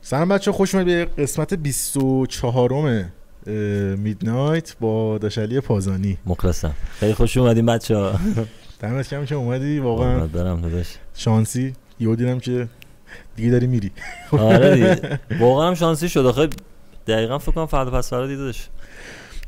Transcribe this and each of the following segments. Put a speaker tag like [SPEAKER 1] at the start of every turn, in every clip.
[SPEAKER 1] سلام بچه خوش اومد به قسمت 24 م میدنایت با داشلی پازانی
[SPEAKER 2] مخلصم خیلی خوش اومدین بچه ها
[SPEAKER 1] دمت کم که اومدی واقعا
[SPEAKER 2] برم داداش
[SPEAKER 1] شانسی یهو دیدم که دیگه داری میری
[SPEAKER 2] آره دیگه. واقعا هم شانسی شد آخه دقیقا فکر کنم فردا پس فردا دیدش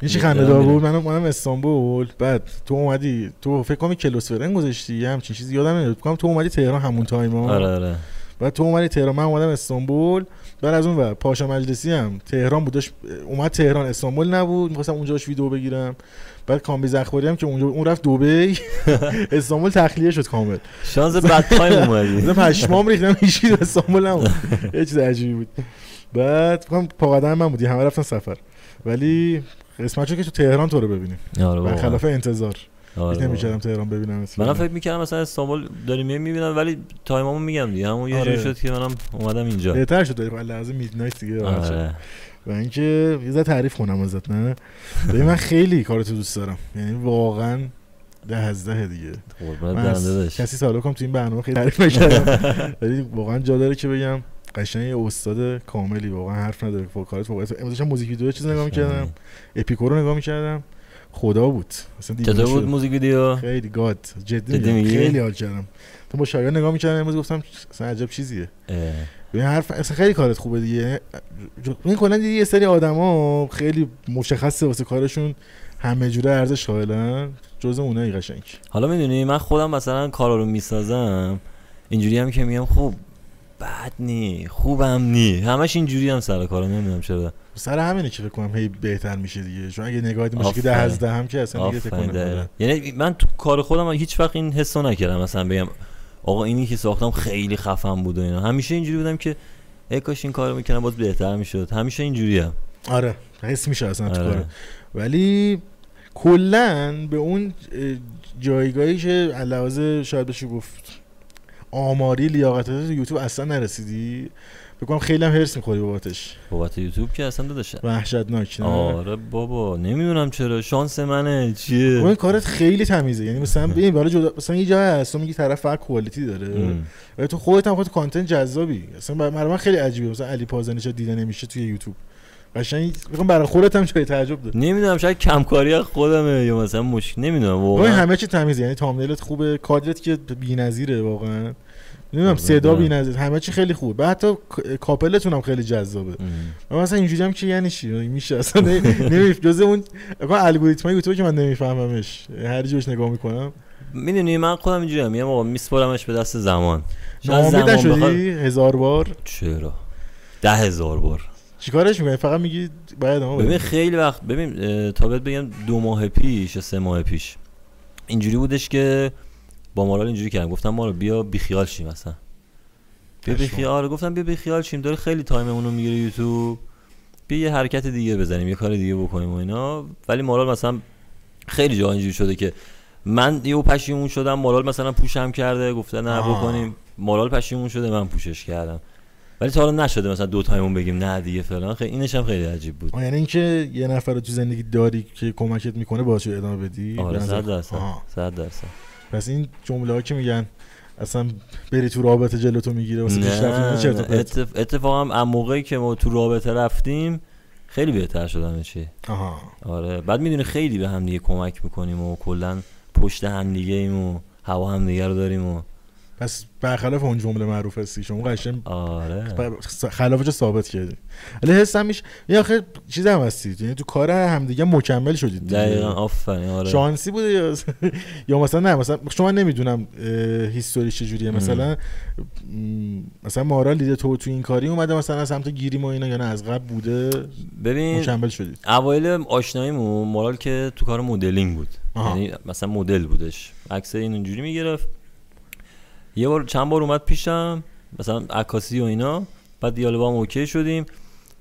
[SPEAKER 1] یه چی خنده دار بود منم منم استانبول بعد تو اومدی تو فکر کنم کلوسفرن گذاشتی یه همچین چیزی یادم نمیاد فکر کنم تو اومدی تهران همون تایما
[SPEAKER 2] آره آره
[SPEAKER 1] بعد تو اومدی تهران من اومدم استانبول بعد از اون ور پاشا مجلسی هم تهران بودش اومد تهران استانبول نبود میخواستم اونجاش ویدیو بگیرم بعد کامبیز اخباری هم که اونجا اون رفت دبی استانبول تخلیه شد کامل
[SPEAKER 2] شانس بد تایم اومدی
[SPEAKER 1] من پشمام ریختم هیچی استانبول نبود یه چیز عجیبی بود بعد فکر کنم پا قدم من بودی همه رفتن سفر ولی قسمت شد که تو تهران تو رو ببینیم
[SPEAKER 2] آره واقعاً.
[SPEAKER 1] خلاف انتظار
[SPEAKER 2] آره
[SPEAKER 1] فکر
[SPEAKER 2] واقعاً.
[SPEAKER 1] نمی‌کردم تهران ببینم
[SPEAKER 2] منم فکر میکردم مثلا استانبول داریم میبینم ولی تایمامو میگم دیگه همون یه
[SPEAKER 1] آره.
[SPEAKER 2] جوری شد که منم اومدم اینجا
[SPEAKER 1] بهتر شد داری لحظه میدنایت دیگه ببخشید.
[SPEAKER 2] آره
[SPEAKER 1] و اینکه یه ذره تعریف کنم ازت نه ببین من خیلی کارتو دوست دارم یعنی واقعا ده از ده دیگه
[SPEAKER 2] قربونت
[SPEAKER 1] من
[SPEAKER 2] برم
[SPEAKER 1] از
[SPEAKER 2] داداش
[SPEAKER 1] کسی تا کم تو این برنامه خیلی تعریف نکردم ولی واقعا جا داره که بگم قشنگ یه استاد کاملی واقعا حرف نداره فوق کارت فوق العاده. امروز داشتم موزیک ویدیو چیز نگاه می‌کردم اپیکورو نگاه می‌کردم خدا بود مثلا
[SPEAKER 2] چطور بود موزیک ویدیو
[SPEAKER 1] خیلی گاد جدی,
[SPEAKER 2] جدی
[SPEAKER 1] میگم.
[SPEAKER 2] میگی؟
[SPEAKER 1] خیلی حال کردم تو با شایان نگاه می‌کردم امروز گفتم اصلا عجب چیزیه
[SPEAKER 2] اه.
[SPEAKER 1] ببین حرف اصلا خیلی کارت خوبه دیگه این کلا دیگه یه سری آدما خیلی مشخصه واسه کارشون همه جوره ارزش قائلن جزء اونایی قشنگ
[SPEAKER 2] حالا میدونی من خودم مثلا کارا رو میسازم اینجوری هم که میگم خوب بد نی خوبم نی همش اینجوری هم سر کارم نمیدونم چرا
[SPEAKER 1] سر همینه که فکر کنم هی بهتر میشه دیگه چون اگه نگاهت باشه که ده
[SPEAKER 2] آفرین.
[SPEAKER 1] از ده هم که اصلا دیگه فکر
[SPEAKER 2] آفرین، دقیقا.
[SPEAKER 1] کنم
[SPEAKER 2] یعنی من تو کار خودم هیچ وقت این حسو نکردم مثلا بگم آقا اینی که ساختم خیلی خفن بود و اینا همیشه اینجوری بودم که ای کاش این کارو میکنم باز بهتر میشد همیشه اینجوری هم
[SPEAKER 1] آره حس میشه اصلا تو
[SPEAKER 2] آره.
[SPEAKER 1] کاره ولی کلا به اون اه، جایگاهی که از لحاظ شاید بشه گفت آماری لیاقت تو یوتیوب اصلا نرسیدی بکنم خیلی هم هرس میخوری بابتش
[SPEAKER 2] بابت یوتیوب که اصلا داداش
[SPEAKER 1] وحشتناک نه
[SPEAKER 2] آره بابا نمیدونم چرا شانس منه چیه
[SPEAKER 1] اون کارت خیلی تمیزه یعنی مثلا ببین برای جدا مثلا یه جای هست تو میگی طرف فقط کوالیتی داره
[SPEAKER 2] ام.
[SPEAKER 1] ولی تو خودت هم خودت کانتنت جذابی اصلا برای برای من خیلی عجیبه مثلا علی پازنی چرا دیده نمیشه توی یوتیوب قشنگ بگم برای خودت هم جای تعجب داره
[SPEAKER 2] نمیدونم شاید کمکاری از خودمه یا مثلا مشکل نمیدونم
[SPEAKER 1] بابا
[SPEAKER 2] واقعا
[SPEAKER 1] همه چی تمیزه یعنی تامنیلت خوبه کادرت که بی‌نظیره واقعا نمیدونم
[SPEAKER 2] آره،
[SPEAKER 1] صدا
[SPEAKER 2] آره.
[SPEAKER 1] بی‌نظیر همه چی خیلی خوبه بعد حتی ک- کاپلتون هم خیلی جذابه
[SPEAKER 2] ام.
[SPEAKER 1] من مثلا اینجوری هم که یعنی چی میشه اصلا نمیف جز اون الگوریتم یوتیوب که من نمیفهممش هر جوش نگاه میکنم
[SPEAKER 2] میدونی من خودم اینجوری هم میگم آقا میسپارمش به دست زمان شاید
[SPEAKER 1] ناامید
[SPEAKER 2] زمان بخواد-
[SPEAKER 1] نشدی هزار بار
[SPEAKER 2] چرا ده هزار بار
[SPEAKER 1] چیکارش میکنی فقط میگی باید ادامه
[SPEAKER 2] ببین
[SPEAKER 1] بده
[SPEAKER 2] خیلی وقت ببین اه، تا بهت بگم دو ماه پیش یا سه ماه پیش اینجوری بودش که با مارال اینجوری کردم گفتم مارال بیا بیخیال شیم مثلا بیا
[SPEAKER 1] پشمام.
[SPEAKER 2] بیخیال آره گفتم بیا بیخیال شیم داره خیلی تایممون رو میگیره یوتیوب بیا یه حرکت دیگه بزنیم یه کار دیگه بکنیم و اینا ولی مارال مثلا خیلی جا اینجوری شده که من یهو پشیمون شدم مارال مثلا پوشم کرده گفته نه
[SPEAKER 1] آه.
[SPEAKER 2] بکنیم مارال پشیمون شده من پوشش کردم ولی تا حالا نشده مثلا دو تایمون بگیم نه دیگه فلان خیلی اینش هم خیلی عجیب بود
[SPEAKER 1] آه، یعنی اینکه یه نفر رو تو زندگی داری که کمکت میکنه باهاش ادامه بدی
[SPEAKER 2] آره
[SPEAKER 1] به
[SPEAKER 2] صد
[SPEAKER 1] نظر-
[SPEAKER 2] درصد
[SPEAKER 1] آه.
[SPEAKER 2] صد درصد
[SPEAKER 1] پس این جمله ها که میگن اصلا بری تو رابطه جلو تو میگیره واسه پیش رفتن چرت و
[SPEAKER 2] نه،
[SPEAKER 1] پرت
[SPEAKER 2] اتف... اتفاقا هم موقعی که ما تو رابطه رفتیم خیلی بهتر شد همه چی
[SPEAKER 1] آها
[SPEAKER 2] آره بعد میدونی خیلی به هم دیگه کمک میکنیم و کلا پشت هم دیگه ایم و هوا هم دیگه رو داریم و
[SPEAKER 1] پس برخلاف اون جمله معروف هستی شما قشنگ
[SPEAKER 2] آره
[SPEAKER 1] ب- خلافش ثابت کردی ولی حسم میشه یا آخه چیز هم هستید یعنی تو کار همدیگه مکمل شدید دیگه.
[SPEAKER 2] دقیقا آفرین آره
[SPEAKER 1] شانسی بوده یا یا مثلا نه مثلا شما نمیدونم هیستوری چجوریه مثلا م، مثلا مارال دیده تو تو این کاری اومده مثلا از سمت گیریم و اینا یا نه از قبل بوده
[SPEAKER 2] ببین
[SPEAKER 1] مکمل شدید
[SPEAKER 2] اوایل آشناییمون مورال که تو کار مدلینگ بود
[SPEAKER 1] آها.
[SPEAKER 2] یعنی مثلا مدل بودش عکس این اونجوری میگرفت یه بار چند بار اومد پیشم مثلا عکاسی و اینا بعد دیالو با هم اوکی شدیم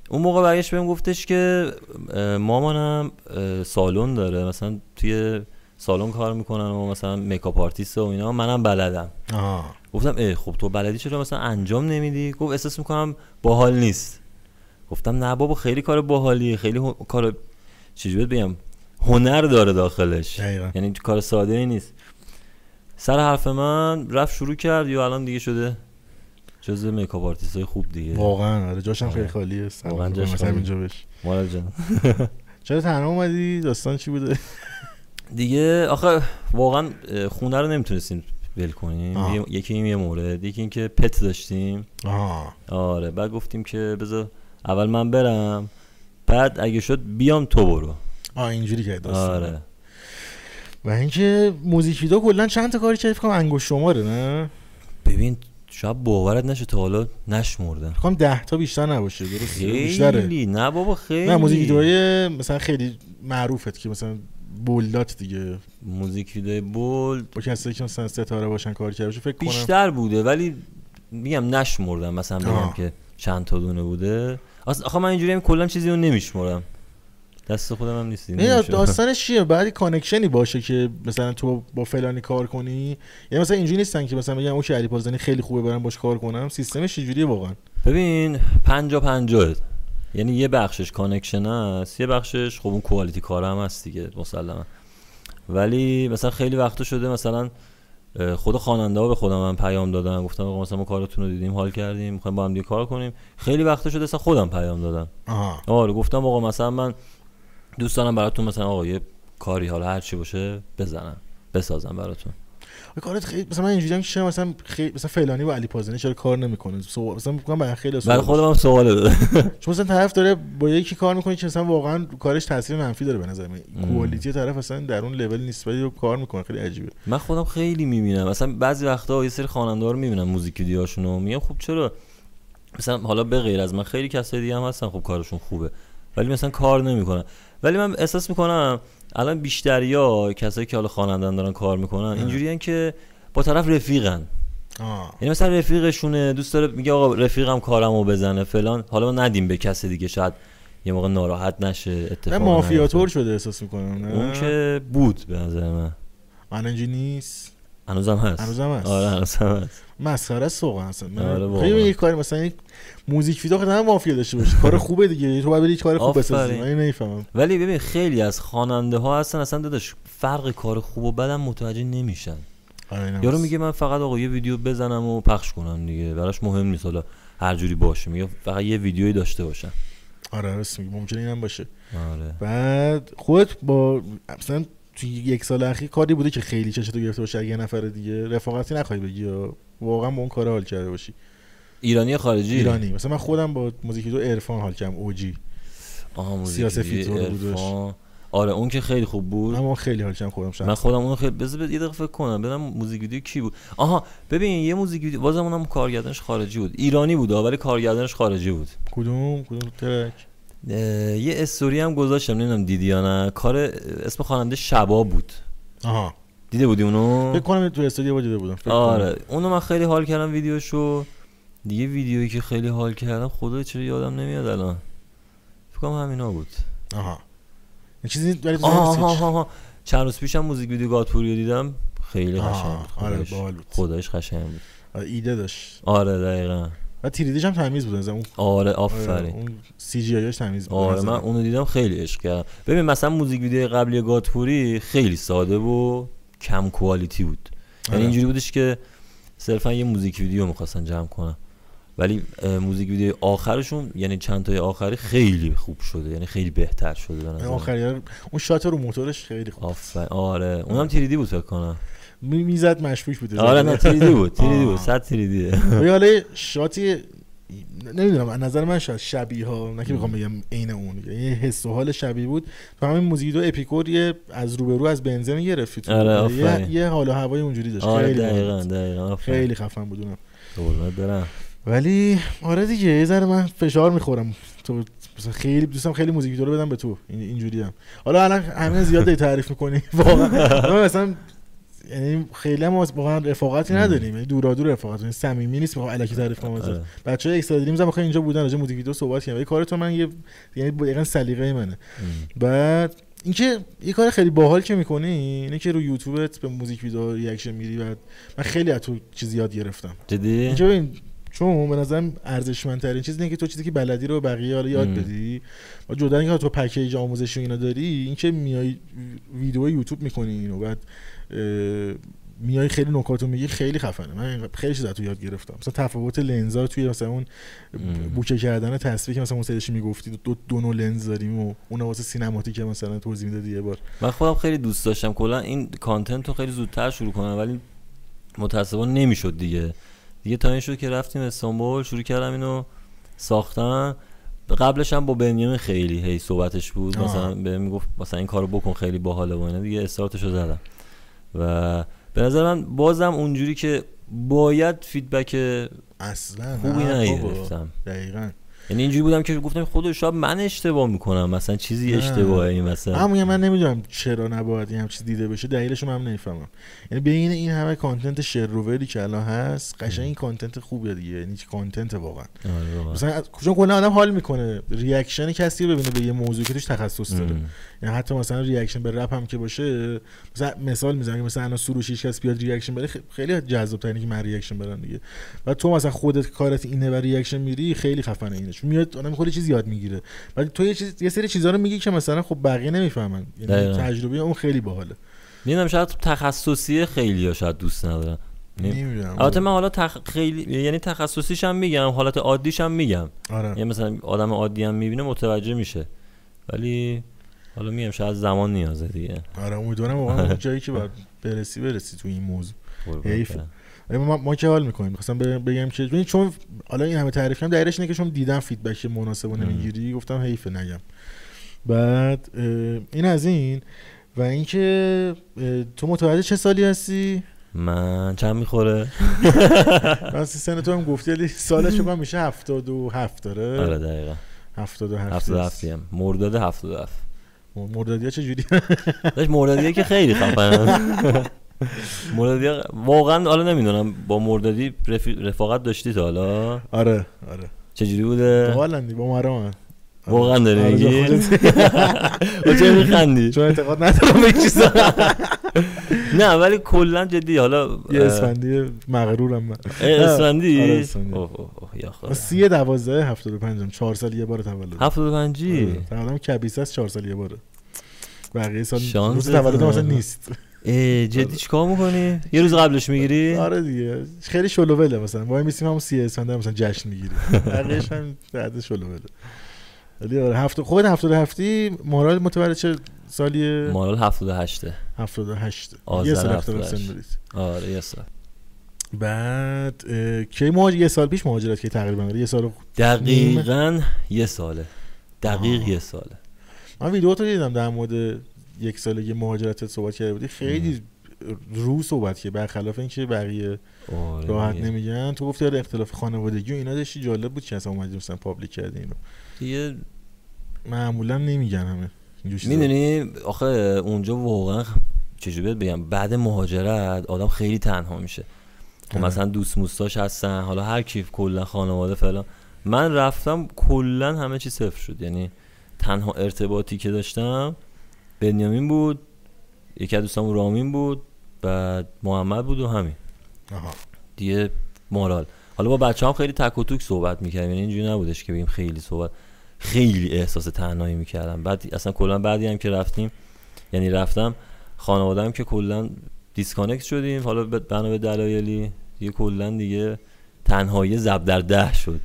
[SPEAKER 2] اون موقع برگشت بهم گفتش که اه، مامانم اه، سالن داره مثلا توی سالن کار میکنن و مثلا میکاپ آرتیست و اینا منم بلدم
[SPEAKER 1] آها
[SPEAKER 2] گفتم اه خب تو بلدی چرا مثلا انجام نمیدی گفت احساس میکنم باحال نیست گفتم نه بابا خیلی کار باحالیه خیلی هن... کار چجوری بهت بگم هنر داره داخلش
[SPEAKER 1] دقیقاً.
[SPEAKER 2] یعنی کار ساده ای نیست سر حرف من رفت شروع کرد یا الان دیگه شده جز میکاپ آرتیست های خوب دیگه
[SPEAKER 1] واقعا آره جاشم خیلی
[SPEAKER 2] آره.
[SPEAKER 1] خالیه سلام
[SPEAKER 2] واقعاً
[SPEAKER 1] کنم
[SPEAKER 2] جاش
[SPEAKER 1] مثلا
[SPEAKER 2] خالیه.
[SPEAKER 1] اینجا بش
[SPEAKER 2] مارال جان
[SPEAKER 1] چرا تنها اومدی داستان چی بوده
[SPEAKER 2] دیگه آخه واقعا اه، خونه رو نمیتونستیم ول کنیم
[SPEAKER 1] آه.
[SPEAKER 2] یه- یکی این یه مورد یکی اینکه پت داشتیم
[SPEAKER 1] آها
[SPEAKER 2] آره بعد گفتیم که بذار اول من برم بعد اگه شد بیام تو برو
[SPEAKER 1] آ اینجوری که داستان
[SPEAKER 2] آره
[SPEAKER 1] و اینکه موزیک ویدیو کلا چند تا کاری کردی فکر کنم انگشت شماره نه
[SPEAKER 2] ببین شاید باورت نشه تا حالا نشمردم
[SPEAKER 1] فکر کنم 10 تا بیشتر نباشه درست بیشتره
[SPEAKER 2] خیلی نه بابا خیلی
[SPEAKER 1] نه موزیک ویدیوهای مثلا خیلی معروفت که مثلا بولدات دیگه
[SPEAKER 2] موزیک ویدیوهای بولد
[SPEAKER 1] با کسایی که مثلا ستاره باشن کار کرده باشه فکر کنم
[SPEAKER 2] بیشتر بوده ولی میگم نشمردم مثلا بگم
[SPEAKER 1] آه.
[SPEAKER 2] که چند تا دونه بوده اصلا آخه من اینجوری هم کلا چیزی رو نمیشمرم دست خودم هم نیست
[SPEAKER 1] نه،
[SPEAKER 2] نمی‌شه.
[SPEAKER 1] داستانش چیه بعد یه کانکشنی باشه که مثلا تو با فلانی کار کنی یا مثلا اینجوری نیستن که مثلا بگم اوکی علی پازدانی خیلی خوبه برم باش کار کنم سیستمش اینجوریه واقعا
[SPEAKER 2] ببین پنجا پنجاه یعنی یه بخشش کانکشن است یه بخشش خب اون کوالیتی کار هم هست دیگه مسلما ولی مثلا خیلی وقتا شده مثلا اه، خود خواننده ها به خودم من پیام دادن گفتم آقا مثلا ما کارتون رو دیدیم حال کردیم میخوایم با هم دیگه کار کنیم خیلی وقتا شده مثلا خودم پیام دادم
[SPEAKER 1] آها
[SPEAKER 2] آره گفتم آقا مثلا من دوست دارم براتون مثلا آقا یه کاری حالا هر چی باشه بزنم بسازم براتون
[SPEAKER 1] آخه کارت خیلی مثلا من اینجوریام که چرا مثلا خیلی مثلا فلانی با علی پازدانی چرا کار نمیکنه سو... مثلا میگم برای خیلی
[SPEAKER 2] برای
[SPEAKER 1] خود
[SPEAKER 2] خودم هم سواله داده
[SPEAKER 1] چون مثلا طرف داره با یکی کار میکنه که مثلا واقعا کارش تاثیر منفی داره به نظر من
[SPEAKER 2] مم.
[SPEAKER 1] کوالیتی طرف اصلا در اون لول نیست ولی رو کار میکنه خیلی عجیبه
[SPEAKER 2] من خودم خیلی میبینم مثلا بعضی وقتا یه سری خواننده رو میبینم موزیک ویدیوهاشون رو میگم خب چرا مثلا حالا به غیر از من خیلی کسای دیگه هم هستن خب کارشون خوبه ولی مثلا کار نمیکنن ولی من احساس میکنم الان بیشتریا کسایی که حالا خوانندن دارن کار میکنن اینجوریان که با طرف رفیقن
[SPEAKER 1] آه.
[SPEAKER 2] یعنی مثلا رفیقشونه دوست داره میگه آقا رفیقم کارمو بزنه فلان حالا ما ندیم به کس دیگه شاید یه موقع ناراحت نشه اتفاق
[SPEAKER 1] نه
[SPEAKER 2] نه
[SPEAKER 1] مافیاتور شده احساس میکنم نه
[SPEAKER 2] اون که بود به نظر من
[SPEAKER 1] من اینجوری نیست
[SPEAKER 2] هنوزم هست
[SPEAKER 1] هنوزم هست.
[SPEAKER 2] آره هنوزم هست
[SPEAKER 1] مسخره است واقعا اصلا
[SPEAKER 2] آره،
[SPEAKER 1] من
[SPEAKER 2] واقعا.
[SPEAKER 1] خیلی یه کاری مثلا یک موزیک ویدیو خدمت مافیا داشته باشه کار خوبه دیگه تو باید بری کار خوب بسازی
[SPEAKER 2] آفرین.
[SPEAKER 1] من اینو نمیفهمم
[SPEAKER 2] ولی ببین خیلی از خواننده ها هستن اصلا داداش فرق کار خوب و بدم متوجه نمیشن
[SPEAKER 1] آره، اینم
[SPEAKER 2] یارو
[SPEAKER 1] هست.
[SPEAKER 2] میگه من فقط آقا یه ویدیو بزنم و پخش کنم دیگه براش مهم نیست حالا هر جوری باشه میگه فقط یه ویدیویی داشته باشم
[SPEAKER 1] آره راست میگه ممکنه اینم باشه
[SPEAKER 2] آره
[SPEAKER 1] بعد خودت با مثلا تو یک سال اخیر کاری بوده که خیلی چشتو گرفته باشه اگه یه نفر دیگه رفاقتی نخوای بگی یا واقعا با اون کار حال کرده باشی
[SPEAKER 2] ایرانی خارجی
[SPEAKER 1] ایرانی مثلا من خودم با موزیک ویدیو عرفان حال کردم اوجی
[SPEAKER 2] آها موزیک
[SPEAKER 1] سیاست
[SPEAKER 2] ویدیو،
[SPEAKER 1] فیتور بودش.
[SPEAKER 2] عرفان. آره اون که خیلی خوب بود
[SPEAKER 1] اما خیلی حال کردم خودم
[SPEAKER 2] من
[SPEAKER 1] شد
[SPEAKER 2] خودم اونو خیلی بذار یه دقیقه فکر کنم ببینم موزیک ویدیو کی بود آها ببین یه موزیک ویدیو بازم اونم کارگردانش خارجی بود ایرانی بود آه، ولی کارگردانش خارجی بود
[SPEAKER 1] کدوم کدوم ترک
[SPEAKER 2] اه، یه استوری هم گذاشتم نمیدونم دیدی یا نه کار اه، اسم خواننده شبا بود
[SPEAKER 1] آها
[SPEAKER 2] دیده بودی اونو
[SPEAKER 1] فکر کنم تو استودیو با دیده بودم فکر کنم.
[SPEAKER 2] آره اونو من خیلی حال کردم ویدیوشو دیگه ویدیویی که خیلی حال کردم خدا چرا یادم نمیاد الان فکر کنم همینا بود
[SPEAKER 1] آها یه چیزی ولی تو
[SPEAKER 2] آها
[SPEAKER 1] نمی‌رسی.
[SPEAKER 2] آها آها چند روز پیشم موزیک ویدیو گاتپوری رو دیدم خیلی قشنگ بود
[SPEAKER 1] آه، آره،
[SPEAKER 2] خدایش.
[SPEAKER 1] باحال بود.
[SPEAKER 2] خدایش قشنگ بود
[SPEAKER 1] آره، ایده داشت
[SPEAKER 2] آره دقیقا
[SPEAKER 1] و تیریدیش هم تمیز بود از اون آره،
[SPEAKER 2] آره آفرین
[SPEAKER 1] اون سی جی آیش تمیز بود
[SPEAKER 2] آره
[SPEAKER 1] از
[SPEAKER 2] من
[SPEAKER 1] اون.
[SPEAKER 2] اونو دیدم خیلی عشق کردم ببین مثلا موزیک ویدیو قبلی گاتپوری خیلی ساده و کم کوالیتی بود یعنی
[SPEAKER 1] آره.
[SPEAKER 2] اینجوری بودش که صرفا یه موزیک ویدیو میخواستن جمع کنن ولی اه، موزیک ویدیو آخرشون یعنی چند تای آخری خیلی خوب شده یعنی خیلی بهتر شده به
[SPEAKER 1] اون
[SPEAKER 2] نظر من.
[SPEAKER 1] آخری ها- اون شات رو موتورش خیلی خوب
[SPEAKER 2] آفرین آره اونم تریدی بود فکر کنم
[SPEAKER 1] می- میزد مشکوک بود
[SPEAKER 2] آره نه تریدی بود تریدی
[SPEAKER 1] آه.
[SPEAKER 2] بود صد تریدیه
[SPEAKER 1] و یه حالا شاتی نمیدونم از نظر من شاید شبیه ها نه که بخوام بگم عین اون یعنی یه حس و حال شبیه بود تو همین موزیک دو اپیکور یه از روبرو از بنزه میگرفتی تو
[SPEAKER 2] آره،
[SPEAKER 1] یه,
[SPEAKER 2] آفرین.
[SPEAKER 1] یه حال و هوای اونجوری داشت
[SPEAKER 2] آره
[SPEAKER 1] خیلی باحال
[SPEAKER 2] دقیقا
[SPEAKER 1] بود.
[SPEAKER 2] دقیقا آفرین
[SPEAKER 1] خیلی خفن بود اونم
[SPEAKER 2] قربونت برم
[SPEAKER 1] ولی آره دیگه یه ذره من فشار میخورم تو مثلا خیلی دوستم خیلی موزیک ویدیو رو بدم به تو این اینجوری هم حالا الان همه زیاد داری تعریف میکنی واقعا من مثلا یعنی خیلی هم از- واقعا رفاقتی نداریم یعنی دورا دور رفاقت یعنی صمیمی نیست بخوام الکی تعریف کنم ازت
[SPEAKER 2] آره.
[SPEAKER 1] بچه‌ها یک سال دیدیم آخه اینجا بودن راجع به موزیک ویدیو صحبت کردیم ولی کار تو من یه یعنی دقیقاً سلیقه منه
[SPEAKER 2] ام.
[SPEAKER 1] بعد اینکه یه کار خیلی باحال که میکنی اینه که رو یوتیوبت به موزیک ویدیو ریاکشن میری بعد من خیلی از تو چیز یاد گرفتم
[SPEAKER 2] جدی
[SPEAKER 1] اینجا ببین چون به نظرم ارزشمندترین چیز اینه که تو چیزی که بلدی رو به بقیه حالا یاد
[SPEAKER 2] مم.
[SPEAKER 1] بدی و جدا اینکه تو پکیج آموزشی و اینا داری این که میای ویدیو یوتیوب میکنی اینو بعد اه، میای خیلی نکاتو میگی خیلی خفنه من خیلی چیزا تو یاد گرفتم مثلا تفاوت لنزا توی مثلا اون بوکه کردن تصویر که مثلا اون سرش میگفتی دو دو نوع لنز داریم و اون واسه سینماتیک مثلا توضیح میدادی یه بار
[SPEAKER 2] من خودم خیلی دوست داشتم کلا این کانتنت رو خیلی زودتر شروع کنم ولی متاسفانه نمیشد دیگه دیگه تا این شد که رفتیم استانبول شروع کردم اینو ساختن قبلش هم با بنیامین خیلی هی صحبتش بود
[SPEAKER 1] آه.
[SPEAKER 2] مثلا بهم میگفت مثلا این کارو بکن خیلی باحاله و اینا دیگه استارتشو زدم و به نظر من بازم اونجوری که باید فیدبک
[SPEAKER 1] اصلا
[SPEAKER 2] خوبی
[SPEAKER 1] نه، بابا.
[SPEAKER 2] نگرفتم
[SPEAKER 1] دقیقاً
[SPEAKER 2] یعنی اینجوری بودم که گفتم خود شاید من اشتباه میکنم مثلا چیزی
[SPEAKER 1] نه.
[SPEAKER 2] اشتباهه این مثلا
[SPEAKER 1] اما یه من نمیدونم چرا نباید این همچی دیده بشه دلیلش رو من نمیفهمم یعنی بین این همه کانتنت شرووری که الان هست قشنگ این کانتنت خوبه دیگه یعنی چی کانتنت واقعا
[SPEAKER 2] آره واقعا.
[SPEAKER 1] مثلا از- چون کلا آدم حال میکنه ریاکشن کسی رو ببینه به یه موضوع که توش تخصص داره
[SPEAKER 2] ام.
[SPEAKER 1] یعنی حتی مثلا ریاکشن به رپ هم که باشه مثلا مثال میزنم که مثلا الان سروش هیچ کس بیاد ریاکشن بده خ- خیلی جذاب ترینه که من ریاکشن بدم دیگه و تو مثلا خودت کارت اینه و ریاکشن میری خیلی خفنه اینه چون میاد آدم خیلی چیز یاد میگیره ولی تو یه, چیز، یه سری چیزا رو میگی که مثلا خب بقیه نمیفهمن یعنی
[SPEAKER 2] دقیقاً.
[SPEAKER 1] تجربه اون خیلی باحاله
[SPEAKER 2] میدونم شاید تخصصی خیلی یا شاید دوست ندارم نمی-
[SPEAKER 1] نمیدونم
[SPEAKER 2] البته من حالا تخ... خیلی یعنی تخصصیش هم میگم حالت عادیش هم میگم
[SPEAKER 1] آره
[SPEAKER 2] یعنی مثلا آدم عادی هم میبینه متوجه میشه ولی حالا میگم شاید زمان نیازه دیگه
[SPEAKER 1] آره امیدوارم واقعا اون جایی که باید برسی برسی تو این موضوع
[SPEAKER 2] قربونت
[SPEAKER 1] حیف.
[SPEAKER 2] برم.
[SPEAKER 1] ولی ما, ما که حال میکنیم میخواستم بگم که ببین چون حالا این همه تعریف کردم دلیلش اینه که چون دیدم فیدبک مناسب رو
[SPEAKER 2] مم.
[SPEAKER 1] نمیگیری گفتم حیفه نگم بعد اه، این از این و اینکه اه، تو متولد چه سالی هستی؟
[SPEAKER 2] من چند میخوره
[SPEAKER 1] من سی سن تو هم گفتی ولی سالش من میشه هفتاد و هفت داره
[SPEAKER 2] آره دقیقا
[SPEAKER 1] هفتاد و هفت
[SPEAKER 2] هفت یعنی.
[SPEAKER 1] است.
[SPEAKER 2] هفتی هم مرداد هفت و هفت
[SPEAKER 1] مردادی ها چجوری؟
[SPEAKER 2] داشت مردادیه که خیلی خفن مردادیه واقعا حالا نمیدونم با مردادی رفیق- رفاقت داشتی تا حالا
[SPEAKER 1] آره آره
[SPEAKER 2] چجوری بوده
[SPEAKER 1] حالندی با مرام
[SPEAKER 2] واقعا داری
[SPEAKER 1] آره،
[SPEAKER 2] میگی؟
[SPEAKER 1] جا خودت.
[SPEAKER 2] و چه میخندی
[SPEAKER 1] چون اعتقاد ندارم به چیز
[SPEAKER 2] نه ولی کلا جدی حالا
[SPEAKER 1] یه
[SPEAKER 2] اه،
[SPEAKER 1] اسفندی مغرورم من
[SPEAKER 2] اه، اسفندی
[SPEAKER 1] آره، اسفندی.
[SPEAKER 2] اوه، اوه، اوه، یا خدا.
[SPEAKER 1] من سی دوازده هفتاد و پنجم چهار سال یه بار تولد آره.
[SPEAKER 2] هفتاد و پنجی
[SPEAKER 1] تولدم کبیسه است چهار سال یه باره بقیه سال
[SPEAKER 2] شانس
[SPEAKER 1] روز تولد
[SPEAKER 2] داره.
[SPEAKER 1] مثلا نیست
[SPEAKER 2] اه، جدی چیکار میکنی یه روز قبلش میگیری
[SPEAKER 1] آره دیگه خیلی شلووله مثلا وای میسیم همون سی اسفند مثلا جشن میگیریم بقیه‌ش هم بعد شلووله ولی آره هفت خود هفتاد و هفتی مورال متولد چه سالی
[SPEAKER 2] مارال هفتاد و هشته
[SPEAKER 1] هفتاد و هشت یه
[SPEAKER 2] آذر
[SPEAKER 1] سال
[SPEAKER 2] هفتاد و
[SPEAKER 1] اختلاف سن
[SPEAKER 2] هشت.
[SPEAKER 1] دارید
[SPEAKER 2] آره یه سال
[SPEAKER 1] بعد اه، کی مهاج... یه سال پیش مهاجرت که تقریبا آره، یه سال
[SPEAKER 2] دقیقا یه ساله دقیق
[SPEAKER 1] آه.
[SPEAKER 2] یه ساله
[SPEAKER 1] من ویدیو تو دیدم در مورد یک سالگی مهاجرتت صحبت کرده بودی خیلی رو صحبت که برخلاف اینکه بقیه
[SPEAKER 2] آره
[SPEAKER 1] راحت
[SPEAKER 2] دیگه.
[SPEAKER 1] نمیگن تو گفتی آره اختلاف خانوادگی و اینا داشتی جالب بود که اصلا اومدی مثلا پابلیک کردی اینو
[SPEAKER 2] دیگه
[SPEAKER 1] معمولا نمیگن همه اینجور چیزا.
[SPEAKER 2] میدونی آخه اونجا واقعا چجوری بهت بگم بعد مهاجرت آدم خیلی تنها میشه خب
[SPEAKER 1] آره.
[SPEAKER 2] مثلا دوست موستاش هستن حالا هر کی کلا خانواده فلان من رفتم کلا همه چی صفر شد یعنی تنها ارتباطی که داشتم بنیامین بود یکی از دوستام رامین بود بعد محمد بود و همین
[SPEAKER 1] آها.
[SPEAKER 2] دیگه مورال حالا با بچه هم خیلی تک و توک صحبت میکردیم یعنی اینجوری نبودش که بگیم خیلی صحبت خیلی احساس تنهایی میکردم بعد اصلا کلا بعدی هم که رفتیم یعنی رفتم خانوادم که کلا دیسکانکت شدیم حالا به- بنا به دلایلی دیگه کلا دیگه تنهایی زب در ده شد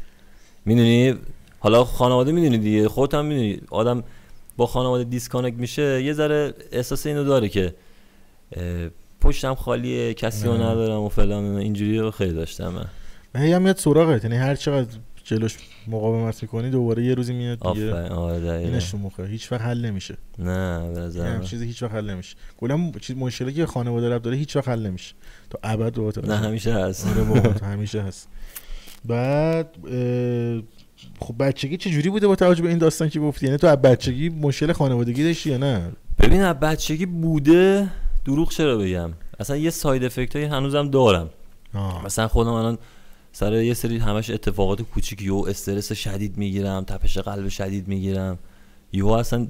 [SPEAKER 2] میدونی حالا خانواده میدونی دیگه خودت هم میدونی آدم با خانواده دیسکانکت میشه یه ذره احساس اینو داره که اه، پشتم خالیه کسی رو
[SPEAKER 1] نه.
[SPEAKER 2] ندارم و فلان و اینا. اینجوری رو خیلی داشتم من
[SPEAKER 1] من هی هم میاد سراغت یعنی هر چقدر جلوش مقاومت میکنی دوباره یه روزی میاد دیگه
[SPEAKER 2] آفرین آره دقیقا
[SPEAKER 1] اینش تو مخه هیچ وقت حل نمیشه
[SPEAKER 2] نه به نظر
[SPEAKER 1] یه
[SPEAKER 2] من.
[SPEAKER 1] همچین چیزی هیچ وقت حل نمیشه کلا م- چیز مشکلی که خانواده رب داره هیچ وقت حل نمیشه تا ابد دوباره
[SPEAKER 2] نه همیشه هست
[SPEAKER 1] آره بابا تو همیشه هست بعد اه، خب بچگی چه جوری بوده با توجه به این داستان که گفتی یعنی تو از بچگی مشکل خانوادگی داشتی یا نه
[SPEAKER 2] ببین از بچگی بوده دروغ چرا بگم اصلا یه ساید افکت هایی هنوزم دارم
[SPEAKER 1] آه.
[SPEAKER 2] مثلا خودم الان سر یه سری همش اتفاقات کوچیکی و استرس شدید میگیرم تپش قلب شدید میگیرم یهو اصلا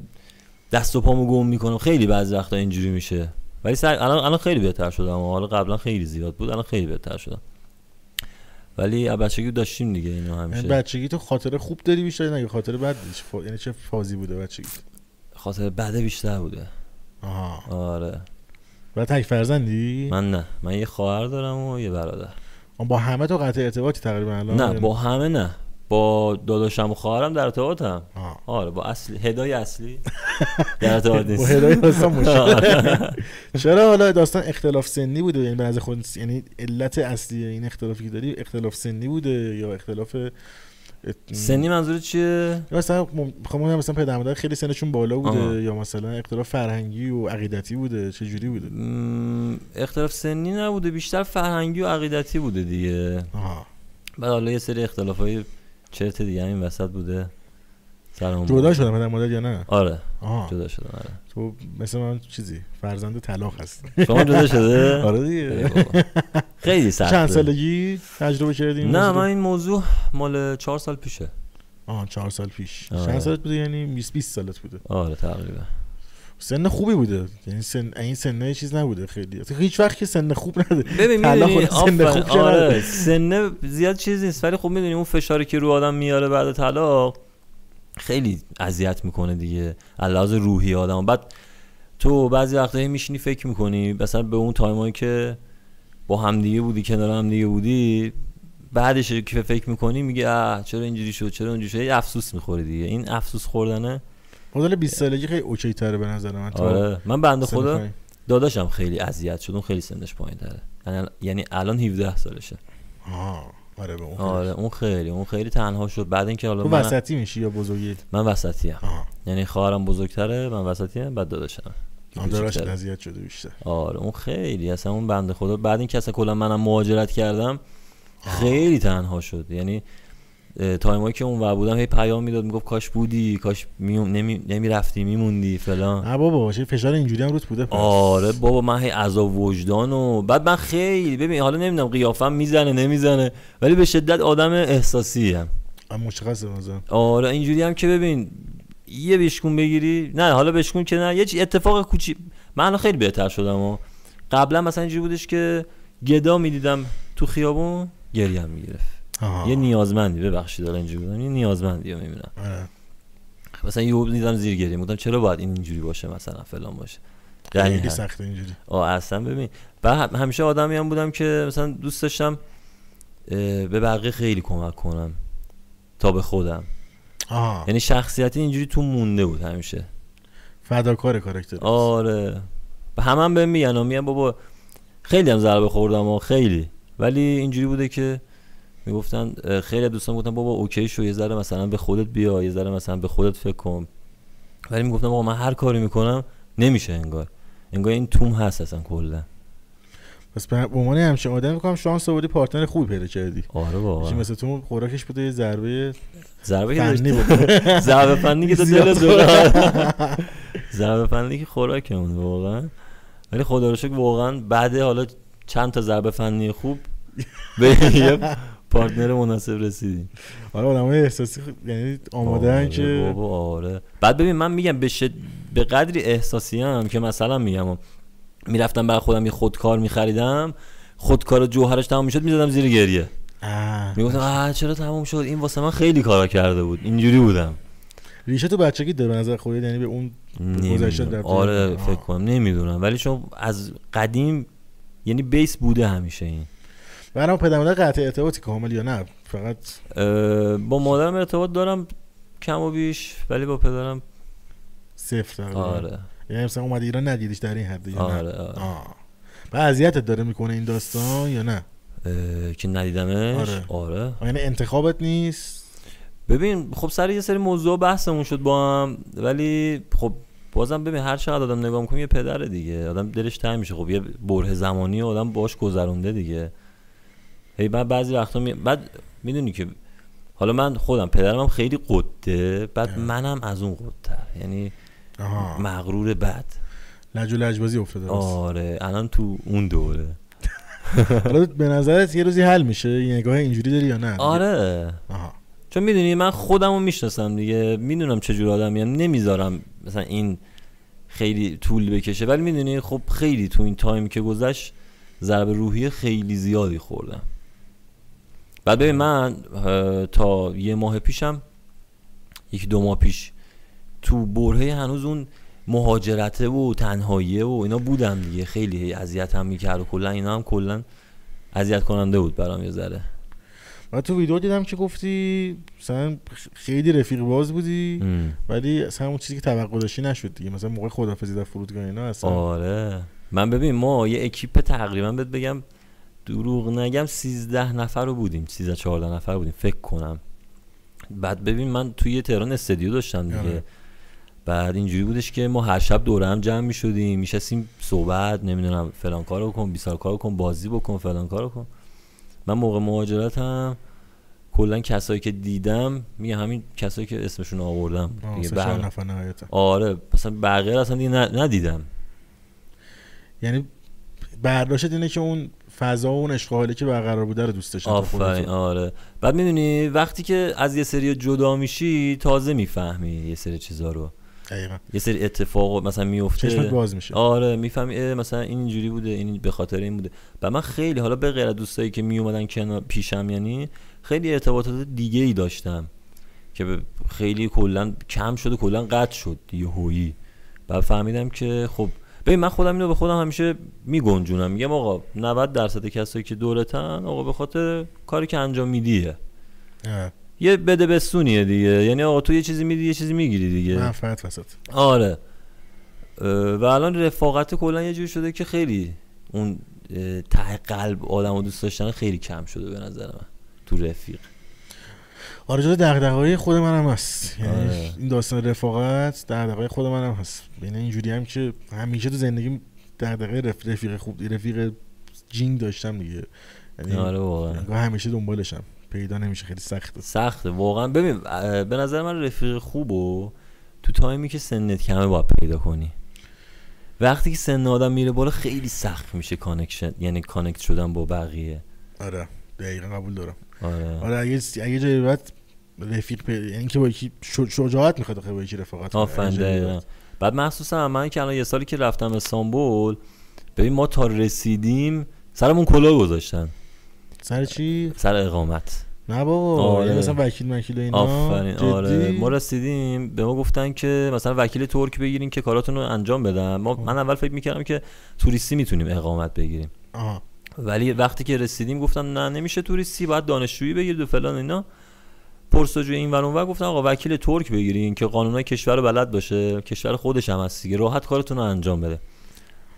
[SPEAKER 2] دست و پامو گم میکنم خیلی بعضی وقتا اینجوری میشه ولی سر... الان الان خیلی بهتر شدم حالا قبلا خیلی زیاد بود الان خیلی بهتر شدم ولی از بچگی داشتیم دیگه اینو
[SPEAKER 1] یعنی
[SPEAKER 2] همیشه
[SPEAKER 1] بچگی تو خاطره خوب داری بیشتر نه خاطره بد چه فا- یعنی چه فازی بوده بچگی
[SPEAKER 2] خاطر بده بیشتر بوده
[SPEAKER 1] آها
[SPEAKER 2] آره
[SPEAKER 1] و تک فرزندی
[SPEAKER 2] من نه من یه خواهر دارم و یه برادر
[SPEAKER 1] با همه تو قطع ارتباطی تقریبا الان
[SPEAKER 2] نه با همه نه با داداشم و خواهرم در ارتباطم
[SPEAKER 1] آه.
[SPEAKER 2] آره با اصلی هدای اصلی در ارتباط
[SPEAKER 1] با
[SPEAKER 2] نیست
[SPEAKER 1] هدایت داستان مشکل
[SPEAKER 2] آره.
[SPEAKER 1] چرا حالا داستان اختلاف سنی بوده یعنی به نظر خود یعنی علت اصلی این اختلافی که داری اختلاف سنی بوده یا اختلاف
[SPEAKER 2] سنی منظور چیه
[SPEAKER 1] یا مثلا میخوام بگم مثلا پدر مادر خیلی سنشون بالا بوده
[SPEAKER 2] آها.
[SPEAKER 1] یا مثلا اختلاف فرهنگی و عقیدتی بوده چه جوری بوده
[SPEAKER 2] م، اختلاف سنی نبوده بیشتر فرهنگی و عقیدتی بوده دیگه
[SPEAKER 1] آها
[SPEAKER 2] بعد حالا یه سری اختلاف های چرت دیگه هم این وسط بوده سر اون بود.
[SPEAKER 1] جدا شدن پدر مادر یا نه
[SPEAKER 2] آره
[SPEAKER 1] آها
[SPEAKER 2] جدا شدن آره
[SPEAKER 1] تو مثل من چیزی فرزند طلاق هست
[SPEAKER 2] شما جدا شده
[SPEAKER 1] آره
[SPEAKER 2] ای
[SPEAKER 1] دیگه
[SPEAKER 2] بابا. خیلی سخته
[SPEAKER 1] چند سالگی تجربه کردی این
[SPEAKER 2] نه
[SPEAKER 1] موضوع رو؟
[SPEAKER 2] من این موضوع مال چهار سال پیشه
[SPEAKER 1] آها چهار سال پیش
[SPEAKER 2] آره.
[SPEAKER 1] چند سالت بوده یعنی 20 20 سالت بوده
[SPEAKER 2] آره تقریبا
[SPEAKER 1] سن خوبی بوده یعنی سن این سنه چیز نبوده خیلی اصلا هیچ وقت که سن خوب نده
[SPEAKER 2] ببین
[SPEAKER 1] طلاق
[SPEAKER 2] میدونی
[SPEAKER 1] و سن
[SPEAKER 2] آفرین،
[SPEAKER 1] خوب که
[SPEAKER 2] آره
[SPEAKER 1] نداره.
[SPEAKER 2] سنه زیاد چیز نیست ولی خب میدونی اون فشاری که رو آدم میاره بعد طلاق خیلی اذیت میکنه دیگه علاوه روحی آدم بعد تو بعضی وقتا هی میشینی فکر میکنی مثلا به اون تایمایی که با همدیگه بودی کنار همدیگه بودی بعدش که فکر میکنی میگه اه چرا اینجوری شد چرا اونجوری شد هی افسوس میخوری دیگه این افسوس خوردنه
[SPEAKER 1] مدل 20 سالگی خیلی اوکی تره به نظر من تا
[SPEAKER 2] آره من بنده
[SPEAKER 1] سن
[SPEAKER 2] خدا
[SPEAKER 1] پایین.
[SPEAKER 2] داداشم خیلی اذیت شد اون خیلی سنش پایین تره یعنی الان 17 سالشه
[SPEAKER 1] آها آره به اون
[SPEAKER 2] آره
[SPEAKER 1] آره.
[SPEAKER 2] اون خیلی اون خیلی تنها شد بعد اینکه حالا
[SPEAKER 1] تو
[SPEAKER 2] من
[SPEAKER 1] وسطی میشی یا بزرگی
[SPEAKER 2] من وسطیم
[SPEAKER 1] آها
[SPEAKER 2] یعنی خواهرم بزرگتره من وسطیم بعد داداشم
[SPEAKER 1] نادرش
[SPEAKER 2] کوچیک‌تره.
[SPEAKER 1] اذیت شده بیشتر
[SPEAKER 2] آره اون خیلی اصلا اون بنده خدا بعد اینکه اصلا کلا منم مهاجرت کردم خیلی تنها شد یعنی اه، تایمایی که اون ور بودم هی پیام میداد میگفت کاش بودی کاش می... نمی... نمیرفتی میموندی فلان
[SPEAKER 1] نه بابا چه فشار اینجوری هم روت بوده پس.
[SPEAKER 2] آره بابا من هی عذاب وجدان و بعد من خیلی ببین حالا نمیدونم قیافم میزنه نمیزنه ولی به شدت آدم احساسی
[SPEAKER 1] آه، مشخصه مثلا
[SPEAKER 2] آره اینجوری هم که ببین یه بشکون بگیری نه حالا بشکون که نه یه چی- اتفاق کوچی من الان خیلی بهتر شدم و قبلا مثلا اینجوری بودش که گدا میدیدم تو خیابون گریم میگرفت
[SPEAKER 1] آها.
[SPEAKER 2] یه نیازمندی ببخشید الان اینجوری بودم یه نیازمندی رو میبینم
[SPEAKER 1] آره.
[SPEAKER 2] مثلا یهو دیدم زیر گریه بودم چرا باید این اینجوری باشه مثلا فلان باشه در این
[SPEAKER 1] خیلی
[SPEAKER 2] حد.
[SPEAKER 1] سخته اینجوری
[SPEAKER 2] آه اصلا ببین و هم- همیشه آدمی هم بودم که مثلا دوست داشتم اه، به بقیه خیلی کمک کنم تا به خودم
[SPEAKER 1] آها
[SPEAKER 2] یعنی شخصیتی اینجوری تو مونده بود همیشه
[SPEAKER 1] فداکار کاراکتر
[SPEAKER 2] آره به هم هم بهم میگن و میگن بابا خیلی هم ضربه خوردم و خیلی ولی اینجوری بوده که میگفتن اه، خیلی از دوستان گفتن بابا اوکی شو یه ذره مثلا به خودت بیا یه ذره مثلا به خودت فکر کن ولی میگفتم آقا من هر کاری میکنم نمیشه انگار انگار این توم هست اصلا کلا
[SPEAKER 1] پس به به عنوان همچین آدم میگم شانس آوردی پارتنر خوبی پیدا کردی
[SPEAKER 2] آره بابا
[SPEAKER 1] چی مثل تو خوراکش بوده یه ضربه
[SPEAKER 2] ضربه که
[SPEAKER 1] فنی
[SPEAKER 2] داشت-
[SPEAKER 1] بوده
[SPEAKER 2] ضربه فنی که تو
[SPEAKER 1] زیاد
[SPEAKER 2] دلت
[SPEAKER 1] خورد.
[SPEAKER 2] بخواد. ضربه فنی که خوراکمون واقعا ولی خدا رو شکر واقعا بعد حالا چند تا ضربه فنی خوب به یه پارتنر مناسب رسیدیم
[SPEAKER 1] آره آدمای احساسی خ- یعنی آمادهن
[SPEAKER 2] آره
[SPEAKER 1] که
[SPEAKER 2] بابا آره بعد ببین من میگم به شد... به قدری احساسی هم که مثلا میگم میرفتم برای خودم یه خودکار میخریدم خودکار جوهرش تمام میشد میزدم زیر گریه
[SPEAKER 1] آه.
[SPEAKER 2] میگفتم آه چرا تمام شد این واسه من خیلی کارا کرده بود اینجوری بودم
[SPEAKER 1] ریشه تو بچگی داره به نظر خودت یعنی به اون گذشته
[SPEAKER 2] نمی‌دونم.
[SPEAKER 1] ربطی
[SPEAKER 2] آره
[SPEAKER 1] نداره. آه.
[SPEAKER 2] فکر کنم نمیدونم ولی چون از قدیم یعنی بیس بوده همیشه این
[SPEAKER 1] برام پدر مادر قطع ارتباطی کامل یا نه فقط
[SPEAKER 2] اه، با مادرم ارتباط دارم کم و بیش ولی با پدرم
[SPEAKER 1] صفر تقریبا
[SPEAKER 2] آره
[SPEAKER 1] یعنی مثلا اومد ایران ندیدیش در این حد یا نه
[SPEAKER 2] آره آره
[SPEAKER 1] آه. و اذیتت داره میکنه این داستان یا نه
[SPEAKER 2] اه، که ندیدمش
[SPEAKER 1] آره.
[SPEAKER 2] آره
[SPEAKER 1] آه، یعنی انتخابت نیست
[SPEAKER 2] ببین خب سر یه سری موضوع بحثمون شد با هم ولی خب بازم ببین هر چقدر آدم نگاه میکنه یه پدره دیگه آدم دلش تنگ میشه خب یه بره زمانی آدم باش گذرونده دیگه هی بعد بعضی وقتا می... بعد میدونی که حالا من خودم پدرم هم خیلی قده بعد
[SPEAKER 1] اه.
[SPEAKER 2] منم از اون قدتر یعنی
[SPEAKER 1] آها
[SPEAKER 2] مغرور بد
[SPEAKER 1] لج و لجبازی افتاده راست.
[SPEAKER 2] آره الان تو اون دوره
[SPEAKER 1] حالا به نظرت یه روزی حل میشه یه نگاه اینجوری داری یا نه
[SPEAKER 2] آره
[SPEAKER 1] آها
[SPEAKER 2] چون میدونی من خودم رو میشناسم دیگه میدونم چجور آدمی نمیذارم مثلا این خیلی طول بکشه ولی میدونی خب خیلی تو این تایم که گذشت ضربه روحی خیلی زیادی خوردم بعد ببین من اه، تا یه ماه پیشم یکی دو ماه پیش تو برهه هنوز اون مهاجرته و تنهاییه و اینا بودم دیگه خیلی اذیت هم میکرد و کلا اینا هم کلا اذیت کننده بود برام یه ذره
[SPEAKER 1] من تو ویدیو دیدم که گفتی مثلا خیلی رفیق باز بودی
[SPEAKER 2] ام.
[SPEAKER 1] ولی اصلا اون چیزی که توقع داشتی نشد دیگه مثلا موقع خدافزی در فرودگاه اینا اصلا
[SPEAKER 2] آره من ببین ما یه اکیپ تقریبا بهت بگم دروغ نگم 13 نفر رو بودیم 13 14 نفر بودیم فکر کنم بعد ببین من توی تهران استدیو داشتم
[SPEAKER 1] آره.
[SPEAKER 2] دیگه بعد اینجوری بودش که ما هر شب دوره هم جمع می شدیم میشستیم صحبت نمیدونم فلان کارو کن بیسار کارو کن بازی بکن فلان کارو کن من موقع مهاجرتم کلا کسایی که دیدم میگه همین کسایی که اسمشون رو آوردم
[SPEAKER 1] آه،
[SPEAKER 2] دیگه
[SPEAKER 1] سه
[SPEAKER 2] بقیه-
[SPEAKER 1] چهار نفر نهایتا
[SPEAKER 2] آره مثلا بقیه رو اصلا دیگه ن- ندیدم
[SPEAKER 1] یعنی برداشت اینه که اون فضا و اون عشق و حالی که برقرار بوده رو دوست داشتی تو خودت.
[SPEAKER 2] آفرین آره بعد میدونی وقتی که از یه سری جدا میشی تازه میفهمی یه سری چیزا رو
[SPEAKER 1] دقیقاً
[SPEAKER 2] یه سری اتفاق مثلا
[SPEAKER 1] چشمت
[SPEAKER 2] میفته
[SPEAKER 1] باز میشه
[SPEAKER 2] آره میفهمی اه، مثلا این اینجوری بوده این به خاطر این بوده و من خیلی حالا به غیر از دوستایی که میومدن کنار پیشم یعنی خیلی ارتباطات دیگه ای داشتم که به- خیلی کلا کم شد و کلا قطع شد یهویی بعد فهمیدم که خب ببین من خودم اینو به خودم همیشه میگنجونم میگم آقا 90 درصد کسایی که دورتن آقا به خاطر کاری که انجام میدیه
[SPEAKER 1] آره.
[SPEAKER 2] یه بده بستونیه دیگه یعنی آقا تو یه چیزی میدی یه چیزی میگیری دیگه
[SPEAKER 1] منفعت وسط
[SPEAKER 2] آره اه، و الان رفاقت کلا یه جوری شده که خیلی اون اه، ته قلب آدم و دوست داشتن خیلی کم شده به نظر من تو رفیق
[SPEAKER 1] آره جز دغدغه‌های خود منم هست یعنی
[SPEAKER 2] آره.
[SPEAKER 1] این داستان رفاقت دغدغه خود منم هست یعنی اینجوری هم که همیشه تو زندگیم دغدغه رف... رفیق خوب رفیق جینگ داشتم دیگه یعنی
[SPEAKER 2] آره واقعا
[SPEAKER 1] انگار همیشه دنبالشم پیدا نمیشه خیلی سخته
[SPEAKER 2] سخته واقعا ببین اه، به نظر من رفیق خوب و تو تایمی که سنت کمه باید پیدا کنی وقتی که سن آدم میره بالا خیلی سخت میشه کانکشن یعنی کانکت شدن با بقیه
[SPEAKER 1] آره دقیقا قبول دارم
[SPEAKER 2] آره
[SPEAKER 1] آره اگه اگه جایی به بعد رفیق پیدا یعنی اینکه با یکی شج- شجاعت میخواد آخه با یکی رفاقت کنه.
[SPEAKER 2] آفرین
[SPEAKER 1] اگه جایی به
[SPEAKER 2] دقیقا
[SPEAKER 1] بعد.
[SPEAKER 2] بعد مخصوصا من که الان یه سالی که رفتم استانبول ببین ما تا رسیدیم سرمون کلاه گذاشتن
[SPEAKER 1] سر چی
[SPEAKER 2] سر اقامت
[SPEAKER 1] نه بابا
[SPEAKER 2] آره.
[SPEAKER 1] یعنی مثلا وکیل مکیل و اینا
[SPEAKER 2] آفرین آره
[SPEAKER 1] جدی؟
[SPEAKER 2] ما رسیدیم به ما گفتن که مثلا وکیل ترک بگیرین که کاراتون رو انجام بدن
[SPEAKER 1] خب.
[SPEAKER 2] ما من اول فکر میکردم که توریستی میتونیم اقامت بگیریم
[SPEAKER 1] آها.
[SPEAKER 2] ولی وقتی که رسیدیم گفتن نه نمیشه توریستی باید دانشجویی بگیرید و فلان اینا پرسجوی این ور اون ور گفتن آقا وکیل ترک بگیرین که قانونای کشور رو بلد باشه کشور خودش هم هست دیگه راحت کارتون رو انجام بده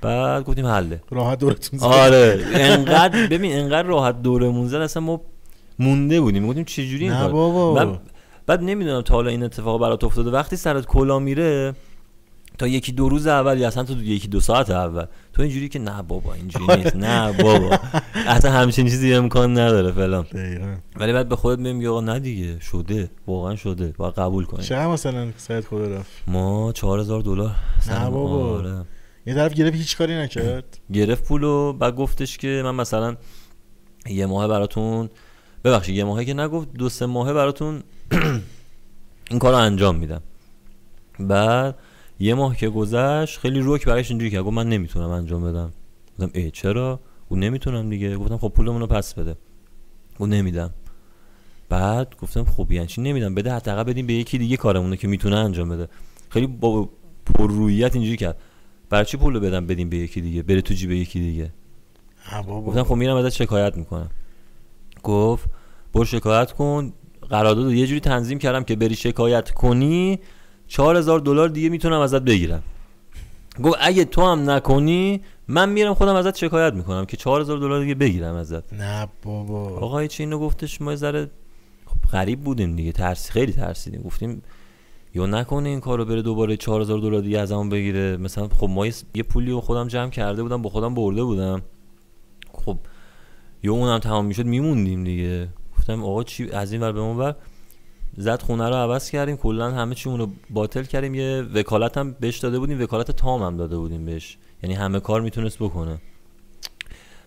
[SPEAKER 2] بعد گفتیم حله
[SPEAKER 1] راحت دورتون زد.
[SPEAKER 2] آره انقدر ببین انقدر راحت دورمون زد اصلا ما مونده بودیم گفتیم چه جوری این
[SPEAKER 1] نه
[SPEAKER 2] کار
[SPEAKER 1] بابا
[SPEAKER 2] من بعد نمیدونم تا حالا این اتفاق برات افتاده وقتی سرت کلا میره تا یکی دو روز اول یا اصلا تو یکی دو ساعت اول تو اینجوری که نه بابا اینجوری نیست نه بابا اصلا همچین چیزی امکان نداره فلان
[SPEAKER 1] دقیقا
[SPEAKER 2] ولی بعد به خودت میگی آقا نه دیگه شده واقعا شده باید قبول کنی
[SPEAKER 1] چقدر مثلا سعید خدا رفت
[SPEAKER 2] ما 4000 دلار سرم-
[SPEAKER 1] بابا.
[SPEAKER 2] آره.
[SPEAKER 1] یه طرف گرفت هیچ کاری نکرد
[SPEAKER 2] گرفت پولو بعد گفتش که من مثلا یه ماه براتون ببخشید یه ماهی که نگفت دو سه ماهه براتون این کارو انجام میدم بعد یه ماه که گذشت خیلی روک برایش اینجوری که گفت من نمیتونم انجام بدم گفتم ای چرا او نمیتونم دیگه گفتم خب پولمون رو پس بده او نمیدم بعد گفتم خب یعنی چی نمیدم بده حداقل بدیم به یکی دیگه کارمون رو که میتونه انجام بده خیلی با پررویت اینجوری کرد برای چی پول رو بدم بدیم به یکی دیگه بره تو جیب یکی دیگه
[SPEAKER 1] نه بابا
[SPEAKER 2] گفتم خب میرم ازت شکایت میکنم گفت برو شکایت کن قرارداد رو یه جوری تنظیم کردم که بری شکایت کنی 4000 دلار دیگه میتونم ازت بگیرم گفت اگه تو هم نکنی من میرم خودم ازت شکایت میکنم که 4000 دلار دیگه بگیرم ازت
[SPEAKER 1] نه بابا
[SPEAKER 2] آقا چی اینو گفتش ما یه ذره خب غریب بودیم دیگه ترس خیلی ترسیدیم گفتیم یا نکنه این کارو بره دوباره 4000 دلار دیگه از همون بگیره مثلا خب ما یه س- یه پولی رو خودم جمع کرده بودم با خودم برده بودم خب یا اونم تمام میشد میموندیم دیگه گفتم آقا چی از این ور به اون ور زد خونه رو عوض کردیم کلا همه چیمون رو باطل کردیم یه وکالت هم بهش داده بودیم وکالت تام هم داده بودیم بهش یعنی همه کار میتونست بکنه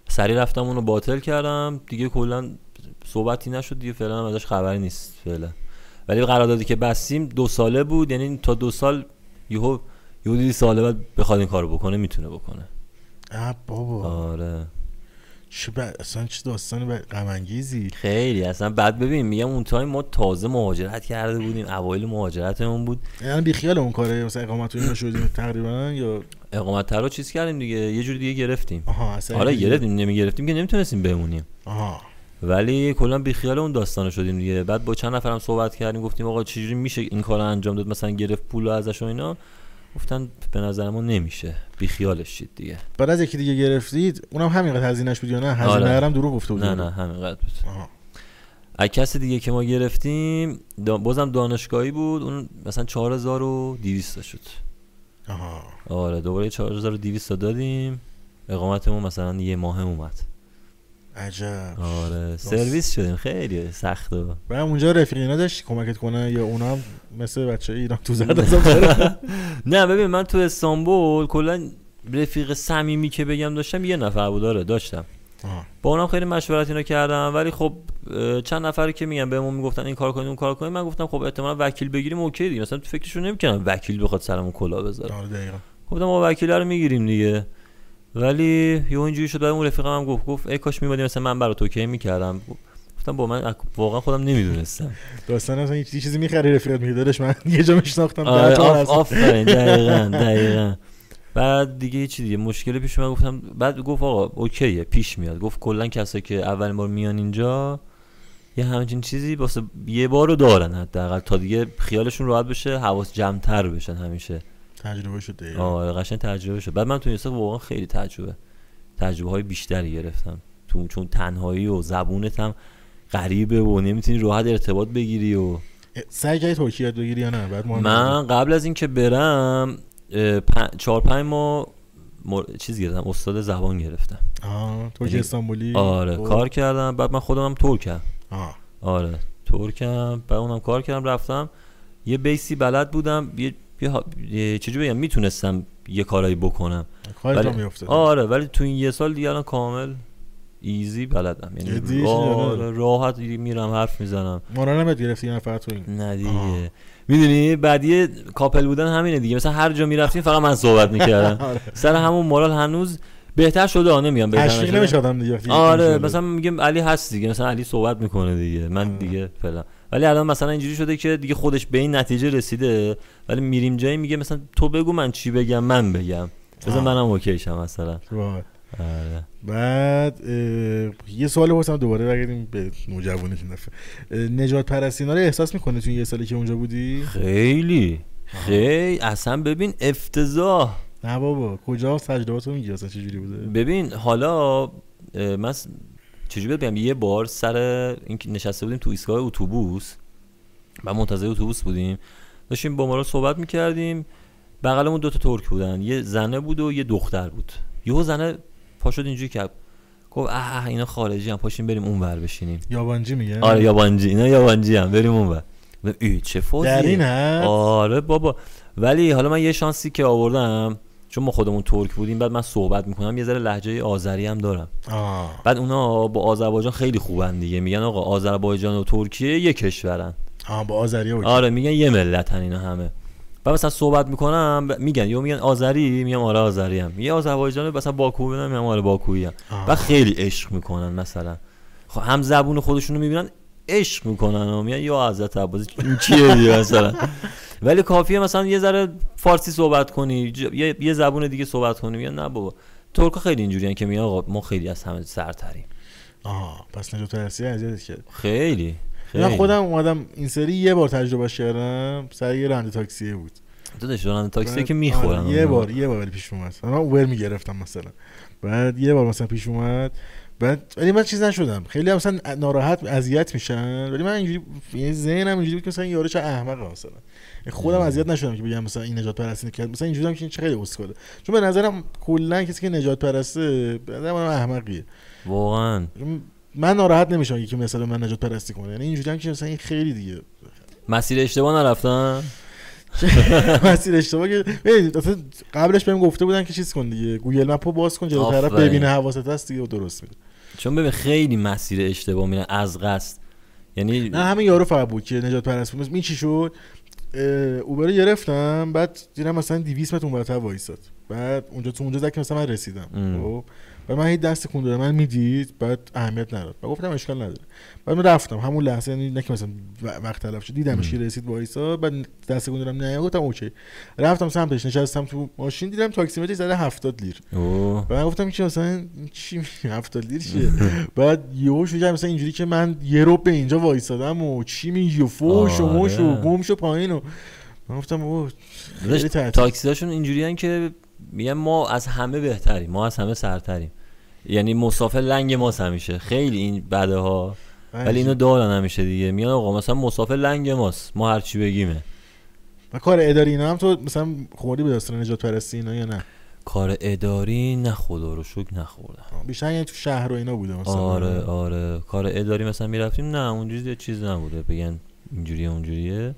[SPEAKER 2] سریع رفتم اونو باطل کردم دیگه کلا صحبتی نشد دیگه فعلا هم ازش خبری نیست فعلا ولی قراردادی که بستیم دو ساله بود یعنی تا دو سال یهو یهو دیدی ساله بعد بخواد این کارو بکنه میتونه بکنه
[SPEAKER 1] نه بابا
[SPEAKER 2] آره
[SPEAKER 1] چه بد اصلا چه داستان بد غم انگیزی
[SPEAKER 2] خیلی اصلا بعد ببین میگم اون تایم ما تازه مهاجرت کرده بودیم اوایل مهاجرتمون بود
[SPEAKER 1] یعنی بی خیال اون کاره مثلا اقامت و اینا شدیم تقریبا یا
[SPEAKER 2] اقامت رو چیز کردیم دیگه یه جوری دیگه گرفتیم
[SPEAKER 1] آها اصلا
[SPEAKER 2] حالا
[SPEAKER 1] اینجوری.
[SPEAKER 2] گرفتیم نمی گرفتیم که نمیتونستیم بمونیم
[SPEAKER 1] آها
[SPEAKER 2] ولی کلا بیخیال اون داستان شدیم دیگه بعد با چند نفرم صحبت کردیم گفتیم آقا چجوری میشه این کار رو انجام داد مثلا گرفت پول رو ازش و اینا گفتن به نظر ما نمیشه بیخیالش شید دیگه
[SPEAKER 1] بعد از یکی دیگه گرفتید اونم همینقدر هزینه‌اش بود یا نه هزینه
[SPEAKER 2] آره.
[SPEAKER 1] هم دروغ گفته بود
[SPEAKER 2] نه نه همینقدر بود
[SPEAKER 1] آها.
[SPEAKER 2] از کس دیگه که ما گرفتیم دا- بازم دانشگاهی بود اون مثلا 4200 تا شد
[SPEAKER 1] آها
[SPEAKER 2] آره دوباره 4200 تا دادیم اقامتمون مثلا یه ماه اومد
[SPEAKER 1] عجب
[SPEAKER 2] آره سرویس شدیم خیلی سخت و
[SPEAKER 1] و هم اونجا رفیقی اینا داشتی کمکت کنه یا اونا هم مثل بچه ایران تو زرد ازم شده؟
[SPEAKER 2] نه ببین من تو استانبول کلا رفیق صمیمی که بگم داشتم یه نفر بود آره داشتم
[SPEAKER 1] آها.
[SPEAKER 2] با اونم خیلی مشورت اینا کردم ولی خب اه، چند نفر که میگن بهمون میگفتن این کار کنید اون کار کنید من گفتم خب احتمالاً وکیل بگیریم اوکی دیگه مثلا تو فکرشو نمیکنم وکیل بخواد سرمون کلا بذاره
[SPEAKER 1] آره دقیقا
[SPEAKER 2] گفتم ما وکیل رو میگیریم دیگه ولی یه اینجوری شد بعد اون رفیقم هم گفت گفت ای کاش میمادی مثلا من برات اوکی میکردم گفتم با من واقعا خودم نمیدونستم
[SPEAKER 1] داستان اصلا یه چیزی میخری رفیقت میگه داداش من یه جا میشناختم
[SPEAKER 2] آره
[SPEAKER 1] ده تومن
[SPEAKER 2] آف
[SPEAKER 1] اصلا.
[SPEAKER 2] آفرین دقیقا دقیقا بعد دیگه چی دیگه مشکل پیش من گفتم بعد گفت آقا اوکیه پیش میاد گفت کلا کسایی که اولین بار میان اینجا یه همچین چیزی واسه یه بارو دارن حداقل تا دیگه خیالشون راحت بشه حواس جمعتر بشن همیشه
[SPEAKER 1] تجربه شد دقیقا
[SPEAKER 2] آره قشنگ تجربه شد بعد من تو اینستا واقعا خیلی تجربه تجربه های بیشتری گرفتم تو چون تنهایی و زبونت هم غریبه و نمیتونی راحت ارتباط بگیری و
[SPEAKER 1] سعی کردی ترکیه یاد بگیری یا نه بعد مهم
[SPEAKER 2] من قبل از اینکه برم اه، پ- چهار پنج ماه مر- چیز گرفتم استاد زبان گرفتم
[SPEAKER 1] آها ترکیه
[SPEAKER 2] یعنی-
[SPEAKER 1] استانبولی
[SPEAKER 2] آره
[SPEAKER 1] خب.
[SPEAKER 2] کار کردم بعد من خودم هم ترکم
[SPEAKER 1] آها.
[SPEAKER 2] آره ترکم بعد اونم کار کردم رفتم یه بیسی بلد بودم یه, یه, ها- یه چجوری بگم میتونستم یه کارایی بکنم
[SPEAKER 1] کارت
[SPEAKER 2] ولی-
[SPEAKER 1] را میافتاد
[SPEAKER 2] آره ولی تو این یه سال دیگه الان کامل ایزی بلدم
[SPEAKER 1] جدی؟
[SPEAKER 2] یعنی آره
[SPEAKER 1] چرا؟
[SPEAKER 2] راحت میرم حرف میزنم
[SPEAKER 1] مانا نمت گرفتی یه نفر تو این
[SPEAKER 2] نه
[SPEAKER 1] آه.
[SPEAKER 2] دیگه میدونی بعدی کاپل بودن همینه دیگه مثلا هر جا میرفتیم فقط من صحبت میکردم
[SPEAKER 1] آره.
[SPEAKER 2] سر همون مورال هنوز بهتر شده آه، نمیگم بهتر
[SPEAKER 1] تشویق
[SPEAKER 2] نشده.
[SPEAKER 1] نمیشه آدم دیگه وقتی
[SPEAKER 2] آره
[SPEAKER 1] اینجوری
[SPEAKER 2] مثلا میگم علی هست دیگه مثلا علی صحبت میکنه دیگه
[SPEAKER 1] آه.
[SPEAKER 2] من دیگه فعلا ولی الان مثلا اینجوری شده که دیگه خودش به این نتیجه رسیده ولی میریم جایی میگه مثلا تو بگو من چی بگم من بگم بذار
[SPEAKER 1] آه.
[SPEAKER 2] منم اوکی شم مثلا
[SPEAKER 1] شده. وای.
[SPEAKER 2] آره
[SPEAKER 1] خب. بعد اه، یه سوال بپرسم دوباره بگیریم به نوجوانتون دفعه اه، نجات پرستی اینا رو احساس میکنه تو این یه سالی که اونجا بودی
[SPEAKER 2] خیلی خیلی اصلا ببین افتضاح
[SPEAKER 1] نه بابا کجا تجربهاتو میگی اصلا چه جوری بوده
[SPEAKER 2] ببین حالا اه، من س- چجوری بهت بگم یه بار سر اینکه نشسته بودیم تو ایستگاه اتوبوس و منتظر اتوبوس بودیم داشتیم با مارال صحبت میکردیم بغلمون دو تا ترک بودن یه زنه بود و یه دختر بود یهو زنه پا شد اینجوری کرد گفت اه اه، اینا خارجی هم پاشیم بریم اونور بشینیم
[SPEAKER 1] یابانجی میگه
[SPEAKER 2] آره یابانجی اینا یابانجی هم بریم اونور گفتم، ای چه فوزیه
[SPEAKER 1] در این هست
[SPEAKER 2] آره بابا ولی حالا من یه شانسی که آوردم چون ما خودمون ترک بودیم بعد من صحبت میکنم یه ذره لحجه آذری هم دارم
[SPEAKER 1] آه.
[SPEAKER 2] بعد اونا با آذربایجان خیلی خوبن دیگه میگن آقا آذربایجان و ترکیه یه کشورن
[SPEAKER 1] آه با آذری اوکی
[SPEAKER 2] آره میگن یه ملتن اینا همه بعد مثلا صحبت میکنم ب- میگن یا میگن آذری میگم آره آذری هم یه آذربایجان مثلا باکو بدم میگم آره باکویی هم
[SPEAKER 1] آه.
[SPEAKER 2] و خیلی عشق میکنن مثلا خب هم زبون خودشون رو میبینن عشق میکنن و میگن یا حضرت عباس این کیه دیگه مثلا ولی کافیه مثلا یه ذره فارسی صحبت کنی ج- یه, یه زبون دیگه صحبت کنی میگن نه بابا ترکا خیلی اینجوریان که میگن آقا ما خیلی از همه سرتریم
[SPEAKER 1] آه. پس نجات پرستی اذیتت کرد
[SPEAKER 2] خیلی خیلی
[SPEAKER 1] من خودم اومدم این سری یه بار تجربهش کردم سر یه راننده تاکسیه بود
[SPEAKER 2] داداش راننده تاکسی
[SPEAKER 1] بعد-
[SPEAKER 2] که میخورن
[SPEAKER 1] آره، یه بار یه بار ولی پیش اومد من اوبر میگرفتم مثلا بعد یه بار مثلا پیش اومد بعد ولی من چیز نشدم خیلی هم مثلا ناراحت اذیت میشن ولی من اینجوری یعنی ذهنم اینجوری بود که مثلا این یارو چه احمقه مثلا خودم اذیت نشدم که بگم مثلا این نجات پرستی کرد مثلا اینجوری هم که این چه خیلی اسکله چون به نظرم کلا کسی که نجات پرسته به نظر من احمقیه
[SPEAKER 2] واقعا
[SPEAKER 1] من ناراحت نمیشم که مثلا من نجات پرستی کنه یعنی اینجوری هم که مثلا این خیلی دیگه
[SPEAKER 2] مسیر اشتباه نرفتن
[SPEAKER 1] مسیر اشتباه که ببینید، اصلا قبلش بهم گفته بودن که چیز کن دیگه گوگل مپ رو باز کن جلو طرف
[SPEAKER 2] آفرین.
[SPEAKER 1] ببینه حواست هست دیگه و درست میره
[SPEAKER 2] چون ببین خیلی مسیر اشتباه میرن از قصد یعنی
[SPEAKER 1] نه همین یارو فقط بود که نجات پرست بود این چی شد اه، اوبر رو گرفتم بعد دیدم مثلا 200 متر اونورتر وایساد بعد اونجا تو اونجا زد که مثلا من رسیدم
[SPEAKER 2] ام.
[SPEAKER 1] خب و من هی دست کون داره من میدید بعد اهمیت نداد و گفتم اشکال نداره بعد من رفتم همون لحظه یعنی نه که مثلا و- وقت تلف شد دیدمش که رسید وایسا بعد دست کون دارم نه گفتم اوکی رفتم سمتش نشستم تو ماشین دیدم تاکسیمترش زده 70 لیر
[SPEAKER 2] اوه
[SPEAKER 1] و من گفتم که مثلا چی می- 70 لیر چیه بعد یهو شدم مثلا اینجوری که من یه رو به اینجا وایسادم و چی میگی و فوش و موش و
[SPEAKER 2] آره.
[SPEAKER 1] گمش و پایین و من گفتم اوه
[SPEAKER 2] داداش،
[SPEAKER 1] خیلی تعطیل.
[SPEAKER 2] تاکسیداشون اینجوری که میگن ما از همه بهتریم ما از همه سرتریم یعنی مسافر لنگ ماست همیشه خیلی این بده ها ولی اینو دارن همیشه دیگه میگن آقا مثلا مسافر لنگ ماست ما هرچی بگیمه
[SPEAKER 1] و کار اداری اینا هم تو مثلا خوردی به داستان نجات پرستی اینا یا نه
[SPEAKER 2] کار اداری نه خدا رو شکر نخوردم
[SPEAKER 1] بیشتر یعنی تو شهر و اینا بوده مثلا
[SPEAKER 2] آره آره کار اداری مثلا میرفتیم نه اونجوری دیگه چیز نبوده بگن اینجوریه اونجوریه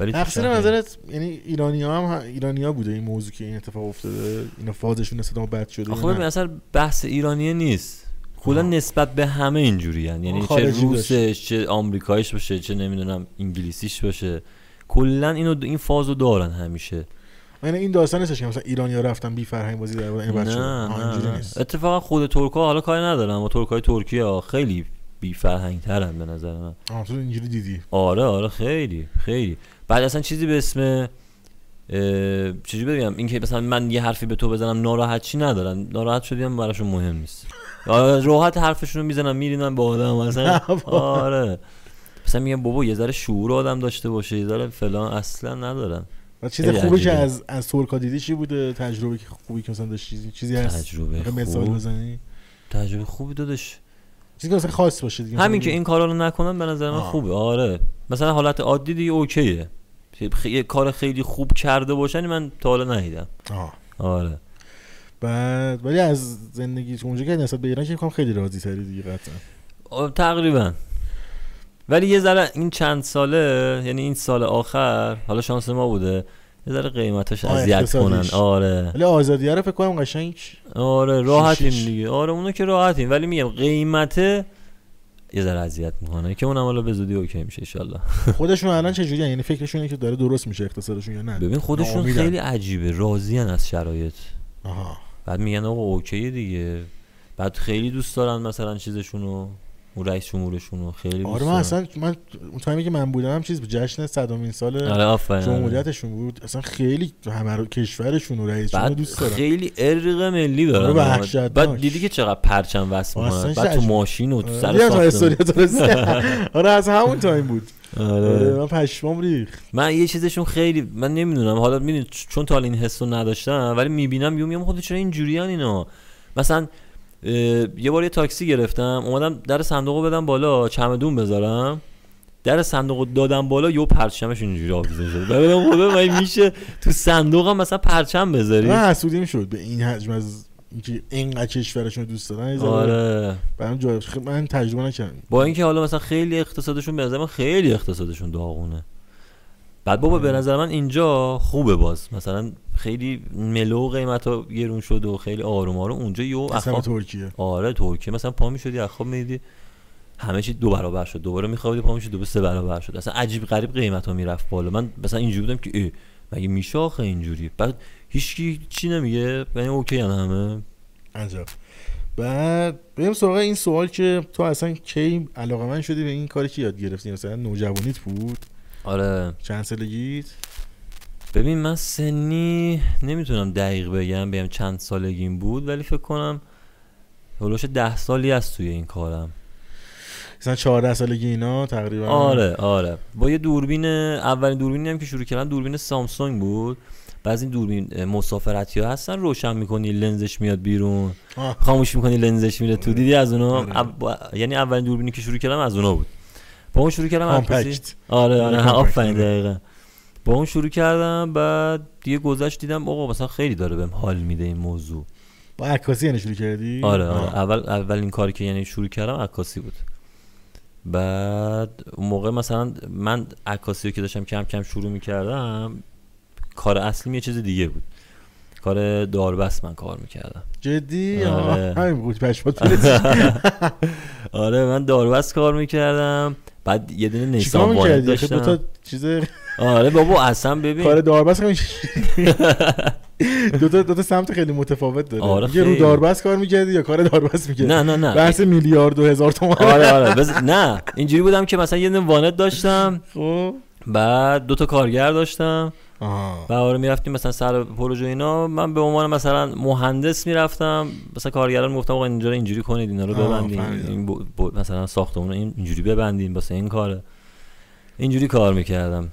[SPEAKER 2] ولی تو
[SPEAKER 1] تقصیر
[SPEAKER 2] شهر-
[SPEAKER 1] نظرت یعنی ایرانی ها هم ایرانی ها بوده این موضوع که این اتفاق افتاده اینا فازشون نسبت به ما بد شده یا
[SPEAKER 2] آخه خب ببین
[SPEAKER 1] نه؟
[SPEAKER 2] اصلا بحث ایرانیه نیست کلا
[SPEAKER 1] آه.
[SPEAKER 2] نسبت به همه اینجوری یعنی چه
[SPEAKER 1] خارجی
[SPEAKER 2] روسش چه آمریکایش باشه چه نمیدونم انگلیسیش باشه کلا اینو این فازو دارن همیشه
[SPEAKER 1] یعنی این داستان نیستش که مثلا ایرانی ها رفتن بی فرهنگ بازی در آوردن، این
[SPEAKER 2] نه
[SPEAKER 1] بد شده. آه، اینجوری
[SPEAKER 2] نه
[SPEAKER 1] نیست
[SPEAKER 2] اتفاقا خود ترکا حالا کاری ندارم اما ترکای ترکیه ها خیلی بی فرهنگ ترن به نظر من
[SPEAKER 1] آه، تو اینجوری دیدی
[SPEAKER 2] آره آره خیلی خیلی بعد اصلا چیزی به اسم اه، چجوری بگم اینکه مثلا من یه حرفی به تو بزنم ناراحت چی ندارن ناراحت شدی هم براشون مهم نیست آره، راحت حرفشون رو میزنم میرینم با آدم مثلا آره مثلا میگم بابا یه ذره شعور آدم داشته باشه یه ذره فلان اصلا ندارن
[SPEAKER 1] و چیز
[SPEAKER 2] خیلی
[SPEAKER 1] خوبی که
[SPEAKER 2] عجیبه.
[SPEAKER 1] از از ترکا دیدی چی بوده تجربه که خوبی که مثلا داشتی چیزی چیزی هست
[SPEAKER 2] تجربه
[SPEAKER 1] که مثال
[SPEAKER 2] خوب.
[SPEAKER 1] بزنی
[SPEAKER 2] تجربه خوبی دادش
[SPEAKER 1] چیزی که مثلا خاص باشه دیگه
[SPEAKER 2] همین
[SPEAKER 1] مثلا-
[SPEAKER 2] که این کارا رو نکنن به نظر من
[SPEAKER 1] آه.
[SPEAKER 2] خوبه آره مثلا حالت عادی دیگه اوکیه خ- یه کار خیلی خوب کرده باشن من تا حالا ندیدم
[SPEAKER 1] آه.
[SPEAKER 2] آره
[SPEAKER 1] بعد ولی از زندگی اونجا که نسبت به ایران که می‌کنم خیلی راضی تری دیگه قطعا
[SPEAKER 2] آه، تقریبا خب، ولی یه ذره این چند ساله یعنی این سال آخر حالا شانس ما بوده یه ذره قیمتاش
[SPEAKER 1] آه،
[SPEAKER 2] اذیت کنن
[SPEAKER 1] اقتصادیش.
[SPEAKER 2] آره
[SPEAKER 1] ولی آزادی رو فکر کنم قشنگ
[SPEAKER 2] آره راحتیم
[SPEAKER 1] شیش.
[SPEAKER 2] دیگه آره اونو که راحتیم ولی میگم قیمته یه ذره اذیت میکنه که اونم حالا به زودی اوکی میشه انشالله
[SPEAKER 1] خودشون الان چه جوریه یعنی فکرشون اینه که داره درست میشه اقتصادشون یا نه
[SPEAKER 2] ببین خودشون
[SPEAKER 1] ناامیدن.
[SPEAKER 2] خیلی عجیبه راضین از شرایط
[SPEAKER 1] آها
[SPEAKER 2] بعد میگن آقا اوکی دیگه بعد خیلی دوست دارن مثلا چیزشونو اون رئیس جمهورشونو خیلی دوست
[SPEAKER 1] آره
[SPEAKER 2] دارن
[SPEAKER 1] من اصلا من اون تایمی که من بودم هم چیز جشن صدامین سال
[SPEAKER 2] آره آفرین، آره.
[SPEAKER 1] جمهوریتشون بود اصلا خیلی همه رو کشورشون و رئیسشون رو
[SPEAKER 2] بعد
[SPEAKER 1] دوست دارم
[SPEAKER 2] خیلی ارق ملی دارن
[SPEAKER 1] آره،
[SPEAKER 2] آقا.
[SPEAKER 1] وحشتناک.
[SPEAKER 2] بعد دیدی که چقدر پرچم وصل
[SPEAKER 1] آه، اصلا
[SPEAKER 2] می‌کنن.
[SPEAKER 1] چه
[SPEAKER 2] بعد تو
[SPEAKER 1] عجیب.
[SPEAKER 2] ماشین و تو
[SPEAKER 1] آره،
[SPEAKER 2] سر
[SPEAKER 1] دیدم تا
[SPEAKER 2] ساختمون.
[SPEAKER 1] استوری تو رسیدم. آره از همون تایم بود آره،
[SPEAKER 2] آره.
[SPEAKER 1] من پشمام ریخت
[SPEAKER 2] من یه چیزشون خیلی من نمیدونم حالا میدونی چون تا حالا این حسو نداشتم ولی میبینم یو میام خود چرا اینجوریان اینا مثلا اه، یه بار یه تاکسی گرفتم اومدم در صندوق رو بدم بالا چمدون بذارم در صندوق رو دادم بالا یه پرچمش اینجوری آویزون شد بعدم خدا من میشه تو صندوقم مثلا پرچم بذاری
[SPEAKER 1] من حسودیم شد به این حجم از اینکه اینقدر کشورشون رو دوست دارن یه ذره
[SPEAKER 2] آره
[SPEAKER 1] برام جالب شد. خیلی- من تجربه نکردم
[SPEAKER 2] با اینکه حالا مثلا خیلی اقتصادشون به نظر من خیلی اقتصادشون داغونه بعد بابا به نظر من اینجا خوبه باز مثلا خیلی ملو قیمت ها گرون شد و خیلی آروم آروم اونجا یو
[SPEAKER 1] اسم
[SPEAKER 2] اخواب
[SPEAKER 1] ترکیه
[SPEAKER 2] آره ترکیه مثلا پا میشدی اخواب میدیدی همه چی دو برابر شد دوباره میخوابیدی پا میشد دوباره سه برابر شد اصلا عجیب غریب قیمت ها میرفت بالا من مثلا اینجوری بودم که اه، مگه میشه آخه اینجوری بعد هیچکی چی نمیگه یعنی اوکی همه
[SPEAKER 1] عجب بعد بریم سراغ این سوال که تو اصلا کی علاقه من شدی به این کاری که یاد گرفتی مثلا نوجوانیت بود
[SPEAKER 2] آره
[SPEAKER 1] چند سالگیت
[SPEAKER 2] ببین من سنی نمیتونم دقیق بگم بگم چند سالگیم بود ولی فکر کنم هلوش ده سالی از توی این کارم
[SPEAKER 1] مثلا 14 سالگی اینا تقریبا
[SPEAKER 2] آره آره با یه دوربین اولین دوربینی هم که شروع کردم دوربین سامسونگ بود بعض این دوربین مسافرتی ها هستن روشن میکنی لنزش میاد بیرون
[SPEAKER 1] آه.
[SPEAKER 2] خاموش میکنی لنزش میره تو دیدی از اونا
[SPEAKER 1] آره.
[SPEAKER 2] اول- یعنی اولین دوربینی که شروع کردم از اونا بود با اون شروع کردم عکاسی.
[SPEAKER 1] کامپکت
[SPEAKER 2] آره آره
[SPEAKER 1] خیلی
[SPEAKER 2] ها،
[SPEAKER 1] کمپکت،
[SPEAKER 2] آفرین
[SPEAKER 1] آره.
[SPEAKER 2] دقیقا با اون شروع کردم بعد دیگه گذشت دیدم آقا مثلا خیلی داره بهم حال میده این موضوع
[SPEAKER 1] با عکاسی یعنی شروع کردی
[SPEAKER 2] آره آره
[SPEAKER 1] آه.
[SPEAKER 2] اول اولین کاری که یعنی شروع کردم عکاسی بود بعد اون موقع مثلا من عکاسی رو که داشتم کم کم شروع میکردم کار اصلیم یه چیز دیگه بود کار داربست من کار میکردم
[SPEAKER 1] جدی
[SPEAKER 2] آره.
[SPEAKER 1] آه، همین بود پشمات پرسید.
[SPEAKER 2] آره من داربست کار میکردم بعد یه دونه
[SPEAKER 1] چیکار
[SPEAKER 2] نیسان وانت
[SPEAKER 1] می‌کردی آخه دو
[SPEAKER 2] داشتم
[SPEAKER 1] تا چیز
[SPEAKER 2] آره بابا اصلا ببین
[SPEAKER 1] کار داربست همین دو تا دو تا سمت خیلی متفاوت داره
[SPEAKER 2] آره
[SPEAKER 1] میگه رو
[SPEAKER 2] خیلی.
[SPEAKER 1] داربست کار میکردی یا کار داربست میکردی
[SPEAKER 2] نه نه نه
[SPEAKER 1] بحث میلیارد و هزار تومان
[SPEAKER 2] آره آره بز... نه اینجوری بودم که مثلا یه دونه وانت داشتم
[SPEAKER 1] خب
[SPEAKER 2] بعد دو تا کارگر داشتم
[SPEAKER 1] آها.
[SPEAKER 2] و آره میرفتیم مثلا سر پروژه اینا من به عنوان مثلا مهندس میرفتم مثلا کارگران میگفتم آقا اینجا رو اینجوری کنید اینا رو
[SPEAKER 1] آه،
[SPEAKER 2] ببندید
[SPEAKER 1] فهمیدم.
[SPEAKER 2] این ب... ب... مثلا ساختمون رو این- اینجوری ببندید واسه این کاره اینجوری کار میکردم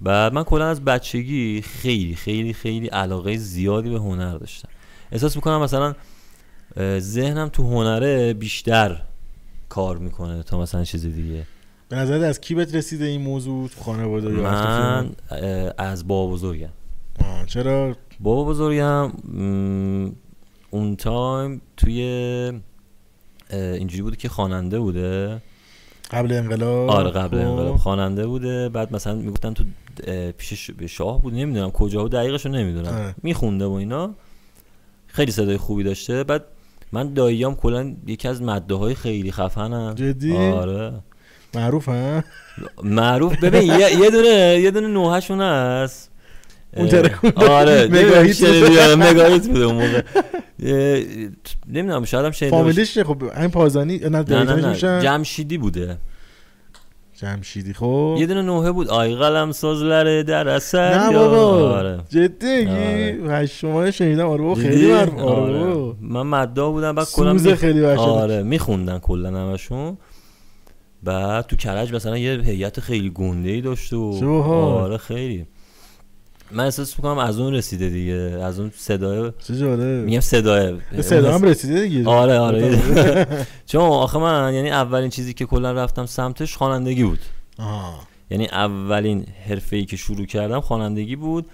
[SPEAKER 2] بعد من کلا از بچگی خیلی خیلی خیلی علاقه زیادی به هنر داشتم احساس میکنم مثلا اه، ذهنم تو هنره بیشتر کار میکنه تا مثلا چیز دیگه
[SPEAKER 1] به نظرت از کی بهت رسیده این موضوع تو خانواده یا از تو
[SPEAKER 2] من
[SPEAKER 1] فیلم؟
[SPEAKER 2] اه، از بابا بزرگم
[SPEAKER 1] آه، چرا
[SPEAKER 2] بابا بزرگم م، اون تایم توی اه، اینجوری بوده که خواننده بوده
[SPEAKER 1] قبل انقلاب
[SPEAKER 2] آره قبل
[SPEAKER 1] خب.
[SPEAKER 2] انقلاب خواننده بوده بعد مثلا میگفتن تو اه، پیش ش- شاه بود نمیدونم کجا بود دقیقش رو
[SPEAKER 1] آره.
[SPEAKER 2] نمیدونم میخونده و اینا خیلی صدای خوبی داشته بعد من داییام کلا یکی از مده های خیلی خفنم
[SPEAKER 1] جدی؟
[SPEAKER 2] آره
[SPEAKER 1] معروف ها
[SPEAKER 2] معروف ببین یه یه دونه یه دونه نوهشون هست
[SPEAKER 1] اون
[SPEAKER 2] اه،
[SPEAKER 1] ترکون
[SPEAKER 2] آره
[SPEAKER 1] مگاهیت
[SPEAKER 2] مگاهیت
[SPEAKER 1] بوده.
[SPEAKER 2] بوده مگاهیت بوده اون موقع اه، نمیدونم شاید هم شنیده باشی.
[SPEAKER 1] فامیلیش چیه؟ خب همین پازانی نه
[SPEAKER 2] نه نه
[SPEAKER 1] دایجانش
[SPEAKER 2] نه
[SPEAKER 1] میشن
[SPEAKER 2] جمشیدی بوده
[SPEAKER 1] جمشیدی خب
[SPEAKER 2] یه دونه نوحه بود آی قلم ساز لره در اثر
[SPEAKER 1] نه
[SPEAKER 2] یا-
[SPEAKER 1] بابا
[SPEAKER 2] آره.
[SPEAKER 1] جدی
[SPEAKER 2] آره.
[SPEAKER 1] و شما شنیدم آره بابا
[SPEAKER 2] دیدی؟
[SPEAKER 1] خیلی معروف آره
[SPEAKER 2] آره.
[SPEAKER 1] بابا.
[SPEAKER 2] من مدا بودم بعد کلا
[SPEAKER 1] سوز
[SPEAKER 2] می-
[SPEAKER 1] خیلی برشد
[SPEAKER 2] آره میخوندن کلا همشون بعد تو کرج مثلا یه هیئت خیلی گنده ای داشت و
[SPEAKER 1] چه باحال.
[SPEAKER 2] آره خیلی من احساس میکنم از اون رسیده دیگه از اون صدای
[SPEAKER 1] چه جالب
[SPEAKER 2] میگم صدای
[SPEAKER 1] به صدا هم رسیده دیگه
[SPEAKER 2] آره آره چون آخه من یعنی اولین چیزی که کلا رفتم سمتش خوانندگی بود
[SPEAKER 1] آه.
[SPEAKER 2] یعنی اولین حرفه ای که شروع کردم خوانندگی بود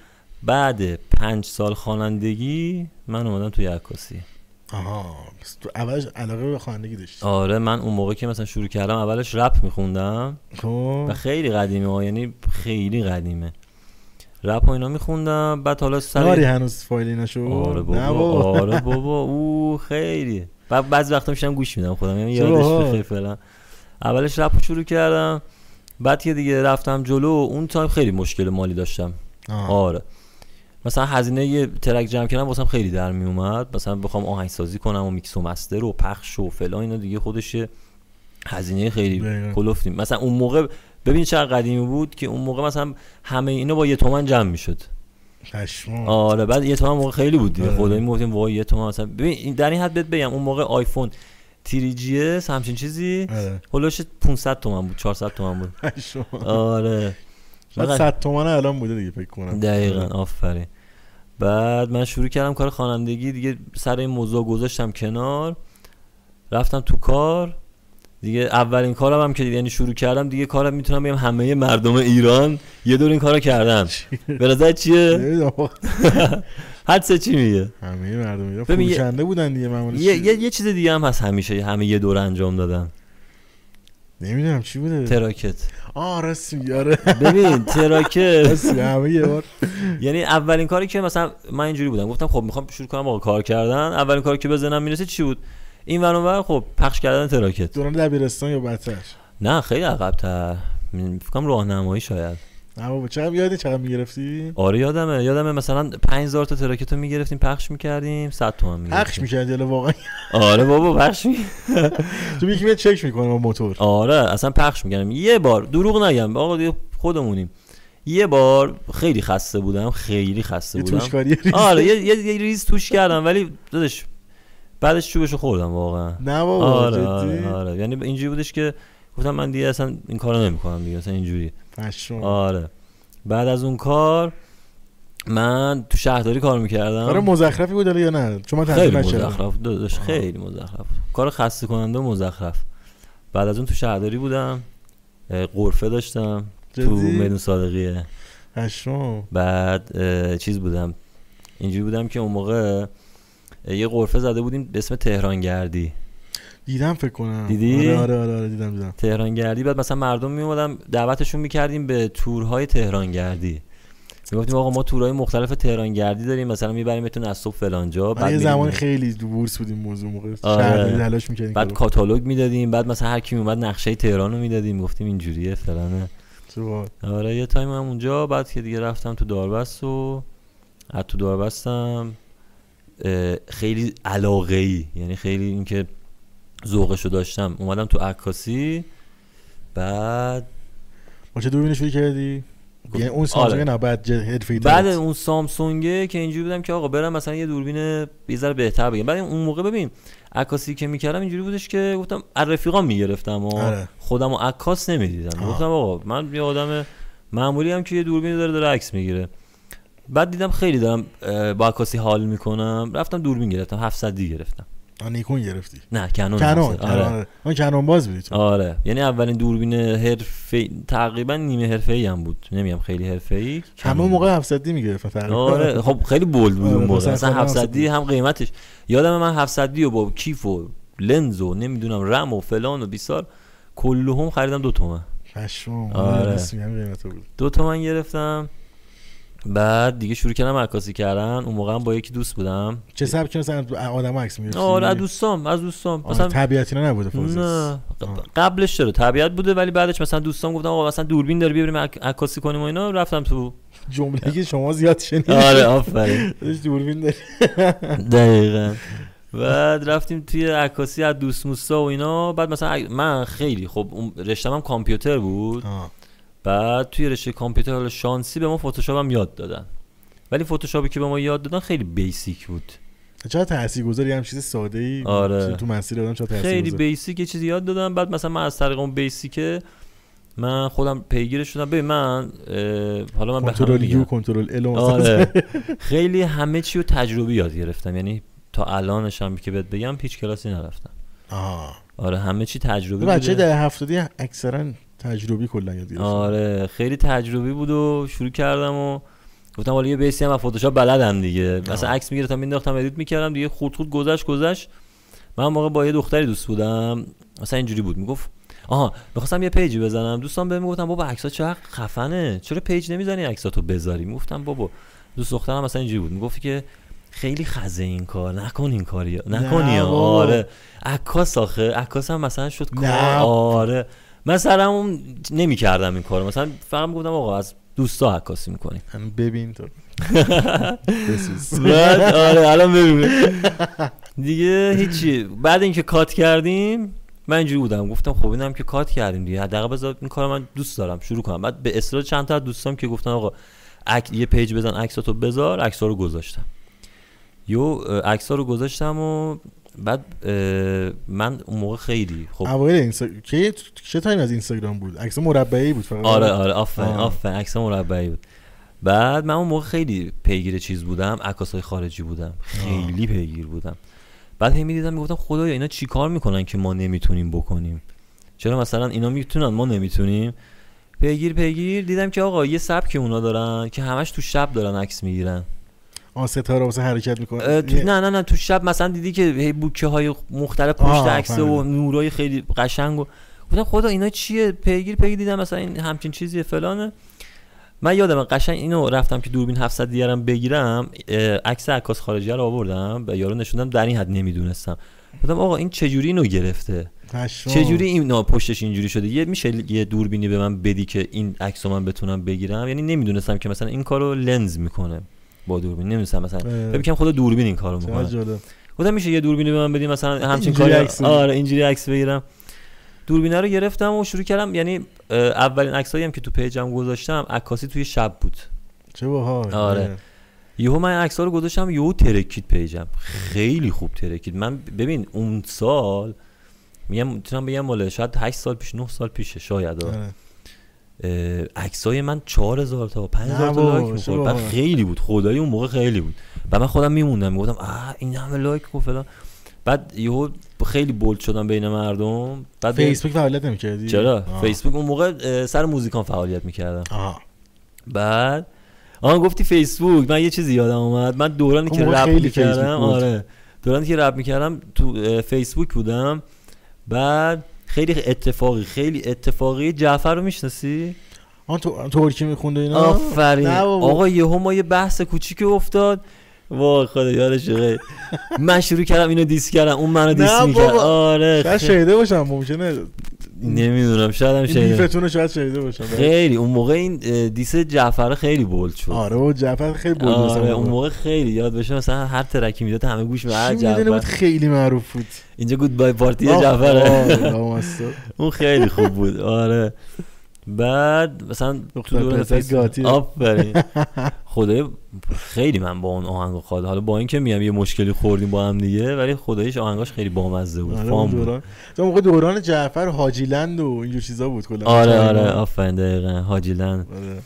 [SPEAKER 2] بعد پنج سال خوانندگی من اومدم توی عکاسی
[SPEAKER 1] آها پس تو اولش علاقه به خوانندگی داشتی
[SPEAKER 2] آره من اون موقع که مثلا شروع کردم اولش رپ میخوندم
[SPEAKER 1] خب
[SPEAKER 2] و خیلی قدیمه ها یعنی خیلی قدیمه رپ و اینا میخوندم بعد حالا
[SPEAKER 1] داری
[SPEAKER 2] سر
[SPEAKER 1] هنوز فایلی نشو
[SPEAKER 2] آره
[SPEAKER 1] نه
[SPEAKER 2] بابا
[SPEAKER 1] بابا.
[SPEAKER 2] آره بابا او خیلی بعد بعضی وقتا میشم گوش میدم خودم یعنی
[SPEAKER 1] چه باحال.
[SPEAKER 2] یادش بخیر فعلا اولش رپ رو شروع کردم بعد که دیگه رفتم جلو اون تایم خیلی مشکل مالی داشتم
[SPEAKER 1] آه.
[SPEAKER 2] آره مثلا هزینه یه ترک جمع کردن واسم خیلی در می اومد مثلا بخوام آهنگسازی کنم و میکس و مستر و پخش و فلان اینا دیگه خودش یه هزینه خیلی
[SPEAKER 1] دقیقاً.
[SPEAKER 2] کلفتیم مثلا اون موقع ببین چقدر قدیمی بود که اون موقع مثلا همه اینا با یه تومن جمع میشد
[SPEAKER 1] پشمان
[SPEAKER 2] آره بعد یه تومن موقع خیلی بود دیگه
[SPEAKER 1] آره.
[SPEAKER 2] خدایی میگفتیم وای یه تومن مثلا ببین این- در این حد بهت بگم اون موقع آیفون تیری جی اس همچین چیزی
[SPEAKER 1] آره
[SPEAKER 2] هلوش 500 تومن بود 400 تومن بود
[SPEAKER 1] پشمان
[SPEAKER 2] آره
[SPEAKER 1] شاید
[SPEAKER 2] فقط-
[SPEAKER 1] صد تومن الان بوده دیگه فکر کنم آره.
[SPEAKER 2] دقیقا آفرین بعد من شروع کردم کار خوانندگی دیگه سر این موضوع گذاشتم کنار رفتم تو کار دیگه اولین کارم هم که یعنی شروع کردم دیگه کارم میتونم بگم همه مردم ایران یه دور این کارو کردن به نظر چیه
[SPEAKER 1] نمی‌دونم آقا.
[SPEAKER 2] حدسه چی میگه
[SPEAKER 1] همه مردم ایران
[SPEAKER 2] ببین یه-
[SPEAKER 1] فروشنده بودن دیگه معمولا
[SPEAKER 2] یه, یه, یه چیز دیگه هم هست همیشه همه یه دور انجام دادن
[SPEAKER 1] نمیدونم چی بوده
[SPEAKER 2] تراکت
[SPEAKER 1] آه راست میگی آره
[SPEAKER 2] ببین تراکت
[SPEAKER 1] راست میگی. همه یه بار
[SPEAKER 2] یعنی اولین کاری که مثلا من اینجوری بودم گفتم خب میخوام شروع کنم با کار کردن اولین کاری که به ذهنم میرسه چی بود این ور اونور خب پخش کردن تراکت
[SPEAKER 1] دوران دبیرستان یا بدتر
[SPEAKER 2] نه خیلی عقب‌تر م، فکر کنم راهنمایی شاید
[SPEAKER 1] نه بابا چقدر یادی چقدر میگرفتی
[SPEAKER 2] آره یادمه یادمه مثلا 5000 تا تراکت رو میگرفتیم پخش میکردیم 100 تومن
[SPEAKER 1] پخش
[SPEAKER 2] میگرفتیم
[SPEAKER 1] میکردی حالا واقعا
[SPEAKER 2] آره بابا پخش می...
[SPEAKER 1] تو یکی میاد چک میکنه با موتور
[SPEAKER 2] آره اصلا پخش میکردیم یه بار دروغ نگم آقا دیگه خودمونیم یه بار خیلی خسته بودم خیلی خسته
[SPEAKER 1] یه
[SPEAKER 2] بودم
[SPEAKER 1] توشکاری ریز.
[SPEAKER 2] آره یه, یه, یه ریز توش کردم ولی دادش بعدش چوبشو خوردم واقعا
[SPEAKER 1] نه بابا
[SPEAKER 2] آره
[SPEAKER 1] جدی
[SPEAKER 2] آره آره یعنی اینجوری بودش که گفتم من دیگه اصلا این کارو نمیکنم دیگه اصلا اینجوری
[SPEAKER 1] پشمام.
[SPEAKER 2] آره بعد از اون کار من تو شهرداری کار میکردم
[SPEAKER 1] کار مزخرفی بود حالا یا نه چون من
[SPEAKER 2] خیلی
[SPEAKER 1] تحصیل نشدم
[SPEAKER 2] مزخرف داداش
[SPEAKER 1] آها.
[SPEAKER 2] خیلی مزخرف کار خسته کننده و مزخرف بعد از اون تو شهرداری بودم اه، قرفه داشتم تو
[SPEAKER 1] جدی
[SPEAKER 2] میدون صادقیه
[SPEAKER 1] پشمام.
[SPEAKER 2] بعد اه، چیز بودم اینجوری بودم که اون موقع اه، یه قرفه زده بودیم به اسم تهرانگردی
[SPEAKER 1] دیدم فکر کنم
[SPEAKER 2] دیدی؟
[SPEAKER 1] آره آره آره, آره دیدم دیدم
[SPEAKER 2] تهرانگردی بعد مثلا مردم می اومدن دعوتشون میکردیم به تورهای تهرانگردی میگفتیم آقا ما تورهای مختلف تهرانگردی داریم مثلا میبریمتون از صبح فلانجا
[SPEAKER 1] من
[SPEAKER 2] خب، بعد
[SPEAKER 1] آره، یه
[SPEAKER 2] می‌ریم-
[SPEAKER 1] زمان خیلی دو بورس بود این موضوع موقع
[SPEAKER 2] آره.
[SPEAKER 1] شهرداری تلاش میکردیم
[SPEAKER 2] بعد کاتالوگ میدادیم بعد مثلا هر کی میومد نقشه تهران رو میدادیم میگفتیم اینجوریه فلانه آره یه تایم هم اونجا بعد که دیگه رفتم تو داربست و از تو دار بستم اه، خیلی علاقه ای یعنی خیلی اینکه ذوقشو داشتم اومدم تو عکاسی بعد
[SPEAKER 1] با چه دوربین شروع کردی یعنی اون سامسونگ نه بعد جه- حرفه‌ای
[SPEAKER 2] آره. بعد
[SPEAKER 1] ترت.
[SPEAKER 2] اون سامسونگه که اینجوری بودم که آقا برم مثلا یه دوربین یه ذره بهتر بگم بعد اون موقع ببین عکاسی که میکردم اینجوری بودش که گفتم از رفیقام میگرفتم و
[SPEAKER 1] آره.
[SPEAKER 2] خودم رو عکاس نمیدیدم
[SPEAKER 1] آها.
[SPEAKER 2] گفتم آقا من یه آدم معمولی هم که یه دوربین داره داره عکس میگیره بعد دیدم خیلی دارم اه، با عکاسی حال میکنم رفتم دوربین گرفتم 700 دی گرفتم
[SPEAKER 1] آه، نیکون گرفتی
[SPEAKER 2] نه کنون
[SPEAKER 1] کنون
[SPEAKER 2] 700. آره.
[SPEAKER 1] کنون آن کنون باز بودی تو
[SPEAKER 2] آره یعنی اولین دوربین حرفه تقریبا نیمه حرفه ای هم بود نمیگم خیلی حرفه ای
[SPEAKER 1] همه اون موقع 700 دی میگرفتن تقریبا
[SPEAKER 2] آره خب خیلی بولد بود
[SPEAKER 1] آره،
[SPEAKER 2] اون موقع
[SPEAKER 1] مثلا
[SPEAKER 2] مثلا
[SPEAKER 1] کلا
[SPEAKER 2] 700 دی
[SPEAKER 1] 700.
[SPEAKER 2] هم قیمتش یادم من 700 دی و با کیف و لنز و نمیدونم رم و فلان و بیسار کلهم خریدم دو تومن
[SPEAKER 1] پشمام
[SPEAKER 2] آره.
[SPEAKER 1] آره همین قیمت بود
[SPEAKER 2] دو تومن گرفتم بعد دیگه شروع کردم عکاسی کردن اون موقع هم با یکی دوست بودم
[SPEAKER 1] چه سبکی مثلا آدم عکس میگرفتی
[SPEAKER 2] آره از دوستام از دوستام
[SPEAKER 1] مثلا
[SPEAKER 2] مثلا
[SPEAKER 1] طبیعتی نه نبوده فازش
[SPEAKER 2] نه
[SPEAKER 1] آه.
[SPEAKER 2] قبلش چرا طبیعت بوده ولی بعدش مثلا دوستام گفتم آقا مثلا دوربین داره بیا بریم عک- عکاسی کنیم و اینا رفتم تو
[SPEAKER 1] جمله که شما زیاد شنید
[SPEAKER 2] آره آفرین
[SPEAKER 1] خودش دوربین داری
[SPEAKER 2] دقیقا بعد رفتیم توی عکاسی از دوست موسا و اینا بعد مثلا اگ- من خیلی خب اون رشتم هم کامپیوتر بود
[SPEAKER 1] آه.
[SPEAKER 2] بعد توی رشته کامپیوتر حالا شانسی به ما فتوشاپ هم یاد دادن ولی فتوشاپی که به ما یاد دادن خیلی بیسیک بود
[SPEAKER 1] چرا تاثیرگذاری هم چیز ساده ای
[SPEAKER 2] آره.
[SPEAKER 1] تو مسیر آدم چرا
[SPEAKER 2] خیلی
[SPEAKER 1] تاثیرگذار
[SPEAKER 2] بیسیک یه چیزی یاد دادم بعد مثلا من از طریق اون بیسیکه من خودم پیگیرش شدم ببین من اه، حالا من به همه
[SPEAKER 1] کنترل یو
[SPEAKER 2] میگم.
[SPEAKER 1] کنترل ال و مثلا
[SPEAKER 2] آره خیلی همه چی رو تجربی یاد گرفتم یعنی تا الانش هم که بهت بگم هیچ کلاسی نرفتم
[SPEAKER 1] آه.
[SPEAKER 2] آره همه چی تجربی
[SPEAKER 1] بچه
[SPEAKER 2] بوده
[SPEAKER 1] در هفتادی اکثرا تجربی کلا یاد گرفتن
[SPEAKER 2] آره خیلی تجربی بود و شروع کردم و گفتم حالا یه بیسی هم از فتوشاپ بلدم دیگه مثلا عکس میگرفتم مینداختم ادیت میکردم دیگه خود خود گذشت گذشت من اون موقع با یه دختری دوست بودم مثلا اینجوری بود میگفت آها میخواستم یه پیجی بزنم دوستان بهم میگفتن بابا عکسات چقدر خفنه چرا پیج نمیزنی عکساتو بذاری میگفتم بابا دوست دخترم مثلا اینجوری بود میگفت که خیلی خزه این کار نکن این کاری نکنی
[SPEAKER 1] نه
[SPEAKER 2] ها.
[SPEAKER 1] بابا.
[SPEAKER 2] آره عکاس آخه عکاس هم مثلا شد کار
[SPEAKER 1] نه.
[SPEAKER 2] آره مثلا اون نمی کردم این کارو مثلا فقط میگفتم آقا از دوستا عکاسی میکنیم
[SPEAKER 1] هم یعنی ببین تو بسوز
[SPEAKER 2] بعد آره الان ببین دیگه هیچی بعد اینکه کات کردیم من اینجوری بودم گفتم خب اینم که کات کردیم دیگه حداقل بذار این کارو من دوست دارم شروع کنم بعد به اصرار چند تا از دوستام که گفتن آقا عک- یه پیج بزن عکساتو بذار عکس‌ها رو گذاشتم یو اه، عکس‌ها رو گذاشتم و بعد اه، من اون موقع خیلی خب
[SPEAKER 1] اوایل اینستا کی چه تایم از اینستاگرام بود عکس مربعی بود فقط
[SPEAKER 2] آره آره آفرین
[SPEAKER 1] آه.
[SPEAKER 2] آفرین عکس مربعی بود بعد من اون موقع خیلی پیگیر چیز بودم عکاس های خارجی بودم خیلی پیگیر بودم بعد هی میدیدم میگفتم خدایا اینا چی کار میکنن که ما نمیتونیم بکنیم چرا مثلا اینا میتونن ما نمیتونیم پیگیر پیگیر دیدم که آقا یه سبک اونا دارن که همش تو شب دارن عکس میگیرن
[SPEAKER 1] آن ستاره واسه حرکت میکنه
[SPEAKER 2] اه، تو- نه نه نه تو شب مثلا دیدی که هی بوکه های مختلف پشت
[SPEAKER 1] آه،
[SPEAKER 2] عکس و
[SPEAKER 1] فهمیدم.
[SPEAKER 2] نورای خیلی قشنگ و گفتم خدا اینا چیه پیگیر پیگیر دیدم مثلا این همچین چیزی فلانه من یادم قشنگ اینو رفتم که دوربین 700 دیگرم بگیرم اه، عکس عکاس خارجی رو آوردم به یارو نشوندم در این حد نمیدونستم گفتم آقا این چجوری اینو گرفته
[SPEAKER 1] پشمام.
[SPEAKER 2] چجوری این پشتش اینجوری شده یه میشه یه دوربینی به من بدی که این عکس رو من بتونم بگیرم یعنی نمیدونستم که مثلا این کارو لنز میکنه با دوربین نمیدونستم مثلا
[SPEAKER 1] اه.
[SPEAKER 2] فکر کنم خود دوربین این کارو
[SPEAKER 1] چقدر
[SPEAKER 2] میکنه
[SPEAKER 1] جالب.
[SPEAKER 2] گفتم میشه یه دوربینی به من بدی مثلا همچین
[SPEAKER 1] اینجوری
[SPEAKER 2] کاری
[SPEAKER 1] عکس بگیری.
[SPEAKER 2] آره اینجوری عکس بگیرم دوربینه رو گرفتم و شروع کردم یعنی اه، اولین عکسایی هم که تو پیجم گذاشتم عکاسی توی شب بود
[SPEAKER 1] چه باحال
[SPEAKER 2] آره. یهو من عکس رو گذاشتم یهو ترکید پیجم خیلی خوب ترکید من ببین اون سال میگم میتونم بگم مال شاید 8 سال پیش 9 سال پیشه شاید ها.
[SPEAKER 1] آره.
[SPEAKER 2] اه، عکسای من 4000 تا 5000
[SPEAKER 1] نه
[SPEAKER 2] تا
[SPEAKER 1] بابا،
[SPEAKER 2] لایک
[SPEAKER 1] چه
[SPEAKER 2] می‌خورد
[SPEAKER 1] بابا.
[SPEAKER 2] بعد خیلی بود خدای اون موقع خیلی بود و من خودم میموندم میگفتم آه این همه لایک و فلان بعد یهو خیلی بولد شدم بین مردم بعد به-
[SPEAKER 1] فیسبوک فعالیت نمیکردی
[SPEAKER 2] چرا
[SPEAKER 1] آه.
[SPEAKER 2] فیسبوک اون موقع اه، سر موزیکان فعالیت میکردم
[SPEAKER 1] آه.
[SPEAKER 2] بعد آن گفتی فیسبوک من یه چیزی یادم اومد من دورانی
[SPEAKER 1] اون
[SPEAKER 2] که
[SPEAKER 1] موقع
[SPEAKER 2] رپ
[SPEAKER 1] خیلی
[SPEAKER 2] میکردم
[SPEAKER 1] فیسبوک بود.
[SPEAKER 2] آره دورانی که رپ میکردم تو اه، فیسبوک بودم بعد خیلی اتفاقی خیلی اتفاقی جعفر رو میشناسی
[SPEAKER 1] آن تو ترکی میخوند و اینا
[SPEAKER 2] آفرین
[SPEAKER 1] نه بابا.
[SPEAKER 2] آقا یهو ما یه بحث کوچیک افتاد وای خدا یارش غیر من شروع کردم اینو دیس کردم اون منو دیس
[SPEAKER 1] نه
[SPEAKER 2] میکرد
[SPEAKER 1] بابا.
[SPEAKER 2] آره
[SPEAKER 1] شاید
[SPEAKER 2] خیلی-
[SPEAKER 1] شنیده باشم ممکنه
[SPEAKER 2] نمیدونم شاید هم
[SPEAKER 1] این
[SPEAKER 2] شنیدم
[SPEAKER 1] بیفتون رو شاید شنیده باشم
[SPEAKER 2] خیلی اون موقع این اه، دیس جعفر خیلی بولد شد
[SPEAKER 1] آره و جعفر خیلی بود
[SPEAKER 2] آره
[SPEAKER 1] مثلا
[SPEAKER 2] اون موقع خیلی یاد بشه مثلا هر ترکی میداد همه گوش
[SPEAKER 1] کی
[SPEAKER 2] می
[SPEAKER 1] می‌دونه بود
[SPEAKER 2] جعفر
[SPEAKER 1] خیلی معروف بود
[SPEAKER 2] اینجا گود بای پارتی
[SPEAKER 1] آه،
[SPEAKER 2] جعفر
[SPEAKER 1] آه، اللهم استغفر.
[SPEAKER 2] اون خیلی خوب بود آره بعد مثلا
[SPEAKER 1] دختر
[SPEAKER 2] دوران
[SPEAKER 1] پسر
[SPEAKER 2] فیس-
[SPEAKER 1] گاتیه.
[SPEAKER 2] آفرین خدای خیلی من با اون آهنگ خواهد حالا با اینکه میگم یه مشکلی خوردیم با هم دیگه ولی خدایش آهنگاش خیلی بامزه بود
[SPEAKER 1] آره،
[SPEAKER 2] فام
[SPEAKER 1] اون
[SPEAKER 2] بود
[SPEAKER 1] دوران اون موقع دوران جعفر حاجیلند و اینجور چیزا بود کلا
[SPEAKER 2] آره آره آفرین دقیقا حاجیلند
[SPEAKER 1] آره.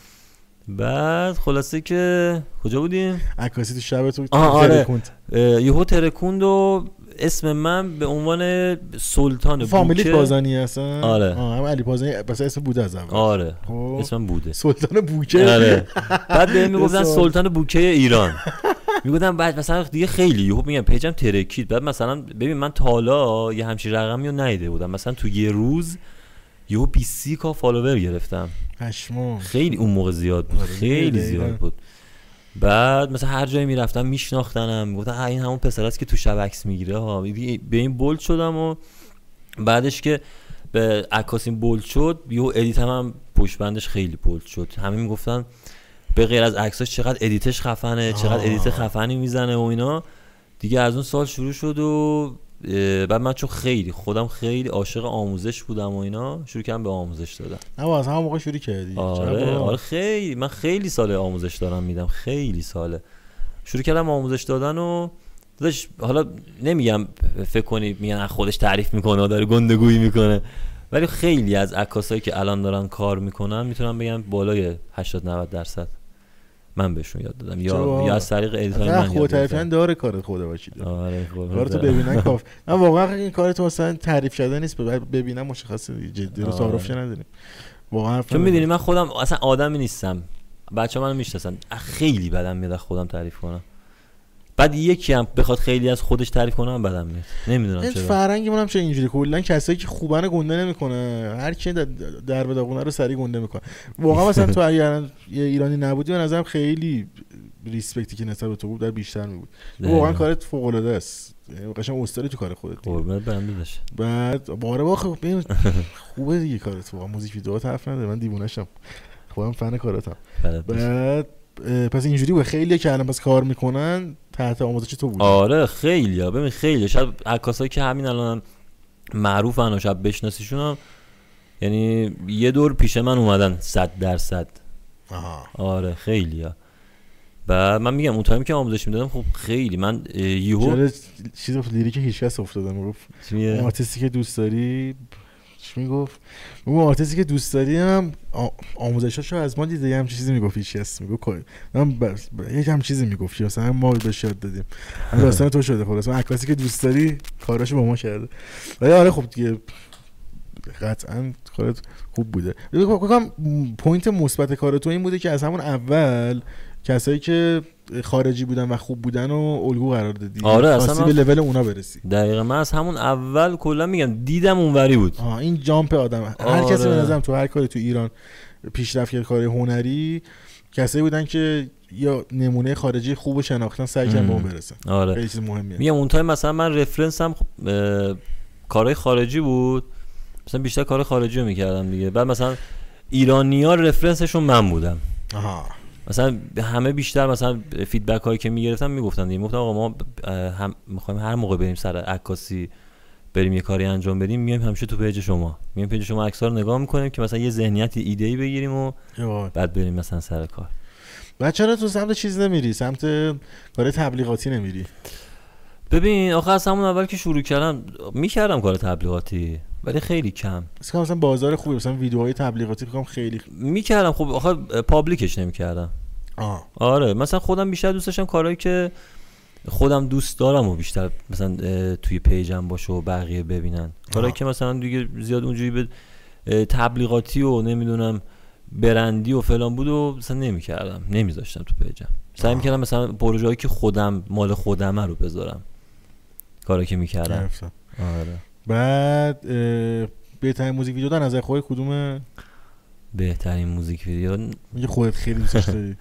[SPEAKER 2] بعد خلاصه که کجا بودیم
[SPEAKER 1] عکاسی تو شب تو
[SPEAKER 2] آه، آره.
[SPEAKER 1] ترکوند.
[SPEAKER 2] اه، یهو ترکوند و اسم من به عنوان سلطان
[SPEAKER 1] فامیلی
[SPEAKER 2] بوکه
[SPEAKER 1] پازانی هستن
[SPEAKER 2] آره.
[SPEAKER 1] آه، هم علی پازانی پس اسم بوده از اول
[SPEAKER 2] آره
[SPEAKER 1] خب.
[SPEAKER 2] اسمم بوده
[SPEAKER 1] سلطان بوکه
[SPEAKER 2] آره بعد بهم میگفتن
[SPEAKER 1] سوال.
[SPEAKER 2] سلطان بوکه ایران میگفتن بعد مثلا دیگه خیلی یهو میگم پیجم ترکید بعد مثلا ببین من تا حالا یه همچین رقمی رو ندیده بودم مثلا تو یه روز یهو 20 کا فالوور گرفتم
[SPEAKER 1] پشمام
[SPEAKER 2] خیلی اون موقع زیاد بود
[SPEAKER 1] آره،
[SPEAKER 2] خیلی
[SPEAKER 1] دقیقاً.
[SPEAKER 2] زیاد بود بعد مثلا هر جایی میرفتم میشناختنم میگفتن "آه، این همون پسر است که تو شب عکس میگیره ها دیگه به این بولد شدم و بعدش که به عکاسیم بولد شد یهو ادیتم هم پشت بندش خیلی بولد شد همه میگفتن به غیر از عکساش چقدر ادیتش خفنه چقدر
[SPEAKER 1] آه.
[SPEAKER 2] ادیت خفنی میزنه و اینا دیگه از اون سال شروع شد و اه، بعد من چون خیلی خودم خیلی عاشق آموزش بودم و اینا شروع کردم به آموزش دادن
[SPEAKER 1] اما از همون موقع شروع کردی
[SPEAKER 2] آره
[SPEAKER 1] چرا؟
[SPEAKER 2] آره خیلی من خیلی ساله آموزش دارم میدم خیلی ساله شروع کردم آموزش دادن و داداش حالا نمیگم فکر کنی میگن از خودش تعریف میکنه و داره گندگویی میکنه ولی خیلی از عکاسایی که الان دارن کار میکنن میتونم بگم بالای 80 90 درصد من بهشون یاد دادم یا
[SPEAKER 1] چرا؟
[SPEAKER 2] یا از طریق ادیتای
[SPEAKER 1] نه
[SPEAKER 2] من
[SPEAKER 1] خود
[SPEAKER 2] یاد
[SPEAKER 1] تعریفن
[SPEAKER 2] گرفتم.
[SPEAKER 1] داره کار خدا باشید
[SPEAKER 2] آره خب،
[SPEAKER 1] کار تو ببینن کاف من واقعا این کار تو اصلا تعریف شده نیست باید ببینم مشخصه دیگه. جدی رو
[SPEAKER 2] آره.
[SPEAKER 1] تعارف چه نداریم واقعا حرف
[SPEAKER 2] چون
[SPEAKER 1] نداریم.
[SPEAKER 2] میدونی من خودم اصلا آدمی نیستم بچه منو میشناسن خیلی بدم میاد از خودم تعریف کنم بعد یکی هم بخواد خیلی از خودش تعریف کنم بدم میاد نمیدونم
[SPEAKER 1] این
[SPEAKER 2] چرا
[SPEAKER 1] فرهنگمون هم چه اینجوری کلا کسایی که خوبن رو گنده نمیکنه هر کی در در به داغونه رو سری گنده میکنه واقعا مثلا تو اگر الان یه ایرانی نبودی به نظرم خیلی ریسپکتی که نسبت به تو بود در بیشتر میبود واقعا
[SPEAKER 2] دقیقاً.
[SPEAKER 1] کارت فوق العاده است یعنی قشنگ استاری تو کار خودت دیگه.
[SPEAKER 2] قربونت برم داداش
[SPEAKER 1] بعد باره با خب ببین، خوبه دیگه کارت واقعا موزیک ویدیوهات حرف نداره من دیوونه‌شم خودم فن کاراتم
[SPEAKER 2] بلد نیست.
[SPEAKER 1] بعد اه، پس اینجوری بود خیلی که الان پس کار میکنن تحت آموزش تو بود
[SPEAKER 2] آره خیلی ها ببین خیلی شاید عکاسایی که همین الان معروفن و شاید بشناسیشون هم یعنی یه دور پیش من اومدن صد درصد
[SPEAKER 1] آها.
[SPEAKER 2] آره خیلی ها بعد من میگم اون تایمی که آموزش میدادم خب خیلی من اه، یهو
[SPEAKER 1] چرا چیز افتاد لیریک هیچکس افتادم میگفت
[SPEAKER 2] چی میگه؟
[SPEAKER 1] اون آرتیستی که دوست داری چی میگفت اون آرتیستی که دوست داری هم آ- آموزشاشو از ما دیده یه همچین چیزی میگفت هیچکس میگفت کار من ب- ب- یه همچین چیزی میگفت که مثلا ما بهش یاد دادیم هم داستان تو شده خلاص من عکاسی که دوست داری کاراشو با ما کرده ولی آره خب دیگه قطعا کارت خوب بوده بگم- بگم پوینت مثبت کار تو این بوده که از همون اول کسایی که خارجی بودن و خوب بودن و الگو قرار دادی
[SPEAKER 2] آره، اصلا
[SPEAKER 1] خواستی
[SPEAKER 2] من-
[SPEAKER 1] به لول اونا برسی
[SPEAKER 2] دقیقا من از همون اول کلا میگم دیدم اونوری بود
[SPEAKER 1] آه این جامپ آدم هر کسی به
[SPEAKER 2] آره.
[SPEAKER 1] نظرم تو هر کاری تو ایران پیشرفت کرد کار هنری کسایی بودن که یا نمونه خارجی خوب و شناختن سعی کردن به اون
[SPEAKER 2] مم.
[SPEAKER 1] برسن
[SPEAKER 2] آره
[SPEAKER 1] خیلی چیز مهمیه
[SPEAKER 2] میگم اون تایم مثلا من رفرنسم خب، اه، کارهای خارجی بود مثلا بیشتر کار خارجی رو میکردم دیگه بعد مثلا ایرانی ها رفرنسشون من بودم
[SPEAKER 1] آها
[SPEAKER 2] مثلا همه بیشتر مثلا فیدبک هایی که میگرفتم میگفتن دیگه میگفتم آقا ما اه، هم میخوایم هر موقع بریم سر عکاسی بریم یه کاری انجام بدیم میایم همیشه تو پیج شما میایم پیج شما عکس‌ها رو نگاه میکنیم که مثلا یه ذهنیت ایده ای بگیریم و
[SPEAKER 1] یه بار.
[SPEAKER 2] بعد بریم مثلا سر کار
[SPEAKER 1] بعد چرا خب. تو سمت چیز نمیری سمت کار تبلیغاتی نمیری
[SPEAKER 2] ببین آخه از همون اول که شروع کردم میکردم کار تبلیغاتی ولی خیلی کم
[SPEAKER 1] مثلا مثلا بازار خوبی مثلا ویدیوهای تبلیغاتی بکنم خیلی
[SPEAKER 2] میکردم خب آخه پابلیکش نمیکردم
[SPEAKER 1] آه
[SPEAKER 2] آره مثلا خودم بیشتر دوست داشتم کارهایی که خودم دوست دارم و بیشتر مثلا اه، توی پیجم باشه و بقیه ببینن
[SPEAKER 1] آها.
[SPEAKER 2] کارهایی که مثلا دیگه زیاد اونجوری به اه، تبلیغاتی و نمیدونم برندی و فلان بود و مثلا نمیکردم نمیذاشتم تو پیجم سعی
[SPEAKER 1] آها.
[SPEAKER 2] میکردم مثلا پروژه‌ای که خودم مال خودمه رو بذارم کارهایی که میکردم
[SPEAKER 1] گرفتم.
[SPEAKER 2] آره
[SPEAKER 1] بعد اه، بهترین موزیک ویدیو در نظر خودت کدومه
[SPEAKER 2] بهترین موزیک ویدیو
[SPEAKER 1] میگه خودت خیلی دوستش داری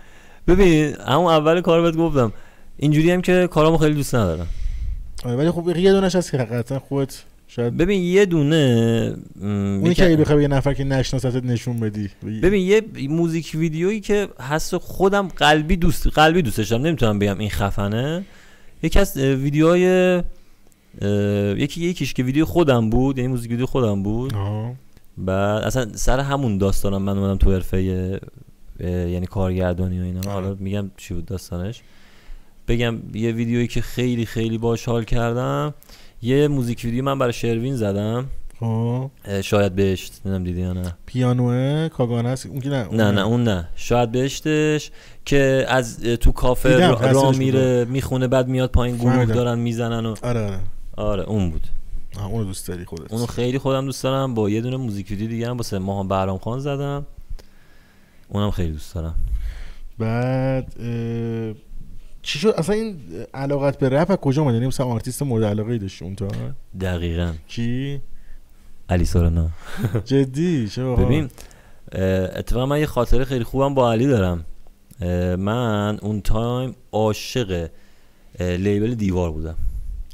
[SPEAKER 2] ببین همون اول کار بهت گفتم اینجوری هم که کارامو خیلی دوست ندارم
[SPEAKER 1] آره، ولی خب یه دونش هست که قطعا خودت شاید
[SPEAKER 2] ببین یه دونه م،
[SPEAKER 1] اونی
[SPEAKER 2] یکی-
[SPEAKER 1] که اگه بخوای به یه نفر که نشناستت نشون بدی بگی.
[SPEAKER 2] ببین یه موزیک ویدیویی که هست و خودم قلبی دوست قلبی دوستش دارم نمیتونم بگم این خفنه یکی از اه، ویدیوهای اه، یکی یکیش که ویدیو خودم بود یعنی موزیک ویدیو خودم بود
[SPEAKER 1] آها.
[SPEAKER 2] بعد اصلا سر همون داستانم من اومدم تو حرفه اه، یعنی کارگردانی و اینا
[SPEAKER 1] آره.
[SPEAKER 2] حالا میگم چی بود داستانش بگم یه ویدیویی که خیلی خیلی باحال حال کردم یه موزیک ویدیو من برای شروین زدم
[SPEAKER 1] خب
[SPEAKER 2] اه، شاید بهشت نمیدونم دیدی یا نه
[SPEAKER 1] پیانوه کاگانه است اون که نه اون
[SPEAKER 2] نه نه اون نه شاید بهشتش که از اه، تو کافه
[SPEAKER 1] دیدم،
[SPEAKER 2] را, را
[SPEAKER 1] تصویرش
[SPEAKER 2] میره میخونه بعد میاد پایین گروه
[SPEAKER 1] فهمیدم.
[SPEAKER 2] دارن میزنن و
[SPEAKER 1] آره آره
[SPEAKER 2] آره اون بود
[SPEAKER 1] آه، اونو دوست داری خودت
[SPEAKER 2] اونو خیلی خودم دوست دارم با یه دونه موزیک ویدیو دیگه هم واسه ماهان بهرام خان زدم اونم خیلی دوست دارم
[SPEAKER 1] بعد اه، چی شد اصلا این علاقت به رپ از کجا اومد یعنی مثلا آرتیست مورد علاقه ای داشتی اون تا
[SPEAKER 2] دقیقا
[SPEAKER 1] کی
[SPEAKER 2] علی سارنا
[SPEAKER 1] جدی چه باحال.
[SPEAKER 2] ببین اه، اتفاقا من یه خاطره خیلی خوبم با علی دارم اه، من اون تایم عاشق اه، لیبل دیوار بودم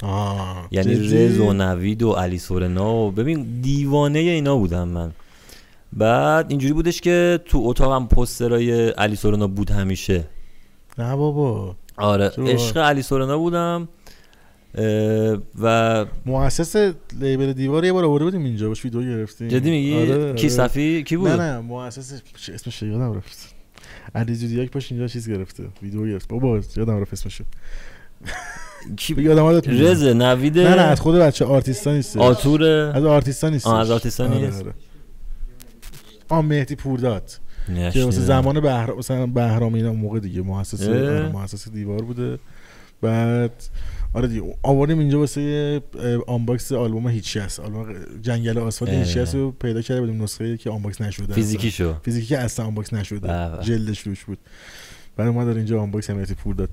[SPEAKER 1] آه،
[SPEAKER 2] یعنی
[SPEAKER 1] جدی؟
[SPEAKER 2] رز و نوید و علی سورنا و ببین دیوانه اینا بودم من بعد اینجوری بودش که تو اتاقم پسترای علی سورنا بود همیشه
[SPEAKER 1] نه بابا
[SPEAKER 2] آره
[SPEAKER 1] چه باحال.
[SPEAKER 2] عشق علی سورنا بودم اه، و
[SPEAKER 1] مؤسس لیبل دیوار یه بار آورده بودیم اینجا باش ویدیو گرفتیم
[SPEAKER 2] جدی میگی
[SPEAKER 1] آره،
[SPEAKER 2] کی
[SPEAKER 1] آره.
[SPEAKER 2] صفی کی بود
[SPEAKER 1] نه نه مؤسس چه اسمش یادم رفت علی زودیاک باش اینجا چیز گرفته ویدیو گرفت بابا یادم رفت اسمشو
[SPEAKER 2] کی
[SPEAKER 1] بگی آدم یادت میره.
[SPEAKER 2] رز نوید
[SPEAKER 1] نه نه از خود بچه آرتیستا نیست
[SPEAKER 2] آتور
[SPEAKER 1] از آرتیستا نیست
[SPEAKER 2] آه، از آرتیستا نیست.
[SPEAKER 1] آ مهدی پورداد که
[SPEAKER 2] نشنیدم.
[SPEAKER 1] واسه زمان بهر... مثلا بهرام اینا اون موقع دیگه مؤسس
[SPEAKER 2] اه.
[SPEAKER 1] آره، مؤسس دیوار بوده بعد آره دیگه آوردیم اینجا واسه یه، اه، آنباکس آلبوم هیچی هست آلبوم جنگل آسفالت
[SPEAKER 2] اه.
[SPEAKER 1] هیچی هست رو پیدا کرده بودیم نسخه که آنباکس نشده
[SPEAKER 2] فیزیکی شو
[SPEAKER 1] فیزیکی که اصلا آنباکس نشده
[SPEAKER 2] به به.
[SPEAKER 1] جلدش روش بود برای ما داره اینجا آنباکس هم مهدی پور داد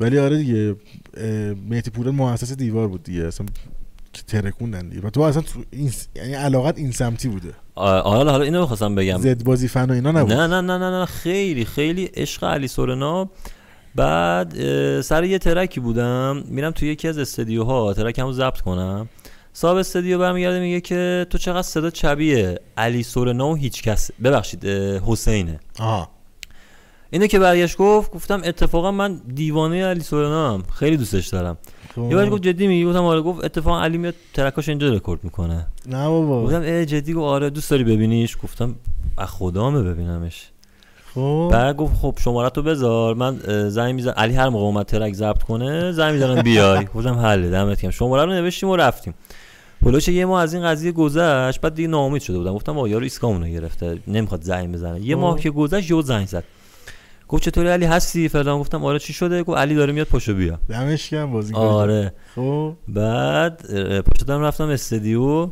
[SPEAKER 1] ولی آره دیگه اه، مهدی پور مؤسس دیوار بود دیگه اصلا که ترکوندن دیگه و تو اصلا تو این س- یعنی علاقت این سمتی بوده
[SPEAKER 2] آ- آره حالا اینو میخواستم بگم
[SPEAKER 1] زد بازی فن و اینا نبود
[SPEAKER 2] نه نه نه نه نه خیلی خیلی عشق علی سورنا بعد اه، سر یه ترکی بودم میرم تو یکی از استدیوها ترکمو ضبط کنم صاحب استودیو برمیگرده میگه که تو چقدر صدا چبیه علی سورنا و هیچکس ببخشید اه، حسینه
[SPEAKER 1] آها
[SPEAKER 2] اینو که برگشت گفت گفتم اتفاقا من دیوانه علی سورنا خیلی دوستش دارم
[SPEAKER 1] خب.
[SPEAKER 2] یه بار گفت جدی میگی گفتم آره گفت اتفاقا علی میاد ترکاش اینجا رکورد میکنه
[SPEAKER 1] نه بابا
[SPEAKER 2] گفتم اه جدی گفت آره دوست داری ببینیش گفتم از خدامه ببینمش
[SPEAKER 1] خب
[SPEAKER 2] بعد گفت خب شماره تو بذار من اه، زنگ میزنم علی هر موقع اومد ترک ضبط کنه زنگ میزنم بیای گفتم حله دمت گرم شماره رو نوشتیم و رفتیم پلوش یه ماه از این قضیه گذشت بعد دیگه ناامید شده بودم گفتم آ یارو ایسکامونو گرفته نمیخواد زنگ بزنه یه
[SPEAKER 1] خب.
[SPEAKER 2] ماه که گذشت یهو زنگ زد گفت چطوری علی هستی فلان گفتم آره چی شده گفت علی داره میاد پشو بیا
[SPEAKER 1] دمش گرم بازی
[SPEAKER 2] آره
[SPEAKER 1] خب
[SPEAKER 2] بعد اه، پا شدم رفتم استودیو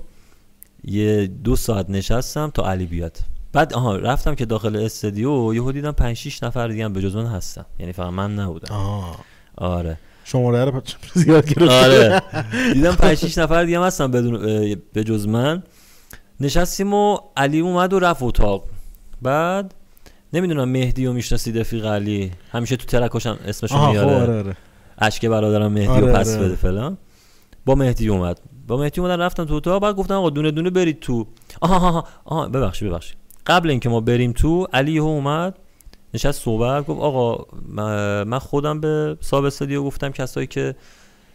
[SPEAKER 2] یه دو ساعت نشستم تا علی بیاد بعد آها رفتم که داخل استودیو یهو دیدم 5 6 نفر دیگه هم به جز من هستن یعنی فقط من نبودم
[SPEAKER 1] آها
[SPEAKER 2] آره
[SPEAKER 1] شماره رو پچ- زیاد گرفت
[SPEAKER 2] آره دیدم 5 6 نفر دیگه هم هستن بدون اه، به جز من نشستیم و علی اومد و رفت اتاق بعد نمیدونم مهدی رو میشناسی رفیق علی همیشه تو ترکاشم اسمشو
[SPEAKER 1] آها خب
[SPEAKER 2] میاره
[SPEAKER 1] آره آره
[SPEAKER 2] اشک برادرم مهدی
[SPEAKER 1] آره،
[SPEAKER 2] رو پس
[SPEAKER 1] آره.
[SPEAKER 2] بده فلان با مهدی اومد با مهدی اومدن رفتم تو اتاق بعد گفتم آقا دونه دونه برید تو آها آها آها ببخشید ببخشید قبل اینکه ما بریم تو علی یهو اومد نشست صحبت گفت آقا م- من خودم به صاحب استودیو گفتم کسایی که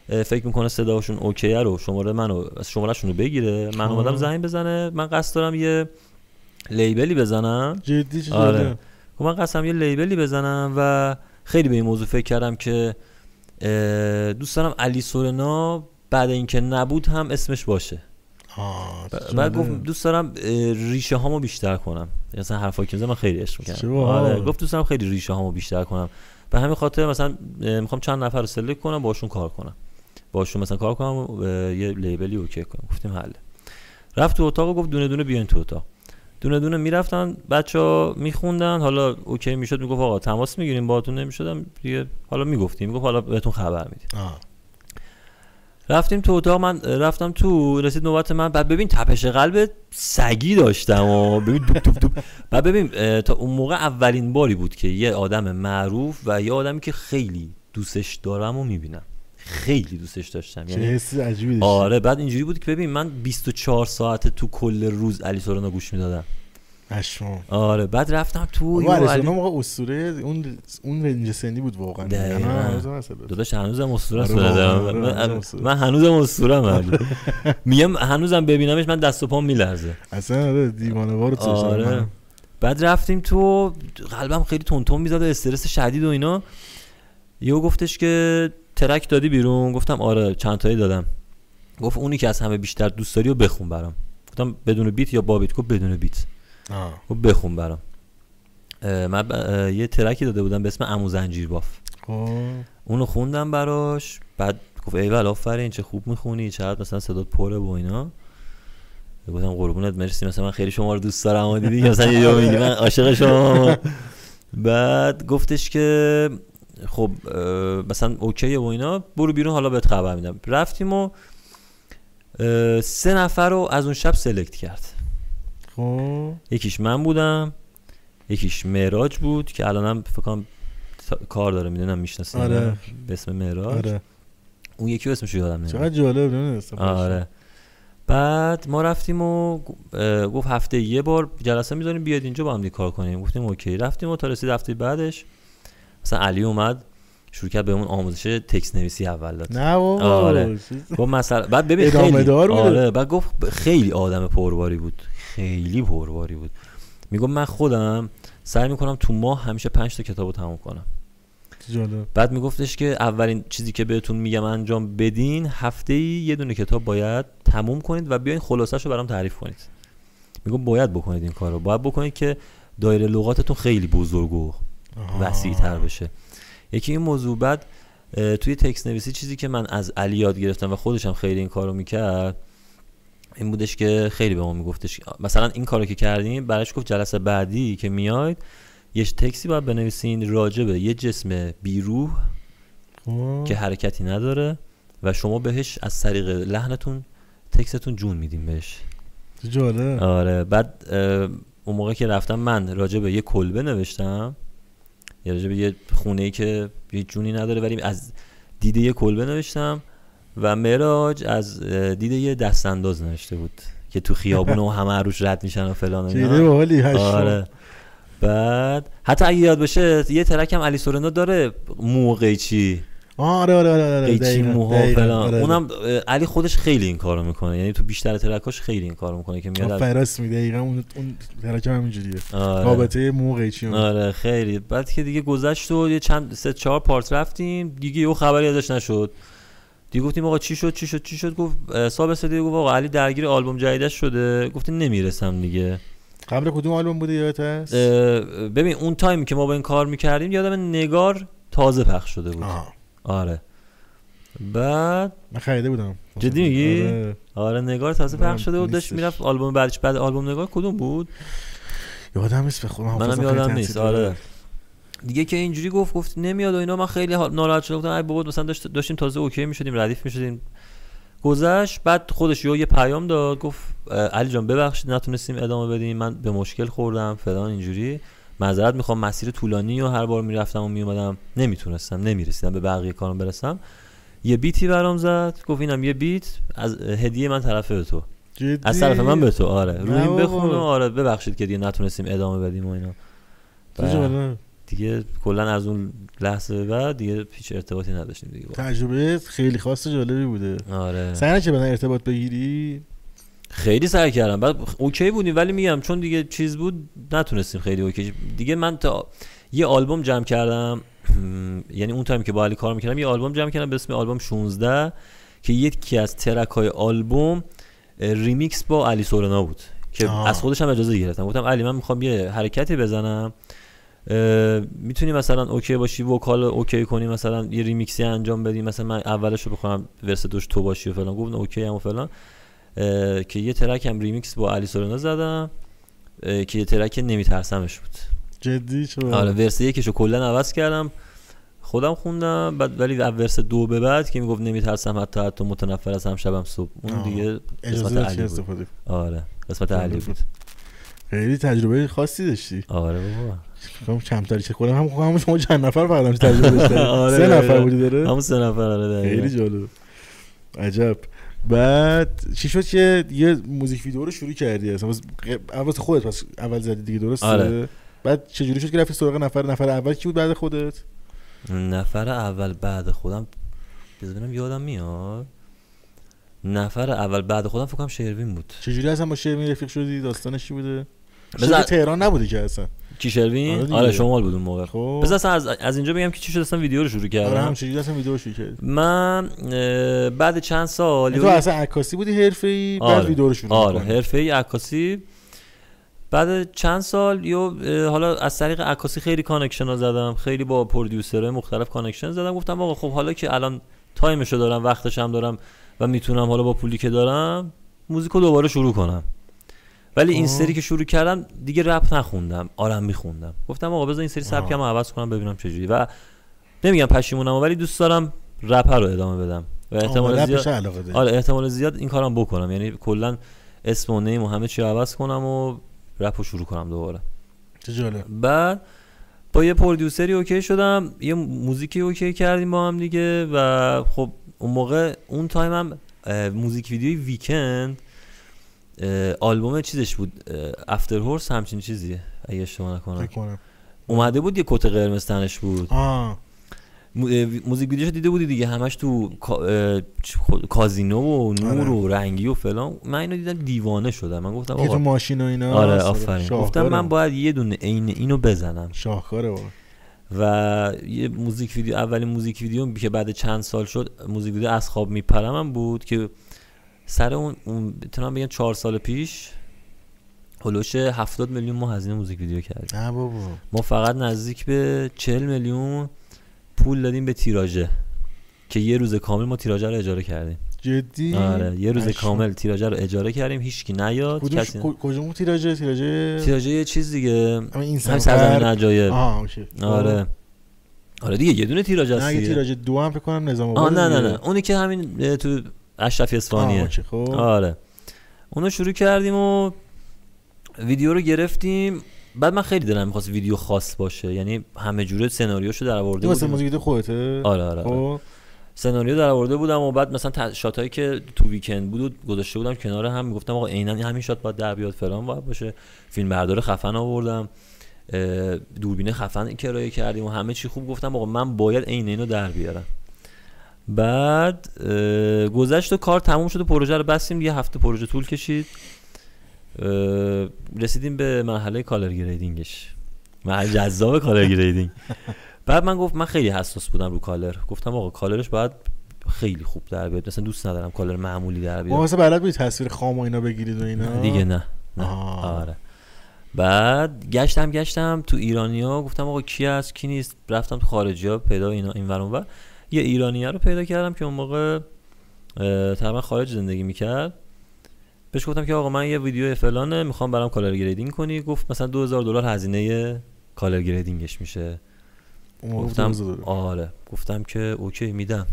[SPEAKER 2] اه، فکر میکنه صداشون اوکیه رو شماره منو شمارهشون رو بگیره من
[SPEAKER 1] آه.
[SPEAKER 2] اومدم زنگ بزنه من قصد دارم یه لیبلی بزنم
[SPEAKER 1] جدی چه
[SPEAKER 2] آره.
[SPEAKER 1] جالب.
[SPEAKER 2] خب من قصدم یه لیبلی بزنم و خیلی به این موضوع فکر کردم که اه، دوست دارم علی سورنا بعد اینکه نبود هم اسمش باشه
[SPEAKER 1] آه، چه
[SPEAKER 2] ب- بعد
[SPEAKER 1] جالب.
[SPEAKER 2] گفت دوست دارم اه، ریشه هامو بیشتر کنم مثلا حرفا که می‌زنم من خیلی عشق
[SPEAKER 1] چه
[SPEAKER 2] می‌کردم
[SPEAKER 1] باحال.
[SPEAKER 2] آره گفت دوست دارم خیلی ریشه هامو بیشتر کنم به همین خاطر مثلا اه، میخوام چند نفر رو سلکت کنم باشون کار کنم باشون مثلا کار کنم و اه، یه لیبلی اوکی کنم گفتیم حله رفت تو اتاق و گفت دونه دونه بیاین تو اتاق دونه دونه میرفتن بچه ها میخوندن حالا اوکی میشد میگفت آقا تماس میگیریم باهاتون نمیشدم دیگه حالا میگفتیم میگفت حالا بهتون خبر میدیم
[SPEAKER 1] آه.
[SPEAKER 2] رفتیم تو اتاق من رفتم تو رسید نوبت من بعد ببین تپش قلب سگی داشتم و ببین دوب دوب دوب. بعد ببین اه، تا اون موقع اولین باری بود که یه آدم معروف و یه آدمی که خیلی دوستش دارم و میبینم خیلی دوستش داشتم
[SPEAKER 1] چه
[SPEAKER 2] یعنی
[SPEAKER 1] حس عجیبی داشتی.
[SPEAKER 2] آره بعد اینجوری بود که ببین من 24 ساعت تو کل روز علی سورانا گوش میدادم
[SPEAKER 1] پشمام
[SPEAKER 2] آره بعد رفتم تو یو
[SPEAKER 1] بابا
[SPEAKER 2] علی...
[SPEAKER 1] علیسونا موقع اسطوره اون اون رنج سنی بود واقعا
[SPEAKER 2] دقیقاً.
[SPEAKER 1] الان هنوز هم اصلا بس.
[SPEAKER 2] داداش هنوزم اسطوره است
[SPEAKER 1] آره
[SPEAKER 2] به نظر
[SPEAKER 1] واقعاً،
[SPEAKER 2] من.
[SPEAKER 1] آره،
[SPEAKER 2] من,
[SPEAKER 1] هنوزم
[SPEAKER 2] من هنوزم اسطوره علی میگم هنوزم ببینمش من دست و پام میلرزه
[SPEAKER 1] اصلا آره دیوانه‌وار تو
[SPEAKER 2] آره بعد رفتیم تو قلبم خیلی تون میزد و استرس شدید و اینا یهو گفتش که ترک دادی بیرون گفتم آره چند تایی دادم گفت اونی که از همه بیشتر دوست داری و بخون برام گفتم بدون بیت یا با بیت گفت بدون بیت
[SPEAKER 1] آه.
[SPEAKER 2] خب بخون برام اه، من ب- اه، یه ترکی داده بودم به اسم امو زنجیر باف
[SPEAKER 1] خب
[SPEAKER 2] اونو خوندم براش بعد گفت ایول آفرین چه خوب میخونی چقدر مثلا صدات پره و اینا گفتم قربونت مرسی مثلا من خیلی شما رو دوست دارم و دیدی که مثلا یه جا میگی من عاشق شما بعد گفتش که خب اه، مثلا اوکیه و اینا برو بیرون حالا بهت خبر میدم رفتیم و اه، سه نفر رو از اون شب سلکت کرد
[SPEAKER 1] خب
[SPEAKER 2] یکیش من بودم یکیش معراج بود که الانم فکر کنم تا- کار داره میدونم میشناسه
[SPEAKER 1] آره
[SPEAKER 2] به اسم معراج
[SPEAKER 1] آره
[SPEAKER 2] اون یکی رو اسمش رو یادم
[SPEAKER 1] چقدر خب،
[SPEAKER 2] نمیاد
[SPEAKER 1] جالب نمیدونستم
[SPEAKER 2] آره بعد ما رفتیم و گ- اه، گفت هفته یه بار جلسه میذاریم بیاد اینجا با هم دیگه کار کنیم گفتیم اوکی رفتیم و تا رسید هفته بعدش مثلا علی اومد شروع کرد به اون آموزش تکست نویسی اول داد
[SPEAKER 1] نه بابا
[SPEAKER 2] آره.
[SPEAKER 1] چیز-
[SPEAKER 2] گفت مثلا بعد ببین
[SPEAKER 1] ادامه
[SPEAKER 2] خیلی
[SPEAKER 1] دار بوده.
[SPEAKER 2] آره بعد گفت ب- خیلی آدم پرواری بود خیلی پرواری بود میگم من خودم سعی میکنم تو ماه همیشه پنج تا کتاب رو تموم کنم
[SPEAKER 1] چه جالب
[SPEAKER 2] بعد میگفتش که اولین چیزی که بهتون میگم انجام بدین هفته ای یه دونه کتاب باید تموم کنید و بیاین خلاصش رو برام تعریف کنید میگم باید بکنید این کار رو باید بکنید که دایره لغاتتون خیلی بزرگ و
[SPEAKER 1] آها.
[SPEAKER 2] وسیع تر بشه یکی این موضوع بعد اه، توی تکس نویسی چیزی که من از علی یاد گرفتم و خودشم خیلی این کارو میکرد این بودش که خیلی به ما میگفتش مثلا این کارو که کردیم براش گفت جلسه بعدی که میاید یه تکسی باید بنویسین راجبه یه جسم بیروح
[SPEAKER 1] خب
[SPEAKER 2] که حرکتی نداره و شما بهش از طریق لحنتون تکستون جون میدیم بهش
[SPEAKER 1] چه جالب
[SPEAKER 2] آره بعد اه، اون موقع که رفتم من راجع به یه کلبه نوشتم یا راجع به یه خونه ای که یه جونی نداره ولی از دیده یه کلبه نوشتم و معراج از اه، دیده یه دستانداز نوشته بود که تو خیابون و همه عروش رد میشن و فلان و
[SPEAKER 1] چه
[SPEAKER 2] اینا.
[SPEAKER 1] ایده باحالی هشت
[SPEAKER 2] آره بعد حتی اگه یاد بشه یه ترک هم علی سورنا داره مو و قیچی
[SPEAKER 1] آره آره آره آره
[SPEAKER 2] قیچی
[SPEAKER 1] دقیقاً،
[SPEAKER 2] موها و
[SPEAKER 1] دقیقاً،
[SPEAKER 2] فلان
[SPEAKER 1] آره، آره.
[SPEAKER 2] اونم اه، علی خودش خیلی این کارو میکنه یعنی تو بیشتر ترکاش خیلی این کارو میکنه که میاد
[SPEAKER 1] آه،
[SPEAKER 2] از-
[SPEAKER 1] فراس می دقیقا اون اون حرکت همینجوریه
[SPEAKER 2] آره.
[SPEAKER 1] رابطه مو و قیچی اون.
[SPEAKER 2] آره خیلی بعد که دیگه گذشت و یه چند سه چهار پارت رفتیم دیگه یهو خبری ازش نشد دیگه گفتیم آقا چی شد چی شد چی شد گفت اه، صاحب استودیو گفت آقا علی درگیر آلبوم جدیدش شده گفتیم نمیرسم دیگه
[SPEAKER 1] قبل کدوم آلبوم بوده یادت هست
[SPEAKER 2] اه، ببین اون تایمی که ما با این کار میکردیم یادم نگار تازه پخش شده بود
[SPEAKER 1] آه.
[SPEAKER 2] آره بعد
[SPEAKER 1] من خریده بودم
[SPEAKER 2] جدی میگی؟
[SPEAKER 1] آره.
[SPEAKER 2] آره نگار تازه
[SPEAKER 1] منم
[SPEAKER 2] پخش شده بود داشت
[SPEAKER 1] نیستش.
[SPEAKER 2] میرفت آلبوم بعدش بعد آلبوم نگار کدوم بود
[SPEAKER 1] یادم نیست به خودم
[SPEAKER 2] منم یادم نیست آره دیگه که اینجوری گفت گفت نمیاد و اینا من خیلی حال- ناراحت شدم گفتم ای بابا مثلا داشت- داشتیم تازه اوکی میشدیم ردیف میشدیم گذشت بعد خودش یهو یه پیام داد گفت اه، علی جان ببخشید نتونستیم ادامه بدیم من به مشکل خوردم فلان اینجوری معذرت میخوام مسیر طولانی و هر بار میرفتم و میومدم نمیتونستم نمیرسیدم به بقیه کارم برسم یه بیتی برام زد گفت اینم یه بیت از هدیه من طرفه به تو
[SPEAKER 1] جدی
[SPEAKER 2] از طرف من به تو آره
[SPEAKER 1] نه
[SPEAKER 2] رویم
[SPEAKER 1] بابا.
[SPEAKER 2] بخون و آره ببخشید که دیگه نتونستیم ادامه بدیم و اینا
[SPEAKER 1] چه
[SPEAKER 2] آره.
[SPEAKER 1] جالب.
[SPEAKER 2] دیگه کلا از اون لحظه به بعد دیگه پیش ارتباطی نداشتیم دیگه با.
[SPEAKER 1] تجربه خیلی خاص و جالبی بوده
[SPEAKER 2] آره
[SPEAKER 1] سعی که بدن ارتباط بگیری
[SPEAKER 2] خیلی سعی کردم بعد اوکی بودیم ولی میگم چون دیگه چیز بود نتونستیم خیلی اوکی دیگه من تا یه آلبوم جمع کردم یعنی اون تایم که با علی کار میکردم یه آلبوم جمع کردم به اسم آلبوم 16 که یکی از ترک های آلبوم اه، ریمیکس با علی سورنا بود که
[SPEAKER 1] آه.
[SPEAKER 2] از خودش هم اجازه گرفتم گفتم علی من میخوام یه حرکتی بزنم میتونی مثلا اوکی باشی وکال رو اوکی کنی مثلا یه ریمیکسی انجام بدی مثلا من اولش رو بخوام ورس دوش تو باشی و فلان گفت اوکی هم و فلان اه، که یه ترک هم ریمیکس با علی سورنا زدم اه، که یه ترک نمیترسمش بود
[SPEAKER 1] جدی چه
[SPEAKER 2] آره ورس یکیشو کلا عوض کردم خودم خوندم بعد ولی از ورس دو به بعد که میگفت نمیترسم حتی حتی متنفر از هم شبم صبح اون
[SPEAKER 1] آه.
[SPEAKER 2] دیگه
[SPEAKER 1] اجازه
[SPEAKER 2] قسمت
[SPEAKER 1] داشتی
[SPEAKER 2] علی بود.
[SPEAKER 1] استفاده کنی.
[SPEAKER 2] آره قسمت علی بود
[SPEAKER 1] خیلی تجربه خاصی داشتی
[SPEAKER 2] آره بابا
[SPEAKER 1] کم کمتری که خودم هم خودم شما چند نفر فقط همش تجربه داشتن
[SPEAKER 2] آره،
[SPEAKER 1] سه نفر
[SPEAKER 2] آره.
[SPEAKER 1] بودی داره
[SPEAKER 2] همون سه نفر آره دقیقاً.
[SPEAKER 1] خیلی جالب عجب بعد چی شد که یه موزیک ویدیو رو شروع کردی اصلا واسه- اول واسه خودت پس اول زدی دیگه درسته
[SPEAKER 2] آره.
[SPEAKER 1] بعد چجوری شد که رفتی سراغ نفر نفر اول کی بود بعد خودت
[SPEAKER 2] نفر اول بعد خودم بذار ببینم یادم میاد نفر اول بعد خودم فکر کنم شروین بود
[SPEAKER 1] چجوری اصلا با شیرین رفیق شدی داستانش چی بوده
[SPEAKER 2] بذار-
[SPEAKER 1] بذار تهران نبودی که اصلا
[SPEAKER 2] کی
[SPEAKER 1] آره
[SPEAKER 2] شروین
[SPEAKER 1] دیگه.
[SPEAKER 2] آره شمال بود اون موقع
[SPEAKER 1] خب
[SPEAKER 2] بذار اصلا از, از اینجا بگم که چی شد اصلا ویدیو رو شروع
[SPEAKER 1] آره
[SPEAKER 2] کردم
[SPEAKER 1] هم چجوری اصلا ویدیو رو شروع کردی
[SPEAKER 2] من اه، بعد چند سال
[SPEAKER 1] تو اصلا عکاسی بودی حرفه‌ای بعد
[SPEAKER 2] آره.
[SPEAKER 1] ویدیو رو شروع
[SPEAKER 2] آره
[SPEAKER 1] می‌کنی.
[SPEAKER 2] حرفه ای عکاسی بعد چند سال یو اه، حالا از طریق عکاسی خیلی کانکشن ها زدم خیلی با پرودیوسرهای مختلف کانکشن زدم گفتم آقا خب حالا که الان تایمشو دارم وقتش هم دارم و میتونم حالا با پولی که دارم موزیک رو دوباره شروع کنم ولی این
[SPEAKER 1] آه.
[SPEAKER 2] سری که شروع کردم دیگه رپ نخوندم آرم میخوندم گفتم آقا بذار این سری سبکم رو عوض کنم ببینم چجوری و نمیگم پشیمونم ولی دوست دارم رپ رو ادامه بدم و
[SPEAKER 1] آماده
[SPEAKER 2] احتمال زیاد
[SPEAKER 1] بشه علاقه داری.
[SPEAKER 2] آره احتمال زیاد این کارم بکنم یعنی کلا اسم و نیم و همه چی رو عوض کنم و رپ رو شروع کنم دوباره
[SPEAKER 1] چه جالب
[SPEAKER 2] بعد با یه پرودیوسری اوکی شدم یه موزیکی اوکی کردیم با هم دیگه و خب اون موقع اون تایم هم اه، موزیک ویدیوی ویکند اه، آلبوم چیزش بود افتر هورس همچین چیزیه اگه اشتباه نکنم
[SPEAKER 1] فکر کنم
[SPEAKER 2] اومده بود یه کت قرمز تنش بود
[SPEAKER 1] آه
[SPEAKER 2] مو- اه، وی- موزیک ویدیوشو دیده بودی دیگه همش تو کا- اه، چ- خو- کازینو و نور
[SPEAKER 1] آره.
[SPEAKER 2] و رنگی و فلان من اینو دیدم دیوانه شدم من گفتم
[SPEAKER 1] دیگه تو
[SPEAKER 2] آقا
[SPEAKER 1] ماشین و اینا
[SPEAKER 2] آره
[SPEAKER 1] سر-
[SPEAKER 2] آفرین
[SPEAKER 1] شاهکاره.
[SPEAKER 2] گفتم من باید یه دونه عین اینو بزنم
[SPEAKER 1] شاهکاره واقعا
[SPEAKER 2] و یه موزیک ویدیو اولین موزیک ویدیو که بعد چند سال شد موزیک ویدیو از خواب میپرم هم بود که سر اون, اون بتونم بگم چهار سال پیش هلوش 70 میلیون ما هزینه موزیک ویدیو کردیم
[SPEAKER 1] نه بابا
[SPEAKER 2] ما فقط نزدیک به 40 میلیون پول دادیم به تیراژه که یه روز کامل ما تیراژه رو اجاره کردیم
[SPEAKER 1] جدی
[SPEAKER 2] آره یه روز
[SPEAKER 1] عشق.
[SPEAKER 2] کامل تیراژه رو اجاره کردیم هیچکی نیاد
[SPEAKER 1] کدومش-
[SPEAKER 2] کسی
[SPEAKER 1] کو- کجا اون تیراژه تیراژه
[SPEAKER 2] تیراژه یه چیز دیگه
[SPEAKER 1] همین این
[SPEAKER 2] هم
[SPEAKER 1] سمتر
[SPEAKER 2] سرزمین عجایب
[SPEAKER 1] آه اوکی خب.
[SPEAKER 2] آره آره دیگه یه دونه تیراژ
[SPEAKER 1] نه
[SPEAKER 2] هست
[SPEAKER 1] اگه
[SPEAKER 2] دیگه
[SPEAKER 1] تیراژ دو هم فکر کنم نظام
[SPEAKER 2] آه
[SPEAKER 1] آباد
[SPEAKER 2] نه نه
[SPEAKER 1] دیگه.
[SPEAKER 2] نه اونی که همین اه، تو اشرفی
[SPEAKER 1] آه،
[SPEAKER 2] اصفهانیه
[SPEAKER 1] اوکی خب
[SPEAKER 2] آره اونو شروع کردیم و ویدیو رو گرفتیم بعد من خیلی دلم میخواست ویدیو خاص باشه یعنی همه جوره سناریوشو در
[SPEAKER 1] تو
[SPEAKER 2] آورده
[SPEAKER 1] واسه
[SPEAKER 2] بودیم
[SPEAKER 1] موزیک ویدیو خودته
[SPEAKER 2] آره آره, آره.
[SPEAKER 1] خب
[SPEAKER 2] سناریو در آورده بودم و بعد مثلا ت- شاتایی که تو ویکند بود و گذاشته بودم کنار هم میگفتم آقا عینا همین شات باید در بیاد فلان باید باشه فیلم بردار خفن آوردم اه، دوربین خفن کرایه کردیم و همه چی خوب گفتم آقا من باید عین اینو در بیارم بعد اه، گذشت و کار تموم شد و پروژه رو بستیم یه هفته پروژه طول کشید اه، رسیدیم به مرحله کالر گریدینگش مرحله جذاب کالر گریدینگ بعد من گفت من خیلی حساس بودم رو کالر گفتم آقا کالرش باید خیلی خوب در بیاد مثلا دوست ندارم کالر معمولی در
[SPEAKER 1] ما
[SPEAKER 2] بیاد
[SPEAKER 1] واسه بلد بودی تصویر خام و اینا بگیرید و اینا
[SPEAKER 2] دیگه نه نه
[SPEAKER 1] آه.
[SPEAKER 2] آره بعد گشتم گشتم تو ایرانیا گفتم آقا کی هست کی نیست رفتم تو خارجی ها پیدا اینا این ور اون ور. یه ایرانی رو پیدا کردم که اون موقع اه، تقریبا خارج زندگی میکرد بهش گفتم که آقا من یه ویدیو فلانه میخوام برام کالر گریدینگ کنی گفت مثلا 2000 دلار هزینه کالر گریدینگش میشه
[SPEAKER 1] اون موقع
[SPEAKER 2] گفتم
[SPEAKER 1] بوده بزرگ.
[SPEAKER 2] آره گفتم که اوکی میدم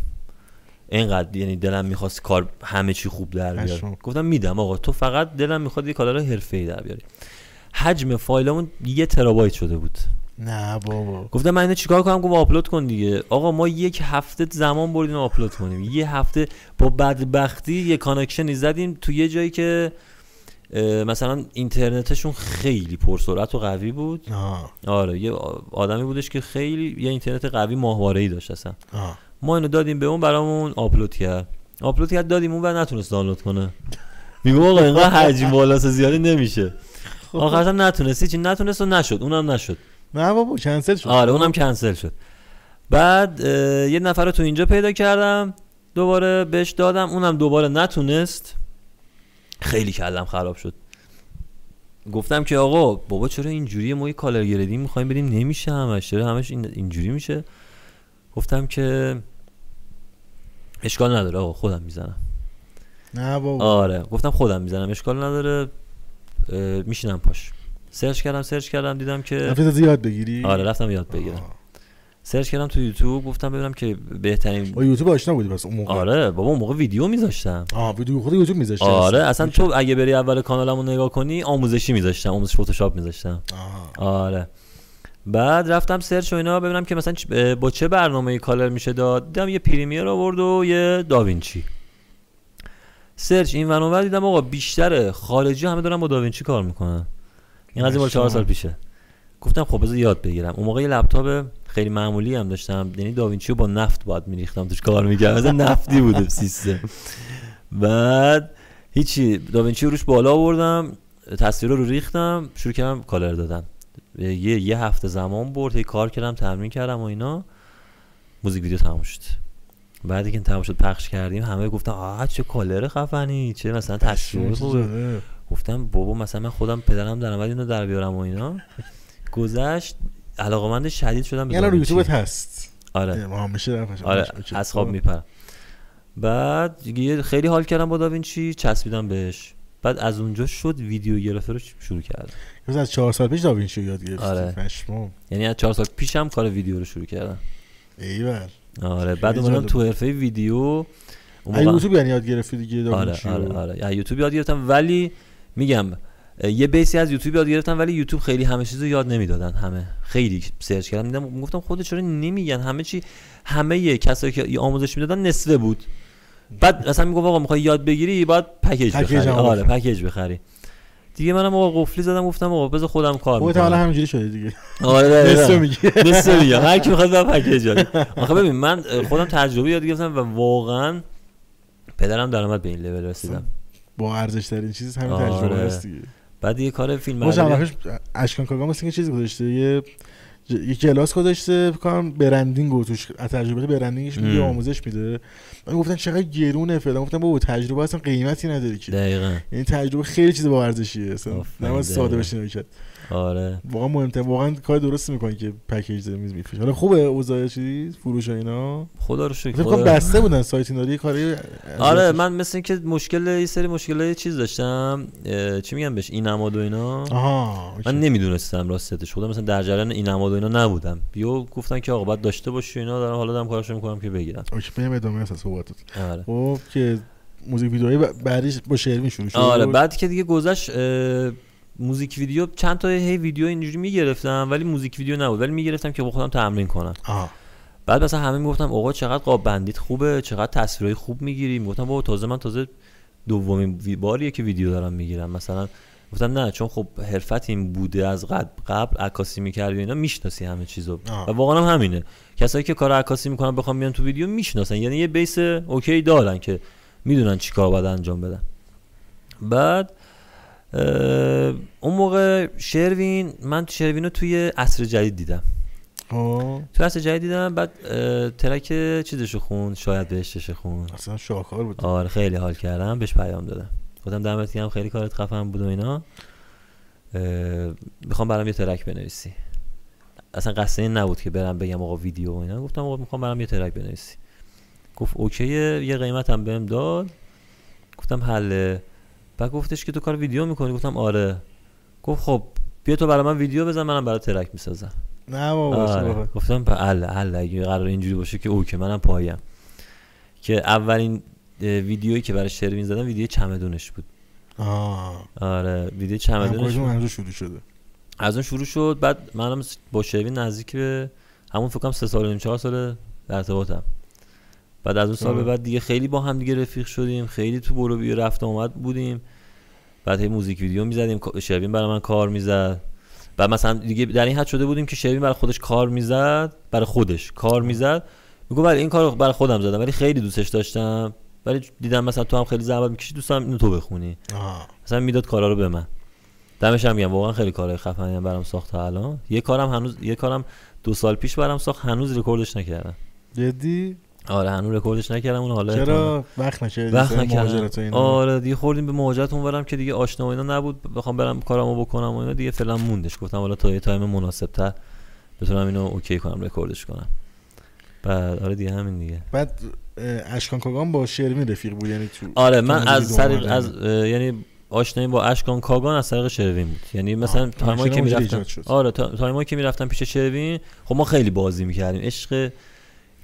[SPEAKER 2] اینقدر یعنی دلم میخواست کار همه چی خوب در بیار
[SPEAKER 1] پشمام.
[SPEAKER 2] گفتم میدم آقا تو فقط دلم میخواد یه کالر حرفه ای در بیاری حجم فایلمون یه ترابایت شده بود
[SPEAKER 1] نه بابا
[SPEAKER 2] گفتم من اینو چیکار کنم گفت آپلود کن دیگه آقا ما یک هفته زمان بردیم آپلود کنیم یه هفته با بدبختی یه کانکشنی زدیم تو یه جایی که اه، مثلا اینترنتشون خیلی پرسرعت و قوی بود
[SPEAKER 1] آه
[SPEAKER 2] آره یه آدمی بودش که خیلی یه اینترنت قوی ماهواره ای داشت اصلا
[SPEAKER 1] آه
[SPEAKER 2] ما اینو دادیم به اون برامون آپلود کرد آپلود کرد دادیم اون و نتونست دانلود کنه میگو آقا اینقدر حجم بالا زیاده نمیشه آخرش هم نتونست چی نتونست و نشد اونم نشد
[SPEAKER 1] نه بابا کنسل شد
[SPEAKER 2] آره اونم کنسل شد بعد اه، یه نفر رو تو اینجا پیدا کردم دوباره بهش دادم اونم دوباره نتونست خیلی کلم خراب شد گفتم که آقا بابا چرا اینجوریه ما یه کالر گردیم میخوایم بریم نمیشه همش چرا همش این- اینجوری میشه گفتم که اشکال نداره آقا خودم میزنم
[SPEAKER 1] نه بابا
[SPEAKER 2] آره گفتم خودم میزنم اشکال نداره اه، میشینم پاش سرچ کردم سرچ کردم دیدم که
[SPEAKER 1] نفیس زیاد بگیری
[SPEAKER 2] آره رفتم یاد بگیرم
[SPEAKER 1] آه.
[SPEAKER 2] سرچ کردم تو یوتیوب گفتم ببینم که بهترین
[SPEAKER 1] با یوتیوب آشنا بودی پس اون موقع
[SPEAKER 2] آره بابا اون موقع ویدیو میذاشتم
[SPEAKER 1] آه ویدیو خود یوتیوب میذاشتی
[SPEAKER 2] آره اصلا تو اگه بری اول کانالمو نگاه کنی آموزشی میذاشتم آموزش فتوشاپ میذاشتم
[SPEAKER 1] آه.
[SPEAKER 2] آره بعد رفتم سرچ و اینا ببینم که مثلا چ- با چه برنامه کالر میشه داد دیدم یه پریمیر آورد و یه داوینچی سرچ این ونور دیدم آقا بیشتر خارجی همه دارن با داوینچی کار میکنن این قضیه مال چهار سال پیشه گفتم خب بذار یاد بگیرم اون موقع یه لپتاپ خیلی معمولی هم داشتم یعنی داوینچی رو با نفت باید میریختم توش کار میکردم مثلا نفتی بوده سیستم بعد هیچی داوینچی رو روش بالا آوردم تصویر رو ریختم شروع کردم کالر دادم یه یه هفته زمان برد هی کار کردم تمرین کردم و اینا موزیک ویدیو تموم شد بعد که تموم شد پخش کردیم همه گفتن آه چه کالر خفنی چه مثلا تصویر خوبه
[SPEAKER 1] آره.
[SPEAKER 2] گفتم بابا مثلا من خودم پدرم در نود اینو در بیارم و اینا گذشت علاقمند شدید شدم به
[SPEAKER 1] یعنی رو
[SPEAKER 2] داوینچی.
[SPEAKER 1] یوتیوبت هست
[SPEAKER 2] آره
[SPEAKER 1] ما همیشه رفتش.
[SPEAKER 2] آره
[SPEAKER 1] اوکی. خب.
[SPEAKER 2] از خواب میپرم بعد دیگه خیلی حال کردم با داوینچی چسبیدم بهش بعد از اونجا شد ویدیوگرافی رو شروع کردم
[SPEAKER 1] مثلا از چهار سال پیش داوینچی رو یاد گرفتی
[SPEAKER 2] آره.
[SPEAKER 1] پشمام
[SPEAKER 2] یعنی از چهار سال پیشم کار ویدیو رو شروع کردم
[SPEAKER 1] ایول
[SPEAKER 2] آره بعد
[SPEAKER 1] خیلی
[SPEAKER 2] اومدم
[SPEAKER 1] جالب.
[SPEAKER 2] تو حرفه ویدیو اون
[SPEAKER 1] از
[SPEAKER 2] موقع-
[SPEAKER 1] یوتیوب یعنی یاد گرفتی دیگه
[SPEAKER 2] آره
[SPEAKER 1] داوینچی
[SPEAKER 2] آره
[SPEAKER 1] رو
[SPEAKER 2] آره از یوتیوب یاد گرفتم ولی میگم اه، یه بیسی از یوتیوب یاد گرفتم ولی یوتیوب خیلی همه چیز رو یاد نمیدادن همه خیلی سرچ کردم دیدم گفتم خود چرا نمیگن همه چی همه یه کسایی که یه آموزش میدادن نصفه بود بعد مثلا میگفت آقا میخوای یاد بگیری باید پکیج
[SPEAKER 1] پکیج
[SPEAKER 2] بخری
[SPEAKER 1] هم
[SPEAKER 2] آره
[SPEAKER 1] بخری.
[SPEAKER 2] پکیج بخری دیگه منم آقا قفلی زدم گفتم آقا بذار خودم کار
[SPEAKER 1] خودت
[SPEAKER 2] میکنم
[SPEAKER 1] حالا همینجوری شده دیگه
[SPEAKER 2] آره دقیقاً.
[SPEAKER 1] نصف میگی
[SPEAKER 2] نصفه میگم هر کی میخواد بر پکیج یاد بگیره. آخه ببین من خودم تجربه یاد گرفتم و واقعا پدرم درآمد به این لول رسیدم
[SPEAKER 1] با ارزش ترین چیز همین
[SPEAKER 2] آره. بله.
[SPEAKER 1] تجربه هست دیگه
[SPEAKER 2] بعد یه کار فیلم
[SPEAKER 1] ما جمعش اشکان کاگا مثل اینکه چیزی گذاشته یه ج- یه کلاس گذاشته فکر کنم برندینگ و توش از تجربه برندینگش میگه
[SPEAKER 2] ام.
[SPEAKER 1] آموزش میده من گفتن چقدر گرونه فعلا گفتم بابا تجربه اصلا قیمتی نداره که
[SPEAKER 2] دقیقا
[SPEAKER 1] یعنی تجربه خیلی چیز با ارزشیه اصلا
[SPEAKER 2] آفرین،
[SPEAKER 1] نه ساده
[SPEAKER 2] دقیقاً.
[SPEAKER 1] بشین کرد
[SPEAKER 2] آره
[SPEAKER 1] واقعا مهمتر واقعا کار درست میکنی که پکیج داره میز میفروشه حالا خوبه اوضاع چیز فروش و اینا
[SPEAKER 2] خدا رو شکر
[SPEAKER 1] فکر کنم
[SPEAKER 2] خدا.
[SPEAKER 1] بسته بودن سایت اینا رو، یه کاری
[SPEAKER 2] آره من مثل اینکه مشکل یه سری مشکل چیز داشتم اه، چی میگم بهش این و اینا
[SPEAKER 1] آها
[SPEAKER 2] من
[SPEAKER 1] اوکی.
[SPEAKER 2] نمیدونستم راستیتش خودم مثلا در جریان این و اینا نبودم یو گفتن که آقا باید داشته باشی و اینا دارم حالا دارم کارشو میکنم که بگیرم
[SPEAKER 1] اوکی بریم ادامه هست از صحبتت
[SPEAKER 2] آره
[SPEAKER 1] خب که موزیک ویدئوی ب- بعدیش با شروین شروع شد
[SPEAKER 2] آره بعد که دیگه گذشت اه، موزیک ویدیو چند تا هی ویدیو اینجوری میگرفتم ولی موزیک ویدیو نبود ولی میگرفتم که با خودم تمرین کنم
[SPEAKER 1] آها
[SPEAKER 2] بعد مثلا همه میگفتم آقا چقدر قاب بندیت خوبه چقدر تصویرای خوب میگیری میگفتم بابا تازه من تازه دومین وی- باریه که ویدیو دارم میگیرم مثلا گفتم نه چون خب حرفت این بوده از قبل قبل عکاسی میکردی و اینا میشناسی همه چیزو
[SPEAKER 1] آه.
[SPEAKER 2] و واقعا هم همینه کسایی که کار عکاسی میکنن بخوام بیان تو ویدیو میشناسن یعنی یه بیس اوکی دارن که میدونن چیکار باید انجام بدن بعد اه، اون موقع شروین من شروین رو توی عصر جدید دیدم
[SPEAKER 1] آه.
[SPEAKER 2] تو اصل جدید دیدم بعد اه، ترک چیزشو خون شاید بهشتش خون
[SPEAKER 1] اصلا شاهکار بود
[SPEAKER 2] آره خیلی حال کردم بهش پیام دادم گفتم دمت گرم خیلی کارت خفن بود و اینا میخوام برام یه ترک بنویسی اصلا قصد این نبود که برم بگم آقا ویدیو و اینا گفتم آقا میخوام برام یه ترک بنویسی گفت اوکیه یه قیمتم بهم داد گفتم حله بعد گفتش که تو کار ویدیو میکنی گفتم آره گفت خب بیا تو برای من ویدیو بزن منم برای ترک میسازم
[SPEAKER 1] نه بابا
[SPEAKER 2] آره.
[SPEAKER 1] صحبت.
[SPEAKER 2] گفتم په الله الله اگه قرار اینجوری باشه که اوکی منم پایم که اولین اه، ویدیویی که برای شروین زدم ویدیو چمدونش بود
[SPEAKER 1] آه
[SPEAKER 2] آره ویدیو
[SPEAKER 1] من
[SPEAKER 2] چمدونش
[SPEAKER 1] کجا
[SPEAKER 2] بود.
[SPEAKER 1] منظور شروع شده
[SPEAKER 2] از اون شروع شد بعد منم س- با شروین نزدیک به همون فکر کنم سه سال و نیم چهار سال در ارتباطم بعد از اون سال به
[SPEAKER 1] آه.
[SPEAKER 2] بعد دیگه خیلی با هم دیگه رفیق شدیم خیلی تو برو بیا رفت و آمد بودیم بعد هی موزیک ویدیو میزدیم شروین برای من کار میزد بعد مثلا دیگه در این حد شده بودیم که شروین برای خودش کار میزد برای خودش کار میزد میگو بله این کار رو برای خودم زدم ولی خیلی دوستش داشتم ولی دیدم مثلا تو هم خیلی زحمت میکشی دوستم اینو تو بخونی
[SPEAKER 1] آه
[SPEAKER 2] مثلا میداد کارا رو به من دمش هم میگم واقعا خیلی کارهای خفنی هم برام ساخت تا الان یه کارم هنوز یه کارم دو سال پیش برام ساخت هنوز رکوردش نکردم
[SPEAKER 1] جدی
[SPEAKER 2] آره هنوز رکوردش نکردم اون حالا احتمالاً
[SPEAKER 1] چرا وقت نکردی
[SPEAKER 2] بله، وقت
[SPEAKER 1] سر مهاجرت و
[SPEAKER 2] نکردم
[SPEAKER 1] اینا؟
[SPEAKER 2] آره دیگه خوردیم به مهاجرت اونورم که دیگه آشنا و اینا نبود بخوام برم کارامو بکنم و اینا دیگه فعلا موندش گفتم حالا تا یه تایم مناسبتر بتونم اینو اوکی کنم رکوردش کنم بعد آره دیگه همین دیگه
[SPEAKER 1] بعد اه، اشکان کاگان با شروین رفیق بود یعنی تو
[SPEAKER 2] آره من
[SPEAKER 1] تو
[SPEAKER 2] از
[SPEAKER 1] موزیک
[SPEAKER 2] طریق
[SPEAKER 1] اومدن.
[SPEAKER 2] از اه، یعنی آشنایی با اشکان کاگان از طریق شروین بود یعنی مثلا
[SPEAKER 1] آه، همچنین
[SPEAKER 2] تایمایی که
[SPEAKER 1] اونجوری
[SPEAKER 2] میرفتم
[SPEAKER 1] ایجاد شد.
[SPEAKER 2] آره تا- تایمایی که میرفتم پیش شروین خب ما خیلی بازی میکردیم عشق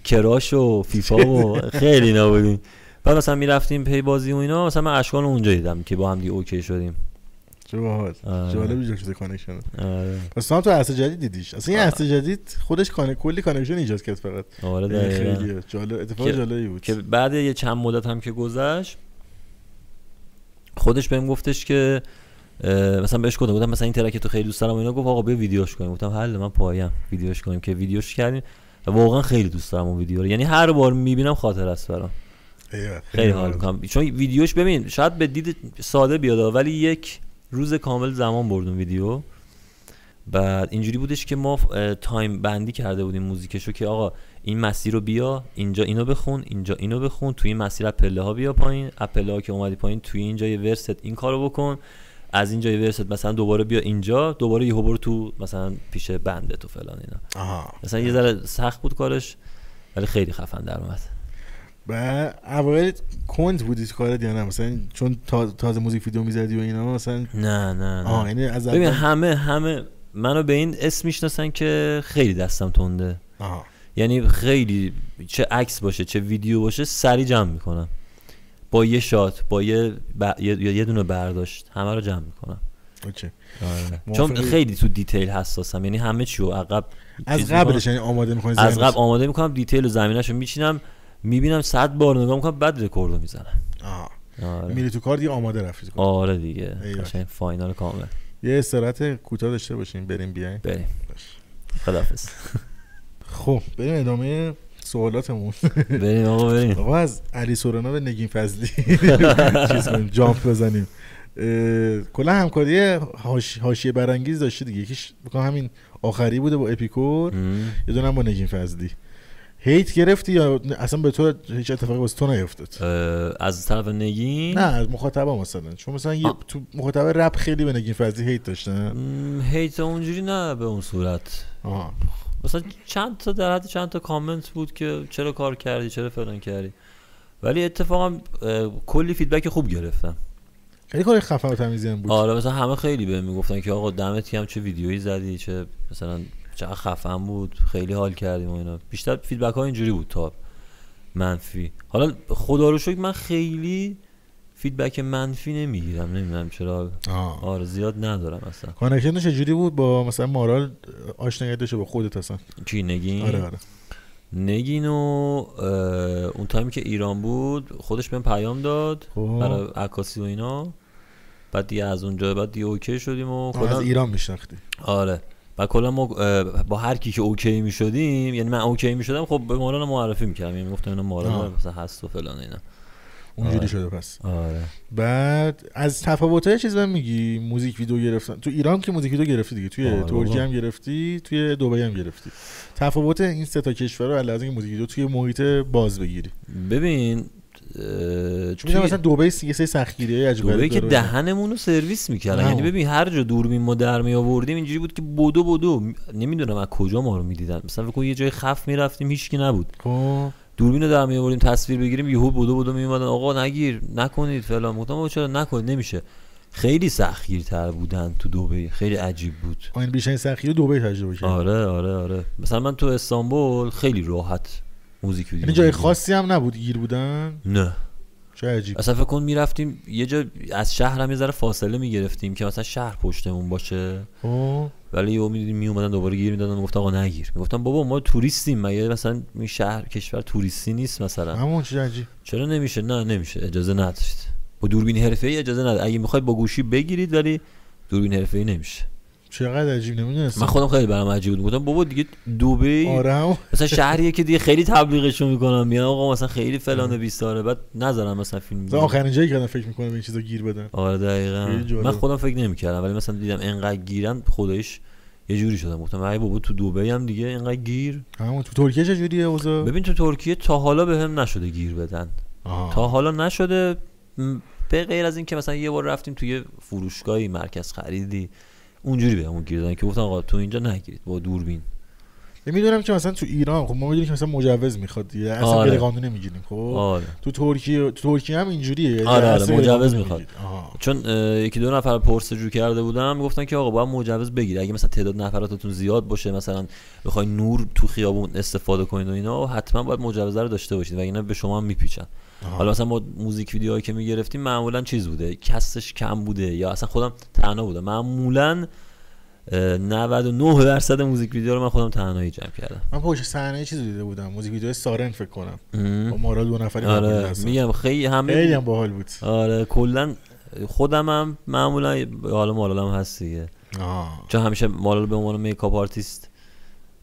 [SPEAKER 2] کراش و فیفا و خیلی اینا بودیم بعد مثلا میرفتیم پی بازی و اینا مثلا من اشکان رو اونجا دیدم که با هم دیگه اوکی شدیم
[SPEAKER 1] چه باحال
[SPEAKER 2] آره.
[SPEAKER 1] جالب ایجاد شده کانکشن
[SPEAKER 2] آره
[SPEAKER 1] پس تو هم تو عصر جدید دیدیش اصلا این
[SPEAKER 2] آه.
[SPEAKER 1] عصر جدید خودش کانه کلی کانکشن ایجاد کرد فقط
[SPEAKER 2] آره
[SPEAKER 1] این
[SPEAKER 2] دقیقاً.
[SPEAKER 1] خیلی جالب اتفاق
[SPEAKER 2] که-
[SPEAKER 1] جالبی بود
[SPEAKER 2] که بعد یه چند مدت هم که گذشت خودش بهم گفتش که اه، مثلا بهش گفتم گفتم مثلا این ترک تو خیلی دوست دارم و اینا گفت آقا بیا ویدیوش کنیم گفتم حل من پایم ویدیوش کنیم که ویدیوش کردیم و واقعا خیلی دوست دارم اون ویدیو رو یعنی هر بار میبینم خاطر است برام
[SPEAKER 1] ایوه،
[SPEAKER 2] خیلی حال میکنم چون ویدیوش ببین شاید به دید ساده بیاد ولی یک روز کامل زمان برد اون ویدیو بعد اینجوری بودش که ما اه، تایم بندی کرده بودیم موزیکشو که آقا این مسیر رو بیا اینجا اینو بخون اینجا اینو بخون توی این مسیر از پله ها بیا پایین از پله ها که اومدی پایین توی اینجا یه ورست این کارو بکن از اینجا یه ورست مثلا دوباره بیا اینجا دوباره یهو برو تو مثلا پیش بنده تو فلان اینا
[SPEAKER 1] آها
[SPEAKER 2] مثلا یه ذره سخت بود کارش ولی خیلی خفن در اومد
[SPEAKER 1] و اول کند بودی تو کارت یا نه مثلا چون تا- تازه موزیک ویدیو میزدی و اینا مثلا
[SPEAKER 2] نه نه نه
[SPEAKER 1] آها یعنی از
[SPEAKER 2] ببین
[SPEAKER 1] اول
[SPEAKER 2] همه همه منو به این اسم میشناسن که خیلی دستم تنده
[SPEAKER 1] آها
[SPEAKER 2] یعنی خیلی چه عکس باشه چه ویدیو باشه سری جمع میکنم با یه شات با یه, ب- یه،, یه دونه برداشت همه رو جمع میکنم
[SPEAKER 1] اوکی.
[SPEAKER 2] آره. چون
[SPEAKER 1] موافقی؟
[SPEAKER 2] خیلی تو دیتیل حساسم یعنی همه چی رو عقب
[SPEAKER 1] از
[SPEAKER 2] چیز می‌کنم.
[SPEAKER 1] قبلش یعنی آماده میکنی
[SPEAKER 2] از قبل آماده میکنم دیتیل و زمینش رو میچینم میبینم صد بار نگاه میکنم بعد رکورد رو میزنم آره,
[SPEAKER 1] میری تو کار دیگه آماده رفت چیز کنی.
[SPEAKER 2] آره دیگه
[SPEAKER 1] ایول.
[SPEAKER 2] قشنگ فاینال کامل
[SPEAKER 1] یه استراحت کوتاه داشته باشیم بریم بیایم
[SPEAKER 2] بریم خدافز
[SPEAKER 1] خب بریم ادامه سوالاتمون
[SPEAKER 2] بریم آقا بریم
[SPEAKER 1] آقا از علی سورنا به نگین فضلی چیز کنیم جامپ بزنیم اه، کلا همکاری هاش- حاشیه برانگیز داشته دیگه یکیش بکنم همین آخری بوده با اپیکور
[SPEAKER 2] مم.
[SPEAKER 1] یه دونم با نگین فضلی هیت گرفتی یا ن- اصلا به تو هیچ اتفاقی واسه تو نیفتاد
[SPEAKER 2] اه، از طرف نگین
[SPEAKER 1] نه از مخاطبا مثلا چون مثلا یه
[SPEAKER 2] آه.
[SPEAKER 1] تو مخاطب رپ خیلی به نگین فضلی هیت داشتن
[SPEAKER 2] م، هیت اونجوری نه به اون صورت
[SPEAKER 1] آها
[SPEAKER 2] مثلا چند تا در حد چند تا کامنت بود که چرا کار کردی چرا فلان کردی ولی اتفاقا اه، کلی فیدبک خوب گرفتم
[SPEAKER 1] خیلی کار خفن و تمیزی هم بود
[SPEAKER 2] آره مثلا همه خیلی بهم میگفتن که آقا دمت گرم چه ویدیویی زدی چه مثلا چقدر خفن بود خیلی حال کردیم و اینا بیشتر فیدبک ها اینجوری بود تا منفی حالا خدا رو شکر من خیلی فیدبک منفی نمیگیرم نمیدونم چرا
[SPEAKER 1] آه.
[SPEAKER 2] آره زیاد ندارم اصلا
[SPEAKER 1] کانکشن چجوری بود با مثلا مارال آشنا داشته با خودت اصلا
[SPEAKER 2] کی نگین
[SPEAKER 1] آره آره
[SPEAKER 2] نگین و اه، اون تایمی که ایران بود خودش بهم پیام داد
[SPEAKER 1] خب.
[SPEAKER 2] برای عکاسی و اینا بعد دیگه از اونجا بعد دیگه اوکی شدیم و
[SPEAKER 1] آه، از
[SPEAKER 2] کلا
[SPEAKER 1] ایران میشناختی
[SPEAKER 2] آره و کلا ما اه، با هر کی که اوکی می شدیم یعنی من اوکی می شدم خب به مولانا معرفی میکردم یعنی میگفتم اینا مولانا
[SPEAKER 1] آه.
[SPEAKER 2] مثلا هست و فلان اینا
[SPEAKER 1] اونجوری
[SPEAKER 2] آره.
[SPEAKER 1] شده پس
[SPEAKER 2] آره
[SPEAKER 1] بعد از تفاوت‌های چیز من میگی موزیک ویدیو گرفتن تو ایران که موزیک ویدیو گرفتی دیگه توی
[SPEAKER 2] آره
[SPEAKER 1] ترکیه
[SPEAKER 2] بابا.
[SPEAKER 1] هم گرفتی توی دبی هم گرفتی تفاوت این سه تا کشور رو علاوه اینکه موزیک ویدیو توی محیط باز بگیری
[SPEAKER 2] ببین اه،
[SPEAKER 1] چون می‌دونم
[SPEAKER 2] توی-
[SPEAKER 1] مثلا دبی یه سری سختگیری‌های عجیب
[SPEAKER 2] دوباره
[SPEAKER 1] غریب
[SPEAKER 2] که
[SPEAKER 1] داره.
[SPEAKER 2] دهنمون رو سرویس میکردن
[SPEAKER 1] نه.
[SPEAKER 2] یعنی ببین هر جا دوربین ما در می آوردیم اینجوری بود که بدو بدو نمیدونم از کجا ما رو میدیدن مثلا فکر کن یه جای خف میرفتیم هیچکی نبود
[SPEAKER 1] خب
[SPEAKER 2] دوربین رو در می آوردیم تصویر بگیریم یهو بدو بدو میومدن آقا نگیر نکنید فلان گفتم آقا چرا نکنید نمیشه خیلی سختگیرتر بودن تو دبی خیلی عجیب بود
[SPEAKER 1] آه، این بیشترین سختگیری رو دبی تجربه کردی
[SPEAKER 2] آره آره آره مثلا من تو استانبول خیلی راحت موزیک ویدیو
[SPEAKER 1] یعنی جای
[SPEAKER 2] می‌دیدم.
[SPEAKER 1] خاصی هم نبود گیر بودن
[SPEAKER 2] نه
[SPEAKER 1] چه عجیب
[SPEAKER 2] اصلا فکر کن میرفتیم یه جا از شهرم یه ذره فاصله میگرفتیم که مثلا شهر پشتمون باشه
[SPEAKER 1] خب
[SPEAKER 2] ولی یهو میدیدیم میومدن دوباره گیر میدادن میگفت آقا نگیر میگفتم بابا ما توریستیم مگه مثلا این شهر کشور توریستی نیست مثلا
[SPEAKER 1] همون چه عجیب
[SPEAKER 2] چرا نمیشه نه نمیشه اجازه ندارید با دوربین حرفه ای اجازه ندارید اگه میخواید با گوشی بگیرید ولی دوربین حرفه ای نمیشه
[SPEAKER 1] چقدر عجیب
[SPEAKER 2] من
[SPEAKER 1] نمیدونستم
[SPEAKER 2] خودم خیلی برام عجیب بود گفتم بابا دیگه دبی
[SPEAKER 1] آره همون.
[SPEAKER 2] مثلا شهریه که دیگه خیلی تبلیغشو میکنم میان آقا مثلا خیلی فلان بیستاره بعد نذارم مثلا فیلم
[SPEAKER 1] مثلا آخرین جایی که آدم فکر میکنه به این چیزا گیر بدن
[SPEAKER 2] آره دقیقا
[SPEAKER 1] خیلی جالب.
[SPEAKER 2] من خودم فکر نمیکردم ولی مثلا دیدم انقدر گیرن خدایش یه جوری شدم گفتم ای بابا تو دبی هم دیگه انقدر گیر
[SPEAKER 1] همون تو ترکیه چه جوریه اوضاع
[SPEAKER 2] ببین تو ترکیه تا حالا به هم نشده گیر بدن
[SPEAKER 1] آها.
[SPEAKER 2] تا حالا نشده م، به غیر از اینکه مثلا یه بار رفتیم توی فروشگاهی مرکز خریدی اونجوری بهمون گیر دادن که گفتن آقا تو اینجا نگیرید با دوربین
[SPEAKER 1] میدونم که مثلا تو ایران خب ما میدونیم که مثلا مجوز میخواد دیگه اصلا
[SPEAKER 2] آره.
[SPEAKER 1] غیر قانونی میگیریم خب
[SPEAKER 2] آره
[SPEAKER 1] تو ترکیه تو ترکیه هم اینجوریه یعنی
[SPEAKER 2] آره، آره،
[SPEAKER 1] اصلا غیر
[SPEAKER 2] مجوز
[SPEAKER 1] قانونی
[SPEAKER 2] میخواد.
[SPEAKER 1] میگیری. آها.
[SPEAKER 2] چون اه، یکی دو نفر پرسجو کرده بودم میگفتن که آقا باید مجوز بگیری اگه مثلا تعداد نفراتتون زیاد باشه مثلا بخوای نور تو خیابون استفاده کنید و اینا حتما باید مجوز رو داشته باشید وگرنه به شما هم میپیچن
[SPEAKER 1] آها.
[SPEAKER 2] حالا مثلا ما موزیک ویدیوهایی که میگرفتیم معمولا چیز بوده کسش کم بوده یا اصلا خودم تنها بودم معمولا اه، 99 درصد موزیک ویدیو رو من خودم تنهایی جمع کردم
[SPEAKER 1] من پشت صحنه چیزی دیده بودم موزیک ویدیو سارن فکر کنم
[SPEAKER 2] ام.
[SPEAKER 1] با مارال دو نفری معمولی
[SPEAKER 2] آره
[SPEAKER 1] هستن.
[SPEAKER 2] میگم خیلی
[SPEAKER 1] خیلی
[SPEAKER 2] همه
[SPEAKER 1] هم باحال بود
[SPEAKER 2] آره کلا خودم هم معمولا حالا مالالم هست دیگه
[SPEAKER 1] آها.
[SPEAKER 2] چون همیشه مالال به عنوان میکاپ آرتیست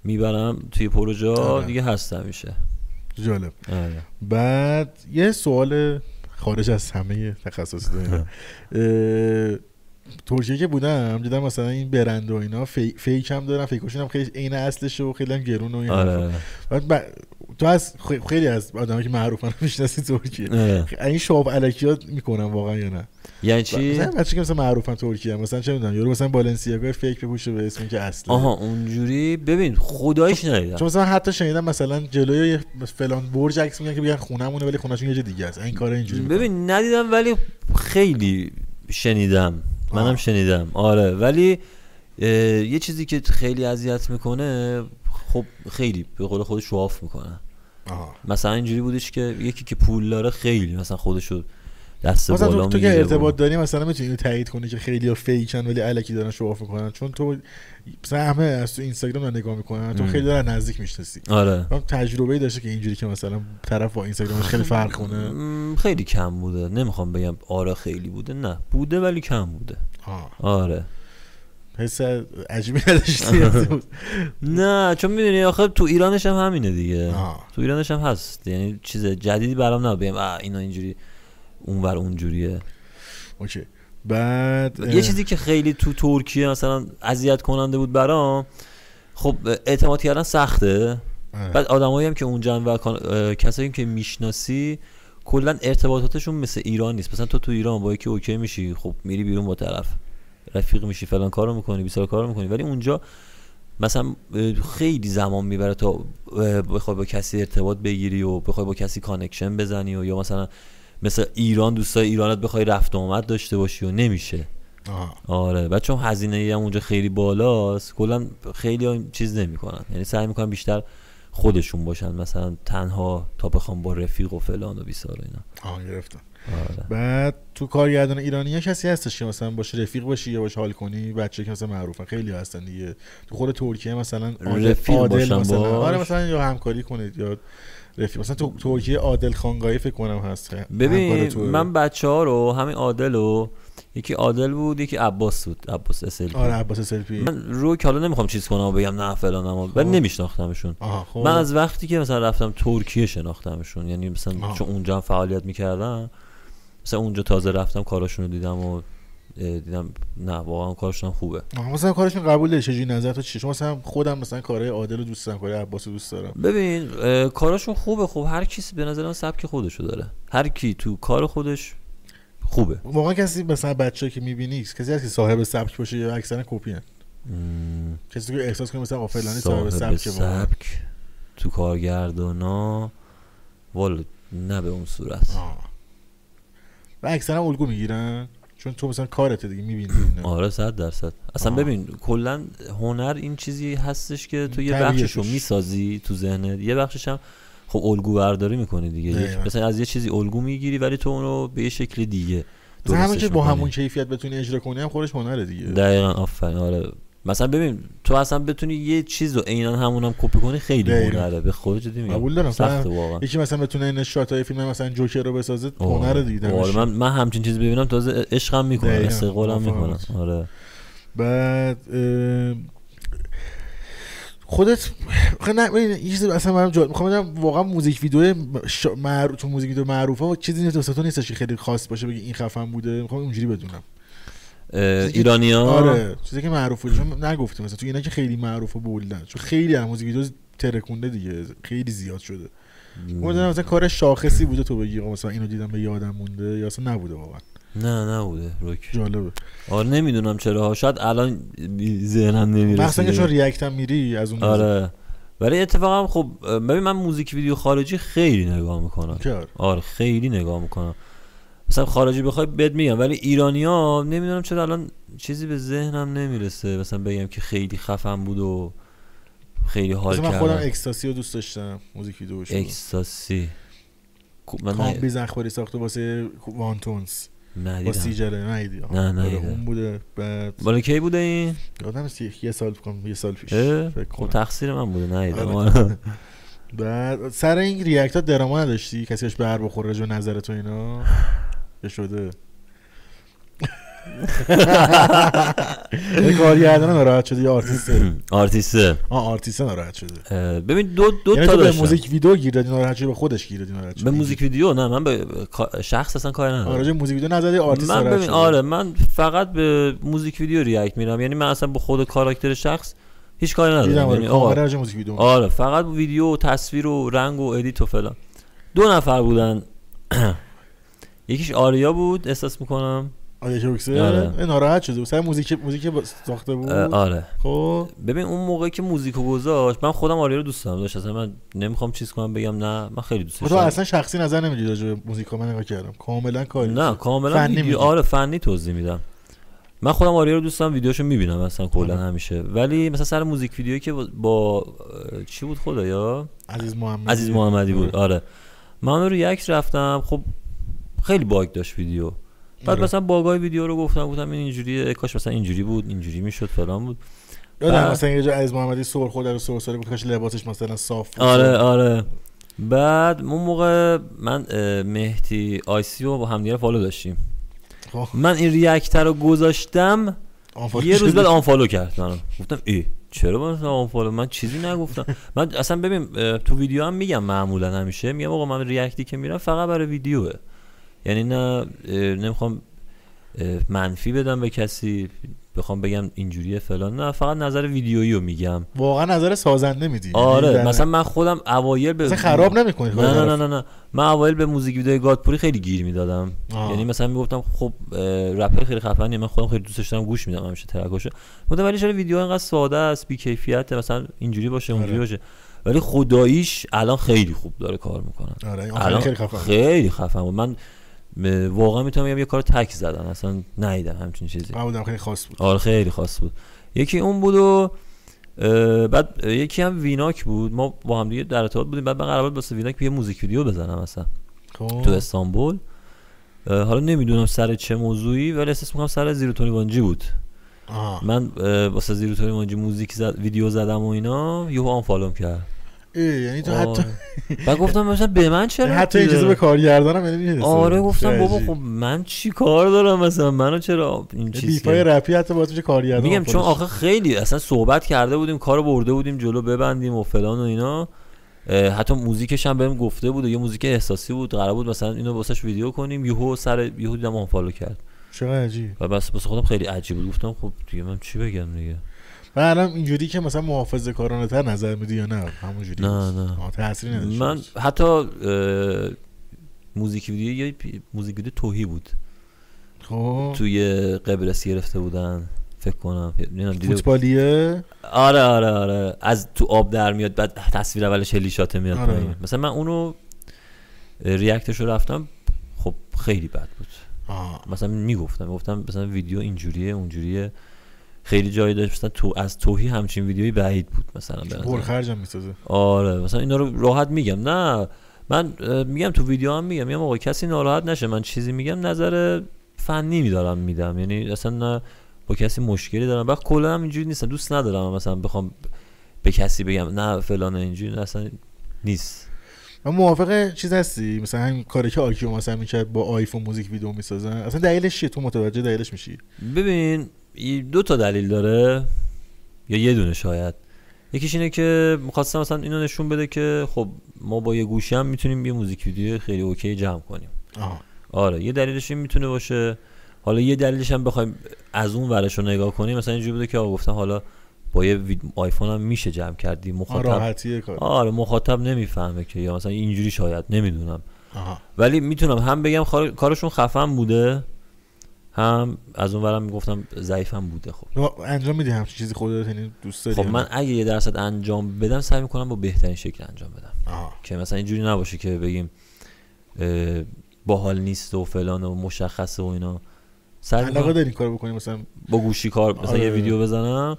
[SPEAKER 2] میبرم توی پروژه
[SPEAKER 1] آره.
[SPEAKER 2] دیگه هست همیشه
[SPEAKER 1] جالب
[SPEAKER 2] آره.
[SPEAKER 1] بعد یه سوال خارج از همه تخصص دنیا ترکیه که بودم دیدم مثلا این برند و اینا فی... فیک هم دارن فیکشون هم خیلی عین اصلشه و خیلی هم گرون و این حرفا.
[SPEAKER 2] آره.
[SPEAKER 1] بعد ب... تو از خ- خیلی از آدمایی که معروفن میشناسی ترکیه
[SPEAKER 2] آره.
[SPEAKER 1] این شاب الکی ها میکنن واقعا یا نه
[SPEAKER 2] یعنی چی
[SPEAKER 1] مثلا بچه که مثلا معروفن ترکیه هم. مثلا چه میدونم یارو مثلا بالنسیاگا فیک بپوشه به اسم که اصله
[SPEAKER 2] آها اونجوری ببین خدایش
[SPEAKER 1] چون
[SPEAKER 2] ندیدم
[SPEAKER 1] مثلا حتی شنیدم مثلا جلوی یه فلان برج عکس میگن که بگن خونمونه ولی خونشون یه جای دیگه است این کار اینجوری می‌کنن.
[SPEAKER 2] ببین ندیدم ولی خیلی شنیدم منم
[SPEAKER 1] آه.
[SPEAKER 2] شنیدم آره ولی اه، یه چیزی که خیلی اذیت میکنه خب خیلی به قول خود شواف میکنه
[SPEAKER 1] آها.
[SPEAKER 2] مثلا اینجوری بودش که یکی که پول داره خیلی مثلا خودشو دست
[SPEAKER 1] مثلا
[SPEAKER 2] بالا
[SPEAKER 1] تو, تو که
[SPEAKER 2] می‌گیره و-
[SPEAKER 1] ارتباط داری مثلا میتونی اینو تایید کنی که خیلی ها فیکن ولی علکی دارن شواف میکنن چون تو مثلا همه از تو اینستاگرام دارن نگاه میکنن تو
[SPEAKER 2] ام.
[SPEAKER 1] خیلی دارن نزدیک میشناسی
[SPEAKER 2] آره
[SPEAKER 1] من تجربه ای داشته که اینجوری که مثلا طرف با اینستاگرامش خیلی فرق کنه
[SPEAKER 2] م، خیلی کم بوده نمیخوام بگم آره خیلی بوده نه بوده ولی کم بوده
[SPEAKER 1] آه.
[SPEAKER 2] آره
[SPEAKER 1] حس عجیبی نداشتی
[SPEAKER 2] نه چون میدونی آخه تو ایرانش هم همینه دیگه
[SPEAKER 1] آه.
[SPEAKER 2] تو ایرانش هم هست یعنی چیز جدیدی برام نبگم آه اینا اینجوری اونور اونجوریه
[SPEAKER 1] اوکی بعد اه،
[SPEAKER 2] یه چیزی که خیلی تو ترکیه مثلا اذیت کننده بود برام خب اعتماد کردن سخته
[SPEAKER 1] اه.
[SPEAKER 2] بعد آدمایی هم که اونجا و کان- اه، کسایی که میشناسی کلا ارتباطاتشون مثل ایران نیست مثلا تو تو ایران با یکی اوکی میشی خب میری بیرون با طرف رفیق میشی فلان کارو میکنی بیسار کارو میکنی ولی اونجا مثلا اه، خیلی زمان میبره تا اه، بخوای با کسی ارتباط بگیری و بخوای با کسی کانکشن بزنی و یا مثلا مثل ایران دوستای ایرانت بخوای رفت و آمد داشته باشی و نمیشه
[SPEAKER 1] آه.
[SPEAKER 2] آره و چون هزینه هم اونجا خیلی بالاست کلا خیلی هم چیز نمیکنن یعنی سعی میکنن بیشتر خودشون باشن مثلا تنها تا بخوام با رفیق و فلان و بیسار و اینا
[SPEAKER 1] آه گرفتم
[SPEAKER 2] آره
[SPEAKER 1] بعد تو کارگردان ایرانی ها کسی هستش که مثلا باشه رفیق باشی یا باش حال کنی بچه که مثلا معروفن خیلی هستن دیگه تو خود ترکیه مثلا عادل-
[SPEAKER 2] رفیق باشن
[SPEAKER 1] مثلا
[SPEAKER 2] باش.
[SPEAKER 1] آره مثلا یا همکاری کنید یا رفیق مثلا تو ترکیه عادل خانقایی فکر کنم هست همکار
[SPEAKER 2] ببین
[SPEAKER 1] تو
[SPEAKER 2] من بچه ها رو همین عادل و یکی عادل بود یکی عباس بود عباس اسل
[SPEAKER 1] آره عباس سلفی
[SPEAKER 2] من رو که حالا نمیخوام چیز کنم و بگم نه فلان اما ولی
[SPEAKER 1] خب.
[SPEAKER 2] نمیشناختمشون
[SPEAKER 1] آها خب
[SPEAKER 2] من از وقتی که مثلا رفتم ترکیه شناختمشون یعنی مثلا
[SPEAKER 1] آه.
[SPEAKER 2] چون اونجا هم فعالیت میکردم مثلا اونجا تازه رفتم کاراشون رو دیدم و اه، دیدم نه واقعا کارشون هم خوبه
[SPEAKER 1] آها، مثلا کارشون قبول داری چجوری نظر تو چیه چون مثلا خودم مثلا کارهای عادل رو دوست دارم کارهای عباس رو دوست دارم
[SPEAKER 2] ببین اه، کاراشون خوبه خب هر کی به نظر من سبک خودشو داره هر کی تو کار خودش خوبه
[SPEAKER 1] واقعا کسی مثلا بچه که میبینی کسی هست که صاحب سبک باشه یا اکثرا کپی
[SPEAKER 2] مم،
[SPEAKER 1] کسی که احساس کنه مثلا آه، فلانی صاحب
[SPEAKER 2] صاحب
[SPEAKER 1] سبک
[SPEAKER 2] سبک تو کارگردانا والا نه به اون صورت
[SPEAKER 1] آه. و اکثرا الگو میگیرن چون تو مثلا کارته دیگه میبینی
[SPEAKER 2] آره صد درصد اصلا
[SPEAKER 1] آه.
[SPEAKER 2] ببین کلا هنر این چیزی هستش که تو یه
[SPEAKER 1] طبیعتش.
[SPEAKER 2] بخشش رو میسازی تو ذهنت یه بخشش هم خب الگو برداری میکنی دیگه یه-
[SPEAKER 1] دقیقاً.
[SPEAKER 2] مثلا از یه چیزی الگو میگیری ولی تو اونو به یه شکل دیگه
[SPEAKER 1] مثلا همین
[SPEAKER 2] درستش
[SPEAKER 1] که با
[SPEAKER 2] می‌کنی.
[SPEAKER 1] همون کیفیت بتونی اجرا کنی هم خودش هنره دیگه
[SPEAKER 2] دقیقا آفرین آره مثلا ببین تو اصلا بتونی یه چیز رو عینا همون هم کپی کنی خیلی
[SPEAKER 1] دقیقاً.
[SPEAKER 2] هنره به خود جدی میگم
[SPEAKER 1] قبول دارم.
[SPEAKER 2] سخت
[SPEAKER 1] فهم.
[SPEAKER 2] واقعا
[SPEAKER 1] یکی مثلا بتونه این شات های فیلم مثلا جوکر رو بسازه
[SPEAKER 2] آه.
[SPEAKER 1] هنره دیگه
[SPEAKER 2] آره
[SPEAKER 1] دمش.
[SPEAKER 2] من من همچین چیزی ببینم تازه عشقم میکنه
[SPEAKER 1] دقیقاً.
[SPEAKER 2] استقلالم میکنه
[SPEAKER 1] موافقم.
[SPEAKER 2] آره
[SPEAKER 1] بعد اه، خودت خب نه ببین یه چیزی اصلا برام جالب میخوام بدم واقعا موزیک ویدیو ش... معرو... تو موزیک ویدیو معروفه و چیزی نیست واسه تو نیستش که خیلی خاص باشه بگی این خفن بوده میخوام اینجوری بدونم چیزی که-
[SPEAKER 2] ایرانی ها
[SPEAKER 1] آره چیزی که معروف بود چون نگفتیم مثلا تو اینا که خیلی معروف و بولدن چون خیلی هم موزیک ویدیو ترکونده دیگه خیلی زیاد شده اون مثلا کار شاخصی بوده تو بگی آقا مثلا اینو دیدم به یادم مونده یا اصلا نبوده واقعا
[SPEAKER 2] نه نبوده روک
[SPEAKER 1] جالبه
[SPEAKER 2] آره نمیدونم چرا شاید الان ذهنم نمیرسه
[SPEAKER 1] مخصوصا که چون ریاکت هم میری از اون موزیک.
[SPEAKER 2] آره ولی اتفاقا خب ببین من موزیک ویدیو خارجی خیلی نگاه میکنم
[SPEAKER 1] کار
[SPEAKER 2] آره خیلی نگاه میکنم مثلا خارجی بخوای بد میگم ولی ایرانیا نمیدونم چرا الان چیزی به ذهنم نمیرسه مثلا بگم که خیلی خفن بود و خیلی حال
[SPEAKER 1] مثلا من خودم
[SPEAKER 2] کردم
[SPEAKER 1] اکستاسی رو دوست داشتم موزیک ویدیوش رو.
[SPEAKER 2] اکستاسی کو- من
[SPEAKER 1] کام
[SPEAKER 2] نه-
[SPEAKER 1] بیز اخباری ساخته واسه وانتونز با
[SPEAKER 2] ندیدم
[SPEAKER 1] سیجره ندیدی آها.
[SPEAKER 2] نه،
[SPEAKER 1] آره،
[SPEAKER 2] ندیدم.
[SPEAKER 1] اون بوده بعد
[SPEAKER 2] بالا کی بوده این؟
[SPEAKER 1] یادم نیست یه یه سال کنم یه سال پیش
[SPEAKER 2] اه؟
[SPEAKER 1] فکر
[SPEAKER 2] خب
[SPEAKER 1] کنم
[SPEAKER 2] تقصیر من بوده
[SPEAKER 1] آره.
[SPEAKER 2] ندیدم
[SPEAKER 1] بعد سر این ریاکت ها دراما نداشتی کسی بهش بر بخوره جو نظر تو اینا یا شده یه کارگردان ناراحت شده یا آرتیست
[SPEAKER 2] آرتیسته
[SPEAKER 1] آ آرتیست ناراحت شده
[SPEAKER 2] اه، ببین دو دو
[SPEAKER 1] یعنی
[SPEAKER 2] تا
[SPEAKER 1] تو به
[SPEAKER 2] داشتم
[SPEAKER 1] موزیک ویدیو گیر دادی ناراحت شدی به خودش گیر دادی ناراحت شدی
[SPEAKER 2] به موزیک ویدیو نه من به به کا- شخص اصلا کار
[SPEAKER 1] آره
[SPEAKER 2] ندارم
[SPEAKER 1] جو موزیک ویدیو نزدی آرتیست
[SPEAKER 2] من
[SPEAKER 1] ناراحت
[SPEAKER 2] ببین
[SPEAKER 1] شده
[SPEAKER 2] آره من فقط به موزیک ویدیو ریاکت میرم یعنی من اصلا به خود کاراکتر شخص هیچ کاری
[SPEAKER 1] دیدم
[SPEAKER 2] ندارم
[SPEAKER 1] آره
[SPEAKER 2] یعنی آقا
[SPEAKER 1] کاملا جو موزیک ویدیو
[SPEAKER 2] آره فقط ویدیو و تصویر و رنگ و ادیت و فلان دو نفر بودن یکیش آریا بود احساس میکنم
[SPEAKER 1] آره
[SPEAKER 2] آره.
[SPEAKER 1] جوکسه ناراحت شده بود. سر موزیک موزیک با- ساخته بود
[SPEAKER 2] آره
[SPEAKER 1] خب
[SPEAKER 2] ببین اون موقع که موزیکو گذاشت من خودم آریا رو دوست دارم داشت اصلا من نمیخوام چیز کنم بگم نه من خیلی دوست
[SPEAKER 1] تو
[SPEAKER 2] داشتم
[SPEAKER 1] اصلا شخصی نظر نمیدی راجع به موزیک ها من نگاه کردم کاملا کاری
[SPEAKER 2] نه کاملا
[SPEAKER 1] فنی
[SPEAKER 2] فنی
[SPEAKER 1] میگی.
[SPEAKER 2] آره فنی توضیح میدم من خودم آریا رو دوست دارم ویدیوشو میبینم مثلا کلا
[SPEAKER 1] آره.
[SPEAKER 2] همیشه ولی مثلا سر موزیک ویدیویی که با- با اه، چی بود خدایا
[SPEAKER 1] عزیز محمدی
[SPEAKER 2] عزیز محمدی بود
[SPEAKER 1] آره.
[SPEAKER 2] آره من اون رو یک رفتم خب خیلی باگ داشت ویدیو بعد
[SPEAKER 1] آره.
[SPEAKER 2] مثلا باگای ویدیو رو گفتم گفتم این اینجوریه اه، کاش مثلا اینجوری بود اینجوری میشد فلان بود
[SPEAKER 1] یادم
[SPEAKER 2] بعد-
[SPEAKER 1] مثلا یه جا عزیز محمدی سر خورد و سر سر بود کاش لباسش مثلا صاف بود
[SPEAKER 2] آره آره بعد اون موقع من اه، مهدی آیسی رو با همدیگه فالو داشتیم
[SPEAKER 1] خب،
[SPEAKER 2] من این ریاکت رو گذاشتم
[SPEAKER 1] آنفال
[SPEAKER 2] یه روز
[SPEAKER 1] شده.
[SPEAKER 2] بعد آنفالو کرد منو گفتم ای چرا من اصلا آنفالو من چیزی نگفتم من اصلا ببین اه، تو ویدیو هم میگم معمولا همیشه میگم آقا من ریاکتی که میرم فقط برای ویدیوه یعنی نه اه، نمیخوام اه، منفی بدم به کسی بخوام بگم اینجوریه فلان نه فقط نظر ویدیویی رو میگم
[SPEAKER 1] واقعا نظر سازنده میدی
[SPEAKER 2] آره
[SPEAKER 1] یعنی
[SPEAKER 2] مثلا من خودم اوایل به
[SPEAKER 1] مثلا خراب نمیکنی
[SPEAKER 2] نه نه نه نه نه من اوایل به موزیک ویدیو گادپوری خیلی گیر میدادم
[SPEAKER 1] آه.
[SPEAKER 2] یعنی مثلا میگفتم خب اه، رپر خیلی خفنیه من خودم خیلی دوستش دارم گوش میدم همیشه ترکاشو گفتم ولی چرا ویدیو اینقدر ساده است بی کیفیت مثلا اینجوری باشه اونجوری
[SPEAKER 1] آره.
[SPEAKER 2] باشه ولی خداییش الان خیلی خوب داره کار میکنه
[SPEAKER 1] آره این آنفال
[SPEAKER 2] الان
[SPEAKER 1] خیلی خفن
[SPEAKER 2] خیلی خفن بود من م، واقعا میتونم بگم یه کار تک زدن اصلا ندیدم همچین چیزی
[SPEAKER 1] من بودم خیلی خاص بود
[SPEAKER 2] آره خیلی خاص بود یکی اون بود و اه، بعد اه، یکی هم ویناک بود ما با هم دیگه در ارتباط بودیم بعد من قرار بود واسه ویناک یه موزیک ویدیو بزنم مثلا
[SPEAKER 1] خب
[SPEAKER 2] تو استانبول اه، حالا نمیدونم سر چه موضوعی ولی احساس میکنم سر زیرو تونی وانجی بود
[SPEAKER 1] آه.
[SPEAKER 2] من اه، واسه زیرو تونی وانجی موزیک زد ویدیو زدم و اینا یهو آنفالوم کرد
[SPEAKER 1] ای، یعنی تو حتی
[SPEAKER 2] آره. بعد گفتم مثلا به من چرا
[SPEAKER 1] حتی اجازه به کارگردانم یعنی میرسه
[SPEAKER 2] آره گفتم بابا خب من چی کار دارم مثلا منو چرا این چیز
[SPEAKER 1] بیفای رپی حتی باید میشه کارگردان
[SPEAKER 2] میگم
[SPEAKER 1] آنفالش.
[SPEAKER 2] چون آخه خیلی اصلا صحبت کرده بودیم کارو برده بودیم جلو ببندیم و فلان و اینا اه، حتی موزیکش هم بهم گفته بود و یه موزیک احساسی بود قرار بود مثلا اینو واسش ویدیو کنیم یهو سر یهو دیدم آنفالو کرد
[SPEAKER 1] چقدر عجیب
[SPEAKER 2] و بس بس خودم خیلی عجیب بود گفتم خب دیگه من چی بگم دیگه
[SPEAKER 1] من الان اینجوری که مثلا محافظه کارانه تر نظر میدی یا نه همونجوری
[SPEAKER 2] نه،
[SPEAKER 1] است.
[SPEAKER 2] نه.
[SPEAKER 1] آه، تأثیری نداشت
[SPEAKER 2] من حتی اه، موزیک ویدیو یه پی- موزیک ویدیو توهی بود
[SPEAKER 1] خب
[SPEAKER 2] توی قبرس گرفته بودن فکر کنم نمیدونم دیده
[SPEAKER 1] فوتبالیه
[SPEAKER 2] آره آره آره از تو آب در میاد بعد تصویر اولش هلی شاته میاد
[SPEAKER 1] آره،
[SPEAKER 2] پایین
[SPEAKER 1] آره.
[SPEAKER 2] مثلا من اونو ریاکتش رو رفتم خب خیلی بد بود
[SPEAKER 1] آه.
[SPEAKER 2] مثلا میگفتم گفتم مثلا ویدیو اینجوریه اونجوریه خیلی جایی داشت مثلا تو از توهی همچین ویدیویی بعید بود مثلا به نظر.
[SPEAKER 1] پرخرجم میسازه
[SPEAKER 2] آره مثلا اینا رو راحت میگم نه من اه، میگم تو ویدیو هم میگم میگم آقا کسی ناراحت نشه من چیزی میگم نظر فنی میدارم میدم یعنی اصلا نه با کسی مشکلی دارم بعد کلا هم اینجوری نیستم دوست ندارم مثلا بخوام به کسی بگم نه فلان اینجوری نه، اصلا نیست
[SPEAKER 1] و موافق چیز هستی مثلا همین کاری که آکیو مثلا میکرد با آیفون موزیک ویدیو میسازن اصلا دلیلش چیه تو متوجه دلیلش میشی
[SPEAKER 2] ببین ای- دو تا دلیل داره یا یه دونه شاید یکیش اینه که میخواستم مثلا اینو نشون بده که خب ما با یه گوشی هم میتونیم یه موزیک ویدیو خیلی اوکی جمع کنیم
[SPEAKER 1] آه.
[SPEAKER 2] آره یه دلیلش این میتونه باشه حالا یه دلیلش هم بخوایم از اون ورش رو نگاه کنیم مثلا اینجوری بوده که آقا گفتم حالا با یه وید- آیفون هم میشه جمع کردی
[SPEAKER 1] آه،
[SPEAKER 2] مخاطب
[SPEAKER 1] راحتیه کار
[SPEAKER 2] آره مخاطب نمیفهمه که یا مثلا اینجوری شاید نمیدونم
[SPEAKER 1] آها
[SPEAKER 2] ولی میتونم هم بگم خار... کارشون خفن بوده هم از اون ورم میگفتم ضعیفم بوده خب
[SPEAKER 1] نه، انجام میدی همچین چیزی خودت یعنی دوست داری
[SPEAKER 2] خب من اگه یه درصد انجام بدم سعی میکنم با بهترین شکل انجام بدم
[SPEAKER 1] آها.
[SPEAKER 2] که مثلا اینجوری نباشه که بگیم اه، باحال نیست و فلان و مشخصه و اینا سعی
[SPEAKER 1] علاقه
[SPEAKER 2] می‌کنم
[SPEAKER 1] داری این کارو بکنی مثلا
[SPEAKER 2] با گوشی کار مثلا
[SPEAKER 1] آره.
[SPEAKER 2] یه ویدیو بزنم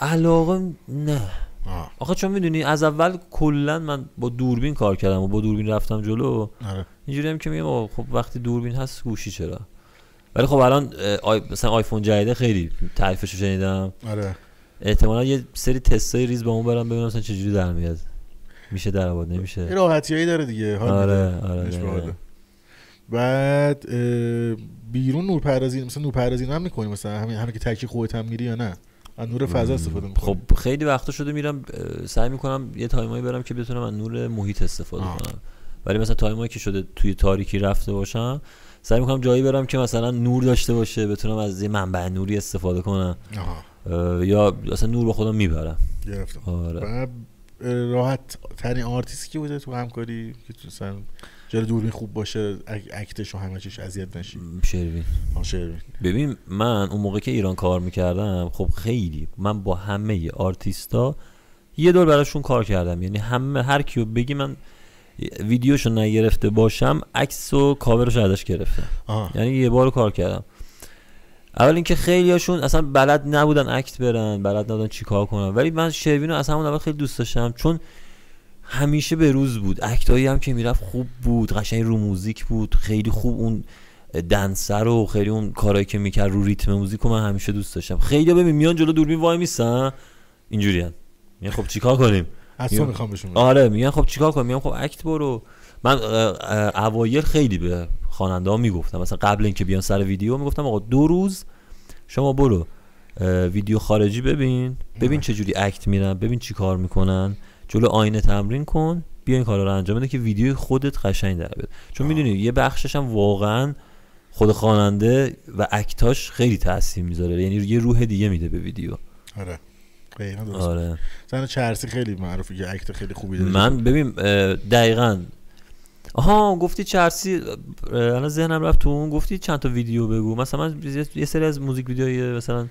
[SPEAKER 2] علاقه نه
[SPEAKER 1] آه.
[SPEAKER 2] آخه چون میدونی از اول کلا من با دوربین کار کردم و با دوربین رفتم جلو
[SPEAKER 1] آره.
[SPEAKER 2] اینجوری هم که میگم آقا خب وقتی دوربین هست گوشی چرا ولی خب الان اه، آی... مثلا آیفون جدیده خیلی تعریفش رو شنیدم
[SPEAKER 1] آره
[SPEAKER 2] احتمالا یه سری تستای ریز با اون برم ببینم مثلا چجوری در میاد میشه در آورد
[SPEAKER 1] یه
[SPEAKER 2] نمیشه
[SPEAKER 1] راحتیایی داره دیگه حال میده.
[SPEAKER 2] آره آره
[SPEAKER 1] بهش
[SPEAKER 2] آره.
[SPEAKER 1] باحاله. بعد اه، بیرون نورپردازی مثلا نورپردازی هم میکنی مثلا همین همین که تکی خودت هم میری یا نه از نور فضا استفاده میکنی
[SPEAKER 2] خب خیلی وقتا شده میرم اه، سعی میکنم یه تایمایی برم که بتونم از نور محیط استفاده
[SPEAKER 1] آه.
[SPEAKER 2] کنم ولی مثلا تایمایی که شده توی تاریکی رفته باشم سعی میکنم جایی برم که مثلا نور داشته باشه بتونم از یه منبع نوری استفاده کنم
[SPEAKER 1] آها
[SPEAKER 2] اه، یا اصلا نور با خودم میبرم
[SPEAKER 1] گرفتم
[SPEAKER 2] آره
[SPEAKER 1] بعد اه، راحت ترین آرتیستی که بوده تو همکاری که تو مثلا جلو دوربین خوب باشه اک- اکتش و همه چیش اذیت نشی
[SPEAKER 2] شروین
[SPEAKER 1] آشه
[SPEAKER 2] ببین من اون موقع که ایران کار میکردم خب خیلی من با همه آرتیستا یه دور براشون کار کردم یعنی همه هر کیو بگی من ویدیوشو نگرفته باشم عکس و کاورش ازش گرفتم
[SPEAKER 1] آها
[SPEAKER 2] یعنی یه بار کار کردم اول اینکه خیلیاشون اصلا بلد نبودن اکت برن بلد نبودن چیکار کنن ولی من شروین رو از همون اول خیلی دوست داشتم چون همیشه به روز بود اکتایی هم که میرفت خوب بود قشنگ رو موزیک بود خیلی خوب اون دنسر و خیلی اون کارایی که میکرد رو ریتم موزیک رو من همیشه دوست داشتم خیلی ببین میان جلو دوربین وای میسن اینجوری هم خب چیکار کنیم
[SPEAKER 1] از تو میخوام بهشون بگم.
[SPEAKER 2] آره میگن خب چیکار کنم میگم خب اکت برو من اه، اه، اوایل خیلی به خواننده ها میگفتم مثلا قبل اینکه بیان سر ویدیو میگفتم آقا دو روز شما برو اه، ویدیو خارجی ببین ببین چجوری اکت میرن ببین چی کار میکنن جلو آینه تمرین کن بیا این کارا رو انجام بده که ویدیو خودت قشنگ در بیاد چون میدونی یه بخشش هم واقعا خود خواننده و اکتاش خیلی تاثیر میذاره یعنی یه روح دیگه میده به ویدیو
[SPEAKER 1] آره دقیقاً درست
[SPEAKER 2] آره
[SPEAKER 1] زن چرسی خیلی معروفه که اکت خیلی خوبی داره
[SPEAKER 2] من ببین اه، دقیقا آها گفتی چرسی اه، الان ذهنم رفت تو اون گفتی چند تا ویدیو بگو مثلا من یه- یه سری از موزیک ویدیوهای مثلا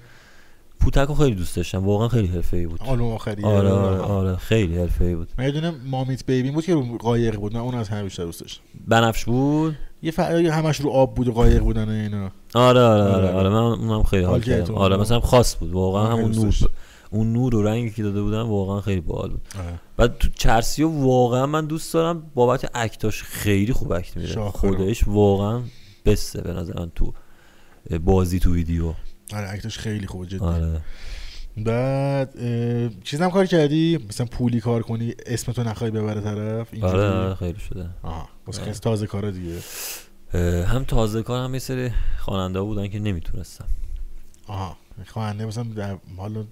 [SPEAKER 2] پوتک رو خیلی دوست داشتم واقعا خیلی حرفه ای بود
[SPEAKER 1] آلبوم آخری
[SPEAKER 2] آره آره آره خیلی حرفه ای بود
[SPEAKER 1] من یه دونه مامیت بیبی بود که رو قایق بود من اون از همه بیشتر دوست داشتم
[SPEAKER 2] بنفش بود
[SPEAKER 1] یه فرقی همش رو آب بود و قایق بودن و اینا
[SPEAKER 2] آره آره آره,
[SPEAKER 1] آره.
[SPEAKER 2] آره من اونم خیلی حال
[SPEAKER 1] حال کردی
[SPEAKER 2] کردم
[SPEAKER 1] تو
[SPEAKER 2] آره
[SPEAKER 1] اون؟
[SPEAKER 2] مثلا خاص بود واقعا
[SPEAKER 1] من خیلی
[SPEAKER 2] همون
[SPEAKER 1] دوست
[SPEAKER 2] نور
[SPEAKER 1] داشتم.
[SPEAKER 2] اون نور و رنگی که داده بودن واقعا خیلی باحال بود
[SPEAKER 1] آره.
[SPEAKER 2] بعد تو چرسی رو واقعا من دوست دارم بابت اکتاش خیلی خوب اکت میده
[SPEAKER 1] شاخه رو.
[SPEAKER 2] خودش واقعا بسته به نظر من تو بازی تو ویدیو
[SPEAKER 1] آره اکتش خیلی خوبه جدا
[SPEAKER 2] آره
[SPEAKER 1] بعد اه، چیزم کار کردی مثلا پولی کار کنی اسم تو نخوای ببره طرف اینجوری
[SPEAKER 2] آره آره، خیلی شده
[SPEAKER 1] آها واسه کسی تازه کارا دیگه
[SPEAKER 2] اه، هم تازه کار هم یه سری خواننده بودن که نمیتونستم
[SPEAKER 1] آها خواننده مثلا در حالا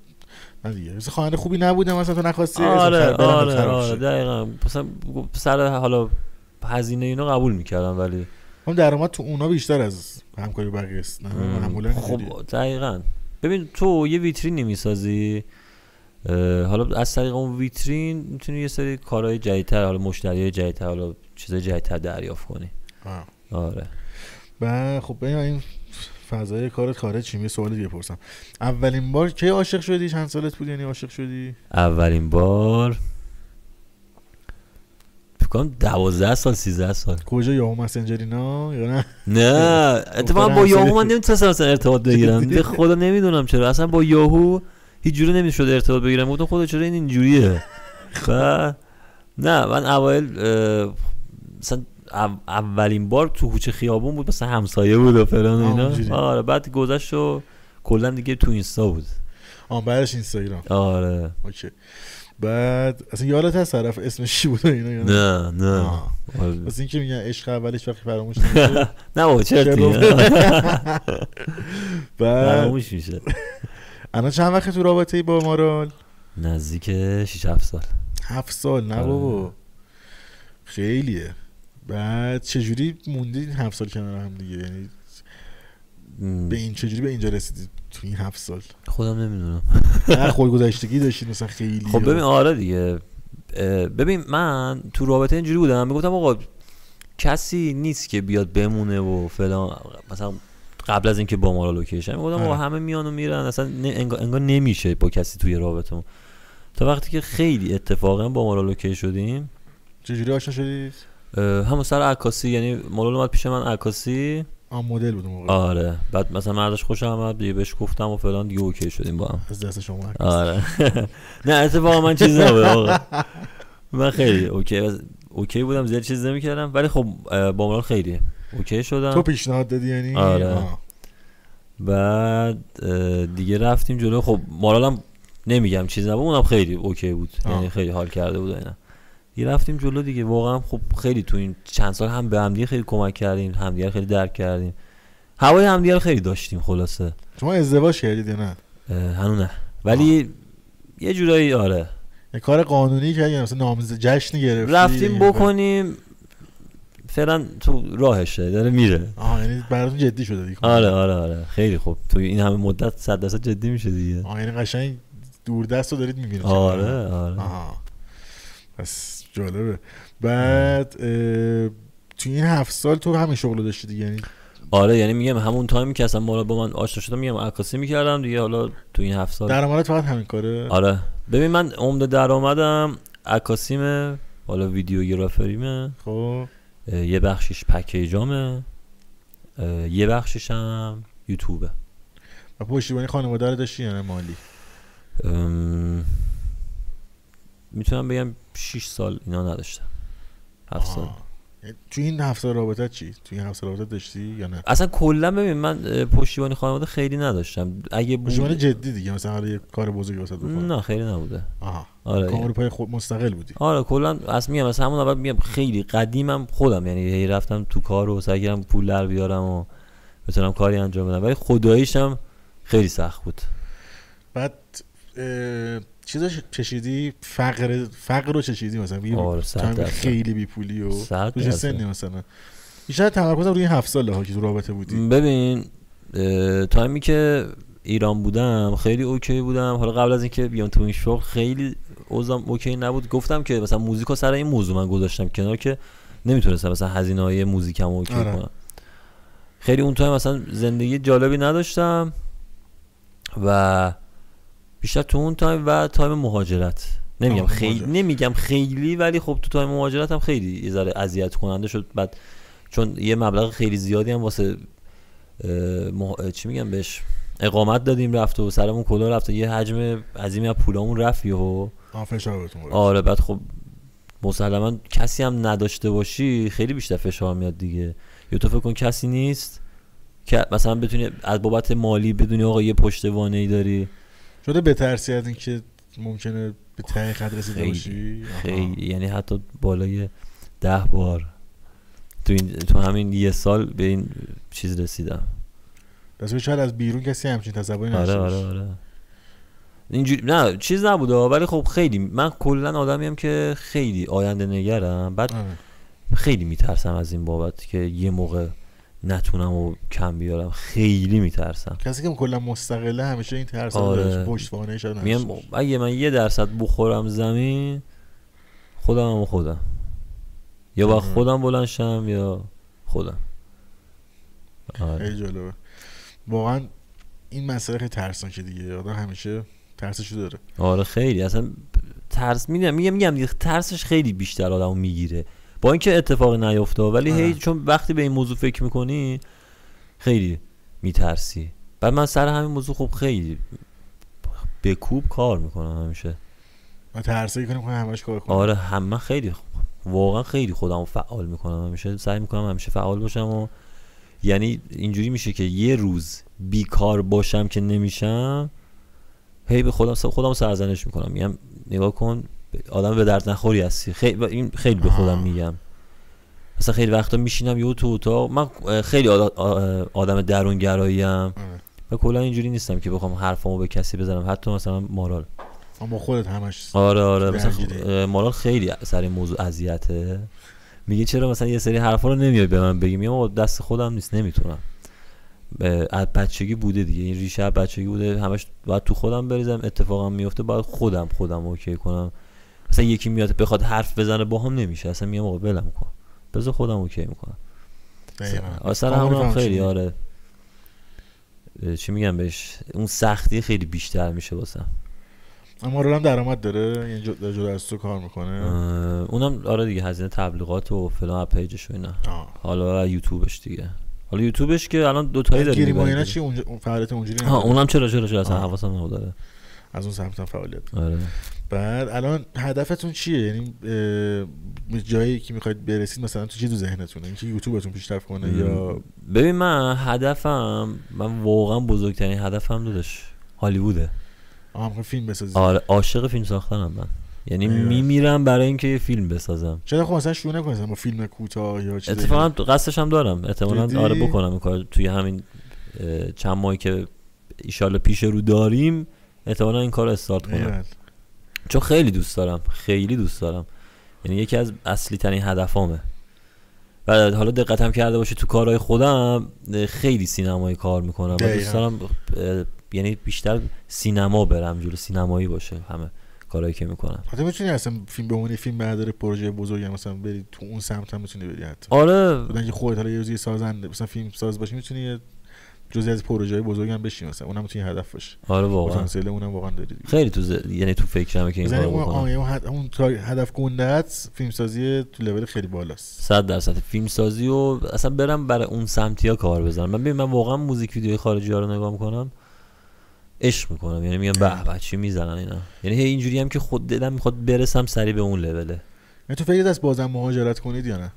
[SPEAKER 1] نه دیگه مثلا خواننده خوبی نبوده مثلا تو نخواستی اسم
[SPEAKER 2] آره
[SPEAKER 1] طرف برم
[SPEAKER 2] آره
[SPEAKER 1] طرف
[SPEAKER 2] آره
[SPEAKER 1] شه.
[SPEAKER 2] دقیقا مثلا سر حالا هزینه اینو قبول میکردم ولی
[SPEAKER 1] هم درآمد تو اونا بیشتر از همکاری بقیه است نه معمولا اینجوریه.
[SPEAKER 2] خب دقیقا ببین تو یه ویترینی میسازی حالا از طریق اون ویترین میتونی یه سری کارهای جدیدتر حالا مشتریای جدیدتر حالا چیزای جدیدتر دریافت کنی
[SPEAKER 1] آه.
[SPEAKER 2] آره
[SPEAKER 1] و خب ببین این فضای کارت خارج چیم یه سوالی دیگه پرسم اولین بار کی عاشق شدی چند سالت بودی یعنی عاشق شدی
[SPEAKER 2] اولین بار فکر کنم دوازده سال سیزده سال
[SPEAKER 1] کجا یاهو مسنجر اینا یا نه
[SPEAKER 2] نه اتفاقا با
[SPEAKER 1] همسایه
[SPEAKER 2] یاهو من
[SPEAKER 1] بود.
[SPEAKER 2] نمیتونستم اصلا ارتباط بگیرم به خدا نمیدونم چرا اصلا با یاهو هیچ جوری نمیشد ارتباط بگیرم گفتم خدا چرا این اینجوریه و نه من اوایل اه، مثلا او- اولین بار تو هوچه خیابون بود مثلا همسایه بود و فلان و
[SPEAKER 1] آه، اونجوری.
[SPEAKER 2] اینا آره بعد گذشت و کلا دیگه تو اینستا بود
[SPEAKER 1] آن بعدش اینستاگرام
[SPEAKER 2] آره
[SPEAKER 1] اوکی بعد اصلا یادت هست طرف اسمش چی بود و اینا یا نه
[SPEAKER 2] نه نه
[SPEAKER 1] یعنی؟ آه.
[SPEAKER 2] آره.
[SPEAKER 1] پس این که میگن عشق اولش وقتی فراموش نمیشه
[SPEAKER 2] نه بابا چرتی
[SPEAKER 1] چرا؟ بعد
[SPEAKER 2] فراموش میشه
[SPEAKER 1] الان چند وقت تو رابطه با مارال
[SPEAKER 2] نزدیک 6 7 سال
[SPEAKER 1] هفت سال نه
[SPEAKER 2] آره.
[SPEAKER 1] بابا خیلیه بعد چجوری موندی این هفت سال کنار هم دیگه یعنی
[SPEAKER 2] م،
[SPEAKER 1] به این چجوری به اینجا رسیدی تو این هفت سال
[SPEAKER 2] خودم نمیدونم
[SPEAKER 1] نه خودگذشتگی داشتید مثلا خیلی
[SPEAKER 2] خب ببین آره دیگه اه، ببین من تو رابطه اینجوری بودم میگفتم آقا کسی نیست که بیاد بمونه و فلان مثلا قبل از اینکه با ما را لوکیشن میگفتم
[SPEAKER 1] آره.
[SPEAKER 2] همه میان و میرن اصلا نه- انگار, انگار نمیشه با کسی توی رابطه ما. تا وقتی که خیلی اتفاقا با ما را لوکی شدیم
[SPEAKER 1] چجوری آشنا شدید
[SPEAKER 2] اه، همون سر عکاسی یعنی مولال اومد پیش من عکاسی
[SPEAKER 1] آ مدل بود اون موقع
[SPEAKER 2] آره بعد مثلا من ازش خوشم اومد دیگه بهش گفتم و فلان دیگه اوکی شدیم با هم
[SPEAKER 1] از دست شما عکس.
[SPEAKER 2] آره نه اتفاقا من چیز نبود آقا من خیلی اوکی اوکی بودم زیاد چیز نمیکردم ولی خب اه، با مرال خیلی اوکی
[SPEAKER 1] تو
[SPEAKER 2] شدم
[SPEAKER 1] پیشنهاد دادی یعنی
[SPEAKER 2] آره.
[SPEAKER 1] آه.
[SPEAKER 2] بعد اه، دیگه رفتیم جلو خب مارالم نمیگم چیز نبود اونم خیلی اوکی بود
[SPEAKER 1] آه.
[SPEAKER 2] یعنی خیلی حال کرده بود و اینا دیگه رفتیم جلو دیگه واقعا خب خیلی تو این چند سال هم به همدیگه خیلی کمک کردیم همدیگه رو خیلی درک کردیم هوای همدیگه رو خیلی داشتیم خلاصه
[SPEAKER 1] شما ازدواج کردید یا نه
[SPEAKER 2] اه، هنوز نه ولی یه جورایی آره
[SPEAKER 1] یه کار قانونی کردید یا مثلا نامزد جشن گرفتی یعنی
[SPEAKER 2] رفتیم بکنیم فعلا تو راهشه داره میره
[SPEAKER 1] آه یعنی براتون جدی شده دیگه
[SPEAKER 2] آره آره آره خیلی خوب تو این همه مدت صد درصد جدی میشه دیگه
[SPEAKER 1] آه یعنی قشنگ دور دست رو دارید میبینید
[SPEAKER 2] آره آره
[SPEAKER 1] آها پس جالبه بعد اه، تو این هفت سال تو همین شغل رو داشتی دیگه یعنی
[SPEAKER 2] آره یعنی میگم همون تایمی که اصلا بالا با من آشنا شدم میگم عکاسی میکردم دیگه حالا تو این هفت سال
[SPEAKER 1] درآمدت فقط همین کاره
[SPEAKER 2] آره ببین من عمده درآمدم عکاسیمه حالا ویدیوگرافریمه
[SPEAKER 1] خب
[SPEAKER 2] اه، یه بخشش پکیجامه اه، یه بخشش هم یوتیوبه
[SPEAKER 1] و پشتیبانی خانواده رو داشتی یعنی مالی
[SPEAKER 2] ام، میتونم بگم 6 سال اینا نداشتم 7 سال
[SPEAKER 1] آه. یعنی تو این هفت سال رابطت چی تو این هفت سال رابطت داشتی یا نه
[SPEAKER 2] اصلا کلا ببین من اه، پشتیبانی خانواده خیلی نداشتم اگه بود
[SPEAKER 1] پشتیبانی جدی دیگه مثلا حالا یه کار بزرگی واسه بکنه
[SPEAKER 2] نه خیلی نبوده
[SPEAKER 1] آها
[SPEAKER 2] آره
[SPEAKER 1] کامل
[SPEAKER 2] یعنی.
[SPEAKER 1] پای خود مستقل بودی
[SPEAKER 2] آره کلا از میگم از همون اول میگم خیلی قدیمم خودم یعنی هی رفتم تو کار و سعی کردم پول در بیارم و بتونم کاری انجام بدم ولی خداییشم خیلی سخت بود
[SPEAKER 1] بعد اه، چیزا ش- چشیدی فقر فقر رو چشیدی مثلا یه
[SPEAKER 2] آره، صد
[SPEAKER 1] تایم
[SPEAKER 2] درصد.
[SPEAKER 1] خیلی بی پولی و
[SPEAKER 2] صد
[SPEAKER 1] تو چه
[SPEAKER 2] درصد.
[SPEAKER 1] سنی مثلا بیشتر تمرکزم روی این هفت سال ها که تو رابطه بودی
[SPEAKER 2] ببین اه، تایمی که ایران بودم خیلی اوکی بودم حالا قبل از اینکه بیام تو این شغل خیلی اوضاعم اوکی نبود گفتم که مثلا موزیکو سر این موضوع من گذاشتم کنار که نمیتونستم مثلا هزینه های موزیکم رو اوکی
[SPEAKER 1] آره.
[SPEAKER 2] کنم خیلی اون تایم مثلا زندگی جالبی نداشتم و بیشتر تو اون تایم و تایم مهاجرت نمیگم
[SPEAKER 1] آه،
[SPEAKER 2] خیلی
[SPEAKER 1] مهاجرت.
[SPEAKER 2] نمیگم خیلی ولی خب تو تایم مهاجرت هم خیلی یه ذره اذیت کننده شد بعد چون یه مبلغ خیلی زیادی هم واسه اه، مه- اه، چی میگم بهش اقامت دادیم رفت و سرمون کلا رفت و یه حجم عظیمی از پولامون رفت یهو
[SPEAKER 1] آه فشار بهتون وارد.
[SPEAKER 2] آره بعد خب مسلما کسی هم نداشته باشی خیلی بیشتر فشار میاد دیگه یا تو فکر کن کسی نیست که مثلا بتونی از بابت مالی بدونی آقا یه پشتوانه ای داری
[SPEAKER 1] شده بترسی از اینکه ممکنه به ته خط رسیده
[SPEAKER 2] خیلی،
[SPEAKER 1] باشی آها.
[SPEAKER 2] خیلی یعنی حتی بالای ده بار تو, این تو همین یه سال به این چیز رسیدم
[SPEAKER 1] راستش شاید از بیرون کسی همچین تصوری
[SPEAKER 2] آره
[SPEAKER 1] نداشته
[SPEAKER 2] آره
[SPEAKER 1] باشه.
[SPEAKER 2] آره اینجوری نه چیز نبوده ولی خب خیلی من کلا آدمیم که خیلی آینده نگرم بعد
[SPEAKER 1] آره.
[SPEAKER 2] خیلی میترسم از این بابت که یه موقع نتونم و کم بیارم خیلی میترسم
[SPEAKER 1] کسی که کلا مستقله همیشه این ترس
[SPEAKER 2] آره.
[SPEAKER 1] آره. پشتوانه شاید نداشته
[SPEAKER 2] میگم
[SPEAKER 1] باشه.
[SPEAKER 2] اگه من یه درصد بخورم زمین خودم هم خودم یا با
[SPEAKER 1] آها.
[SPEAKER 2] خودم بلند شم یا خودم آره.
[SPEAKER 1] خیلی جالبه واقعا این مسئله خیلی ترسناکه دیگه آدم همیشه ترسشو داره
[SPEAKER 2] آره خیلی اصلا ترس میدونم میگم میگم دیگه ترسش خیلی بیشتر آدمو میگیره با اینکه اتفاقی نیفته ولی هی
[SPEAKER 1] آره.
[SPEAKER 2] چون وقتی به این موضوع فکر میکنی خیلی میترسی بعد من سر همین موضوع خب خیلی به کوب کار میکنم همیشه
[SPEAKER 1] ما ترسایی کنیم کنیم همش کار کنیم
[SPEAKER 2] آره هم من خیلی خ- واقعا خیلی خودم فعال میکنم همیشه سعی میکنم همیشه فعال باشم و یعنی اینجوری میشه که یه روز بیکار باشم که نمیشم هی به خودم خودم سرزنش میکنم میگم نگاه کن آدم به درد نخوری هستی خیلی این خیلی به خودم
[SPEAKER 1] آه.
[SPEAKER 2] میگم مثلا خیلی وقتا میشینم یهو تو اتاق من اه، خیلی آد- آ- آدم درونگرایی ام
[SPEAKER 1] آره.
[SPEAKER 2] و کلا اینجوری نیستم که بخوام حرفامو به کسی بزنم حتی مثلا مارال
[SPEAKER 1] اما با خودت همش
[SPEAKER 2] آره آره مثلا
[SPEAKER 1] درگیری.
[SPEAKER 2] خب، اه، مارال خیلی سر این موضوع اذیته میگه چرا مثلا یه سری حرفا رو نمیای به من بگی میگم آقا دست خودم نیست نمیتونم اه، از بچگی بوده دیگه این ریشه از بچگی بوده همش باید تو خودم بریزم اتفاقا میفته باید خودم خودم اوکی کنم مثلا یکی میاد بخواد حرف بزنه باهام نمیشه اصلا میگم آقا ولم کن بذار خودم اوکی میکنم
[SPEAKER 1] دقیقاً.
[SPEAKER 2] اصلا
[SPEAKER 1] کامل
[SPEAKER 2] همون هم
[SPEAKER 1] فهمش
[SPEAKER 2] خیلی
[SPEAKER 1] می‌کنی.
[SPEAKER 2] آره اه، چی میگم بهش اون سختی خیلی بیشتر میشه واسم
[SPEAKER 1] اما رول هم درآمد داره یعنی جدا جدا از تو کار میکنه
[SPEAKER 2] اه، اونم آره دیگه هزینه تبلیغات و فلان پیجش و اینا
[SPEAKER 1] آه.
[SPEAKER 2] حالا یوتیوبش دیگه حالا یوتیوبش که الان دو تایی
[SPEAKER 1] بعد
[SPEAKER 2] داره
[SPEAKER 1] گیریم و
[SPEAKER 2] می‌بره
[SPEAKER 1] اینا
[SPEAKER 2] دیگه.
[SPEAKER 1] چی اونجا اون فعالیت اونجوری
[SPEAKER 2] ها
[SPEAKER 1] نداره.
[SPEAKER 2] اونم چرا چرا چرا اصلا
[SPEAKER 1] آه.
[SPEAKER 2] حواسم نبود آره
[SPEAKER 1] از اون سمت هم فعالیت
[SPEAKER 2] آره
[SPEAKER 1] بعد الان هدفتون چیه یعنی اه، جایی که میخواید برسید مثلا تو چی تو ذهنتونه اینکه یوتیوبتون پیشرفت کنه یا
[SPEAKER 2] ببین من هدفم من واقعا بزرگترین هدفم دادش هالیووده
[SPEAKER 1] آه می‌خوای فیلم بسازید
[SPEAKER 2] آره عاشق فیلم ساختنم من یعنی
[SPEAKER 1] ایوه.
[SPEAKER 2] میمیرم برای اینکه یه فیلم بسازم
[SPEAKER 1] چرا خب مثلا شروع نکنید مثلا با فیلم کوتاه یا چیز
[SPEAKER 2] اتفاقا قصدش هم دارم احتمالا
[SPEAKER 1] جدی؟
[SPEAKER 2] آره بکنم این کار توی همین اه، چند ماهی که ایشالا پیش رو داریم احتمالا این کار رو استارت
[SPEAKER 1] دیگه؟
[SPEAKER 2] کنم
[SPEAKER 1] ایول.
[SPEAKER 2] چون خیلی دوست دارم خیلی دوست دارم یعنی یکی از اصلی ترین هدفامه و حالا دقتم کرده باشی تو کارهای خودم اه، خیلی سینمایی کار میکنم و دوست
[SPEAKER 1] دقیقاً.
[SPEAKER 2] دارم اه، یعنی بیشتر سینما برم جلو سینمایی باشه همه کارهایی که میکنم
[SPEAKER 1] حتی میتونی خب اصلا فیلم بمونی فیلم برداری پروژه بزرگی هم مثلا بری تو اون سمت هم میتونی بری حتی
[SPEAKER 2] آره
[SPEAKER 1] بودن که خودت حالا یه روزی سازنده مثلا فیلم ساز باشی میتونی یه جزئی از پروژه های بزرگ هم بشی مثلا اونم میتونی هدف باشه
[SPEAKER 2] آره واقعا
[SPEAKER 1] پتانسیل اونم واقعا داری دیگه.
[SPEAKER 2] خیلی تو ز- یعنی تو فکرمه که این
[SPEAKER 1] بزنی
[SPEAKER 2] کارو
[SPEAKER 1] اون
[SPEAKER 2] بکنم
[SPEAKER 1] آه، اون هد- اون تا- هدف گندت فیلم سازی تو لول خیلی بالاست
[SPEAKER 2] صد درصد فیلم سازی و اصلا برم برای اون سمتی ها کار بزنم من ببین من واقعا موزیک ویدیوی خارجی ها رو نگاه میکنم عشق میکنم یعنی میگم به به چی میزنن اینا یعنی هی اینجوری هم که خود دلم میخواد برسم سری به اون لوله
[SPEAKER 1] یعنی تو فکر دست بازم مهاجرت کنید یا نه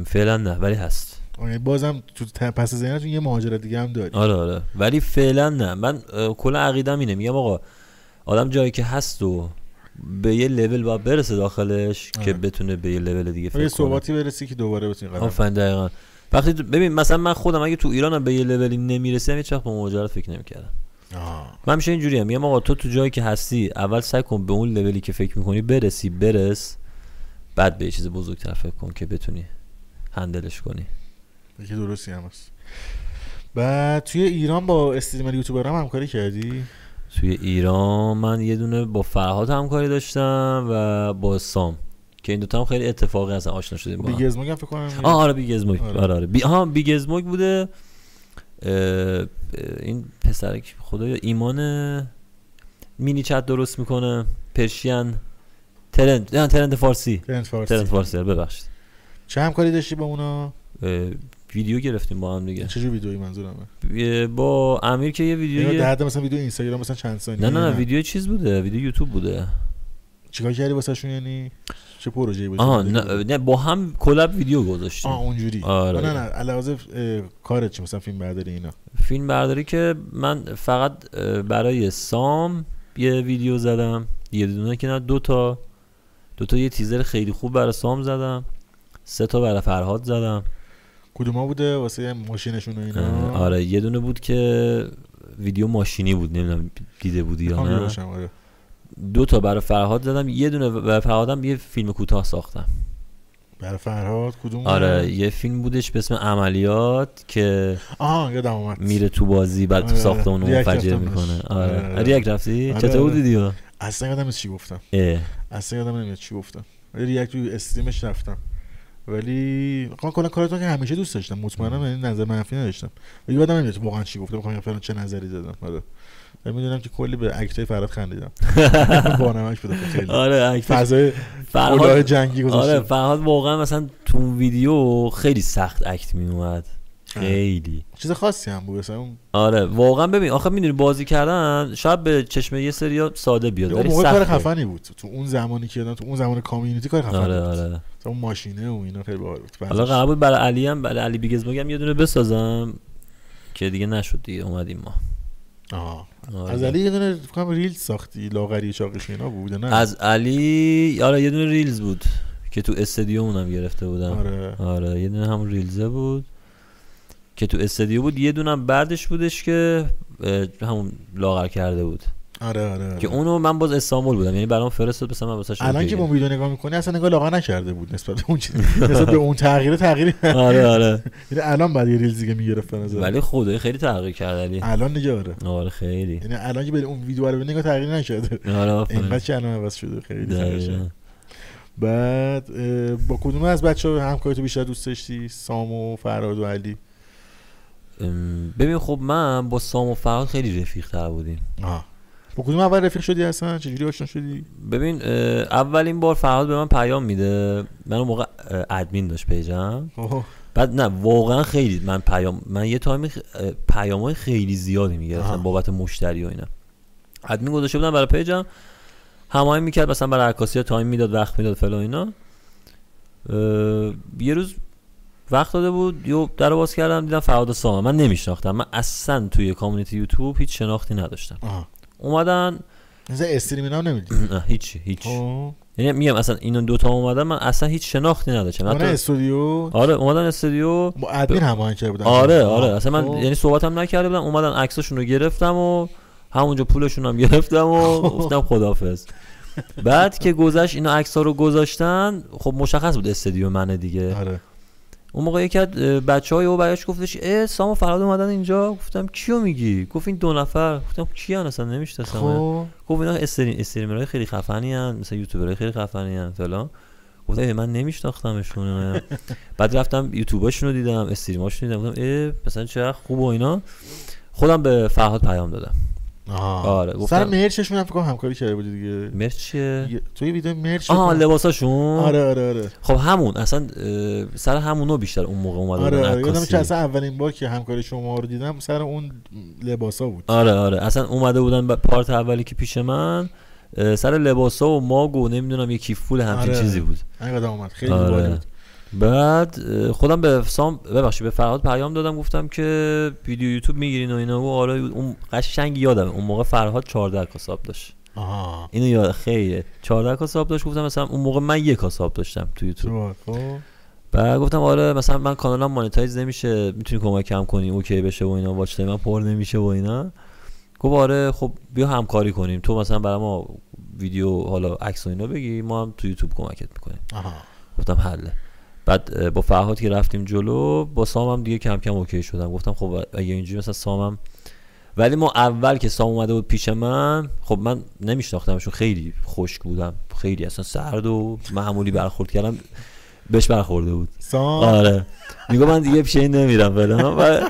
[SPEAKER 2] م، فعلا نه ولی هست
[SPEAKER 1] آه، یعنی بازم تو ت- پس از ذهنتون یه مهاجرت دیگه هم داری
[SPEAKER 2] آره آره ولی فعلا نه من اه، کلا عقیدم اینه میگم آقا آدم جایی که هست و به یه لول باید برسه داخلش
[SPEAKER 1] آره.
[SPEAKER 2] که بتونه به یه لول دیگه
[SPEAKER 1] یه
[SPEAKER 2] فکر کنه
[SPEAKER 1] ثباتی برسی که دوباره بتونی قدم
[SPEAKER 2] آفرین دقیقا وقتی تو- ببین مثلا من خودم اگه تو ایرانم به یه لولی نمیرسیدم هیچ وقت به مهاجرت فکر نمیکردم
[SPEAKER 1] آه.
[SPEAKER 2] من همیشه اینجوری هم میگم آقا تو تو جایی که هستی اول سعی کن به اون لولی که فکر میکنی برسی برس بعد به یه چیز بزرگتر فکر کن که بتونی هندلش کنی
[SPEAKER 1] یکی درستی هم هست بعد توی ایران با استریمر یوتیوبر هم همکاری کردی
[SPEAKER 2] توی ایران من یه دونه با فرهاد همکاری داشتم و با سام که این دوتا هم خیلی اتفاقی هستن آشنا شدیم با هم.
[SPEAKER 1] بیگزموگ هم فکر کنم
[SPEAKER 2] آه آره بیگزموگ
[SPEAKER 1] آره.
[SPEAKER 2] آره آره, بی... آها، بیگزموگ بوده اه، اه، این پسر که خدایا ایمان مینی چت درست میکنه پرشین ترند نه ترند فارسی
[SPEAKER 1] ترند فارسی.
[SPEAKER 2] ترند فارسی آره، ببخشید
[SPEAKER 1] چه همکاری داشتی با اونا
[SPEAKER 2] اه، ویدیو گرفتیم با هم دیگه
[SPEAKER 1] چه ویدئویی منظورمه
[SPEAKER 2] اه، با امیر که یه
[SPEAKER 1] یعنی
[SPEAKER 2] ویدیو
[SPEAKER 1] در حد مثلا ویدیو اینستاگرام مثلا چند ثانیه
[SPEAKER 2] نه نه نه ویدیو چیز بوده ویدیو یوتیوب بوده
[SPEAKER 1] چیکار کردی واسهشون یعنی چه پروژه‌ای بود
[SPEAKER 2] آها نه, نه، با هم کلاب ویدیو
[SPEAKER 1] آه
[SPEAKER 2] گذاشتیم
[SPEAKER 1] اونجوری
[SPEAKER 2] آره.
[SPEAKER 1] نه نه علاوه کارت چی مثلا فیلم برداری اینا
[SPEAKER 2] فیلم برداری که من فقط اه، برای سام یه ویدیو زدم یه دونه که نه دو تا دو تا یه تیزر خیلی خوب برای سام زدم سه تا برای فرهاد زدم
[SPEAKER 1] کدوما بوده واسه ماشینشون و اینا
[SPEAKER 2] اه، آره یه دونه بود که ویدیو ماشینی بود نمیدونم دیده بودی یا
[SPEAKER 1] کامل
[SPEAKER 2] نه
[SPEAKER 1] باشم آره
[SPEAKER 2] دو تا برای فرهاد زدم یه دونه برای فرهادم یه فیلم کوتاه ساختم
[SPEAKER 1] برای فرهاد کدوم
[SPEAKER 2] آره یه فیلم بودش به اسم عملیات که
[SPEAKER 1] آها یادم اومد
[SPEAKER 2] میره تو بازی بعد تو
[SPEAKER 1] آره،
[SPEAKER 2] ساختمون
[SPEAKER 1] ریاک
[SPEAKER 2] منفجر
[SPEAKER 1] رفتم
[SPEAKER 2] میکنه
[SPEAKER 1] بهش. آره،
[SPEAKER 2] آره
[SPEAKER 1] آره.
[SPEAKER 2] ریاک رفتی
[SPEAKER 1] آره،
[SPEAKER 2] چطور
[SPEAKER 1] آره.
[SPEAKER 2] بودی دیو
[SPEAKER 1] اصلا یادم نیست چی گفتم
[SPEAKER 2] اه.
[SPEAKER 1] اصلا یادم نمیاد چی گفتم ولی ریاکت رو استریمش رفتم ولی من کلا کارتون که همیشه دوست داشتم مطمئنم یعنی نظر منفی نداشتم ولی یادم نمیاد واقعا چی گفتم میخوام فلان چه نظری دادم آره ولی میدونم که کلی به اکتای فراد خندیدم با نمک بوده خب، خیلی
[SPEAKER 2] آره اکت-
[SPEAKER 1] فضای کلاه
[SPEAKER 2] فرهاد
[SPEAKER 1] جنگی
[SPEAKER 2] آره
[SPEAKER 1] گذاشته
[SPEAKER 2] فرهاد واقعا مثلا تو اون ویدیو خیلی سخت اکت میومد خیلی
[SPEAKER 1] چیز خاصی هم بود مثلا اون
[SPEAKER 2] آره واقعا ببین آخه میدونی بازی کردن شاید به چشم یه سری ساده بیاد
[SPEAKER 1] اون
[SPEAKER 2] ولی
[SPEAKER 1] موقع کار
[SPEAKER 2] سخته
[SPEAKER 1] خفنی بود تو اون زمانی که یادم تو اون زمان کامیونیتی کار خفنی
[SPEAKER 2] آره
[SPEAKER 1] بود
[SPEAKER 2] آره
[SPEAKER 1] مثلا اون ماشینه و اینا خیلی باحال بود
[SPEAKER 2] حالا قرار بود برای علی هم برای علی بیگزموگ هم یه دونه بسازم که دیگه نشد دیگه اومدیم ما
[SPEAKER 1] آها.
[SPEAKER 2] آره.
[SPEAKER 1] از علی یه دونه فکر کنم ریل ساختی لاغری چاقش اینا بود نه
[SPEAKER 2] از علی آره یه دونه ریلز بود که تو استدیو اونم گرفته بودم
[SPEAKER 1] آره
[SPEAKER 2] آره یه دونه همون ریلزه بود که تو استدیو بود یه دونه هم بعدش بودش که اه، همون لاغر کرده بود
[SPEAKER 1] آره آره
[SPEAKER 2] که
[SPEAKER 1] آره.
[SPEAKER 2] اونو من باز استانبول بودم یعنی برام فرستاد بس من واسش
[SPEAKER 1] الان که با اون ویدیو نگاه میکنی اصلا نگاه لاغر نکرده بود نسبت به اون چیز نسبت به اون تغییر تغییری
[SPEAKER 2] آره آره
[SPEAKER 1] یعنی الان بعد یه ریل دیگه میگرفت به نظر
[SPEAKER 2] ولی خدای خیلی تغییر کرد علی
[SPEAKER 1] الان دیگه آره
[SPEAKER 2] آره خیلی
[SPEAKER 1] یعنی الان که بری اون ویدیو رو ببینی نگاه تغییر نکرده
[SPEAKER 2] آره آفرین.
[SPEAKER 1] اینقدر که الان عوض شده خیلی تغییر
[SPEAKER 2] دقیقاً.
[SPEAKER 1] کرده. بعد اه، با کدوم از بچه ها همکاری تو بیشتر دوست داشتی سام و فراد و علی
[SPEAKER 2] ام، ببین خب من با سام و فرهاد خیلی رفیق تر بودیم
[SPEAKER 1] آه. با کدوم اول رفیق شدی اصلا چجوری آشنا شدی
[SPEAKER 2] ببین اه، اولین بار فرهاد به من پیام میده من اون موقع اه، ادمین داشت پیجم
[SPEAKER 1] آه.
[SPEAKER 2] بعد نه واقعا خیلی من پیام من یه تایمی خ... پیام های خیلی زیادی
[SPEAKER 1] آها.
[SPEAKER 2] میگرفتم بابت مشتری و اینا ادمین گذاشته بودم برای پیجم هماهنگ میکرد مثلا برای عکاسی ها تایم میداد وقت میداد فلان اینا اه، یه روز وقت داده بود یو در رو باز کردم دیدم فرهاد سام من نمیشناختم من اصلا توی کامیونیتی یوتیوب هیچ شناختی نداشتم
[SPEAKER 1] آه.
[SPEAKER 2] اومدن
[SPEAKER 1] مثلا استریم اینا هم نمیدی
[SPEAKER 2] نه هیچی هیچ
[SPEAKER 1] آه.
[SPEAKER 2] یعنی میگم اصلا اینا دوتا اومدن من اصلا هیچ شناختی نداشتم
[SPEAKER 1] من
[SPEAKER 2] حتی
[SPEAKER 1] استودیو
[SPEAKER 2] آره اومدن استودیو
[SPEAKER 1] با ادمین هماهنگ کرده بودن
[SPEAKER 2] آره آره اصلا من
[SPEAKER 1] خب.
[SPEAKER 2] یعنی صحبتم نکرده بودم اومدن عکساشون رو گرفتم و همونجا پولشون هم گرفتم
[SPEAKER 1] خب.
[SPEAKER 2] و گفتم خدافظ بعد که گذشت اینا عکس ها رو گذاشتن خب مشخص بود استودیو منه دیگه
[SPEAKER 1] آره
[SPEAKER 2] اون موقع یکی از بچه های او برایش گفتش اه سام و فراد اومدن اینجا گفتم کیو میگی گفت این دو نفر گفتم کیان اصلا نمیشناسم
[SPEAKER 1] خب
[SPEAKER 2] گفت اینا استریم استریمرهای خیلی خفنی هن مثلا یوتیوبرهای خیلی خفنی هن فلان گفتم ای من نمیشناختمشون بعد رفتم یوتیوباشون رو دیدم استریماشون رو دیدم گفتم ای مثلا چقدر خوب و اینا خودم به فرهاد پیام دادم
[SPEAKER 1] آه.
[SPEAKER 2] آره، گفتم-
[SPEAKER 1] سر مرچشون هم فکر کنم همکاری کرده بودی دیگه
[SPEAKER 2] مرچ چیه
[SPEAKER 1] یه- توی ویدیو مرچ فکر
[SPEAKER 2] آها
[SPEAKER 1] کنم-
[SPEAKER 2] لباساشون
[SPEAKER 1] آره آره آره
[SPEAKER 2] خب همون اصلا اه، سر همونو بیشتر اون موقع اومده
[SPEAKER 1] آره
[SPEAKER 2] بودن
[SPEAKER 1] آره یادم
[SPEAKER 2] عکاسی.
[SPEAKER 1] که اصلا اولین بار که همکاری شما رو دیدم سر اون لباسا بود
[SPEAKER 2] آره آره اصلا اومده بودن ب- پارت اولی که پیش من اه، سر لباسا و ماگ و نمیدونم یه کیف پول همچین
[SPEAKER 1] آره.
[SPEAKER 2] چیزی بود
[SPEAKER 1] انقدر اومد خیلی
[SPEAKER 2] آره.
[SPEAKER 1] باحال بود
[SPEAKER 2] بعد اه، خودم به سام ببخشید به فرهاد پیام دادم گفتم که ویدیو یوتیوب میگیرین و اینا و آره اون قشنگ یادم اون موقع فرهاد 14 کاساب داشت
[SPEAKER 1] آها
[SPEAKER 2] اینو یاد خیلی 14 کاساب داشت گفتم مثلا اون موقع من یک کاساب داشتم تو یوتیوب
[SPEAKER 1] تو خب
[SPEAKER 2] بعد گفتم آره مثلا من کانالم مانیتایز نمیشه میتونی کمکم کنی اوکی بشه و اینا واچ تایم من پر نمیشه و اینا گفت آره خب بیا همکاری کنیم تو مثلا برای ما ویدیو حالا عکس و اینا بگی ما هم تو یوتیوب کمکت میکنیم
[SPEAKER 1] آها
[SPEAKER 2] گفتم حله بعد اه، با فرهاد که رفتیم جلو با سامم دیگه کم کم اوکی شدم گفتم خب اگه اینجوری مثلا سامم ولی ما اول که سام اومده بود پیش من خب من نمیشناختمشون خیلی خشک بودم خیلی اصلا سرد و معمولی برخورد کردم بهش برخورده بود
[SPEAKER 1] سام
[SPEAKER 2] آره میگو من دیگه پیش این نمیرم فلان و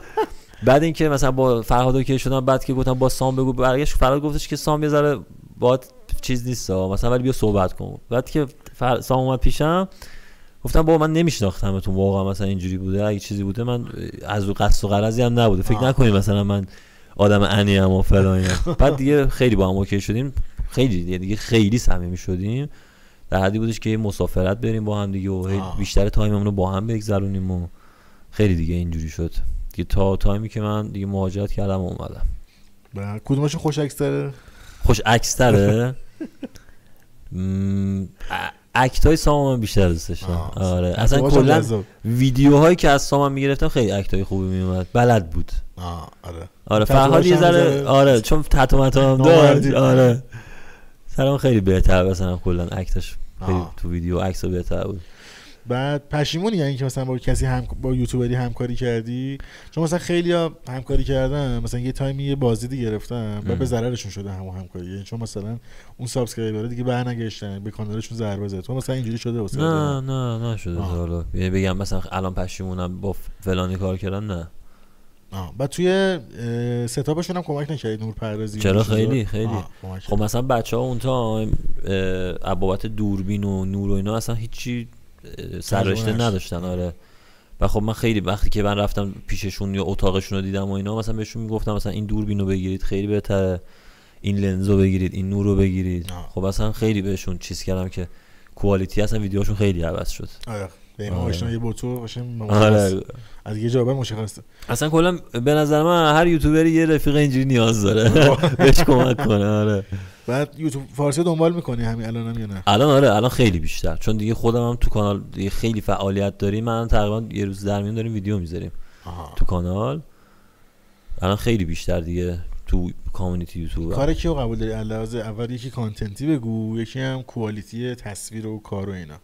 [SPEAKER 2] بعد اینکه مثلا با فرهاد اوکی شدم بعد که گفتم با سام بگو برگشت فرهاد گفتش که سام یه ذره باهات چیز نیست ها. مثلا ولی بیا صحبت کن بعد که فر... سام اومد پیشم گفتم بابا من نمیشناختمتون واقعا مثلا اینجوری بوده اگه چیزی بوده من از اون قصد و غرضی هم نبوده فکر
[SPEAKER 1] آه.
[SPEAKER 2] نکنید مثلا من آدم انی ام و فلان اینا. بعد دیگه خیلی با هم اوکی شدیم خیلی دیگه, دیگه خیلی صمیمی شدیم در حدی بودش که یه مسافرت بریم با هم دیگه و هی
[SPEAKER 1] آه.
[SPEAKER 2] بیشتر تایممون رو با هم بگذرونیم و خیلی دیگه اینجوری شد دیگه تا تایمی که من دیگه مهاجرت کردم و اومدم
[SPEAKER 1] بله. کدومشون خوش عکس‌تره
[SPEAKER 2] خوش عکستره م، ا- اکتای سامان من بیشتر دوست داشتم
[SPEAKER 1] آه.
[SPEAKER 2] آره اصلا
[SPEAKER 1] باباشم
[SPEAKER 2] کلا
[SPEAKER 1] جذاب.
[SPEAKER 2] ویدیوهایی که از سامان میگرفتم خیلی اکتای خوبی میومد بلد بود
[SPEAKER 1] آه آره
[SPEAKER 2] آره
[SPEAKER 1] تتوهاش
[SPEAKER 2] فرهاد یه
[SPEAKER 1] هم
[SPEAKER 2] ذره
[SPEAKER 1] ذره-
[SPEAKER 2] آره چون تتومت هم داشت
[SPEAKER 1] نامردی.
[SPEAKER 2] آره سلام خیلی بهتر مثلا کلا اکتش خیلی
[SPEAKER 1] آه.
[SPEAKER 2] تو ویدیو عکس بهتر بود
[SPEAKER 1] بعد پشیمونی یعنی که مثلا با کسی هم با یوتیوبری همکاری کردی چون مثلا خیلی همکاری کردن مثلا یه تایمی یه بازدیدی گرفتن و
[SPEAKER 2] ام.
[SPEAKER 1] به ضررشون شده همون همکاری یعنی چون مثلا اون سابسکرایبر دیگه برنگشتن به کانالشون ضربه زد تو مثلا اینجوری شده واسه
[SPEAKER 2] نه نه نشده
[SPEAKER 1] آه.
[SPEAKER 2] حالا یعنی بگم مثلا الان پشیمونم با فلانی کار کردن نه
[SPEAKER 1] آه. بعد توی اه، ستاپشون هم کمک نکردی نور پردازی
[SPEAKER 2] چرا؟
[SPEAKER 1] این چیزا؟
[SPEAKER 2] خیلی، خیلی.
[SPEAKER 1] آه، کمک
[SPEAKER 2] خب مثلا بچه ها اون تایم اه، بابت دوربین و نور و اینا اصلا هیچی اه، سررشته
[SPEAKER 1] تجربه
[SPEAKER 2] نداشتن آره و خب من خیلی وقتی که من رفتم پیششون یا اتاقشون رو دیدم و اینا مثلا بهشون میگفتم مثلا این دوربین رو بگیرید خیلی بهتره این لنز رو بگیرید این نور رو بگیرید
[SPEAKER 1] آه.
[SPEAKER 2] خب اصلا خیلی بهشون چیز کردم که کوالیتی اصلا ویدیوهاشون خیلی عوض شد
[SPEAKER 1] آره به این
[SPEAKER 2] آره.
[SPEAKER 1] آشنایی با تو قشنگ مشخص.
[SPEAKER 2] آره
[SPEAKER 1] از یه جا به بعد مشخصه
[SPEAKER 2] اصلا کلا به نظر من هر یوتیوبری یه رفیق اینجوری نیاز داره بهش کمک کنه آره
[SPEAKER 1] بعد یوتیوب فارسی رو دنبال میکنی همین الانم یا نه
[SPEAKER 2] الان آره الان خیلی بیشتر چون دیگه خودم هم تو کانال دیگه خیلی فعالیت داریم من تقریبا یه روز در میون داریم ویدیو میذاریم
[SPEAKER 1] آها.
[SPEAKER 2] تو کانال الان خیلی بیشتر دیگه تو کامیونیتی یوتیوب هم.
[SPEAKER 1] کار کیو قبول داری علاوه اول یکی کانتنتی بگو یکی هم کوالیتی تصویر و کار و اینا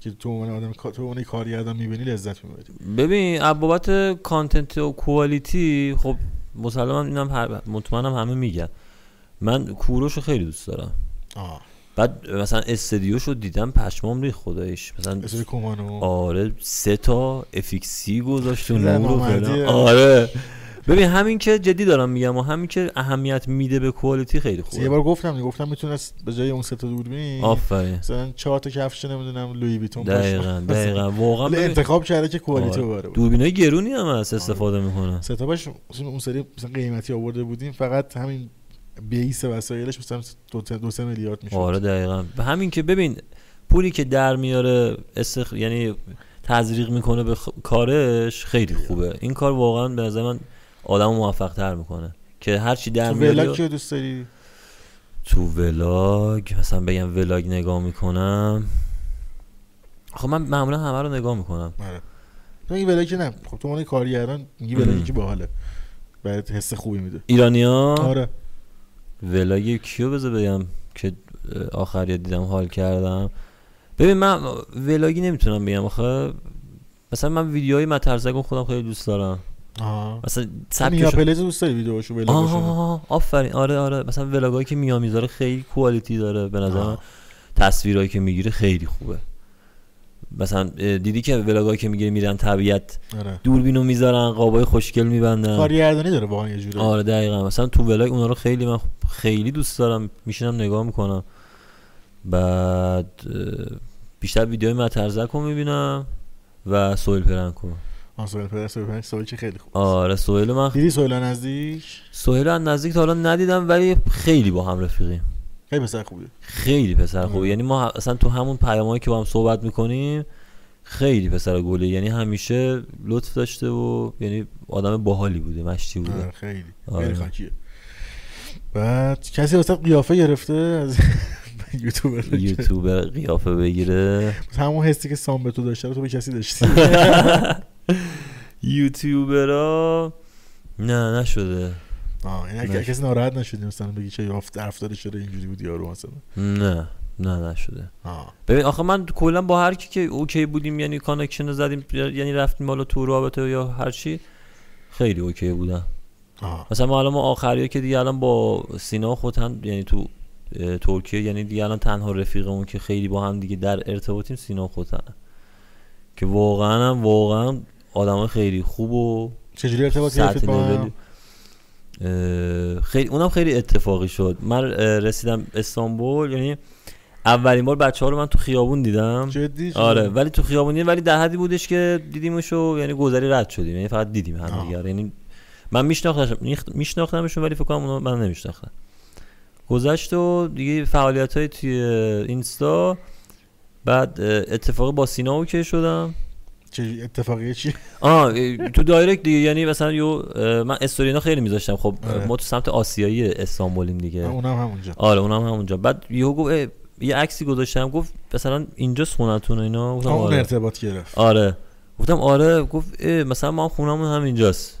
[SPEAKER 1] که تو اون آدم تو اون کارگردان میبینی لذت میبری
[SPEAKER 2] ببین از بابت کانتنت و کوالیتی خب مسلما اینم هر مطمئنم همه میگن من کوروش رو خیلی دوست دارم
[SPEAKER 1] آه
[SPEAKER 2] بعد مثلا استدیوش رو دیدم پشمام ریخ خدایش مثلا
[SPEAKER 1] مثل کومانو
[SPEAKER 2] آره سه تا افیکسی گذاشت و نور و
[SPEAKER 1] زمامردیه.
[SPEAKER 2] فلان. آره ببین همین که جدی دارم میگم و همین که اهمیت میده به کوالیتی خیلی
[SPEAKER 1] یه
[SPEAKER 2] خوبه
[SPEAKER 1] بار گفتم دیگه، گفتم میتونست به جای اون سه تا دوربین
[SPEAKER 2] آفرین
[SPEAKER 1] مثلا چهار تا کفش نمیدونم لویی ویتون باشه.
[SPEAKER 2] دقیقا دقیقا واقعا
[SPEAKER 1] ولی
[SPEAKER 2] ببین-
[SPEAKER 1] انتخاب کرده که کوالیتی
[SPEAKER 2] آره.
[SPEAKER 1] رو بره
[SPEAKER 2] دوربینای گرونی هم هست استفاده میکنن
[SPEAKER 1] سه تا باش اون سری مثلا قیمتی آورده بودیم فقط همین بیس وسایلش مثلا دو, تا- دو سه میلیارد میشه
[SPEAKER 2] آره دقیقا به همین که ببین پولی که در میاره استخ... یعنی تزریق میکنه به خ- کارش خیلی خوبه این کار واقعا به نظر من آدم موفق تر میکنه که هرچی در
[SPEAKER 1] تو
[SPEAKER 2] میاره
[SPEAKER 1] ولاگ کیو دوست داری
[SPEAKER 2] تو ولاگ مثلا بگم ولاگ نگاه میکنم خب من معمولا همه رو نگاه میکنم
[SPEAKER 1] آره تو این ولاگ که نه خب تو اون کارگردان میگی
[SPEAKER 2] ام.
[SPEAKER 1] ولاگی که باحاله بعد حس خوبی میده
[SPEAKER 2] ایرانی ها
[SPEAKER 1] آره
[SPEAKER 2] ولاگ کیو بذار بگم که آخری دیدم حال کردم ببین من ولاگی نمیتونم بگم آخه مثلا من ویدیوهای مترزگون خودم خیلی دوست دارم
[SPEAKER 1] آها
[SPEAKER 2] مثلا
[SPEAKER 1] تو نیا
[SPEAKER 2] سبکش
[SPEAKER 1] پلیز دوست داری ویدیوشو ولاگشو
[SPEAKER 2] آه آفرین آره آره مثلا ولاگایی که میا میذاره خیلی کوالیتی داره به نظر من
[SPEAKER 1] آه.
[SPEAKER 2] تصویرایی که میگیره خیلی خوبه مثلا اه، دیدی که ولاگایی که میگیره میرن طبیعت
[SPEAKER 1] آره
[SPEAKER 2] دوربینو میذارن قابای خوشگل میبندن
[SPEAKER 1] کارگردانی داره واقعا یه جوره
[SPEAKER 2] آره دقیقا مثلا تو ولاگ اونا رو خیلی من خ- خیلی دوست دارم میشینم نگاه میکنم بعد اه، بیشتر ویدیوهای مترزک رو میبینم و سویل پرنکو
[SPEAKER 1] آن سوال پرس و پنج سوال که خیلی خوب
[SPEAKER 2] آره سویل من
[SPEAKER 1] دیدی سوال نزدیک
[SPEAKER 2] سهیل از نزدیک تا حالا ندیدم ولی خیلی با هم رفیقیم
[SPEAKER 1] خیلی پسر خوبی
[SPEAKER 2] خیلی پسر
[SPEAKER 1] مم.
[SPEAKER 2] خوبه یعنی ما ه- اصلا تو همون پیامایی که با هم صحبت میکنیم خیلی پسر گله یعنی همیشه لطف داشته و یعنی آدم باحالی بوده مشتی بوده
[SPEAKER 1] آره، خیلی
[SPEAKER 2] آره.
[SPEAKER 1] خیلی خاکیه بعد کسی واسه قیافه گرفته از یوتیوبر
[SPEAKER 2] یوتیوبر قیافه بگیره
[SPEAKER 1] همون حسی که سام به تو داشته رو تو به کسی داشتی
[SPEAKER 2] یوتیوبرا نه نشده
[SPEAKER 1] آه یعنی اگه
[SPEAKER 2] نه.
[SPEAKER 1] کسی ناراحت نشدی مثلا بگی چه یافت رفتارش چرا اینجوری بود یارو مثلا
[SPEAKER 2] نه نه نشده
[SPEAKER 1] آه
[SPEAKER 2] ببین آخه من کلا با هر کی که اوکی بودیم یعنی کانکشن رو زدیم یعنی رفتیم بالا تو رابطه یا هر چی خیلی اوکی بودم
[SPEAKER 1] آه
[SPEAKER 2] مثلا ما الان ما آخریا که دیگه الان با سینا خود هم یعنی تو اه، ترکیه یعنی دیگه الان تنها رفیقمون که خیلی با هم دیگه در ارتباطیم سینا خودن که واقعا هم واقعا آدم خیلی خوب و
[SPEAKER 1] چجوری ارتباط
[SPEAKER 2] سطح
[SPEAKER 1] گرفتید با هم
[SPEAKER 2] لول- اه، خیلی اونم خیلی اتفاقی شد من اه، رسیدم استانبول یعنی اولین بار بچه ها رو من تو خیابون دیدم
[SPEAKER 1] جدی شد؟
[SPEAKER 2] آره ولی تو خیابونی ولی در حدی بودش که دیدیمش و یعنی گذری رد شدیم یعنی فقط دیدیم هم
[SPEAKER 1] آه.
[SPEAKER 2] دیگه رو. یعنی من میشناختم میشناختمشون ولی فکر کنم اونا من نمیشناختم گذشت و دیگه فعالیت های توی اینستا بعد اه، اتفاقی با سینا اوکی شدم
[SPEAKER 1] چه اتفاقیه چی
[SPEAKER 2] آه اه، تو دایرکت دیگه یعنی مثلا یو اه، من استورینا خیلی میذاشتم خب اه،
[SPEAKER 1] آره.
[SPEAKER 2] ما تو سمت آسیایی استانبولیم دیگه
[SPEAKER 1] اونم همونجا
[SPEAKER 2] آره اونم همونجا بعد یهو گفت اه، یه عکسی گذاشتم گفت مثلا اینجا خونتون و اینا گفتم
[SPEAKER 1] خب، اون
[SPEAKER 2] آره.
[SPEAKER 1] ارتباط گرفت
[SPEAKER 2] آره گفتم آره گفت اه، مثلا ما هم خونمون همینجاست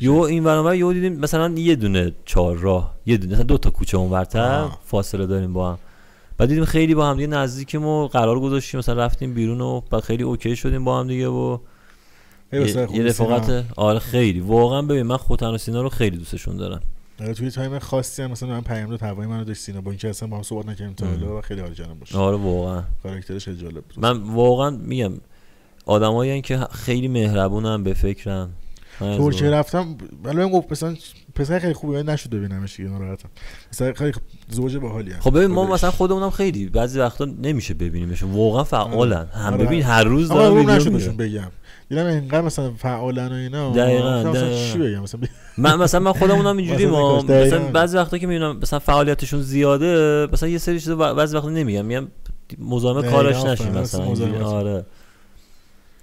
[SPEAKER 2] یو این برنامه یو دیدیم مثلا یه دونه چهار راه یه دونه مثلا دو تا کوچه اونورتر
[SPEAKER 1] آه.
[SPEAKER 2] فاصله داریم با هم بعد دیدیم خیلی با هم دیگه نزدیکیم و قرار گذاشتیم مثلا رفتیم بیرون و بعد خیلی اوکی شدیم با هم دیگه و
[SPEAKER 1] خیلی
[SPEAKER 2] یه
[SPEAKER 1] پسر خوبی
[SPEAKER 2] یه
[SPEAKER 1] سینا.
[SPEAKER 2] رفاقت آره خیلی واقعا ببین من خودتن و سینا رو خیلی دوستشون دارم
[SPEAKER 1] آره، توی تایم خاصی هم مثلا من پیام داد هوای منو داشت سینا با اینکه اصلا با هم صحبت نکردیم تا حالا و خیلی حال جنم باشه
[SPEAKER 2] آره واقعا
[SPEAKER 1] کاراکترش خیلی جالب بود
[SPEAKER 2] من واقعا میگم آدمایی که خیلی مهربونن به فکرن من از
[SPEAKER 1] ترکیه
[SPEAKER 2] واقعا-
[SPEAKER 1] خب، رفتم ولی من گفت پسر پسر خیلی خوبه ولی نشد ببینمش دیگه ناراحتم پسر خیلی زوج باحالی
[SPEAKER 2] خب ببین ما
[SPEAKER 1] خودش.
[SPEAKER 2] مثلا خودمونم خیلی بعضی وقتا نمیشه ببینیمشون واقعا فعالن هم
[SPEAKER 1] آره.
[SPEAKER 2] ببین هر روز
[SPEAKER 1] اما
[SPEAKER 2] دارن
[SPEAKER 1] رو
[SPEAKER 2] ویدیو
[SPEAKER 1] نشدشون
[SPEAKER 2] می‌گیرن.
[SPEAKER 1] بگم دیدم اینقدر مثلا فعالن و اینا
[SPEAKER 2] دقیقاً،
[SPEAKER 1] گفتم مثلا
[SPEAKER 2] دقیقاً.
[SPEAKER 1] چی بگم مثلا
[SPEAKER 2] من مثلا من خودمونم اینجوری
[SPEAKER 1] مثلا
[SPEAKER 2] ما
[SPEAKER 1] نگاش، دقیقاً.
[SPEAKER 2] مثلا بعضی وقتا که میبینم مثلا فعالیتشون زیاده مثلا یه سری چیزا با- بعضی وقتا نمیگم میگم مزاحم
[SPEAKER 1] دقیقاً،
[SPEAKER 2] کارش
[SPEAKER 1] آفرین.
[SPEAKER 2] نشیم مثلا
[SPEAKER 1] مثلا مزاحم
[SPEAKER 2] اینجوری.
[SPEAKER 1] نشیم.
[SPEAKER 2] آره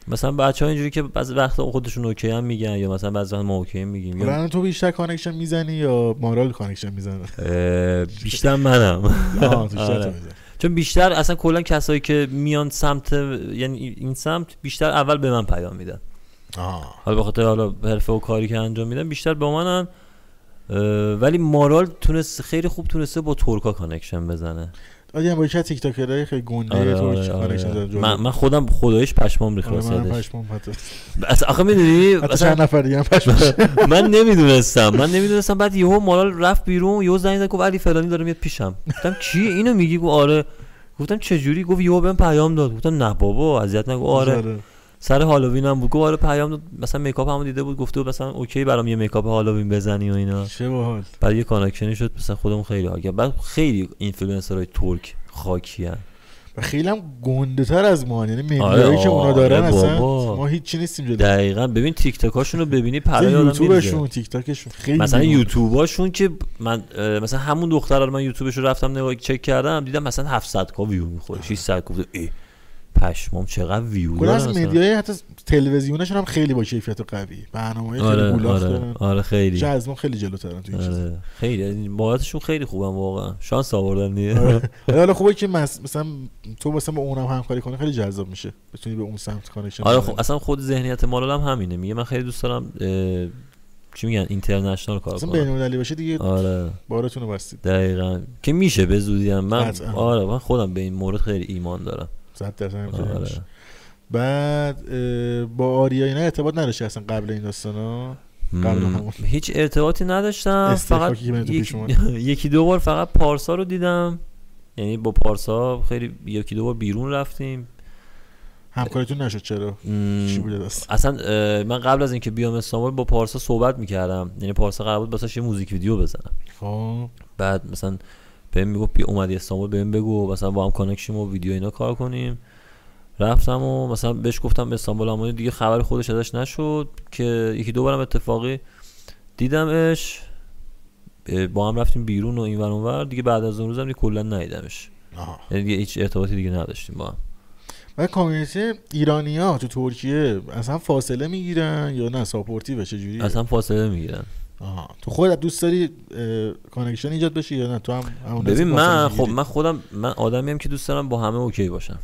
[SPEAKER 2] مثلا بچه ها اینجوری که بعضی وقتا خودشون اوکی هم میگن یا مثلا بعضی وقتا ما اوکی میگیم یا
[SPEAKER 1] رن تو بیشتر کانکشن میزنی یا مارال کانکشن میزنه
[SPEAKER 2] اه، بیشتر منم
[SPEAKER 1] آها تو بیشتر تو
[SPEAKER 2] آره.
[SPEAKER 1] میزنی.
[SPEAKER 2] چون بیشتر اصلا کلا کسایی که میان سمت یعنی این سمت بیشتر اول به من پیام میدن
[SPEAKER 1] آها
[SPEAKER 2] حالا به خاطر حالا حرفه و کاری که انجام میدم بیشتر با منن اه، ولی مارال تونست خیلی خوب تونسته با ترکا کانکشن بزنه
[SPEAKER 1] آدم با یکی تیک تاکرای خیلی گنده
[SPEAKER 2] آره،
[SPEAKER 1] تو
[SPEAKER 2] آره،
[SPEAKER 1] چی
[SPEAKER 2] آره.
[SPEAKER 1] کانکشن زد جلو.
[SPEAKER 2] من, من خودم خدایش پشمام ریخت
[SPEAKER 1] آره، منم
[SPEAKER 2] وسطش
[SPEAKER 1] پشمام حتی
[SPEAKER 2] اصلا آخه میدونی
[SPEAKER 1] حتی چند نفر دیگه هم پشمام
[SPEAKER 2] آره. من نمیدونستم من نمیدونستم بعد یهو مارال رفت بیرون یهو زنگ زد گفت علی فلانی داره میاد پیشم گفتم کی اینو میگی گفت آره گفتم چه جوری گفت یهو بهم پیام داد گفتم نه بابا اذیت نگو آره سر هالووین هم بود گفت آره پیام داد مثلا میکاپ هم دیده بود گفته بود مثلا اوکی برام یه میکاپ هالووین بزنی و اینا
[SPEAKER 1] چه باحال
[SPEAKER 2] بعد یه کانکشنی شد مثلا خودمون خیلی حال بعد خیلی اینفلوئنسرهای ترک خاکی هن.
[SPEAKER 1] و خیلی هم گنده تر از ما یعنی
[SPEAKER 2] آره،
[SPEAKER 1] ملیایی که اونا
[SPEAKER 2] آره
[SPEAKER 1] دارن اصلا
[SPEAKER 2] بابا.
[SPEAKER 1] ما هیچی نیستیم جدا
[SPEAKER 2] دقیقا ببین تیک تاکاشون رو ببینی پرای آدم میریزه
[SPEAKER 1] یوتیوبشون تیک تاکشون خیلی
[SPEAKER 2] مثلا
[SPEAKER 1] می‌مونه.
[SPEAKER 2] یوتیوباشون که من اه، مثلا همون دختر رو من یوتیوبش رو رفتم نگاه چک کردم دیدم مثلا 700 کا ویو میخوره 600 کا گفتم، ای پشمام چقدر ویو
[SPEAKER 1] کلا
[SPEAKER 2] داره
[SPEAKER 1] از
[SPEAKER 2] اصلا.
[SPEAKER 1] خب، مدیای حتی تلویزیونشون هم خیلی با کیفیت و قوی برنامه‌های خیلی
[SPEAKER 2] آره
[SPEAKER 1] اولاف
[SPEAKER 2] آره
[SPEAKER 1] دارن
[SPEAKER 2] آره خیلی
[SPEAKER 1] چه از ما خیلی جلوترن تو این چیزا
[SPEAKER 2] آره خیلی یعنی مهارتشون خیلی خوبم واقعا شانس آوردن دیگه
[SPEAKER 1] آره. حالا خوبه که مس- مثلا تو مثلا با اونم همکاری کنی خیلی جذاب میشه بتونی به اون سمت کانکشن
[SPEAKER 2] آره
[SPEAKER 1] بزنی.
[SPEAKER 2] خب اصلا خود ذهنیت مالال هم همینه میگه من خیلی دوست دارم اه، چی میگن اینترنشنال کار
[SPEAKER 1] اصلا
[SPEAKER 2] کنم
[SPEAKER 1] بین‌المللی باشه دیگه
[SPEAKER 2] آره
[SPEAKER 1] بارتون رو بستید
[SPEAKER 2] دقیقا که میشه به زودی هم من
[SPEAKER 1] قطعاً.
[SPEAKER 2] آره من خودم به این مورد خیلی ایمان دارم
[SPEAKER 1] 100 درصد همینطوری
[SPEAKER 2] آره
[SPEAKER 1] میشه. بعد اه، با آریا اینا ارتباط نداشتی اصلا قبل این داستانا قبل
[SPEAKER 2] مم،
[SPEAKER 1] همون.
[SPEAKER 2] هیچ ارتباطی نداشتم فقط
[SPEAKER 1] استفاقی که بین تو
[SPEAKER 2] یک-
[SPEAKER 1] پیش اومد.
[SPEAKER 2] یکی دو بار فقط پارسا رو دیدم یعنی با پارسا خیلی یکی دو بار بیرون رفتیم
[SPEAKER 1] همکاریتون نشد چرا
[SPEAKER 2] مم،
[SPEAKER 1] چی بوده داستان
[SPEAKER 2] اصلا اه، من قبل از اینکه بیام استانبول با پارسا صحبت میکردم یعنی پارسا قرار بود واسش یه موزیک ویدیو بزنم
[SPEAKER 1] خب
[SPEAKER 2] بعد مثلا بهم میگفت بیا اومدی استانبول بهم بگو مثلا با هم کانکشیم و ویدیو اینا کار کنیم رفتم و مثلا بهش گفتم به استانبول هم دیگه خبر خودش ازش نشد که یکی دو بارم اتفاقی دیدمش اه، با هم رفتیم بیرون و این اونور دیگه بعد از اون روزم دیگه کلا ندیدمش
[SPEAKER 1] آه.
[SPEAKER 2] یعنی دیگه هیچ ارتباطی دیگه نداشتیم با هم
[SPEAKER 1] و کامیونیتی ایرانیا تو ترکیه اصلا فاصله میگیرن یا نه ساپورتی بشه جوری
[SPEAKER 2] اصلا فاصله میگیرن
[SPEAKER 1] تو خودت دوست داری اه، کانکشن ایجاد بشه یا نه تو هم همون
[SPEAKER 2] ببین
[SPEAKER 1] فاصله
[SPEAKER 2] من خب
[SPEAKER 1] می‌گیری؟
[SPEAKER 2] من خودم من آدمیم که دوست دارم با همه اوکی باشم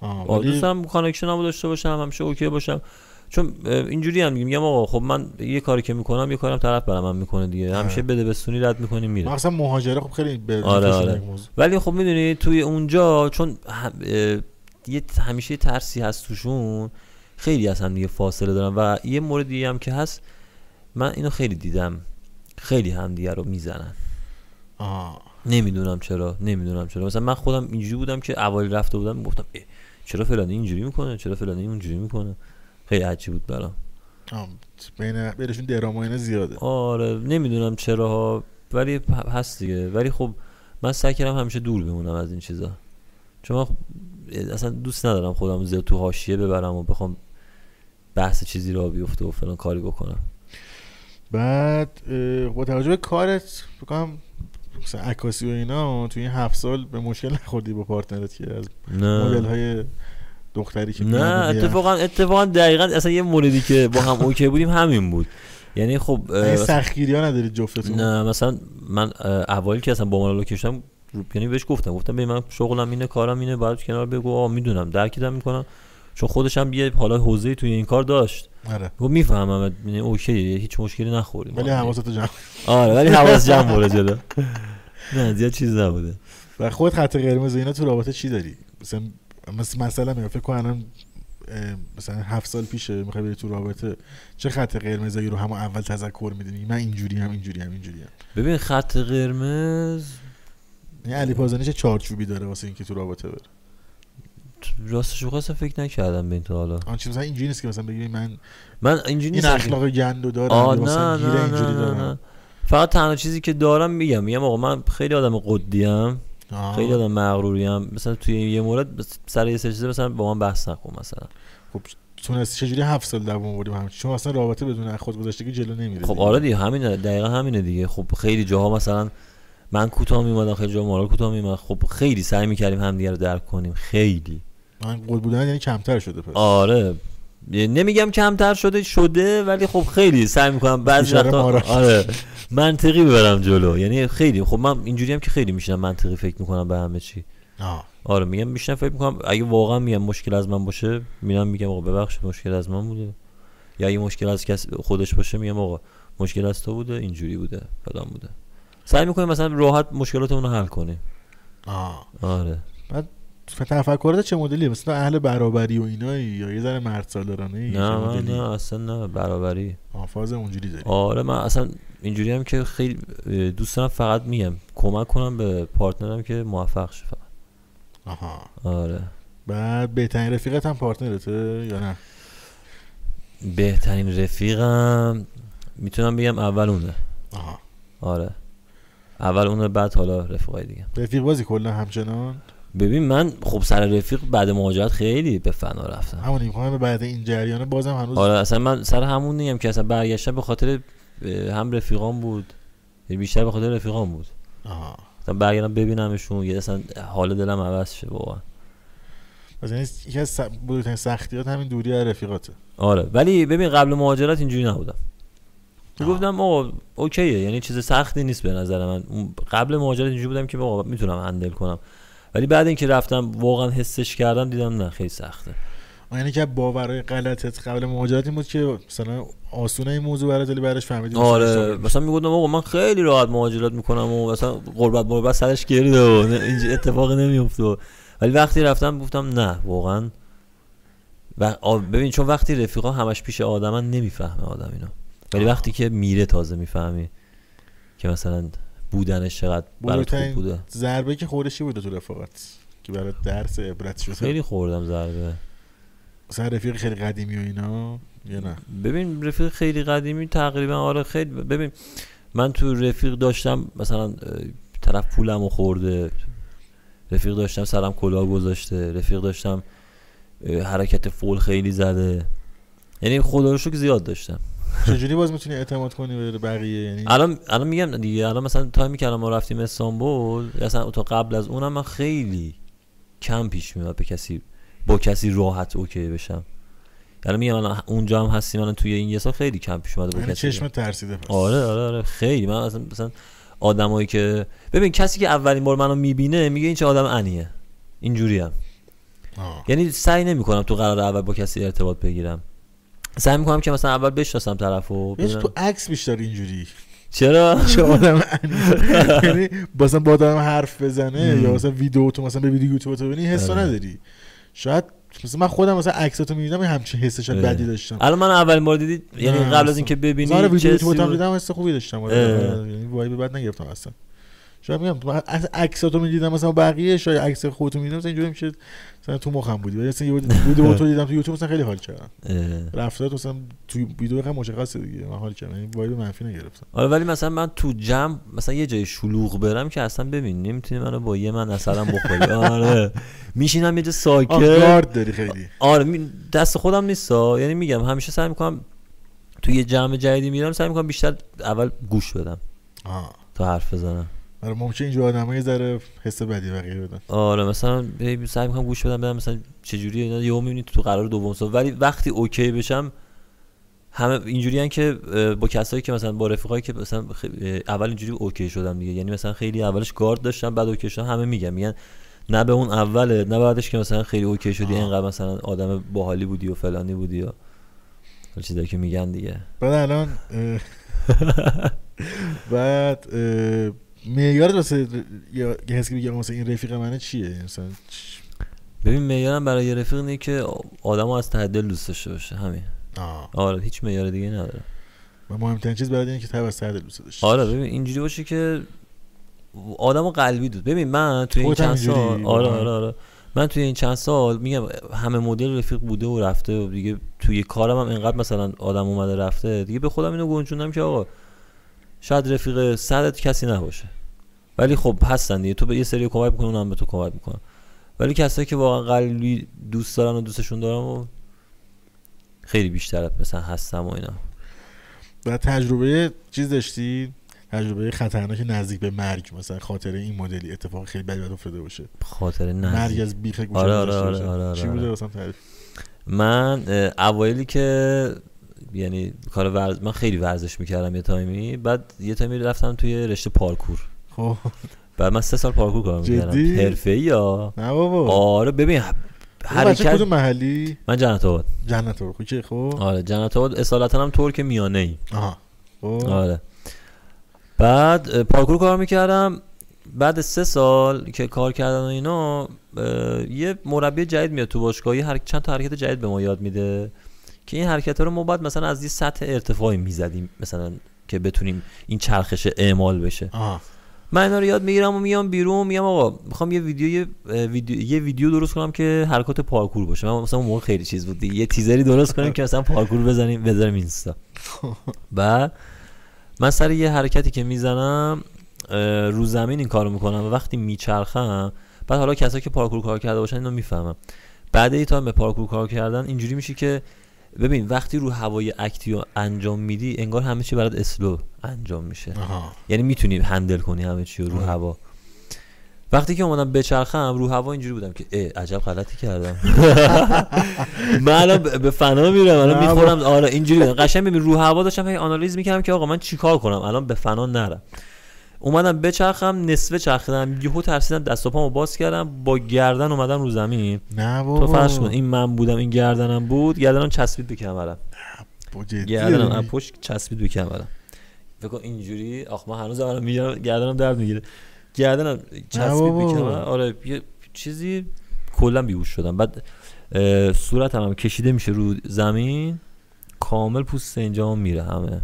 [SPEAKER 1] آه،
[SPEAKER 2] آه،
[SPEAKER 1] ولی-
[SPEAKER 2] دوست دارم کانکشن هم داشته باشم همیشه اوکی باشم چون اه، اینجوری هم میگم میگم آقا خب من یه کاری که میکنم یه کاری هم طرف برای من میکنه دیگه
[SPEAKER 1] آره.
[SPEAKER 2] همیشه بده بستونی رد میکنیم
[SPEAKER 1] من
[SPEAKER 2] میره
[SPEAKER 1] اصلا مهاجره خب خیلی به
[SPEAKER 2] آره،
[SPEAKER 1] فشار
[SPEAKER 2] آره.
[SPEAKER 1] یک موضوع.
[SPEAKER 2] ولی خب میدونی توی اونجا چون هم- اه، یه ت- همیشه یه ترسی هست توشون خیلی از هم دیگه فاصله دارن و یه مورد دیگه هم که هست من اینو خیلی دیدم خیلی همدیگه رو میزنن
[SPEAKER 1] آه.
[SPEAKER 2] نمیدونم چرا نمیدونم چرا مثلا من خودم اینجوری بودم که اول رفته بودم گفتم چرا فلانی اینجوری میکنه چرا فلانی اونجوری میکنه خیلی عجیب بود برام
[SPEAKER 1] آه، بین بینشون درام و اینا زیاده
[SPEAKER 2] آره نمیدونم چرا ها ولی پ- هست دیگه ولی خب من سعی کردم همیشه دور بمونم از این چیزا چون من خب اصلا دوست ندارم خودم زیاد تو حاشیه ببرم و بخوام بحث چیزی را بیفته و فلان کاری بکنم
[SPEAKER 1] بعد اه، با توجه به کارت بکنم مثلا عکاسی و اینا توی این هفت سال به مشکل نخوردی با پارتنرت که از مدل
[SPEAKER 2] نه
[SPEAKER 1] های دختری که
[SPEAKER 2] نه اتفاقا اتفاقا دقیقا اصلا یه موردی که با هم اوکی بودیم همین بود یعنی خب
[SPEAKER 1] این
[SPEAKER 2] اه،
[SPEAKER 1] سختگیری ها نداری جفتتون
[SPEAKER 2] نه مثلا من اه، اول که اصلا با مالا لوکیشنم یعنی بهش گفتم گفتم به من شغلم اینه کارم اینه باید کنار بگو آقا میدونم درکیدم میکنم چون خودش هم یه حالا حوزه توی این کار داشت
[SPEAKER 1] آره
[SPEAKER 2] گفت میفهمم یعنی اوکی هیچ مشکلی نخوریم
[SPEAKER 1] ولی حواستو جمع کن.
[SPEAKER 2] آره ولی حواس جمع بره جلو نه زیاد چیز نبوده
[SPEAKER 1] و خود خط قرمز و اینا تو رابطه چی داری مثلا مث- مثلا میگم فکر کن الان اه، مثلا هفت سال پیشه میخوای بری تو رابطه چه خط قرمزایی رو هم اول تذکر میدونی من اینجوری هم اینجوری هم اینجوری هم
[SPEAKER 2] ببین خط قرمز
[SPEAKER 1] یعنی علی پازانی چه چارچوبی داره واسه اینکه تو رابطه بره
[SPEAKER 2] راستش رو اصلا فکر نکردم به این تا حالا
[SPEAKER 1] آن چیز مثلا اینجوری نیست که مثلا بگی من
[SPEAKER 2] من اینجوری
[SPEAKER 1] این
[SPEAKER 2] نیستم که-
[SPEAKER 1] اخلاق گندو
[SPEAKER 2] آه
[SPEAKER 1] دارم
[SPEAKER 2] نه
[SPEAKER 1] مثلا
[SPEAKER 2] نه
[SPEAKER 1] گیره
[SPEAKER 2] نه,
[SPEAKER 1] اینجوری
[SPEAKER 2] نه,
[SPEAKER 1] دارم
[SPEAKER 2] نه. فقط تنها چیزی که دارم میگم میگم آقا من خیلی آدم قدیم
[SPEAKER 1] آه.
[SPEAKER 2] خیلی آدم مغروری هم مثلا توی یه مورد بس- سر یه سری چیزا مثلا با من بحث نکن مثلا
[SPEAKER 1] خب تونستی چجوری هفت سال دوام آوردی با هم چون اصلا رابطه بدون از خود گذشتگی جلو نمیره
[SPEAKER 2] خب
[SPEAKER 1] دیگه.
[SPEAKER 2] آره دیگه همینه دقیقا همینه دیگه خب خیلی جاها مثلا من کوتاه میومدم خیلی جاها مارال کوتاه میومد خب خیلی سعی میکردیم همدیگه رو درک کنیم خیلی
[SPEAKER 1] من قول بودن یعنی کمتر شده پس
[SPEAKER 2] آره یه- نمیگم کمتر شده شده ولی خب خیلی سعی میکنم بعضی
[SPEAKER 1] اشاره
[SPEAKER 2] وقتا
[SPEAKER 1] مارال.
[SPEAKER 2] آره منطقی ببرم جلو یعنی خیلی خب من اینجوری هم که خیلی میشینم منطقی فکر میکنم به همه چی
[SPEAKER 1] آه.
[SPEAKER 2] آره میگم بیشتر فکر میکنم اگه واقعا میگم مشکل از من باشه میرم میگم آقا ببخشید مشکل از من بوده یا اگه مشکل از کس خودش باشه میگم آقا مشکل از تو بوده اینجوری بوده فلان بوده سعی میکنیم مثلا راحت مشکلاتمون رو حل کنیم
[SPEAKER 1] آه.
[SPEAKER 2] آره
[SPEAKER 1] تفکرات چه مدلیه مثلا اهل برابری و اینایی یا یه ذره مرد سالارانه ای
[SPEAKER 2] نه من نه اصلا نه برابری
[SPEAKER 1] فاز اونجوری داری
[SPEAKER 2] آره من اصلا اینجوری هم که خیلی اه، دوست دارم فقط میگم کمک کنم به پارتنرم که موفق شه فقط
[SPEAKER 1] آها
[SPEAKER 2] آره
[SPEAKER 1] بعد بهترین رفیقت هم پارتنرته یا نه
[SPEAKER 2] بهترین رفیقم میتونم بگم اول اونه
[SPEAKER 1] آها
[SPEAKER 2] آره اول اونه بعد حالا رفیقای دیگه
[SPEAKER 1] رفیق بازی کلا همچنان
[SPEAKER 2] ببین من خب سر رفیق بعد مهاجرت خیلی به فنا رفتم
[SPEAKER 1] همون میخوام بعد این جریان بازم هنوز
[SPEAKER 2] آره اصلا من سر همون نیم که اصلا برگشتم به خاطر اه، هم رفیقام بود یعنی بیشتر به خاطر رفیقام بود
[SPEAKER 1] آها
[SPEAKER 2] مثلا برگردم ببینمشون یه اصلا حال دلم عوض شه واقعا
[SPEAKER 1] از یعنی یکی از س- بزرگترین سختیات همین دوری از رفیقاته
[SPEAKER 2] آره ولی ببین قبل مهاجرت اینجوری نبودم
[SPEAKER 1] آه.
[SPEAKER 2] گفتم آقا اوکیه یعنی چیز سختی نیست به نظر من اون قبل مهاجرت اینجوری بودم که آقا میتونم هندل کنم ولی بعد اینکه رفتم واقعا حسش کردم دیدم نه خیلی سخته
[SPEAKER 1] آه، یعنی که باورهای غلطت قبل مهاجرت این بود که مثلا آسونه این موضوع برات ولی بعدش فهمیدی مثلا
[SPEAKER 2] آره
[SPEAKER 1] اشتباه.
[SPEAKER 2] مثلا میگفتم آقا من خیلی راحت مهاجرت میکنم و مثلا قربت قربت سرش گریده و نه- اینج- اتفاقی نمیفته و- ولی وقتی رفتم گفتم نه واقعا و آ- ببین چون وقتی رفیقا همش پیش آدمن نمیفهمه آدم اینو ولی وقتی که میره تازه میفهمی که مثلا بودنش چقدر برات خوب
[SPEAKER 1] بزرگترین
[SPEAKER 2] بوده
[SPEAKER 1] ضربه که خورشی بوده تو رفاقت که برات درس عبرت شده
[SPEAKER 2] خیلی خوردم ضربه
[SPEAKER 1] مثلا رفیق خیلی قدیمی و اینا یا نه
[SPEAKER 2] ببین رفیق خیلی قدیمی تقریبا آره خیلی ببین من تو رفیق داشتم مثلا اه، طرف پولم و خورده رفیق داشتم سرم کلاه گذاشته رفیق داشتم اه، حرکت فول خیلی زده یعنی خدا رو شکر زیاد داشتم
[SPEAKER 1] چجوری باز میتونی اعتماد کنی به بقیه یعنی
[SPEAKER 2] الان الان میگم دیگه الان مثلا تایمی که الان ما رفتیم استانبول اصلا تا قبل از اونم من خیلی کم پیش میاد به کسی با کسی راحت اوکی بشم الان میگم الان اونجا هم هستیم الان توی این یه سال خیلی کم پیش اومده با
[SPEAKER 1] یعنی
[SPEAKER 2] کسی
[SPEAKER 1] چشم ترسیده پس
[SPEAKER 2] آره آره آره خیلی من اصلا مثلا آدمایی که ببین کسی که اولین بار منو میبینه میگه این چه آدم انیه اینجوری هم
[SPEAKER 1] آه.
[SPEAKER 2] یعنی سعی نمیکنم تو قرار اول با کسی ارتباط بگیرم سعی میکنم که مثلا اول بشناسم طرفو
[SPEAKER 1] یعنی
[SPEAKER 2] ببینم-
[SPEAKER 1] تو عکس بیشتر اینجوری
[SPEAKER 2] چرا
[SPEAKER 1] چه آدم عنی- یعنی مثلا با آدم حرف بزنه یا مثلا ویدیو تو مثلا ببینی یوتیوب تو ببینی حسو
[SPEAKER 2] آره. عکساتو
[SPEAKER 1] نداری شاید مثلا من خودم مثلا عکساتو می‌دیدم یه همچین حسش
[SPEAKER 2] آره.
[SPEAKER 1] بدی داشتم
[SPEAKER 2] الان من اولین بار دیدی یعنی
[SPEAKER 1] نه،
[SPEAKER 2] قبل
[SPEAKER 1] اصلا.
[SPEAKER 2] از اینکه ببینی
[SPEAKER 1] مثلا آره،
[SPEAKER 2] چه
[SPEAKER 1] ویدیو یوتیوب
[SPEAKER 2] حسی
[SPEAKER 1] هم
[SPEAKER 2] بود؟
[SPEAKER 1] دیدم حس خوبی داشتم آره.
[SPEAKER 2] اه.
[SPEAKER 1] یعنی وایب بد نگرفتم اصلا شاید میگم تو- من از عکساتو می‌دیدم مثلا بقیه شاید عکس خودتو می‌دیدم مثلا اینجوری میشه مثلا تو مخم بودی ولی مثلا یه بار ویدیو تو دیدم تو یوتیوب مثلا خیلی حال کردم
[SPEAKER 2] اه.
[SPEAKER 1] رفتارت مثلا تو ویدیو خیلی مشخصه دیگه من حال کردم یعنی وایب منفی نگرفتم
[SPEAKER 2] آره ولی مثلا من تو جمع مثلا یه جای شلوغ برم که اصلا ببین نمیتونی منو با یه من اصلا بخوری آره میشینم یه جا
[SPEAKER 1] آه،
[SPEAKER 2] ساکت
[SPEAKER 1] گارد داری خیلی
[SPEAKER 2] آره می- دست خودم نیستا یعنی میگم همیشه سعی میکنم تو یه جمع جدیدی میرم سعی میکنم بیشتر اول گوش بدم
[SPEAKER 1] آه.
[SPEAKER 2] تا حرف بزنم
[SPEAKER 1] آره ممکنه اینجور آدم یه ذره حس بدی بقیه بدن
[SPEAKER 2] آره مثلا بی- سعی میکنم گوش بدم بدم مثلا چجوری اینا یهو میبینی تو قرار دوم سال ولی وقتی اوکی بشم همه اینجوری که اه، با کسایی که مثلا با رفیقایی که مثلا خ- اه، اول اینجوری اوکی شدم دیگه یعنی مثلا خیلی اولش گارد داشتم بعد اوکی شدم همه میگن میگن نه به اون اوله نه بعدش که مثلا خیلی اوکی شدی
[SPEAKER 1] آه.
[SPEAKER 2] اینقدر مثلا آدم باحالی بودی و فلانی بودی و اون چیزایی که میگن دیگه
[SPEAKER 1] بعد الان اه، بعد اه، معیارت واسه ر- یا یه حسی که بگم مثلا این رفیق منه چیه مثلا چ-
[SPEAKER 2] ببین معیارم برای یه رفیق اینه که آدمو از ته دل دوست داشته باشه همین
[SPEAKER 1] آه.
[SPEAKER 2] آره هیچ معیار دیگه نداره
[SPEAKER 1] و مهمترین چیز برای اینه که تب از سر دل دوست داشت
[SPEAKER 2] آره ببین اینجوری باشه که آدمو قلبی دوست ببین من توی این
[SPEAKER 1] خودت هم
[SPEAKER 2] چند سال
[SPEAKER 1] اینجوری؟
[SPEAKER 2] آره آره آره من توی این چند سال میگم همه مدل رفیق بوده و رفته و دیگه توی کارم هم اینقدر مثلا آدم اومده رفته دیگه به خودم اینو گنجوندم که آقا شاید رفیق صدت کسی نباشه ولی خب هستن دیگه تو به یه سری کمک میکنی اونم به تو کمک میکنن ولی کسایی که واقعا قلبی دوست دارن و دوستشون دارم و خیلی بیشتر مثلا هستم و اینا
[SPEAKER 1] و تجربه چیز داشتی تجربه خطرناک نزدیک به مرگ مثلا خاطر این مدلی اتفاق خیلی بدی برات افتاده باشه
[SPEAKER 2] خاطر
[SPEAKER 1] مرگ
[SPEAKER 2] نزدیک
[SPEAKER 1] از بیخ گوشه
[SPEAKER 2] آره،
[SPEAKER 1] گذاشته
[SPEAKER 2] آره،
[SPEAKER 1] باشه.
[SPEAKER 2] آره، آره،
[SPEAKER 1] چی بوده
[SPEAKER 2] آره.
[SPEAKER 1] واسم تعریف
[SPEAKER 2] من اه، اوایلی که یعنی کار ورز من خیلی ورزش میکردم یه تایمی بعد یه تایمی رفتم توی رشته پارکور
[SPEAKER 1] خب
[SPEAKER 2] بعد من سه سال پارکور کار میکردم
[SPEAKER 1] جدی؟
[SPEAKER 2] حرفه یا
[SPEAKER 1] نه بابا
[SPEAKER 2] آره ببین ه-
[SPEAKER 1] اون بچه
[SPEAKER 2] حرکت
[SPEAKER 1] کدوم محلی
[SPEAKER 2] من جنت آباد
[SPEAKER 1] جنت رو خوب خب
[SPEAKER 2] آره جنت آباد اصالتا هم ترک میانه ای
[SPEAKER 1] آها خب
[SPEAKER 2] آره بعد اه، پارکور کار میکردم بعد سه سال که کار کردن و اینا اه، یه مربی جدید میاد تو باشگاهی هر چند تا حرکت جدید به ما یاد میده که این حرکت ها رو ما بعد مثلا از یه سطح ارتفاعی میزدیم مثلا که بتونیم این چرخش اعمال بشه
[SPEAKER 1] آها
[SPEAKER 2] من اینا رو یاد میگیرم و میام بیرون میگم آقا میخوام یه ویدیو یه ویدیو, یه ویدیو درست کنم که حرکات پارکور باشه من مثلا اون موقع خیلی چیز بود دیگه. یه تیزری درست کنیم که مثلا پارکور بزنیم بذاریم اینستا بعد من سر یه حرکتی که میزنم اه، رو زمین این کارو میکنم و وقتی میچرخم بعد حالا کسایی که پارکور کار کرده باشن اینو میفهمم بعد یه تایم به پارکور کار کردن اینجوری میشه که ببین وقتی رو هوای اکتی رو انجام میدی انگار همه چی برات اسلو انجام میشه
[SPEAKER 1] آها
[SPEAKER 2] یعنی میتونی هندل کنی همه چی رو رو
[SPEAKER 1] آره.
[SPEAKER 2] هوا وقتی که اومدم بچرخم رو هوا اینجوری بودم که اه عجب غلطی کردم من الان ب- به فنا میرم الان
[SPEAKER 1] نه،
[SPEAKER 2] میخورم آره اینجوری بودم قشنگ ببین رو هوا داشتم هی آنالیز میکردم که آقا من چیکار کنم الان به فنا نرم اومدم بچرخم نصفه چرخیدم یهو ترسیدم دست و پامو باز کردم با گردن اومدم رو زمین
[SPEAKER 1] نه بابا
[SPEAKER 2] تو فرض کن این من بودم این گردنم بود گردنم چسبید به کمرم
[SPEAKER 1] با جدی
[SPEAKER 2] گردنم
[SPEAKER 1] داری؟
[SPEAKER 2] از پشت چسبید به کمرم فکر کن اینجوری آخ من هنوز الان میگم گردنم درد میگیره گردنم چسبید به
[SPEAKER 1] بابا.
[SPEAKER 2] کمرم آره یه چیزی کلا بیهوش شدم بعد اه، صورتم هم کشیده میشه رو زمین کامل پوست اینجا میره همه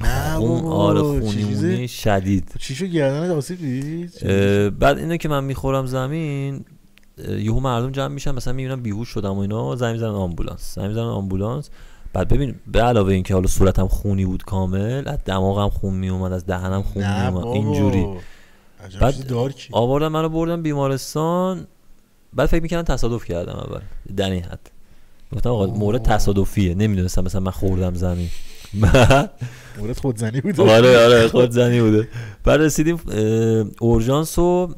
[SPEAKER 1] نه
[SPEAKER 2] خون
[SPEAKER 1] بابا،
[SPEAKER 2] آره
[SPEAKER 1] چه چیزه؟
[SPEAKER 2] خونیمونی شدید
[SPEAKER 1] چی شد گردنت آسیب دید
[SPEAKER 2] اه، بعد اینو که من میخورم زمین اه، یهو مردم جمع میشن مثلا میبینم بیهوش شدم و اینا زنگ میزنن آمبولانس زنگ میزنن آمبولانس بعد ببین به علاوه اینکه حالا صورتم خونی بود کامل از دماغم خون میومد از دهنم خون
[SPEAKER 1] نه
[SPEAKER 2] میومد
[SPEAKER 1] بابا.
[SPEAKER 2] اینجوری
[SPEAKER 1] عجب
[SPEAKER 2] بعد-
[SPEAKER 1] چیز دارکی
[SPEAKER 2] آوردن منو بردم بیمارستان بعد فکر میکردم تصادف کردم اول در این حد گفتم آقا
[SPEAKER 1] آه.
[SPEAKER 2] مورد تصادفیه نمیدونستم مثلا من خوردم زمین بعد
[SPEAKER 1] مورد خودزنی بود
[SPEAKER 2] آره آره خود زنی بوده بعد رسیدیم اه، اورژانس و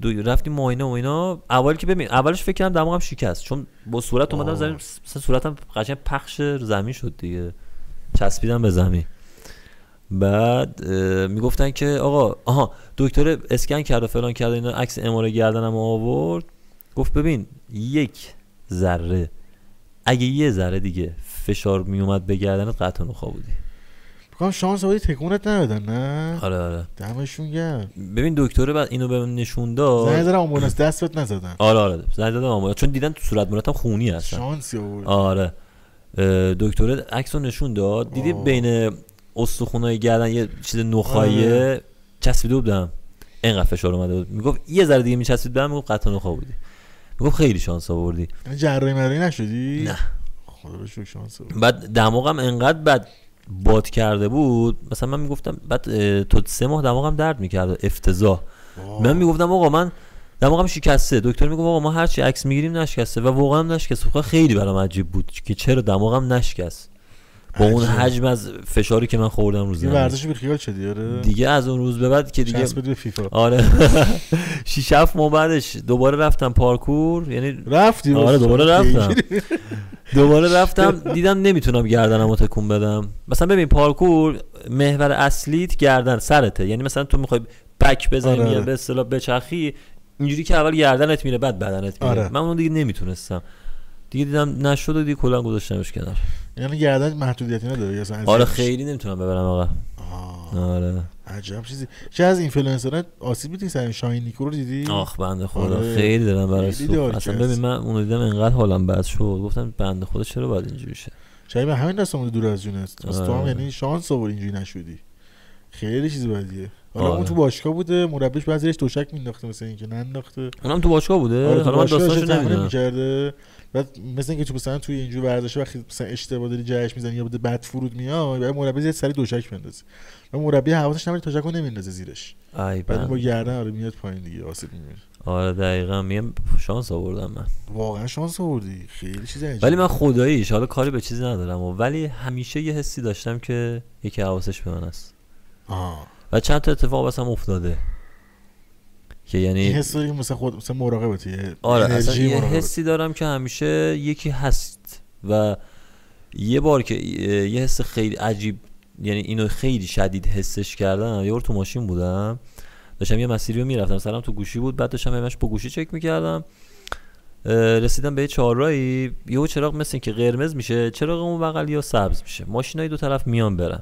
[SPEAKER 2] دو رفتیم معاینه و اینا اول که ببین اولش فکر کردم دماغم شکست چون با صورت اومدم
[SPEAKER 1] آه.
[SPEAKER 2] زمین مثلا صورتم قشنگ پخش زمین شد دیگه چسبیدم به زمین بعد اه، میگفتن که آقا آها دکتر اسکن کرد و فلان کرد و اینا عکس اماره گردنم آورد گفت ببین یک ذره اگه یه ذره دیگه فشار میومد به گردنت قطع نخوا بودی
[SPEAKER 1] بکنم شانس آبادی تکونت ندادن نه
[SPEAKER 2] آره آره
[SPEAKER 1] دمشون گرم
[SPEAKER 2] ببین دکتره بعد اینو به من نشون
[SPEAKER 1] زنگ
[SPEAKER 2] داد
[SPEAKER 1] زدن آمبولانس دستت نزدن
[SPEAKER 2] آره آره زنگ دادم آمبولانس. چون دیدن تو صورت مرتم خونی هستن
[SPEAKER 1] شانسی آورد
[SPEAKER 2] آره اه، دکتره عکس رو نشون داد دیدی
[SPEAKER 1] آه.
[SPEAKER 2] بین استخونای گردن یه چیز نخایه
[SPEAKER 1] آره.
[SPEAKER 2] چسبیده بودم اینقدر فشار اومده بود میگفت یه ذره دیگه میچسبید بهم میگفت قطع نخوا بودی میگفت خیلی شانس آوردی
[SPEAKER 1] یعنی جراحی مدرعی نشدی
[SPEAKER 2] نه.
[SPEAKER 1] خدا رو شکر شانس آورد
[SPEAKER 2] بعد دماغم انقدر بد باد کرده بود مثلا من میگفتم بعد اه، تا سه ماه دماغم درد میکرد افتضاح
[SPEAKER 1] واه.
[SPEAKER 2] من میگفتم آقا من دماغم شکسته دکتر میگفت آقا ما هرچی عکس میگیریم نشکسته و واقعا هم نشکسته خب خیلی برام عجیب بود که چرا دماغم نشکست با اون
[SPEAKER 1] عجیب.
[SPEAKER 2] حجم از فشاری که من خوردم روز
[SPEAKER 1] یه ورزش بیخیال شدی آره
[SPEAKER 2] دیگه از اون روز به بعد که دیگه
[SPEAKER 1] شانس بده به فیفا
[SPEAKER 2] آره شیش هفت ماه بعدش دوباره رفتم پارکور یعنی
[SPEAKER 1] رفتی
[SPEAKER 2] آره،
[SPEAKER 1] واسه.
[SPEAKER 2] دوباره رفتم. دوباره رفتم دیدم نمیتونم گردنم رو تکون بدم مثلا ببین پارکور محور اصلیت گردن سرته یعنی مثلا تو میخوای بک بزنی
[SPEAKER 1] آره.
[SPEAKER 2] یا به اصطلاح بچرخی اینجوری که اول گردنت میره بعد بدنت میره
[SPEAKER 1] آره.
[SPEAKER 2] من اون دیگه نمیتونستم دیگه دیدم نشد و دیگه کلا گذاشتمش کنار
[SPEAKER 1] یعنی گردن محدودیتی نداره یا اصلا
[SPEAKER 2] آره
[SPEAKER 1] از-
[SPEAKER 2] خیلی نمیتونم ببرم آقا
[SPEAKER 1] آه،
[SPEAKER 2] آره
[SPEAKER 1] عجب چیزی چه از اینفلوئنسرها آسیب دیدی سر شاهین نیکو رو دیدی
[SPEAKER 2] آخ بنده خدا
[SPEAKER 1] آره.
[SPEAKER 2] خیلی دارم برای
[SPEAKER 1] خیلی
[SPEAKER 2] سوخت.
[SPEAKER 1] دارک
[SPEAKER 2] اصلا
[SPEAKER 1] است.
[SPEAKER 2] ببین من اونو دیدم انقدر حالم بد شد گفتم بنده خدا چرا باید اینجوری شه
[SPEAKER 1] شاید به همین دست اومده دور از جون است پس تو هم
[SPEAKER 2] آره.
[SPEAKER 1] یعنی شانس آوردی اینجوری نشدی خیلی چیز بدیه حالا
[SPEAKER 2] آره.
[SPEAKER 1] اون تو باشگاه بوده مربیش بعد زیرش دوشک مینداخته مثل اینکه ننداخته
[SPEAKER 2] اونم تو باشگاه بوده
[SPEAKER 1] آره تو
[SPEAKER 2] حالا من
[SPEAKER 1] باشگاه داشته
[SPEAKER 2] داستانشو
[SPEAKER 1] تمرین
[SPEAKER 2] نمیدونم
[SPEAKER 1] میکرده بعد مثل اینکه تو مثلا توی اینجور ورزش وقتی مثلا اشتباه داری جهش میزنی یا بده بد فرود میای بعد مربی زیاد سری دوشک بندازه و مربی حواسش نمیره توشک رو نمیندازه زیرش
[SPEAKER 2] ای
[SPEAKER 1] بعد اون با
[SPEAKER 2] بابا.
[SPEAKER 1] گردن آره میاد پایین دیگه آسیب میبینه
[SPEAKER 2] آره دقیقا میگم شانس آوردم من
[SPEAKER 1] واقعا شانس آوردی خیلی چیز عجیبی
[SPEAKER 2] ولی من خداییش حالا کاری به چیزی ندارم و ولی همیشه یه حسی داشتم که یکی حواسش به من است
[SPEAKER 1] آه.
[SPEAKER 2] و چند تا اتفاق واسم افتاده که
[SPEAKER 1] این
[SPEAKER 2] یعنی
[SPEAKER 1] حس داری که مثلا خود مثلا مراقبتی
[SPEAKER 2] آره اصلا
[SPEAKER 1] انرژی
[SPEAKER 2] یه
[SPEAKER 1] مراقبت.
[SPEAKER 2] حسی دارم که همیشه یکی هست و یه بار که اه، یه حس خیلی عجیب یعنی اینو خیلی شدید حسش کردم یه بار تو ماشین بودم داشتم یه مسیری رو میرفتم سلام تو گوشی بود بعد داشتم همش با گوشی چک میکردم رسیدم به یه چهارراهی یهو چراغ مثل اینکه قرمز میشه چراغ اون بغل یا سبز میشه ماشینای دو طرف میان برن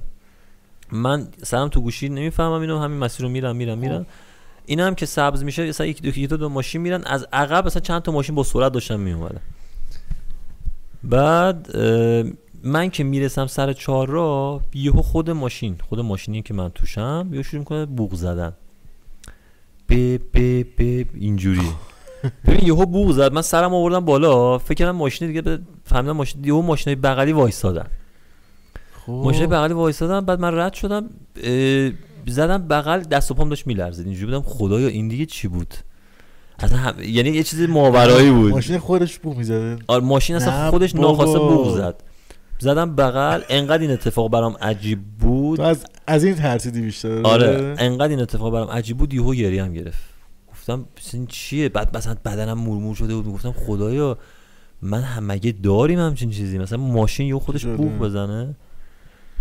[SPEAKER 2] من سرم تو گوشی نمیفهمم اینو همین مسیر رو میرم میرم میرم این هم که سبز میشه مثلا یک دو یک دو, دو ماشین میرن از عقب مثلا چند تا ماشین با سرعت داشتن میومدن بعد اه، من که میرسم سر چهار را یهو خود ماشین خود ماشینی که من توشم یهو شروع میکنه بوق زدن بپ بپ بپ اینجوری ببین یهو بوغ زد من سرم آوردم بالا فکر کردم ماشین دیگه به- فهمیدم ماشین یهو ماشینای بغلی وایسادن ماشین بغلی وایسادم بعد من رد شدم اه، زدم بغل دست و پام داشت میلرزید اینجوری بودم خدایا این دیگه چی بود اصلا هم... یعنی یه چیز ماورایی بود
[SPEAKER 1] ماشین خودش بو میزده
[SPEAKER 2] آره ماشین اصلا
[SPEAKER 1] نه
[SPEAKER 2] خودش
[SPEAKER 1] بابا.
[SPEAKER 2] ناخواسته بوق زد زدم بغل انقدر این اتفاق برام عجیب بود
[SPEAKER 1] تو از از این ترسیدی بیشتر
[SPEAKER 2] آره انقدر این اتفاق برام عجیب بود یهو گریه هم گرفت گفتم "پس این چیه بعد مثلا بدنم مورمور شده بود گفتم خدایا من هم مگه داریم همچین چیزی مثلا ماشین یهو خودش
[SPEAKER 1] شده.
[SPEAKER 2] بوق بزنه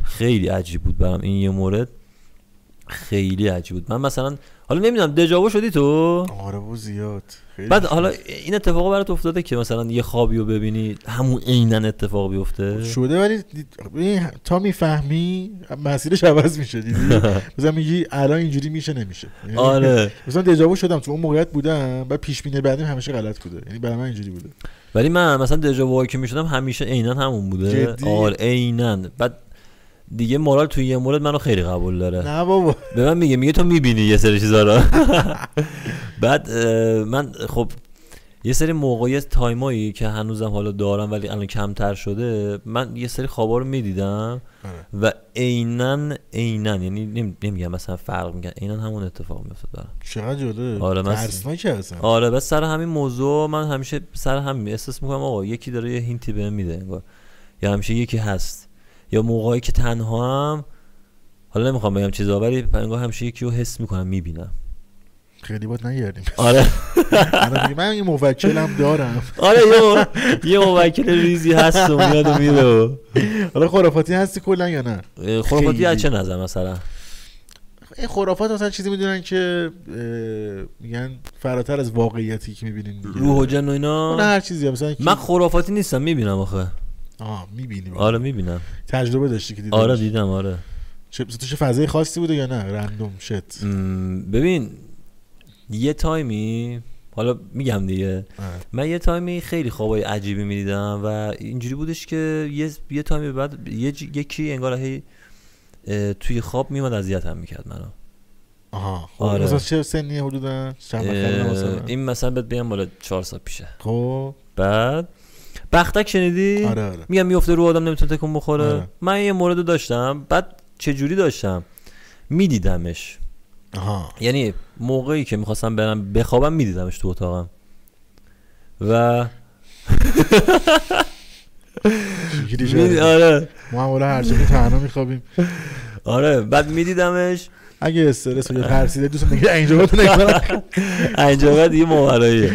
[SPEAKER 2] خیلی عجیب بود برام این یه مورد خیلی عجیب بود من مثلا حالا نمیدونم دجاوو شدی تو
[SPEAKER 1] آره بو زیاد خیلی
[SPEAKER 2] بعد حالا این اتفاق برات افتاده که مثلا یه خوابی رو ببینی همون عینن اتفاق بیفته
[SPEAKER 1] شده ولی دید- ببین، تا میفهمی مسیرش عوض میشه دیدی مثلا میگی الان اینجوری میشه نمیشه یعنی
[SPEAKER 2] آره
[SPEAKER 1] مثلا دجاوو شدم تو اون موقعیت بودم بعد پیش بینی بعدیم همیشه غلط بوده یعنی برای من اینجوری بوده
[SPEAKER 2] ولی من مثلا دژاوو که میشدم همیشه عینا همون بوده
[SPEAKER 1] جدی؟
[SPEAKER 2] آره عینا بعد دیگه مورال توی یه مورد منو خیلی قبول داره
[SPEAKER 1] نه بابا
[SPEAKER 2] به من میگه میگه تو میبینی یه سری چیزا رو بعد اه، من خب یه سری موقعیت تایمایی که هنوزم حالا دارم ولی الان کمتر شده من یه سری خوابا رو میدیدم
[SPEAKER 1] آره.
[SPEAKER 2] و عینا عینا یعنی نمی- نمیگم مثلا فرق میکنه عینا همون اتفاق میفته برام
[SPEAKER 1] چقدر جالب
[SPEAKER 2] آره، من-
[SPEAKER 1] ترسناکه اصلا
[SPEAKER 2] آره بس سر همین موضوع من همیشه سر همین احساس میکنم آقا یکی داره یه هینتی بهم میده انگار یا همیشه یکی هست یا موقعی که تنها هم حالا نمیخوام بگم چیزا ولی انگار همیشه یکی رو حس میکنم میبینم
[SPEAKER 1] خیلی باید نگردیم
[SPEAKER 2] آره
[SPEAKER 1] الان دیگه من یه موکلم دارم
[SPEAKER 2] آره یه یه موکل ریزی هست و میاد و میره و
[SPEAKER 1] حالا خرافاتی هستی کلا یا نه
[SPEAKER 2] اه، خرافاتی
[SPEAKER 1] خیلی.
[SPEAKER 2] از چه نظر مثلا
[SPEAKER 1] این خرافات مثلا چیزی میدونن که اه، میگن فراتر از واقعیتی که میبینین دیگه
[SPEAKER 2] روح و جن و
[SPEAKER 1] نه
[SPEAKER 2] اینا
[SPEAKER 1] هر چیزی مثلا که-
[SPEAKER 2] من خرافاتی نیستم میبینم آخه
[SPEAKER 1] آه میبینی
[SPEAKER 2] آره میبینم
[SPEAKER 1] تجربه داشتی که دیدی
[SPEAKER 2] آره دیدم آره
[SPEAKER 1] چه تو چه فضای خاصی بوده یا نه رندوم شت
[SPEAKER 2] م، ببین یه تایمی حالا میگم دیگه
[SPEAKER 1] آره.
[SPEAKER 2] من یه تایمی خیلی خوابای عجیبی میدیدم و اینجوری بودش که یه, یه تایمی به بعد یه ج- یکی انگار هی اه، توی خواب میومد اذیتم میکرد منو
[SPEAKER 1] آها خب
[SPEAKER 2] آره.
[SPEAKER 1] مثلا چه سنی حدودا چند نفره
[SPEAKER 2] اه،
[SPEAKER 1] مثلا
[SPEAKER 2] این مثلا بهت بگم بالا چهار سال پیشه
[SPEAKER 1] خب
[SPEAKER 2] بعد بختک شنیدی
[SPEAKER 1] آره آره
[SPEAKER 2] میگم میفته رو آدم نمیتونه تکون بخوره
[SPEAKER 1] آره.
[SPEAKER 2] من یه مورد رو داشتم بعد چه جوری داشتم میدیدمش
[SPEAKER 1] آها
[SPEAKER 2] یعنی موقعی که میخواستم برم بخوابم میدیدمش تو اتاقم و
[SPEAKER 1] چجوری
[SPEAKER 2] می-
[SPEAKER 1] شده؟
[SPEAKER 2] آره
[SPEAKER 1] ما هم حالا هر چی که تنها میخوابیم
[SPEAKER 2] آره بعد میدیدمش
[SPEAKER 1] اگه استرس یا ترسیده دوست دیگه اینجا بود نکنم
[SPEAKER 2] اینجا بعد یه ماوراییه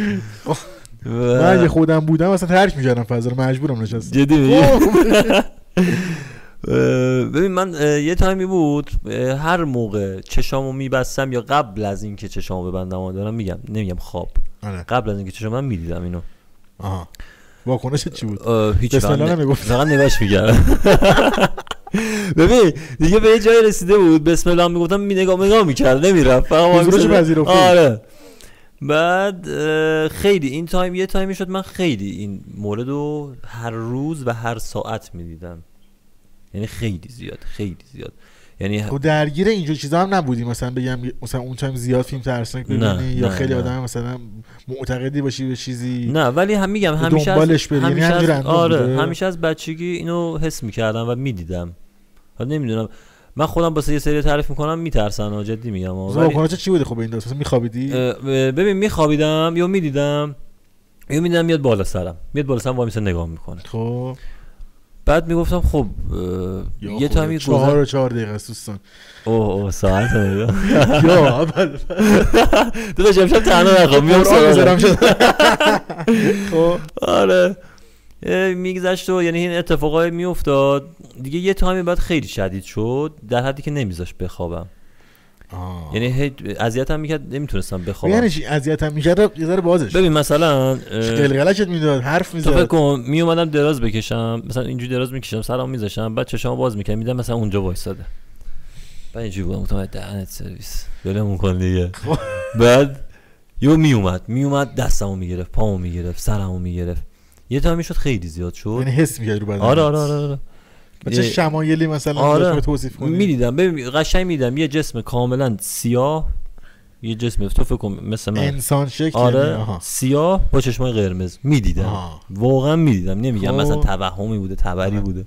[SPEAKER 1] من اگه
[SPEAKER 2] و
[SPEAKER 1] خودم بودم اصلا ترک میکردم فضا رو مجبورم نشستم خب.
[SPEAKER 2] جدی میگی
[SPEAKER 1] اوه.
[SPEAKER 2] اه، ببین من اه، یه تایمی بود اه، هر موقع چشامو میبستم یا قبل از اینکه چشامو ببندم و دارم میگم نمیگم خواب
[SPEAKER 1] آره
[SPEAKER 2] قبل از اینکه چشامو من میدیدم اینو
[SPEAKER 1] آها واکنش چی بود
[SPEAKER 2] اه، هیچ
[SPEAKER 1] بسم الله
[SPEAKER 2] فقط نه-
[SPEAKER 1] نمیگفت.
[SPEAKER 2] فقط نگاش میکردم ببین دیگه به یه جایی رسیده بود بسم الله میگفتم می نگاه نگاه میکرد نمیرفت فقط وای
[SPEAKER 1] حضورش
[SPEAKER 2] می‌سادم.
[SPEAKER 1] پذیرفتی.
[SPEAKER 2] آره بعد اه، خیلی این تایم یه تایمی شد من خیلی این مورد رو هر روز و هر ساعت میدیدم یعنی خیلی زیاد خیلی زیاد یعنی
[SPEAKER 1] خب درگیر اینجور چیزا هم نبودی مثلا بگم مثلا اون تایم زیاد فیلم ترسناک
[SPEAKER 2] نه،
[SPEAKER 1] ببینی یا
[SPEAKER 2] نه،
[SPEAKER 1] خیلی
[SPEAKER 2] نه.
[SPEAKER 1] آدم مثلا معتقدی باشی به چیزی
[SPEAKER 2] نه ولی هم میگم همیشه
[SPEAKER 1] دنبالش
[SPEAKER 2] از
[SPEAKER 1] بری، یعنی
[SPEAKER 2] همیشه از
[SPEAKER 1] همینجور اندام
[SPEAKER 2] آره
[SPEAKER 1] بوده؟
[SPEAKER 2] همیشه از بچگی اینو حس میکردم و میدیدم حالا نمیدونم من خودم واسه یه سری تعریف میکنم میترسن ها، جدی میگم ها.
[SPEAKER 1] مثلا
[SPEAKER 2] ولی
[SPEAKER 1] واکنش چی بوده خب این داستان میخوابیدی
[SPEAKER 2] اه، ببین میخوابیدم یا میدیدم یا میدیدم میاد بالا سرم میاد بالا سرم وای میسه نگاه میکنه
[SPEAKER 1] خب
[SPEAKER 2] بعد میگفتم خب اه،
[SPEAKER 1] یا
[SPEAKER 2] یه
[SPEAKER 1] خدا،
[SPEAKER 2] تایمی
[SPEAKER 1] چهار
[SPEAKER 2] گذر
[SPEAKER 1] و چهار دقیقه است دوستان
[SPEAKER 2] اوه اوه ساعت رو نگاه.
[SPEAKER 1] یا اول
[SPEAKER 2] داداش امشب تنها نخواب خب، میام
[SPEAKER 1] قرآن
[SPEAKER 2] سراغت.
[SPEAKER 1] میذارم شد خب
[SPEAKER 2] آره اه، میگذشت و یعنی این اتفاقای میافتاد دیگه یه تایمی بعد خیلی شدید شد در حدی که نمیذاش بخوابم
[SPEAKER 1] آه.
[SPEAKER 2] یعنی هی اذیتم میکرد نمیتونستم بخوابم
[SPEAKER 1] یعنی چی اذیتم میکرد یه ذره بازش
[SPEAKER 2] ببین مثلا اه،
[SPEAKER 1] قلقلکت میداد حرف
[SPEAKER 2] تو فکر
[SPEAKER 1] میزد
[SPEAKER 2] کن می اومدم دراز بکشم مثلا اینجوری دراز میکشم سلام میذاشم بعد چشامو باز میکنم میدم مثلا اونجا وایساده بعد اینجوری بودم گفتم دهنت سرویس ولمون کن دیگه
[SPEAKER 1] خب.
[SPEAKER 2] بعد یو می اومد می اومد دستمو میگرفت پامو میگرفت سرمو میگرفت یه تا میشد خیلی زیاد شد
[SPEAKER 1] یعنی حس میکرد رو بدن
[SPEAKER 2] آره آره آره, آره.
[SPEAKER 1] و چه
[SPEAKER 2] اه،
[SPEAKER 1] شمایلی مثلا
[SPEAKER 2] آره.
[SPEAKER 1] آره. توصیف کنی
[SPEAKER 2] میدیدم ببین قشنگ میدیدم یه جسم کاملا سیاه یه جسم تو فکر کن مثل من
[SPEAKER 1] انسان شکل یعنی،
[SPEAKER 2] آره
[SPEAKER 1] آها.
[SPEAKER 2] سیاه با چشمای قرمز میدیدم
[SPEAKER 1] آها.
[SPEAKER 2] واقعا میدیدم نمیگم
[SPEAKER 1] خب.
[SPEAKER 2] مثلا توهمی بوده تبری
[SPEAKER 1] آره.
[SPEAKER 2] بوده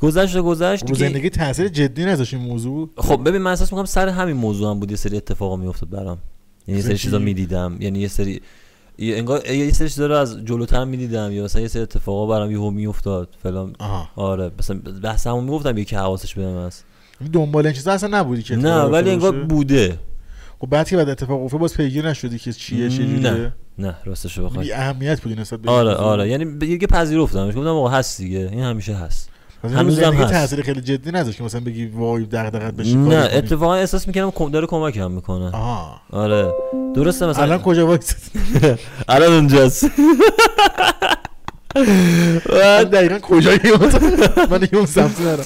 [SPEAKER 2] گذشت و گذشت
[SPEAKER 1] رو
[SPEAKER 2] دیگه-
[SPEAKER 1] خب، زندگی تاثیر جدی نذاشت این موضوع
[SPEAKER 2] خب ببین من احساس میکنم سر همین موضوع هم بود یه سری اتفاقا میافتاد برام یعنی یه سری
[SPEAKER 1] زندگی.
[SPEAKER 2] چیزا میدیدم یعنی یه سری یه انگار یه سری چیزا رو از جلوتر میدیدم یا مثلا یه سری اتفاقا برام یهو میافتاد فلان
[SPEAKER 1] آها
[SPEAKER 2] آره مثلا بحث همون میگفتم یکی حواسش بهم هست
[SPEAKER 1] دنبال این چیزا اصلا نبودی که
[SPEAKER 2] نه
[SPEAKER 1] اتفاق
[SPEAKER 2] ولی
[SPEAKER 1] افتاده
[SPEAKER 2] انگار
[SPEAKER 1] باشه؟
[SPEAKER 2] بوده
[SPEAKER 1] خب بعد که بعد اتفاق افتاد باز پیگیر نشدی که چیه چه جوریه یعنی
[SPEAKER 2] نه نه راستش رو بخوای
[SPEAKER 1] بی اهمیت بودی نسبت به این
[SPEAKER 2] آره
[SPEAKER 1] موضوع.
[SPEAKER 2] آره یعنی ب- دیگه پذیرفتم گفتم آقا هست دیگه این همیشه هست
[SPEAKER 1] پس
[SPEAKER 2] هنوزم
[SPEAKER 1] زندگی
[SPEAKER 2] هست.
[SPEAKER 1] تاثیر خیلی جدی نذاشت که مثلا بگی وای دغدغت بشی
[SPEAKER 2] نه
[SPEAKER 1] کاری کنی.
[SPEAKER 2] اتفاقا احساس میکنم کم داره کمکم میکنه
[SPEAKER 1] آها
[SPEAKER 2] آره درسته مثلا
[SPEAKER 1] الان کجا وایسید
[SPEAKER 2] الان اونجاست
[SPEAKER 1] من دقیقاً کجایی من یه اون سمت نرم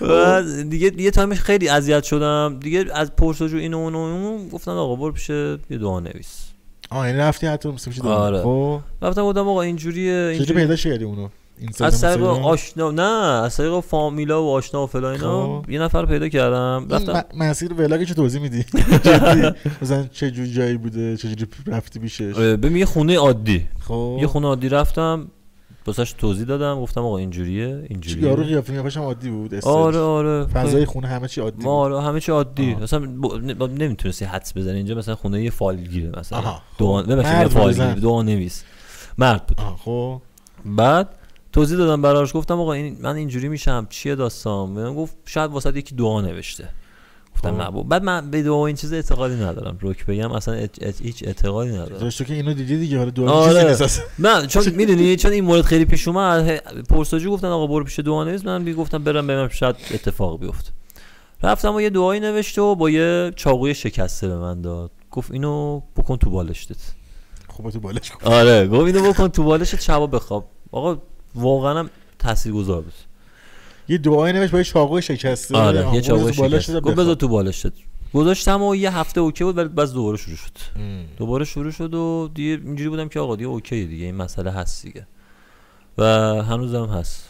[SPEAKER 2] و دیگه یه تایمش خیلی اذیت شدم دیگه از پرسجو این و اون و اون گفتن آقا برو پیش یه دعا نویس
[SPEAKER 1] آه یعنی رفتی حتی مثل میشه
[SPEAKER 2] آره.
[SPEAKER 1] خب
[SPEAKER 2] رفتم گفتم آقا اینجوریه
[SPEAKER 1] چجوری
[SPEAKER 2] اینجوری
[SPEAKER 1] پیدا کردی اونو اینستاگرام،
[SPEAKER 2] از طریق
[SPEAKER 1] اینستاگرام؟
[SPEAKER 2] آشنا نه از طریق فامیلا و آشنا و فلا اینا
[SPEAKER 1] خب.
[SPEAKER 2] یه نفر رو پیدا کردم
[SPEAKER 1] این
[SPEAKER 2] رفتم
[SPEAKER 1] م- مسیر ولاگش رو توضیح میدی جدی مثلا چه جور جایی بوده چه جوری رفتی بیشش
[SPEAKER 2] اه، ببین یه خونه عادی
[SPEAKER 1] خب
[SPEAKER 2] آره. یه خونه عادی رفتم واسش توضیح دادم گفتم آقا اینجوریه
[SPEAKER 1] چی یارو
[SPEAKER 2] اینجوریه
[SPEAKER 1] قیافه میافش هم عادی بود استایلش.
[SPEAKER 2] آره آره
[SPEAKER 1] فضای خونه همه چی عادی
[SPEAKER 2] ما
[SPEAKER 1] بود
[SPEAKER 2] آره همه چی عادی
[SPEAKER 1] آها.
[SPEAKER 2] مثلا نمیتونستی حدس بزنی اینجا مثلا خونه یه فالگیره مثلا
[SPEAKER 1] آها. خب.
[SPEAKER 2] دوان ببخشید
[SPEAKER 1] مرد
[SPEAKER 2] نه
[SPEAKER 1] بود، زن.
[SPEAKER 2] فالگیره دوان نویس مرد بود
[SPEAKER 1] آه، خب
[SPEAKER 2] بعد توضیح دادم براش گفتم آقا این من اینجوری میشم چیه داستان بهم گفت شاید واسه یکی دعا نوشته گفتم
[SPEAKER 1] آه.
[SPEAKER 2] نه بابا. بعد من به دعا و این چیز اعتقادی ندارم روک بگم اصلا ات- ات- هیچ اعتقادی ندارم
[SPEAKER 1] داشت تو که اینو دیدی دیگه حالا دو
[SPEAKER 2] آره.
[SPEAKER 1] چیزی نیست اصلا.
[SPEAKER 2] نه چون میدونی چون این مورد خیلی پیش اومد هی- پرسجو گفتن آقا برو پیش دعا نویس من بی گفتم برم ببینم شاید اتفاق بیفته رفتم و یه دعایی نوشت و با یه چاقوی شکسته به من داد گفت اینو بکن تو بالشتت
[SPEAKER 1] خب تو بالش کن
[SPEAKER 2] آره گفت اینو بکن تو بالشت شبا بخواب آقا واقعا هم تاثیرگذار بود
[SPEAKER 1] یه دعای نوشت با یه چاقوی شکسته
[SPEAKER 2] آره
[SPEAKER 1] آه،
[SPEAKER 2] یه چاقوی
[SPEAKER 1] گفت بالا
[SPEAKER 2] شکست
[SPEAKER 1] شده
[SPEAKER 2] گفت بذار
[SPEAKER 1] بخواب.
[SPEAKER 2] تو بالشت گذاشتم و یه هفته اوکی بود ولی بعد دوباره شروع شد
[SPEAKER 1] ام.
[SPEAKER 2] دوباره شروع شد و دیگه اینجوری بودم که آقا دیگه اوکی دیگه این مسئله هست دیگه و هنوزم هست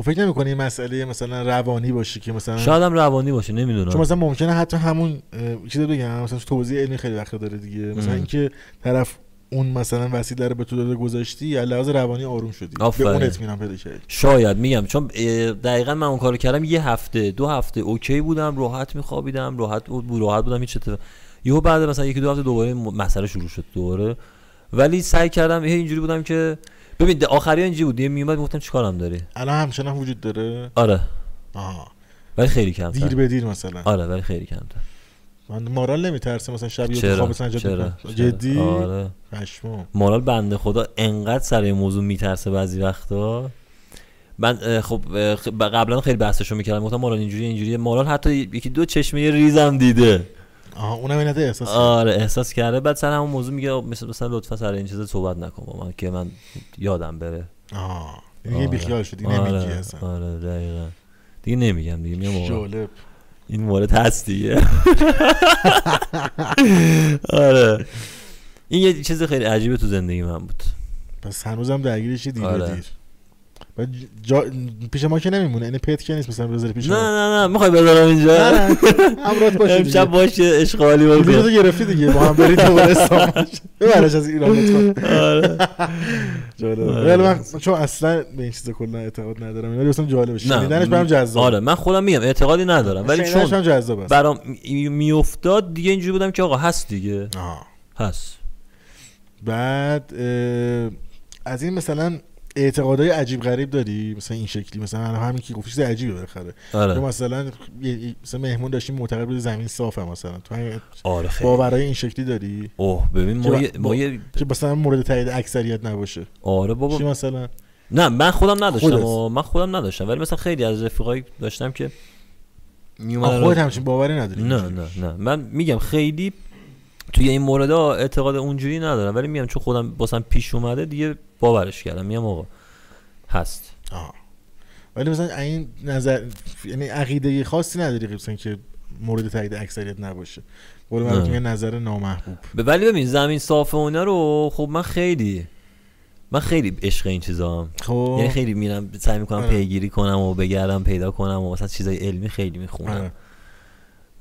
[SPEAKER 1] و خب، فکر نمی‌کنی این مسئله مثلا روانی باشه که مثلا
[SPEAKER 2] شاید هم روانی باشه نمیدونم
[SPEAKER 1] چون مثلا ممکنه حتی همون اه، چیز رو بگم مثلا تو توضیح علمی خیلی وقت داره دیگه مثلا
[SPEAKER 2] ام.
[SPEAKER 1] اینکه طرف اون مثلا وسیله رو به تو داده گذاشتی از لحاظ روانی آروم شدی
[SPEAKER 2] آفرین.
[SPEAKER 1] به اون اطمینان پیدا کردی
[SPEAKER 2] شاید میگم چون اه، دقیقا من اون کارو کردم یه هفته دو هفته اوکی بودم راحت میخوابیدم راحت بود راحت بودم هیچ اتفاق یهو بعد مثلا یکی دو هفته دوباره این مسئله شروع شد دوباره ولی سعی کردم هی اینجوری بودم که ببین آخری اینجوری بود یه میومد گفتم چیکارم داری
[SPEAKER 1] الان همچنان وجود داره
[SPEAKER 2] آره
[SPEAKER 1] آها
[SPEAKER 2] ولی خیلی
[SPEAKER 1] دیر
[SPEAKER 2] کمتر
[SPEAKER 1] به دیر مثلا
[SPEAKER 2] آره ولی خیلی کمتر
[SPEAKER 1] من مارال نمیترسه مثلا شب یه
[SPEAKER 2] چرا
[SPEAKER 1] خواب سنجا
[SPEAKER 2] چرا
[SPEAKER 1] جدی
[SPEAKER 2] چرا؟ آره
[SPEAKER 1] پشمام
[SPEAKER 2] مارال بنده خدا انقدر سر این موضوع میترسه بعضی وقتا من اه، خب اه، خ- قبلا خیلی بحثشو میکردم گفتم مارال اینجوری اینجوریه مارال حتی یکی دو چشمه ریزم دیده
[SPEAKER 1] آها اونم اینت احساس
[SPEAKER 2] آره احساس کرده بعد سر همون موضوع میگه مثلا مثلا لطفا سر این چیزا صحبت نکن با من که من یادم بره
[SPEAKER 1] آها دیگه
[SPEAKER 2] آره.
[SPEAKER 1] بیخیال شدی نمیگی
[SPEAKER 2] آره
[SPEAKER 1] اصلا
[SPEAKER 2] آره دقیقا دیگه نمیگم دیگه میگم آقا،
[SPEAKER 1] جالب
[SPEAKER 2] این مورد هست دیگه آره این یه چیز خیلی عجیبه تو زندگی من بود
[SPEAKER 1] پس هنوزم درگیرشی دیر به
[SPEAKER 2] آره.
[SPEAKER 1] دیر بعد جا... پیش ما که نمیمونه این پت که نیست مثلا بذاره پیش
[SPEAKER 2] نه
[SPEAKER 1] ما
[SPEAKER 2] نه نه میخوای بذارم اینجا
[SPEAKER 1] نه همراهت باشه
[SPEAKER 2] امشب
[SPEAKER 1] دیگه
[SPEAKER 2] باشه اشغالی
[SPEAKER 1] بلیط رو
[SPEAKER 2] بکن
[SPEAKER 1] گرفتی دیگه با هم برید دوباره استانبول. ببرش از ایران لطفا
[SPEAKER 2] آره.
[SPEAKER 1] جالب
[SPEAKER 2] آره.
[SPEAKER 1] ولی من چون اصلا به این چیزا کلا اعتقاد ندارم اینا دوستم جالبه
[SPEAKER 2] نه،
[SPEAKER 1] شنیدنش برام جذاب
[SPEAKER 2] آره من خودم میگم اعتقادی ندارم ولی
[SPEAKER 1] شنیدنش
[SPEAKER 2] چون
[SPEAKER 1] برام جذاب است
[SPEAKER 2] برام می- میافتاد دیگه اینجوری بودم که آقا هست دیگه
[SPEAKER 1] آه.
[SPEAKER 2] هست
[SPEAKER 1] بعد اه، از این مثلا اعتقادهای عجیب غریب داری مثلا این شکلی مثلا همین که گفتی چیز عجیبه بالاخره تو
[SPEAKER 2] آره
[SPEAKER 1] مثلا یه- مثلا مهمون داشتیم معتقد بودی زمین صافه مثلا تو همین
[SPEAKER 2] آره خیلی
[SPEAKER 1] باورهای این شکلی داری
[SPEAKER 2] اوه ببین ما
[SPEAKER 1] که
[SPEAKER 2] یه-
[SPEAKER 1] با-
[SPEAKER 2] ما یه-
[SPEAKER 1] که مثلا مورد تایید اکثریت نباشه
[SPEAKER 2] آره
[SPEAKER 1] چی
[SPEAKER 2] بابا
[SPEAKER 1] مثلا
[SPEAKER 2] نه من خودم نداشتم
[SPEAKER 1] خودت.
[SPEAKER 2] و من خودم نداشتم ولی مثلا خیلی از رفیقایی داشتم که
[SPEAKER 1] آه،
[SPEAKER 2] میومدن
[SPEAKER 1] خودت همچین باوری نداری
[SPEAKER 2] نه نه نه من میگم خیلی توی این موردا اعتقاد اونجوری ندارم ولی میگم چون خودم باسم پیش اومده دیگه باورش کردم میگم آقا هست
[SPEAKER 1] آه. ولی مثلا این نظر یعنی عقیده خاصی نداری که مثلا که مورد تایید اکثریت نباشه قول
[SPEAKER 2] نه.
[SPEAKER 1] من یه نظر نامحبوب
[SPEAKER 2] ب- ولی ببین زمین صاف و اینا رو خب من خیلی من خیلی عشق این چیزا هم
[SPEAKER 1] خب
[SPEAKER 2] یعنی خیلی میرم سعی میکنم
[SPEAKER 1] آره.
[SPEAKER 2] پیگیری کنم و بگردم پیدا کنم و مثلا چیزای علمی خیلی میخونم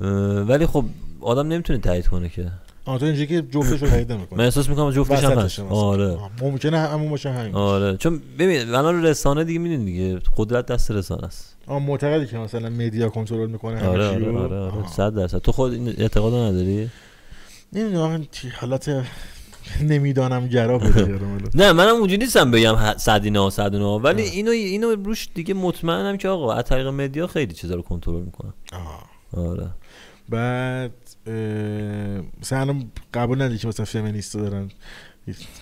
[SPEAKER 1] آره.
[SPEAKER 2] اه، ولی خب آدم نمیتونه تایید کنه که
[SPEAKER 1] آه تو اینجوری که جفتش رو تایید
[SPEAKER 2] من
[SPEAKER 1] نمی‌کنی
[SPEAKER 2] احساس میکنم جفتش هم
[SPEAKER 1] وسطش
[SPEAKER 2] هست
[SPEAKER 1] هم
[SPEAKER 2] آره
[SPEAKER 1] آه، ممکنه همون باشه همین
[SPEAKER 2] آره چون ببین الان رسانه دیگه میدونی دیگه قدرت دست رسانه است
[SPEAKER 1] آه معتقدی که مثلا مدیا کنترل میکنه همه
[SPEAKER 2] آره
[SPEAKER 1] چی
[SPEAKER 2] آره
[SPEAKER 1] رو؟
[SPEAKER 2] آره, آره.
[SPEAKER 1] آه.
[SPEAKER 2] صد درصد تو خود این اعتقاد رو نداری
[SPEAKER 1] نمیدونم چی حالت نمیدانم گرا به تهران حالا.
[SPEAKER 2] نه منم اونجوری نیستم بگم ه- صد اینا صد اونا ولی
[SPEAKER 1] آه.
[SPEAKER 2] اینو اینو روش دیگه مطمئنم که آقا از طریق مدیا خیلی چیزا رو کنترل میکنن
[SPEAKER 1] آه.
[SPEAKER 2] آره
[SPEAKER 1] بعد اه، مثلا الان قبول نداری که مثلا فمینیستا دارن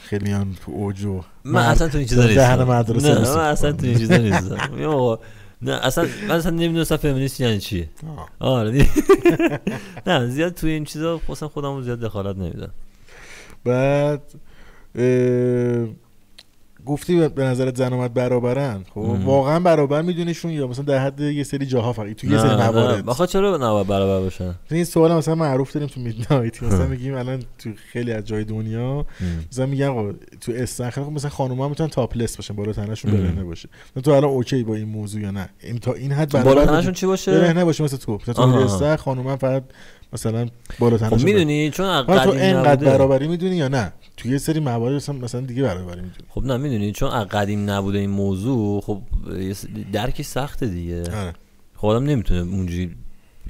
[SPEAKER 1] خیلی میان تو اوج و
[SPEAKER 2] من اصلا تو این چیزا
[SPEAKER 1] در
[SPEAKER 2] نیستم
[SPEAKER 1] دهن مدرسه
[SPEAKER 2] نه
[SPEAKER 1] نیستم.
[SPEAKER 2] من اصلا تو این چیزا نیستم میگم آقا، نه اصلا من اصلا نمیدونستم فمینیست یعنی چیه
[SPEAKER 1] آه.
[SPEAKER 2] آره نه زیاد تو این چیزا اصلا خودم رو زیاد دخالت نمیدم
[SPEAKER 1] بعد اه، گفتی به- به نظرت زن اومد برابرن خب
[SPEAKER 2] مم.
[SPEAKER 1] واقعا برابر میدونیشون یا مثلا در حد یه سری جاها فقط تو یه
[SPEAKER 2] نه،
[SPEAKER 1] سری
[SPEAKER 2] نه،
[SPEAKER 1] موارد
[SPEAKER 2] آخه چرا نباید برابر باشن
[SPEAKER 1] مثلا این سوال مثلا معروف داریم تو میدنایت مثلا
[SPEAKER 2] ها.
[SPEAKER 1] میگیم الان تو خیلی از جای دنیا مثلا میگن آقا تو استخر خب مثلا خانوما میتونن تاپلس باشن بالا تنشون
[SPEAKER 2] مم.
[SPEAKER 1] برهنه باشه مثلا تو الان اوکی با این موضوع یا نه این تا این حد
[SPEAKER 2] بالا
[SPEAKER 1] برابر
[SPEAKER 2] تنشون
[SPEAKER 1] باشی-
[SPEAKER 2] چی باشه
[SPEAKER 1] برهنه باشه مثل تو مثلا تو
[SPEAKER 2] آها.
[SPEAKER 1] میری استخر خانوما فقط مثلا بالا
[SPEAKER 2] خب
[SPEAKER 1] تنشون برهنه.
[SPEAKER 2] میدونی چون از
[SPEAKER 1] حالا تو
[SPEAKER 2] قدیم
[SPEAKER 1] انقدر
[SPEAKER 2] نبوده
[SPEAKER 1] برابری میدونی یا نه تو یه سری موارد مثلا مثلا دیگه برابری میدونی
[SPEAKER 2] خب نه میدونی چون از قدیم نبوده این موضوع خب یه س- درکی سخته دیگه
[SPEAKER 1] آره
[SPEAKER 2] خب آدم نمیتونه اونجوری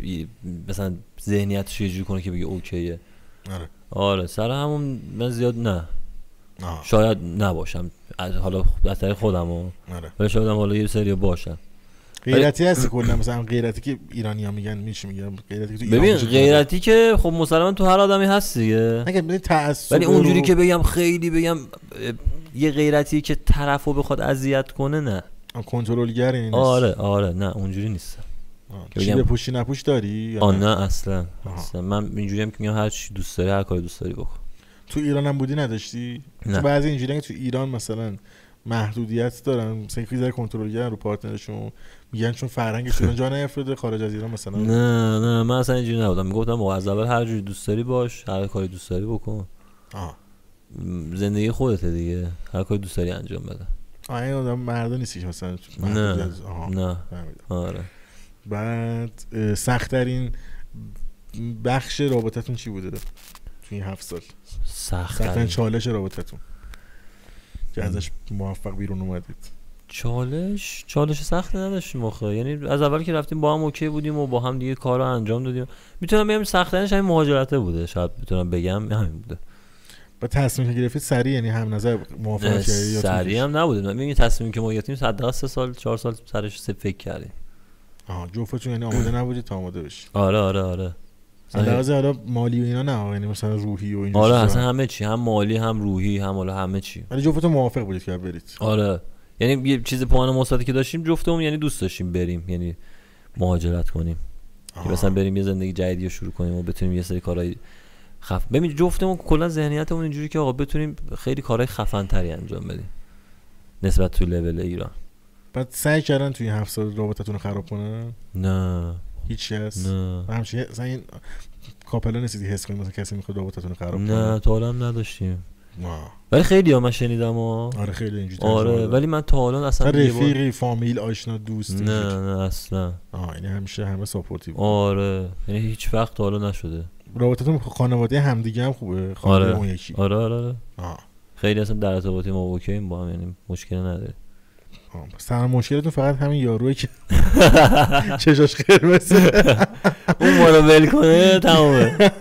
[SPEAKER 2] ی- مثلا ذهنیتش یه جوری کنه که بگه اوکیه
[SPEAKER 1] آره
[SPEAKER 2] آره سر همون من زیاد نه
[SPEAKER 1] آه.
[SPEAKER 2] شاید نباشم از حالا خ- از طریق خودم و
[SPEAKER 1] آره
[SPEAKER 2] ولی شاید هم حالا یه سری باشم
[SPEAKER 1] غیرتی هستی کلا مثلا غیرتی که ایرانی‌ها میگن میشه میگم غیرتی که تو ایران
[SPEAKER 2] ببین
[SPEAKER 1] وجود
[SPEAKER 2] غیرتی که خب مسلما تو هر آدمی هست دیگه
[SPEAKER 1] نداره. نگه ببین تعصب
[SPEAKER 2] ولی اونجوری
[SPEAKER 1] رو-
[SPEAKER 2] که بگم خیلی بگم اه، یه غیرتی که طرف رو بخواد اذیت کنه نه
[SPEAKER 1] آه، کنترلگر یعنی نیست.
[SPEAKER 2] آره آره نه اونجوری نیستم
[SPEAKER 1] آه.
[SPEAKER 2] که
[SPEAKER 1] چی
[SPEAKER 2] بگم-
[SPEAKER 1] بپوشی نپوش داری یا
[SPEAKER 2] آه
[SPEAKER 1] نه؟
[SPEAKER 2] نه اصلا
[SPEAKER 1] آها.
[SPEAKER 2] اصلا من اینجوری هم که میگم هر چی دوست داری هر کاری دوست داری بکن
[SPEAKER 1] تو ایران هم بودی نداشتی
[SPEAKER 2] نه.
[SPEAKER 1] تو بعضی اینجوری که تو ایران مثلا محدودیت دارن مثلا یه ذره کنترلگر رو پارتنرشون میگن چون فرهنگش ایران جا نیفته خارج از ایران مثلا
[SPEAKER 2] نه نه من اصلا اینجوری نبودم میگفتم آقا از اول هر جوری دوست داری باش هر کاری دوست داری بکن
[SPEAKER 1] آه
[SPEAKER 2] م، زندگی خودته دیگه هر کاری دوست داری انجام بده
[SPEAKER 1] آه این آدم مردا نیستی که مثلا
[SPEAKER 2] نه.
[SPEAKER 1] محدودیت از- آها.
[SPEAKER 2] نه
[SPEAKER 1] فهمیدم.
[SPEAKER 2] آره
[SPEAKER 1] بعد سختترین بخش رابطتون چی بوده تو این هفت سال سختترین
[SPEAKER 2] سخت
[SPEAKER 1] چالش رابطتون که ازش موفق بیرون اومدید
[SPEAKER 2] چالش چالش سختی نداشتیم آخه یعنی از اول که رفتیم با هم اوکی بودیم و با هم دیگه کار رو انجام دادیم میتونم بگم سختنش همین مهاجرته بوده شاید میتونم بگم همین بوده
[SPEAKER 1] و تصمیم که گرفتید سریع یعنی هم نظر موافقت کردید یا طول
[SPEAKER 2] سریع
[SPEAKER 1] کشید؟
[SPEAKER 2] هم نبوده ببین تصمیم که ما گرفتیم حداقل سه سال چهار سال سرش سه فکر کردیم
[SPEAKER 1] آها جفتتون یعنی آماده نبودید تا آماده بشید
[SPEAKER 2] آره آره آره
[SPEAKER 1] از لحاظ حالا مالی و اینا نه یعنی مثلا روحی و این
[SPEAKER 2] آره
[SPEAKER 1] چیزا.
[SPEAKER 2] اصلا همه چی هم مالی هم روحی هم حالا همه چی
[SPEAKER 1] ولی جفتتون موافق بودید که برید
[SPEAKER 2] آره یعنی یه چیز پوان مثبتی که داشتیم جفتمون یعنی دوست داشتیم بریم یعنی مهاجرت کنیم که
[SPEAKER 1] آها.
[SPEAKER 2] مثلا بریم یه زندگی جدیدی رو شروع کنیم و بتونیم یه سری کارهای خف ببین جفتمون کلا ذهنیتمون اینجوری که آقا بتونیم خیلی کارهای خفن تری انجام بدیم نسبت تو لول ایران
[SPEAKER 1] بعد سعی کردن توی این هفت سال رابطتون رو خراب کنن
[SPEAKER 2] نه
[SPEAKER 1] هیچی هست
[SPEAKER 2] نه
[SPEAKER 1] و همچنین مثلا این کاپلا نیستید که حس کنید مثلا کسی میخواد رابطتون رو خراب
[SPEAKER 2] نه تا حالا هم نداشتیم
[SPEAKER 1] کنه آه.
[SPEAKER 2] ولی خیلی ها من شنیدم ها
[SPEAKER 1] آره خیلی اینجوری
[SPEAKER 2] آره
[SPEAKER 1] تجربه
[SPEAKER 2] ولی من تا حالا اصلا
[SPEAKER 1] مثلا
[SPEAKER 2] یه بار-
[SPEAKER 1] رفیقی فامیل آشنا دوست
[SPEAKER 2] نه
[SPEAKER 1] اینجوری.
[SPEAKER 2] نه اصلا
[SPEAKER 1] آه یعنی همیشه همه ساپورتیو
[SPEAKER 2] آره یعنی هیچ وقت تا حالا نشده
[SPEAKER 1] رابطتون با خانواده همدیگه هم خوبه خانواده
[SPEAKER 2] آره.
[SPEAKER 1] اون یکی
[SPEAKER 2] آره آره, آره.
[SPEAKER 1] آه.
[SPEAKER 2] خیلی اصلا در ارتباطی ما اوکییم با هم یعنی مشکل نداره
[SPEAKER 1] آه. پس تنها مشکلتون فقط همین یاروه که چشاش قرمزه
[SPEAKER 2] اون ما رو ول کنه تمامه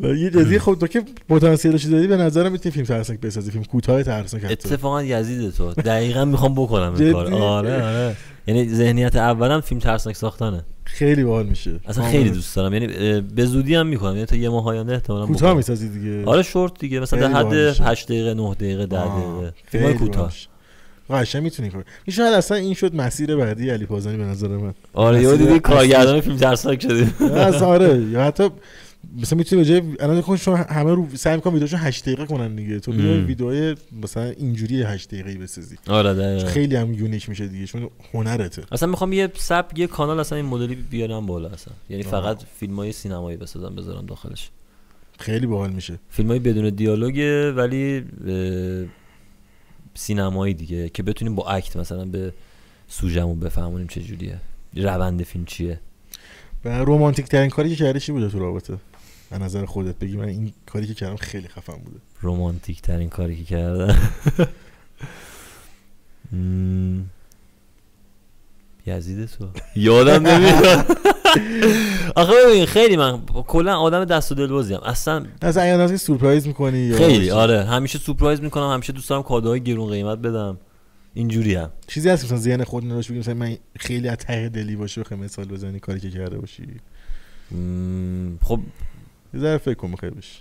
[SPEAKER 1] و یه جزی خب تو که پتانسیلش داری به نظرم میتونی فیلم ترسناک بسازی فیلم کوتاه ترسناک حتی
[SPEAKER 2] اتفاقا یزید تو دقیقا میخوام بکنم این کار
[SPEAKER 1] جدی؟
[SPEAKER 2] آره آره یعنی ذهنیت اولم فیلم ترسناک ساختنه
[SPEAKER 1] خیلی باحال میشه آره.
[SPEAKER 2] اصلا
[SPEAKER 1] آه.
[SPEAKER 2] خیلی دوست دارم یعنی اه، به زودی هم میکنم یعنی تا یه ماه آینده احتمالاً
[SPEAKER 1] کوتاه
[SPEAKER 2] بکنم
[SPEAKER 1] میسازی دیگه
[SPEAKER 2] آره شورت دیگه مثلا در
[SPEAKER 1] خیلی
[SPEAKER 2] حد
[SPEAKER 1] باحال میشه.
[SPEAKER 2] 8 دقیقه 9 دقیقه 10
[SPEAKER 1] آه.
[SPEAKER 2] دقیقه
[SPEAKER 1] خیلی
[SPEAKER 2] فیلم
[SPEAKER 1] باحال
[SPEAKER 2] کوتاه
[SPEAKER 1] میشه. قشنگ میتونی کار این شاید اصلا این شد مسیر بعدی علی پازانی به نظر من
[SPEAKER 2] آره یه
[SPEAKER 1] مسیر
[SPEAKER 2] دیدی
[SPEAKER 1] اصلی.
[SPEAKER 2] کارگردان فیلم ترسناک شدی
[SPEAKER 1] نه، اصلا آره یا حتی مثلا میتونی به جای الان کن چون همه رو سعی میکنن ویدیوشون 8 دقیقه کنن دیگه تو بیا
[SPEAKER 2] مم.
[SPEAKER 1] ویدیوهای مثلا اینجوری 8 دقیقه‌ای بسازی
[SPEAKER 2] آره دقیقا
[SPEAKER 1] خیلی هم یونیک میشه دیگه چون هنرته
[SPEAKER 2] اصلا میخوام یه سب یه کانال اصلا این مدلی بیارم بالا اصلا یعنی
[SPEAKER 1] آها.
[SPEAKER 2] فقط فیلم های سینمایی بسازم بذارم داخلش
[SPEAKER 1] خیلی باحال میشه
[SPEAKER 2] فیلم های بدون دیالوگ ولی اه، سینمایی دیگه که بتونیم با اکت مثلا به سوژمون بفهمونیم چه جوریه روند فیلم چیه
[SPEAKER 1] و رومانتیک ترین کاری که کردی چی بوده تو رابطه از نظر خودت بگی من این کاری که کردم خیلی خفن بوده
[SPEAKER 2] رومانتیک ترین کاری که کردم مم. یزید تو یادم نمیاد آخه ببین خیلی من کلا آدم دست و دل بازیم اصلا
[SPEAKER 1] از این که سورپرایز میکنی یا
[SPEAKER 2] خیلی آره همیشه سورپرایز میکنم همیشه دوست دارم کادوهای گرون قیمت بدم اینجوری هم
[SPEAKER 1] چیزی هست که مثلا ذهن خود نداشت بگیم مثلا من خیلی از ته دلی باشه بخوای مثال بزنی کاری که کرده باشی
[SPEAKER 2] مم، خب
[SPEAKER 1] یه ذره فکر کن بخیر بشه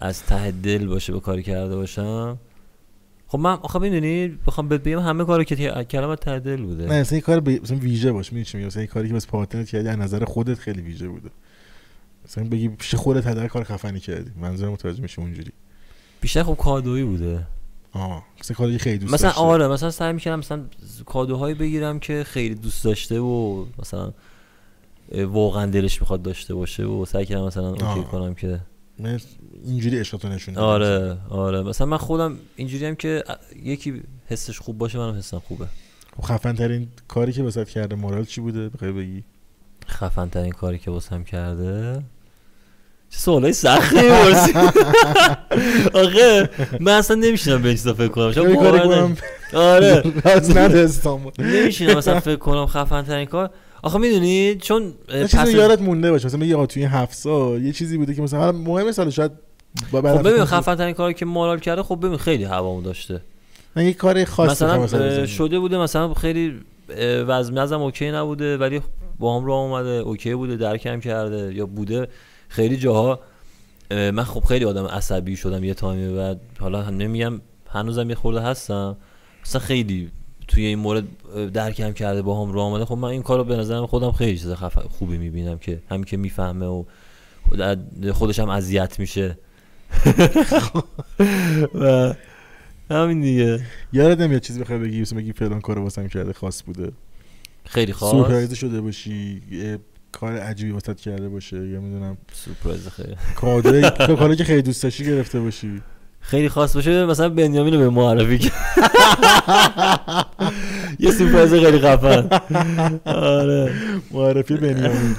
[SPEAKER 2] از ته دل باشه به کاری کرده باشم خب من آخه میدونی بخوام بهت بگم همه کارو که کلام از ته دل بوده
[SPEAKER 1] نه مثلا یه کار به- مثلا ویژه باش میدونی چی میگم مثلا یه کاری که بس پارتنرت کردی از نظر خودت خیلی ویژه بوده مثلا بگی پیش خودت هدر کار خفنی کردی منظورم متوجه میشه اونجوری
[SPEAKER 2] بیشتر خب کادویی بوده
[SPEAKER 1] آها مثلا کاری که خیلی دوست
[SPEAKER 2] مثلا
[SPEAKER 1] داشتی.
[SPEAKER 2] آره مثلا سعی میکردم مثلا کادوهایی بگیرم که خیلی دوست داشته و مثلا اه، واقعا دلش میخواد داشته باشه و سعی کردم مثلا اوکی
[SPEAKER 1] آه.
[SPEAKER 2] کنم که
[SPEAKER 1] من اینجوری عشقتو نشون دادم.
[SPEAKER 2] آره آره مثلا من خودم اینجوری هم که یکی حسش خوب باشه منم حسم خوبه
[SPEAKER 1] خب خفن ترین کاری که واسات کرده مورال چی بوده بخوای بگی
[SPEAKER 2] خفن ترین کاری که واسم کرده چه سوالای سختی می‌پرسی آخه من اصلا نمیشینم به این چیزا فکر کنم شاید
[SPEAKER 1] یه کاری
[SPEAKER 2] باور
[SPEAKER 1] کنم
[SPEAKER 2] نشه. آره
[SPEAKER 1] راز نده استانبول
[SPEAKER 2] نمیشینم مثلا فکر کنم خفن ترین کار آخه میدونی چون اه،
[SPEAKER 1] یه چیزی
[SPEAKER 2] پس خب
[SPEAKER 1] یادت مونده باشه مثلا بگی آقا توی این هفت سال یه چیزی بوده که مثلا حالا مهمه سال شاید با بعد
[SPEAKER 2] خب ببین
[SPEAKER 1] از-
[SPEAKER 2] خفن ترین کاری که مارال کرده خب ببین خیلی هوامو داشته
[SPEAKER 1] نه یه کار خاصی
[SPEAKER 2] مثلا
[SPEAKER 1] بخوای واسه
[SPEAKER 2] اه،
[SPEAKER 1] بزنی.
[SPEAKER 2] شده بوده مثلا خیلی اه، وزن نظم اوکی نبوده ولی با هم راه اومده اوکی بوده درکم کرده یا بوده خیلی جاها اه، من خب خیلی آدم عصبی شدم یه تایمی و حالا هم نمیگم هنوزم یه خورده هستم مثلا خیلی توی این مورد اه، درکم کرده با هم راه اومده خب من این کار رو به نظرم خودم خیلی چیز خف... خوبی میبینم که همین که میفهمه و خود- خودش هم اذیت میشه و همین دیگه
[SPEAKER 1] یادت نمیاد چیزی بخوای بگی مثلا بگی فلان کارو واسم کرده خاص بوده
[SPEAKER 2] خیلی خاص
[SPEAKER 1] سورپرایز شده باشی یه کار عجیبی واسات کرده باشه یا میدونم
[SPEAKER 2] سورپرایز خیلی
[SPEAKER 1] کادوی کاری که خیلی دوست داشتی گرفته باشی
[SPEAKER 2] خیلی خاص باشه مثلا بنیامین رو به معرفی کرد یه سورپرایز خیلی خفن آره
[SPEAKER 1] معرفی بنیامین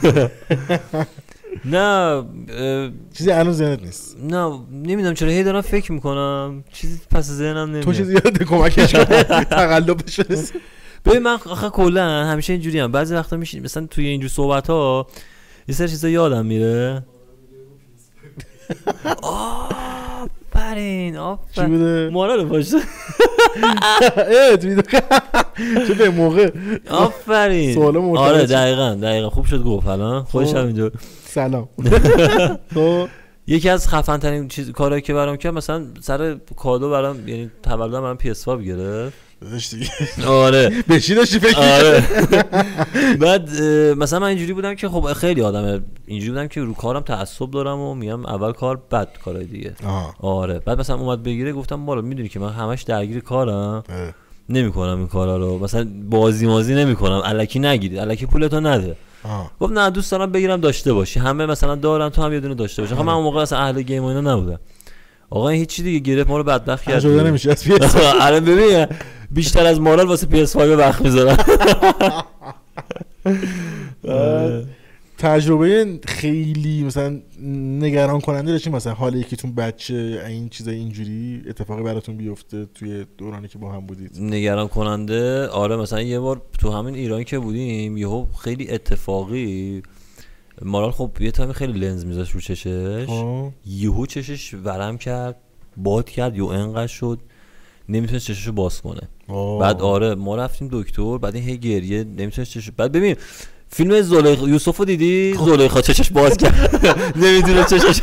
[SPEAKER 2] نه اه،
[SPEAKER 1] چیزی الان ذهنت نیست
[SPEAKER 2] نه نمیدونم چرا هی دارم فکر میکنم چیزی پس ذهنم
[SPEAKER 1] تو
[SPEAKER 2] نمیاد
[SPEAKER 1] چیزی یاد کمکش کنه تقلبش رسید.
[SPEAKER 2] ببین من آخه کلا همیشه اینجوری هم بعضی وقتا میشین مثلا توی اینجور صحبت ها یه سر چیزا یادم میره آفرین
[SPEAKER 1] چی
[SPEAKER 2] آفرین
[SPEAKER 1] بوده
[SPEAKER 2] مارال پاشت
[SPEAKER 1] اه، تو ویدیو- چه به موقع
[SPEAKER 2] آفرین
[SPEAKER 1] سوالا مرتبط
[SPEAKER 2] آره
[SPEAKER 1] شد.
[SPEAKER 2] دقیقا دقیقا خوب شد گفت الان خودش
[SPEAKER 1] خب.
[SPEAKER 2] هم اینجا
[SPEAKER 1] سلام تو
[SPEAKER 2] یکی از خفن ترین چیز کارهایی که برام کرد مثلا سر کادو برام یعنی تولدم برام پی اس 5 گرفت آره
[SPEAKER 1] بشی داشتی فکر
[SPEAKER 2] آره بعد اه، مثلا من اینجوری بودم که خب خیلی آدم اینجوری بودم که رو کارم تعصب دارم و میگم اول کار بعد کارهای دیگه
[SPEAKER 1] آه
[SPEAKER 2] آره بعد مثلا اومد بگیره گفتم بالا میدونی که من همش درگیر کارم
[SPEAKER 1] اه.
[SPEAKER 2] نمیکنم این کارا رو مثلا بازی مازی نمیکنم الکی نگیرید الکی پولتو نده
[SPEAKER 1] آه
[SPEAKER 2] گفت نه دوست دارم بگیرم داشته باشی همه مثلا دارن تو هم یه دونه داشته باشی خب من اون موقع اصلا اهل گیم و اینا نبودم آقا این هیچی دیگه گرفت ما رو بدبخت کرد
[SPEAKER 1] تجربه نمیشه از پیس
[SPEAKER 2] الان ببین بیشتر از مارال واسه PS5 وقت میذارم
[SPEAKER 1] تجربه خیلی مثلا نگران کننده داشتیم مثلا حال یکیتون بچه این چیزای اینجوری اتفاقی براتون بیفته توی دورانی که با هم بودید
[SPEAKER 2] نگران کننده آره مثلا یه بار تو همین ایران که بودیم یهو خیلی اتفاقی مارال خب یه تایم خیلی لنز میذاشت رو چشش
[SPEAKER 1] آه.
[SPEAKER 2] یهو چشش ورم کرد باد کرد یهو انقدر شد نمیتونست چششو باز کنه
[SPEAKER 1] آه.
[SPEAKER 2] بعد آره ما رفتیم دکتر بعد این هی گریه نمیتونست چش بعد ببین فیلم زلیخ یوسف رو دیدی زلیخا چشش باز کرد نمیدونه چشش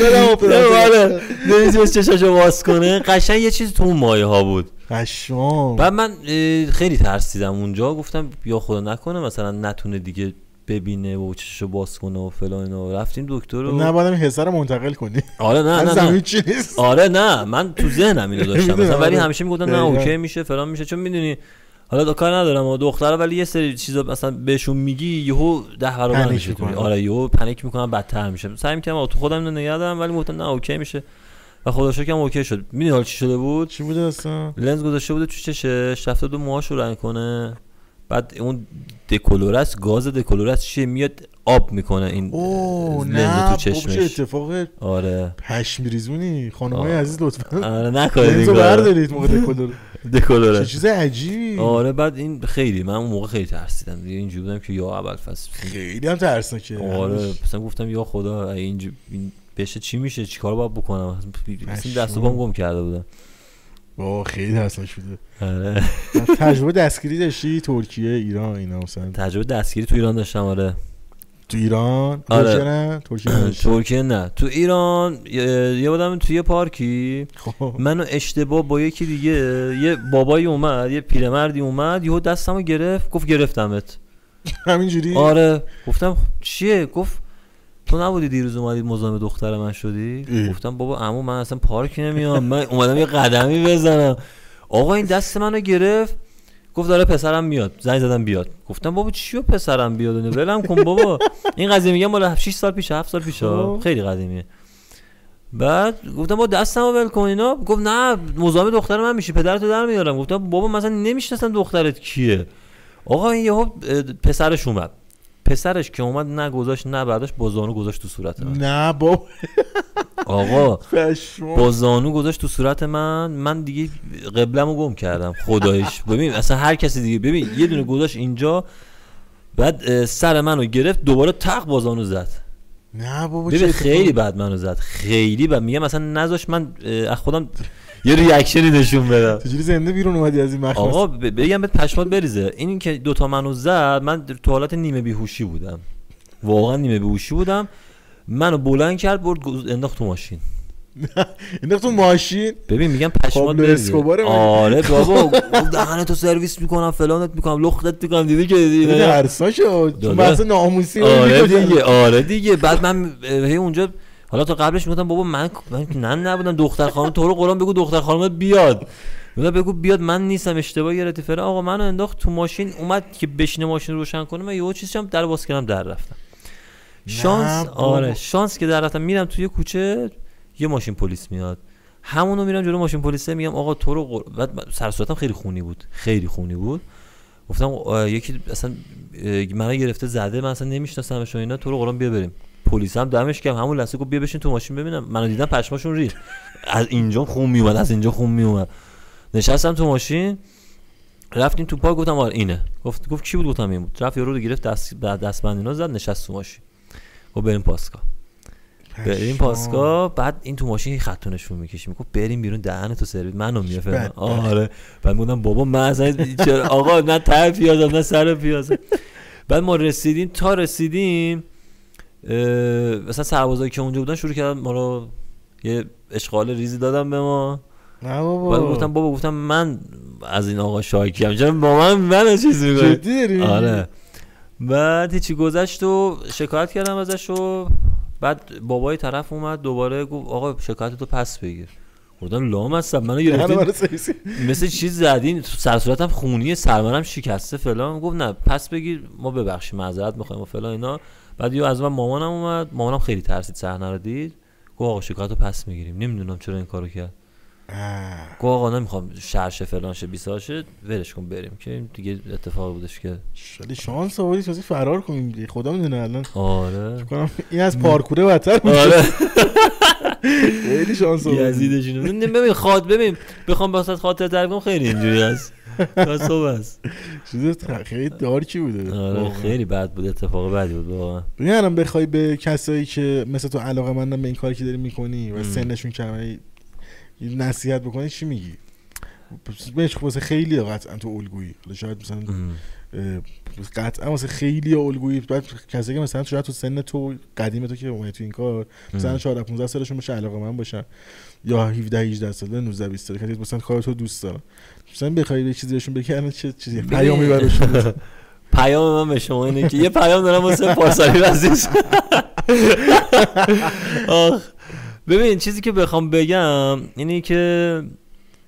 [SPEAKER 1] یادم افتاد.
[SPEAKER 2] آره نمیتونست چشش رو باز کنه قشنگ یه چیز تو اون مایه ها بود
[SPEAKER 1] قشنگ
[SPEAKER 2] بعد من اه، خیلی ترسیدم اونجا گفتم یا خدا نکنه مثلا نتونه دیگه ببینه و چشش رو باز کنه و فلان و رفتیم دکتر
[SPEAKER 1] نه
[SPEAKER 2] رو
[SPEAKER 1] بعدم این حسه رو منتقل کنی
[SPEAKER 2] آره نه
[SPEAKER 1] از
[SPEAKER 2] نه نه
[SPEAKER 1] زمین چی نیست
[SPEAKER 2] آره نه من تو ذهنم اینو داشتم
[SPEAKER 1] می‌دونم،
[SPEAKER 2] مثلا ولی
[SPEAKER 1] آره.
[SPEAKER 2] همیشه میگفتم نه
[SPEAKER 1] دقیقاً.
[SPEAKER 2] اوکی میشه فلان میشه چون میدونی حالا دو کار ندارم و دختره ولی یه سری چیزا مثلا بهشون میگی یهو ده برابر
[SPEAKER 1] پنیک
[SPEAKER 2] میشه تو.
[SPEAKER 1] می‌کنن.
[SPEAKER 2] آره یهو پنیک میکنم بدتر میشه سعی میکنم آقا تو خودم اینو نگه دارم ولی گفتم نه اوکی میشه و خدا شکر هم اوکی شد میدونی حالا چی شده بود
[SPEAKER 1] چی بوده اصلا
[SPEAKER 2] لنز گذاشته بوده تو چشش رفته دو موهاش رو رنگ کنه بعد اون دکلورس گاز دکلورس چیه میاد آب میکنه این
[SPEAKER 1] اوه
[SPEAKER 2] لنز
[SPEAKER 1] نه
[SPEAKER 2] تو
[SPEAKER 1] بابا، چه
[SPEAKER 2] چشمش
[SPEAKER 1] اتفاق
[SPEAKER 2] آره
[SPEAKER 1] پشم ریزونی خانم های
[SPEAKER 2] آه.
[SPEAKER 1] عزیز لطفا
[SPEAKER 2] آره نکنید این
[SPEAKER 1] لنزو
[SPEAKER 2] کارو.
[SPEAKER 1] بردارید موقع دکلر چه
[SPEAKER 2] دکلورس
[SPEAKER 1] چیز عجیبی
[SPEAKER 2] آره بعد این خیلی من اون موقع خیلی ترسیدم دیگه اینجوری بودم که یا اول فصل
[SPEAKER 1] خیلی هم ترسناکه
[SPEAKER 2] آره مثلا گفتم یا خدا اگه اینج... این بشه چی میشه چیکار باید بکنم مثلا دست و
[SPEAKER 1] مشروع.
[SPEAKER 2] پام گم کرده بودم
[SPEAKER 1] واه خیلی ترسناک بوده
[SPEAKER 2] آره
[SPEAKER 1] تجربه دستگیری داشتی ترکیه ایران اینا مثلا
[SPEAKER 2] تجربه دستگیری تو ایران داشتم آره
[SPEAKER 1] تو ایران
[SPEAKER 2] آره.
[SPEAKER 1] ترکیه نه ترکیه نداشتی؟
[SPEAKER 2] ترکیه نه تو ایران یه یه آدم توی یه پارکی
[SPEAKER 1] خب.
[SPEAKER 2] منو اشتباه با یکی دیگه یه بابایی اومد یه پیرمردی اومد یهو دستمو گرفت گفت گرفتمت
[SPEAKER 1] همینجوری
[SPEAKER 2] آره گفتم چیه گفت تو نبودی دیروز اومدی مزاحم دختر من شدی
[SPEAKER 1] اه.
[SPEAKER 2] گفتم بابا عمو من اصلا پارک نمیام من اومدم یه قدمی بزنم آقا این دست منو گرفت گفت داره پسرم میاد زنگ زدم بیاد گفتم بابا چیو پسرم بیاد اینو ولم کن بابا این قضیه میگم مال 6 سال پیشه 7 سال پیشه
[SPEAKER 1] خب.
[SPEAKER 2] خیلی قدیمیه بعد گفتم با دستمو ول کن اینا گفت نه مزاحم دختر من میشی پدرتو در میارم گفتم بابا مثلا نمیشناسم دخترت کیه آقا این یهو اه، پسرش اومد پسرش که اومد نه گذاشت نه برداشت با زانو گذاشت تو صورت من
[SPEAKER 1] نه بابا
[SPEAKER 2] آقا
[SPEAKER 1] پشما
[SPEAKER 2] با زانو گذاشت تو صورت من من دیگه قبلمو گم کردم خدایش ببین اصلا هر کسی دیگه ببین یه دونه گذاشت اینجا بعد اه، سر منو گرفت دوباره تق با زانو زد
[SPEAKER 1] نه بابا چه
[SPEAKER 2] ببین خیلی
[SPEAKER 1] اتفاقی؟
[SPEAKER 2] بد منو زد خیلی بد میگم اصلا نذاش من اه، از خودم یه ریاکشنی نشون بدم
[SPEAKER 1] چجوری زنده بیرون اومدی از این مخمس
[SPEAKER 2] آقا ب- بگم بهت پشمات بریزه این که دوتا منو زد من در- تو حالت نیمه بیهوشی بودم واقعا نیمه بیهوشی بودم منو بلند کرد برد گز- انداخت تو ماشین
[SPEAKER 1] این تو ماشین
[SPEAKER 2] ببین میگم پشمات
[SPEAKER 1] پابلو
[SPEAKER 2] بریزه
[SPEAKER 1] خب، اسکوبار من.
[SPEAKER 2] آره بابا دهنتو سرویس میکنم فلانت میکنم لختت میکنم دیدی که
[SPEAKER 1] ببین
[SPEAKER 2] دیدی
[SPEAKER 1] ترسناک شد
[SPEAKER 2] دادا.
[SPEAKER 1] چون بحث ناموسی بود.
[SPEAKER 2] آره
[SPEAKER 1] می‌گفتن.
[SPEAKER 2] دیگه آره دیگه بعد من اه، هی اونجا حالا تا قبلش میگفتم بابا من من نن نبودم دختر خانم تو رو قرآن بگو دختر خانمت بیاد بلا بگو بیاد من نیستم اشتباه گرفتی فره آقا منو انداخت تو ماشین اومد که بشینه ماشین رو روشن کنه من یهو چیز شدم در باز کردم در رفتم شانس
[SPEAKER 1] بابا.
[SPEAKER 2] آره شانس که در رفتم میرم توی کوچه یه ماشین پلیس میاد همونو میرم جلو ماشین پلیسه میگم آقا تو رو قر... بعد من- سر صورتم خیلی خونی بود خیلی خونی بود گفتم آه، یکی اصلا اه، منو گرفته زده من اصلا نمیشناسمش و اینا تو رو قرآن بیا بریم پلیس هم دمش کم همون لحظه گفت بیا بشین تو ماشین ببینم منو دیدن پشماشون ریخت از اینجا خون میومد از اینجا خون میومد نشستم تو ماشین رفتیم تو پارک گفتم آره اینه گفت گفت کی بود گفتم این بود رفت یارو رو گرفت دست دستبند اینا زد نشست تو ماشین گفت بریم پاسکا بریم پاسکا بعد این تو ماشین خط نشون میکشه میگفت بریم بیرون دهن تو سرویس منو میفهمم
[SPEAKER 1] بد.
[SPEAKER 2] آره بعد گفتم بابا من اصلا چرا آقا نه ته پیازم نه سر پیازم بعد ما رسیدیم تا رسیدیم اه، مثلا سربازایی که اونجا بودن شروع کردن ما رو یه اشغال ریزی دادن به ما
[SPEAKER 1] نه
[SPEAKER 2] بعد
[SPEAKER 1] بابا
[SPEAKER 2] گفتم بابا گفتم من از این آقا شاکی هم چرا با من من چیز میکنه
[SPEAKER 1] جدی داری
[SPEAKER 2] آره بعد هیچی گذشت و شکایت کردم ازش و بعد بابای طرف اومد دوباره گفت آقا شکایت تو پس بگیر گفتم لام هستم منو
[SPEAKER 1] دهن
[SPEAKER 2] گرفتین
[SPEAKER 1] من سرویس.
[SPEAKER 2] مثل چیز زدین سر صورتم خونیه سرمنم شکسته فلان گفت نه پس بگیر ما ببخشیم معذرت میخوایم و فلان اینا بعد یا از من مامانم اومد مامانم خیلی ترسید صحنه رو دید گفت آقا شکایت رو پس میگیریم نمیدونم چرا این کارو کرد
[SPEAKER 1] آه،
[SPEAKER 2] گفت آقا نمیخوام شرشه فلان شه بیساشه ولش کن بریم که این دیگه اتفاق بودش که
[SPEAKER 1] شالی شانس آوردی تازه فرار کنیم دیگه. خدا میدونه الان
[SPEAKER 2] آره
[SPEAKER 1] کنم این از پارکوره بدتر بود
[SPEAKER 2] آره
[SPEAKER 1] خیلی شانس آوردی
[SPEAKER 2] یزیدشون نه، ببین خاط ببین بخوام واسه خاطر تعریف کنم خیلی اینجوری است تا صبح است
[SPEAKER 1] چیز ت- خیلی دارکی بوده
[SPEAKER 2] آره
[SPEAKER 1] واقعا.
[SPEAKER 2] خیلی بد بود اتفاق بدی بود واقعا
[SPEAKER 1] ببین الان بخوای به کسایی که مثل تو علاقه مندن به این کاری که داری میکنی و
[SPEAKER 2] مم.
[SPEAKER 1] سنشون کمه یه نصیحت بکنی چی میگی بهش واسه خیلی قطعا تو الگویی حالا شاید مثلا
[SPEAKER 2] ام.
[SPEAKER 1] اه، قطعا واسه خیلی الگویی بعد کسایی که مثلا شاید تو سن تو قدیم تو که اومدی تو این کار مثلا 14 15 سالشون باشه علاقه من باشن یا 17 18 ساله 19 20 ساله کسی مثلا کار تو دوست دارن مثلا بخوای یه چیزی بهشون بگی الان چه چیزی
[SPEAKER 2] ببین.
[SPEAKER 1] پیامی براشون بده.
[SPEAKER 2] پیام من به شما اینه که یه پیام دارم واسه پارسانی عزیز آخ ببین چیزی که بخوام بگم اینه که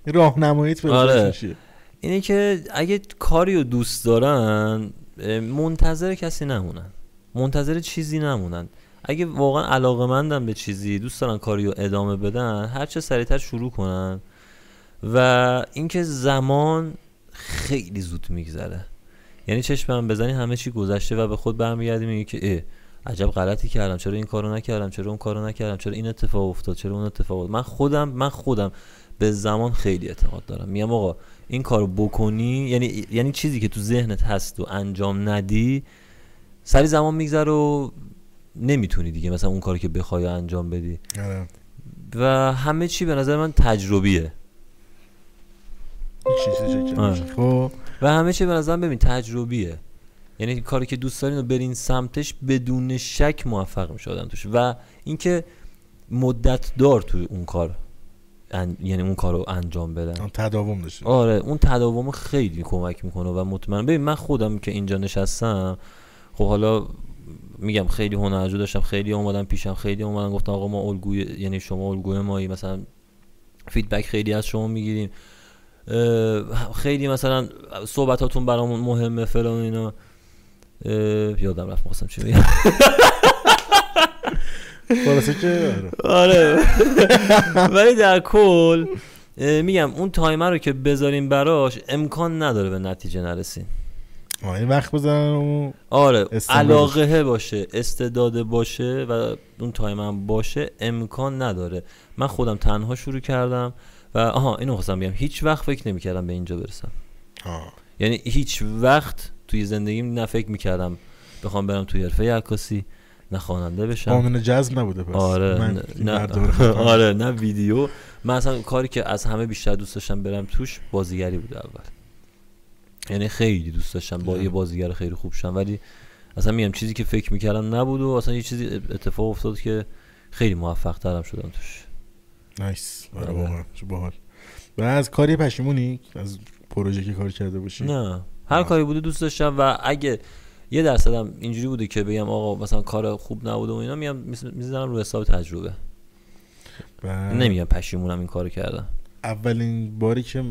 [SPEAKER 1] راهنماییت به
[SPEAKER 2] آره.
[SPEAKER 1] آره. چیه
[SPEAKER 2] اینه که اگه کاری رو دوست دارن اه، منتظر کسی نمونن منتظر چیزی نمونن اگه واقعا علاقه مندن به چیزی دوست دارن کاری رو ادامه بدن هر چه سریعتر شروع کنن و اینکه زمان خیلی زود میگذره یعنی چشمم بزنی همه چی گذشته و به خود برمیگردی میگی که اه عجب غلطی کردم چرا این کارو نکردم چرا اون کارو نکردم چرا این اتفاق افتاد چرا اون اتفاق افتاد من خودم من خودم به زمان خیلی اعتقاد دارم میگم آقا این کارو بکنی یعنی یعنی چیزی که تو ذهنت هست و انجام ندی سری زمان میگذره و نمیتونی دیگه مثلا اون کاری که بخوای انجام بدی
[SPEAKER 1] آره
[SPEAKER 2] و همه چی به نظر من تجربیه
[SPEAKER 1] هیچ چیزی شکل
[SPEAKER 2] آره.
[SPEAKER 1] نمیشه. خب
[SPEAKER 2] و همه چی به نظرم ببین تجربیه یعنی کاری که دوست دارین و برین سمتش بدون شک موفق میشه آدم توش و اینکه مدت دار توی اون کار ان- یعنی اون کار رو انجام بدن
[SPEAKER 1] آن تداوم داشته
[SPEAKER 2] آره اون تداوم خیلی کمک میکنه و مطمئن ببین من خودم که اینجا نشستم خب حالا میگم خیلی هنرجو داشتم خیلی اومدن پیشم خیلی اومدن گفتن آقا ما الگوی یعنی شما الگوی مایی مثلا فیدبک خیلی از شما میگیریم اه، خیلی مثلا صحبتاتون برامون مهمه فلان اینا اه، یادم رفت خواستم چی بگم
[SPEAKER 1] خلاصه که آره.
[SPEAKER 2] آره ولی در کل اه، میگم اون تایمر رو که بذاریم براش امکان نداره به نتیجه نرسیم
[SPEAKER 1] آه، این وقت بزنن و
[SPEAKER 2] آره
[SPEAKER 1] استمرار.
[SPEAKER 2] علاقه باشه استعداد باشه و اون تایم هم باشه امکان نداره من خودم تنها شروع کردم و آها اینو خواستم بگم هیچ وقت فکر نمیکردم به اینجا برسم
[SPEAKER 1] آه.
[SPEAKER 2] یعنی هیچ وقت توی زندگیم نه فکر میکردم بخوام برم توی حرفه عکاسی نه خواننده بشم
[SPEAKER 1] قانون جذب نبوده پس
[SPEAKER 2] آره
[SPEAKER 1] من
[SPEAKER 2] نه-
[SPEAKER 1] این
[SPEAKER 2] نه
[SPEAKER 1] مرد رو خطا
[SPEAKER 2] آره نه ویدیو من اصلا کاری که از همه بیشتر دوست داشتم برم توش بازیگری بود اول یعنی خیلی دوست داشتم با
[SPEAKER 1] جالب.
[SPEAKER 2] یه بازیگر خیلی خوب شم ولی اصلا میگم چیزی که فکر میکردم نبود و اصلا یه چیزی اتفاق افتاد که خیلی موفق ترم شدم توش
[SPEAKER 1] نایس آره
[SPEAKER 2] آره.
[SPEAKER 1] واقعا چه باحال و از کاری پشیمونی از پروژه که کار کرده باشی
[SPEAKER 2] نه هر
[SPEAKER 1] آه.
[SPEAKER 2] کاری بوده دوست داشتم و اگه یه درصدم اینجوری بوده که بگم آقا مثلا کار خوب نبوده و اینا میام میزنم رو حساب تجربه
[SPEAKER 1] و
[SPEAKER 2] نمیگم پشیمونم این کارو کردم
[SPEAKER 1] اولین باری که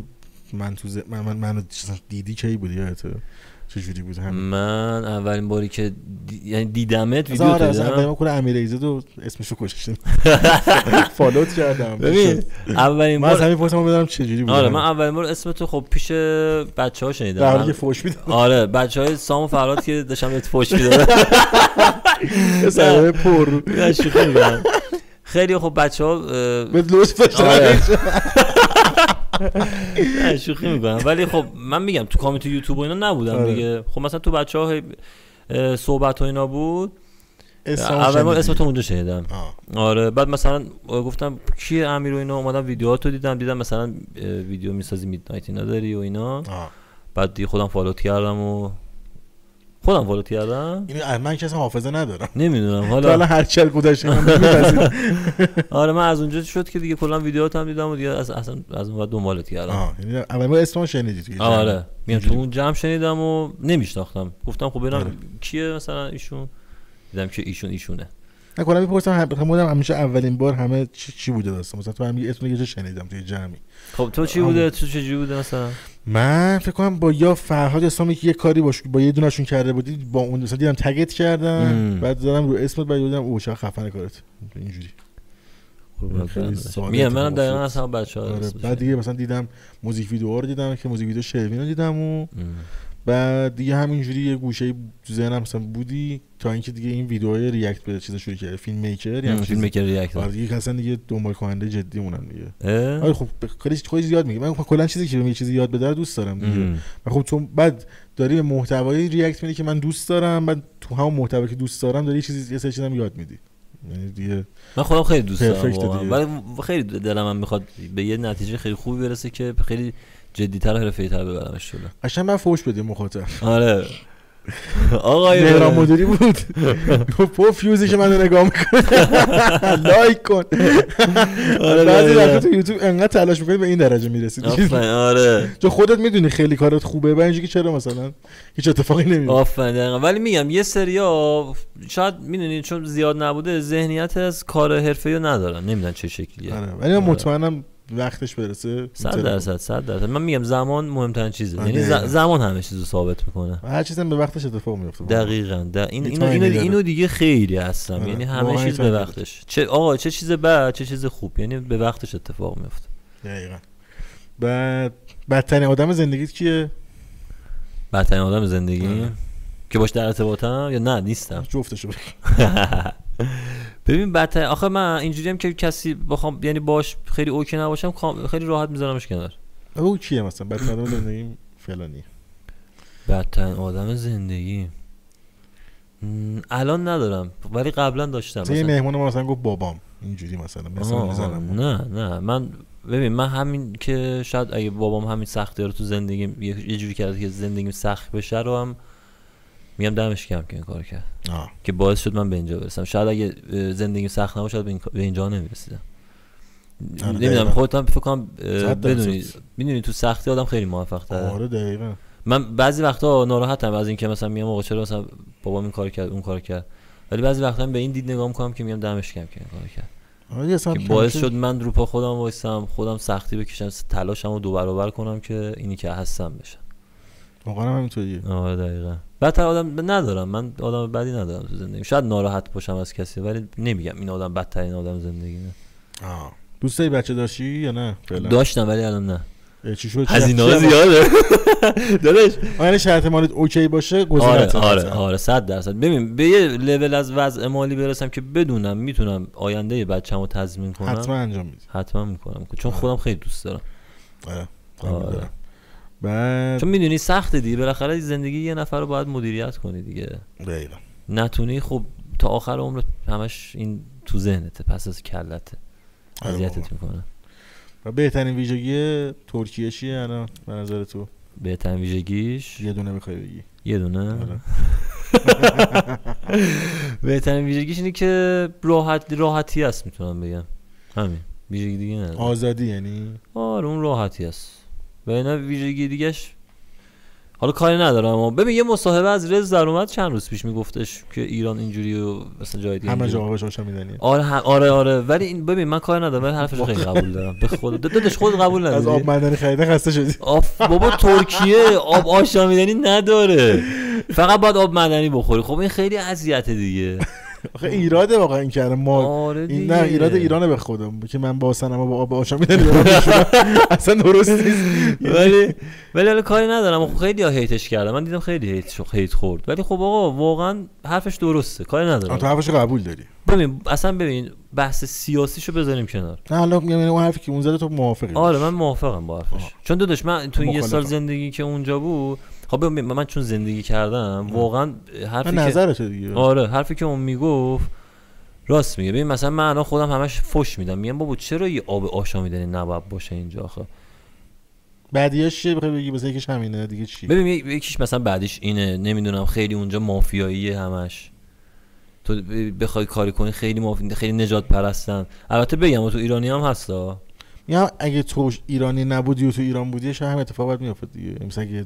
[SPEAKER 1] من تو ز... من, من منو چیز- دیدی کی بودی یادته چجوری بود همین
[SPEAKER 2] من اولین باری که دی- یعنی دیدمت
[SPEAKER 1] اصلا
[SPEAKER 2] ویدیو
[SPEAKER 1] آره اصلا اولین
[SPEAKER 2] دیدم
[SPEAKER 1] بار کل امیر ایزد و اسمشو کشتم فالوت کردم
[SPEAKER 2] ببین اولین
[SPEAKER 1] من از
[SPEAKER 2] بار
[SPEAKER 1] همین پرسم بدارم چجوری بود
[SPEAKER 2] آره من اولین بار اسم تو خب پیش بچه ها شنیدم
[SPEAKER 1] در حالی که
[SPEAKER 2] من-
[SPEAKER 1] فوش میدم
[SPEAKER 2] آره بچه های سام و فراد که داشتم بهت فوش میدادم
[SPEAKER 1] سرهای پر
[SPEAKER 2] خیلی خب بچه ها
[SPEAKER 1] به لطف
[SPEAKER 2] آره.
[SPEAKER 1] داشتم
[SPEAKER 2] نه، شوخی میکنم ولی خب من میگم تو کامیت یوتیوب و اینا نبودم
[SPEAKER 1] آره.
[SPEAKER 2] دیگه خب مثلا تو بچه ها صحبت و اینا بود
[SPEAKER 1] اسممو
[SPEAKER 2] اول بار
[SPEAKER 1] شنیدی.
[SPEAKER 2] اسم تو اونجا شنیدم
[SPEAKER 1] آه.
[SPEAKER 2] آره بعد مثلا گفتم کیه امیر و اینا اومدم ویدیوهاتو دیدم دیدم مثلا اه، ویدیو میسازی میدنایت اینا داری و اینا
[SPEAKER 1] آه.
[SPEAKER 2] بعد دیگه خودم فالوت کردم و خودم فالوت کردم
[SPEAKER 1] اینو من که اصلا حافظه ندارم
[SPEAKER 2] نمیدونم
[SPEAKER 1] تا الان
[SPEAKER 2] حالا
[SPEAKER 1] هر چل گذشته من نمی‌پذیرم.
[SPEAKER 2] آره من از اونجا شد که دیگه کلا ویدیوهات هم دیدم و دیگه از اصلا از اون بعد دنبالت کردم
[SPEAKER 1] آه، یعنی اول ما اسمو شنیدی توی جمع.
[SPEAKER 2] آره میام تو
[SPEAKER 1] اینجوری.
[SPEAKER 2] اون جمع شنیدم و نمیشناختم گفتم خب
[SPEAKER 1] آره.
[SPEAKER 2] ببینم کیه مثلا ایشون دیدم که ایشون ایشونه
[SPEAKER 1] نکنم بپرسم هم هم بودم همیشه اولین بار همه چی, چی بوده داستان مثلا تو هم یه اسم یه جا شنیدم توی جمعی
[SPEAKER 2] خب تو چی
[SPEAKER 1] همون.
[SPEAKER 2] بوده تو چجوری بوده مثلا
[SPEAKER 1] من فکر کنم با یا فرهاد یا سامی که یه کاری باش با یه دونشون کرده بودی با اون مثلا دیدم تگت کردم
[SPEAKER 2] مم.
[SPEAKER 1] بعد زدم رو اسمت بعد دیدم اوه چقدر خفن کارت اینجوری
[SPEAKER 2] قربونت
[SPEAKER 1] خب، خیلی
[SPEAKER 2] برم.
[SPEAKER 1] ساده
[SPEAKER 2] میگم منم
[SPEAKER 1] اتفاق
[SPEAKER 2] دقیقا
[SPEAKER 1] افتاد.
[SPEAKER 2] از همون بچه ها
[SPEAKER 1] آره بعد دیگه مثلا دیدم موزیک ویدیو رو دیدم که موزیک ویدیو شروین رو دیدم و بعد دیگه همینجوری یه گوشه تو ذهنم مثلا بودی تا اینکه دیگه این ویدیوهای ریاکت به چیزا شروع کرد فیلم میکر یا
[SPEAKER 2] فیلم
[SPEAKER 1] چیزی.
[SPEAKER 2] میکر ریاکت
[SPEAKER 1] آره دیگه اصلا دیگه دنبال کننده جدی مونم دیگه
[SPEAKER 2] اه؟
[SPEAKER 1] آره خب ب- کاری خودی زیاد میگه من کلا چیزی که به یه چیزی یاد بده رو دوست دارم دیگه
[SPEAKER 2] ام.
[SPEAKER 1] و خب تو بعد داری به محتوایی ریاکت میدی که من دوست دارم بعد تو همون محتوا که دوست دارم داری یه چیزی یه سری چیزام یاد میدی یعنی دیگه
[SPEAKER 2] من خودم خیلی دوست دارم
[SPEAKER 1] پرفکت
[SPEAKER 2] واقعا
[SPEAKER 1] دیگه.
[SPEAKER 2] ولی و- خیلی دلم هم میخواد به یه نتیجه خیلی خوبی برسه که خیلی جدیتر و حرفه‌ای‌تر ببرمش جلو
[SPEAKER 1] قشنگ من فوش بده مخاطب
[SPEAKER 2] آره آقای آره،
[SPEAKER 1] مهران مدیری بود گفت پو فیوزی که منو نگاه میکنه لایک کن
[SPEAKER 2] آره،
[SPEAKER 1] بعضی
[SPEAKER 2] دقیقاً.
[SPEAKER 1] وقتا تو یوتیوب انقدر تلاش میکنی به این درجه میرسی
[SPEAKER 2] آفرین آره
[SPEAKER 1] تو خودت میدونی خیلی کارت خوبه و اینجوری که چرا مثلا هیچ اتفاقی نمیفته
[SPEAKER 2] آفرین دقیقا. ولی میگم یه سریا شاید میدونی چون زیاد نبوده ذهنیت از کار حرفه‌ای رو ندارن نمیدونن چه شکلیه
[SPEAKER 1] آره ولی من
[SPEAKER 2] آره.
[SPEAKER 1] مطمئنم وقتش برسه
[SPEAKER 2] صد درصد صد درصد من میگم زمان مهمترین چیزه
[SPEAKER 1] آه،
[SPEAKER 2] یعنی ز-
[SPEAKER 1] دقیقاً.
[SPEAKER 2] زمان همه چیز رو ثابت میکنه
[SPEAKER 1] هر چیزم به وقتش اتفاق میفته
[SPEAKER 2] دقیقا ده این
[SPEAKER 1] یه
[SPEAKER 2] اینو,
[SPEAKER 1] تایمی
[SPEAKER 2] اینو,
[SPEAKER 1] داره.
[SPEAKER 2] اینو دیگه خیلی هستم
[SPEAKER 1] آره،
[SPEAKER 2] یعنی
[SPEAKER 1] واقعا
[SPEAKER 2] همه
[SPEAKER 1] یه
[SPEAKER 2] چیز به
[SPEAKER 1] تایمی داره.
[SPEAKER 2] وقتش چه آقا چه چیز بد چه چیز خوب یعنی به وقتش اتفاق میفته
[SPEAKER 1] دقیقاً بعد بدترین آدم زندگیت کیه
[SPEAKER 2] بدترین آدم زندگی
[SPEAKER 1] آره.
[SPEAKER 2] که باش در ارتباطم یا نه نیستم
[SPEAKER 1] جفتشو بگیر.
[SPEAKER 2] ببین بدترین آخه من اینجوری هم که کسی بخوام یعنی باش خیلی اوکی نباشم کام- خیلی راحت میذارمش کنار
[SPEAKER 1] آقا او کیه مثلا بعد آدم زندگی فلانی
[SPEAKER 2] بدترین آدم زندگی م، الان ندارم ولی قبلا داشتم
[SPEAKER 1] مثلا یه
[SPEAKER 2] مثلا.
[SPEAKER 1] مهمون ما مثلا گفت بابام اینجوری مثلا مثلا
[SPEAKER 2] آه،
[SPEAKER 1] میزنم
[SPEAKER 2] نه نه من ببین من همین که شاید اگه بابام همین سختی رو تو زندگیم یه یه جوری کرده که زندگیم سخت بشه رو هم میگم دمش کم که این کار کرد
[SPEAKER 1] آه.
[SPEAKER 2] که باعث شد من به اینجا برسم شاید اگه اه، زندگیم سخت نباشه شاید به این- به اینجا نمیرسیدم
[SPEAKER 1] آره،
[SPEAKER 2] نمیدونم
[SPEAKER 1] دقیقاً.
[SPEAKER 2] خودت هم فکر کنم اه،
[SPEAKER 1] صد درصد.
[SPEAKER 2] بدونی میدونی تو سختی آدم خیلی موفق تره
[SPEAKER 1] آره دقیقا
[SPEAKER 2] من بعضی وقتا ناراحتم از اینکه مثلا میام آقا چرا مثلا بابام این کار کرد اون کار کرد ولی بعضی وقتا هم به این دید نگاه میکنم که میگم دمش کم که این کار کرد
[SPEAKER 1] آره یه سمت
[SPEAKER 2] که باعث
[SPEAKER 1] کمتر-
[SPEAKER 2] شد من رو پا خودم وایسم خودم سختی بکشم تلاشم رو دو برابر کنم که اینی که هستم بشم
[SPEAKER 1] واقعا هم همینطوریه
[SPEAKER 2] آره دقیقا بدتر آدم ندارم من آدم بدی ندارم تو زندگی شاید ناراحت باشم از کسی ولی نمیگم این آدم بدترین آدم زندگی نه
[SPEAKER 1] آه. دوست داری بچه داشتی یا نه فعلا
[SPEAKER 2] داشتم ولی الان نه
[SPEAKER 1] اه، چی شد
[SPEAKER 2] هزینه ها زیاده داداش
[SPEAKER 1] آره شرط مالت اوکی باشه
[SPEAKER 2] آره
[SPEAKER 1] گزینه
[SPEAKER 2] آره آره صد درصد ببین به یه لول از وضع مالی برسم که بدونم میتونم آینده بچه‌مو تضمین کنم
[SPEAKER 1] حتما
[SPEAKER 2] حتما,
[SPEAKER 1] انجام میدی
[SPEAKER 2] میکنم چون خودم خیلی دوست دارم
[SPEAKER 1] آره قبول
[SPEAKER 2] آره.
[SPEAKER 1] دارم. بعد
[SPEAKER 2] چون میدونی سخته دیگه بالاخره زندگی یه نفر رو باید مدیریت کنی دیگه
[SPEAKER 1] دقیقا
[SPEAKER 2] نتونی خب تا آخر عمر همش این تو ذهنته پس از کلته
[SPEAKER 1] آره
[SPEAKER 2] اذیتت
[SPEAKER 1] بابا.
[SPEAKER 2] میکنه
[SPEAKER 1] و بهترین ویژگی ترکیه چیه الان به نظر تو
[SPEAKER 2] بهترین ویژگیش
[SPEAKER 1] یه دونه بخوای بگی
[SPEAKER 2] یه دونه
[SPEAKER 1] آره.
[SPEAKER 2] بهترین ویژگیش اینه که راحت راحتی است میتونم بگم همین ویژگی دیگه نداره.
[SPEAKER 1] آزادی یعنی
[SPEAKER 2] آره اون راحتی است و اینا ویژگی دیگهش حالا کاری ندارم اما ببین یه مصاحبه از رز در اومد چند روز پیش میگفتش که ایران اینجوری و مثلا جای دیگه
[SPEAKER 1] همه
[SPEAKER 2] اینجوری.
[SPEAKER 1] جا آقا شاشا میدنی
[SPEAKER 2] آره هم آره آره ولی این ببین من کاری ندارم ولی حرفش خیلی قبول دارم به خود دادش خود قبول
[SPEAKER 1] از آب
[SPEAKER 2] نداری
[SPEAKER 1] معدنی خریده خسته شدی
[SPEAKER 2] آف بابا ترکیه آب آشامیدنی نداره فقط باید آب معدنی بخوری خب این خیلی اذیت دیگه
[SPEAKER 1] آخه ایراده واقعا این کردم ما
[SPEAKER 2] آره دیگه
[SPEAKER 1] این نه ایراد ایرانه به خودم که من با سنما با آب آشامیدنی اصلا درست نیست
[SPEAKER 2] ولی ولی حالا کاری ندارم خب خیلی ها هیتش کردم من دیدم خیلی هیت شو- هیت خورد ولی خب آقا واقعا حرفش درسته کاری
[SPEAKER 1] آه، تو
[SPEAKER 2] ندارم
[SPEAKER 1] حرفش رو قبول داری
[SPEAKER 2] ببین اصلا ببین بحث سیاسیشو بذاریم کنار
[SPEAKER 1] نه حالا میگم یعنی اون حرفی که اون زده تو موافقی
[SPEAKER 2] آره من موافقم با
[SPEAKER 1] آها.
[SPEAKER 2] حرفش چون داداش من تو این یه سال
[SPEAKER 1] مخالفم.
[SPEAKER 2] زندگی که اونجا بود خب ببین من چون زندگی کردم واقعا
[SPEAKER 1] نه
[SPEAKER 2] حرفی که
[SPEAKER 1] نظرته دیگه
[SPEAKER 2] آره حرفی که اون میگفت راست میگه ببین مثلا من الان خودم همش فش میدم میگم بابا چرا یه آب آشامیدنی نباید باشه اینجا آخه
[SPEAKER 1] بعدیاش چیه بخوای بگی مثلا یکیش همینه دیگه چی
[SPEAKER 2] ببین یک- یکیش مثلا بعدش اینه نمیدونم خیلی اونجا مافیاییه همش تو ب- بخوای کاری کنی خیلی ماف... خیلی نجات پرستن البته بگم تو ایرانی هم هستا
[SPEAKER 1] میگم اگه تو ایرانی نبودی و تو ایران بودی شاید هم اتفاق باید میافتاد دیگه مثلا اگه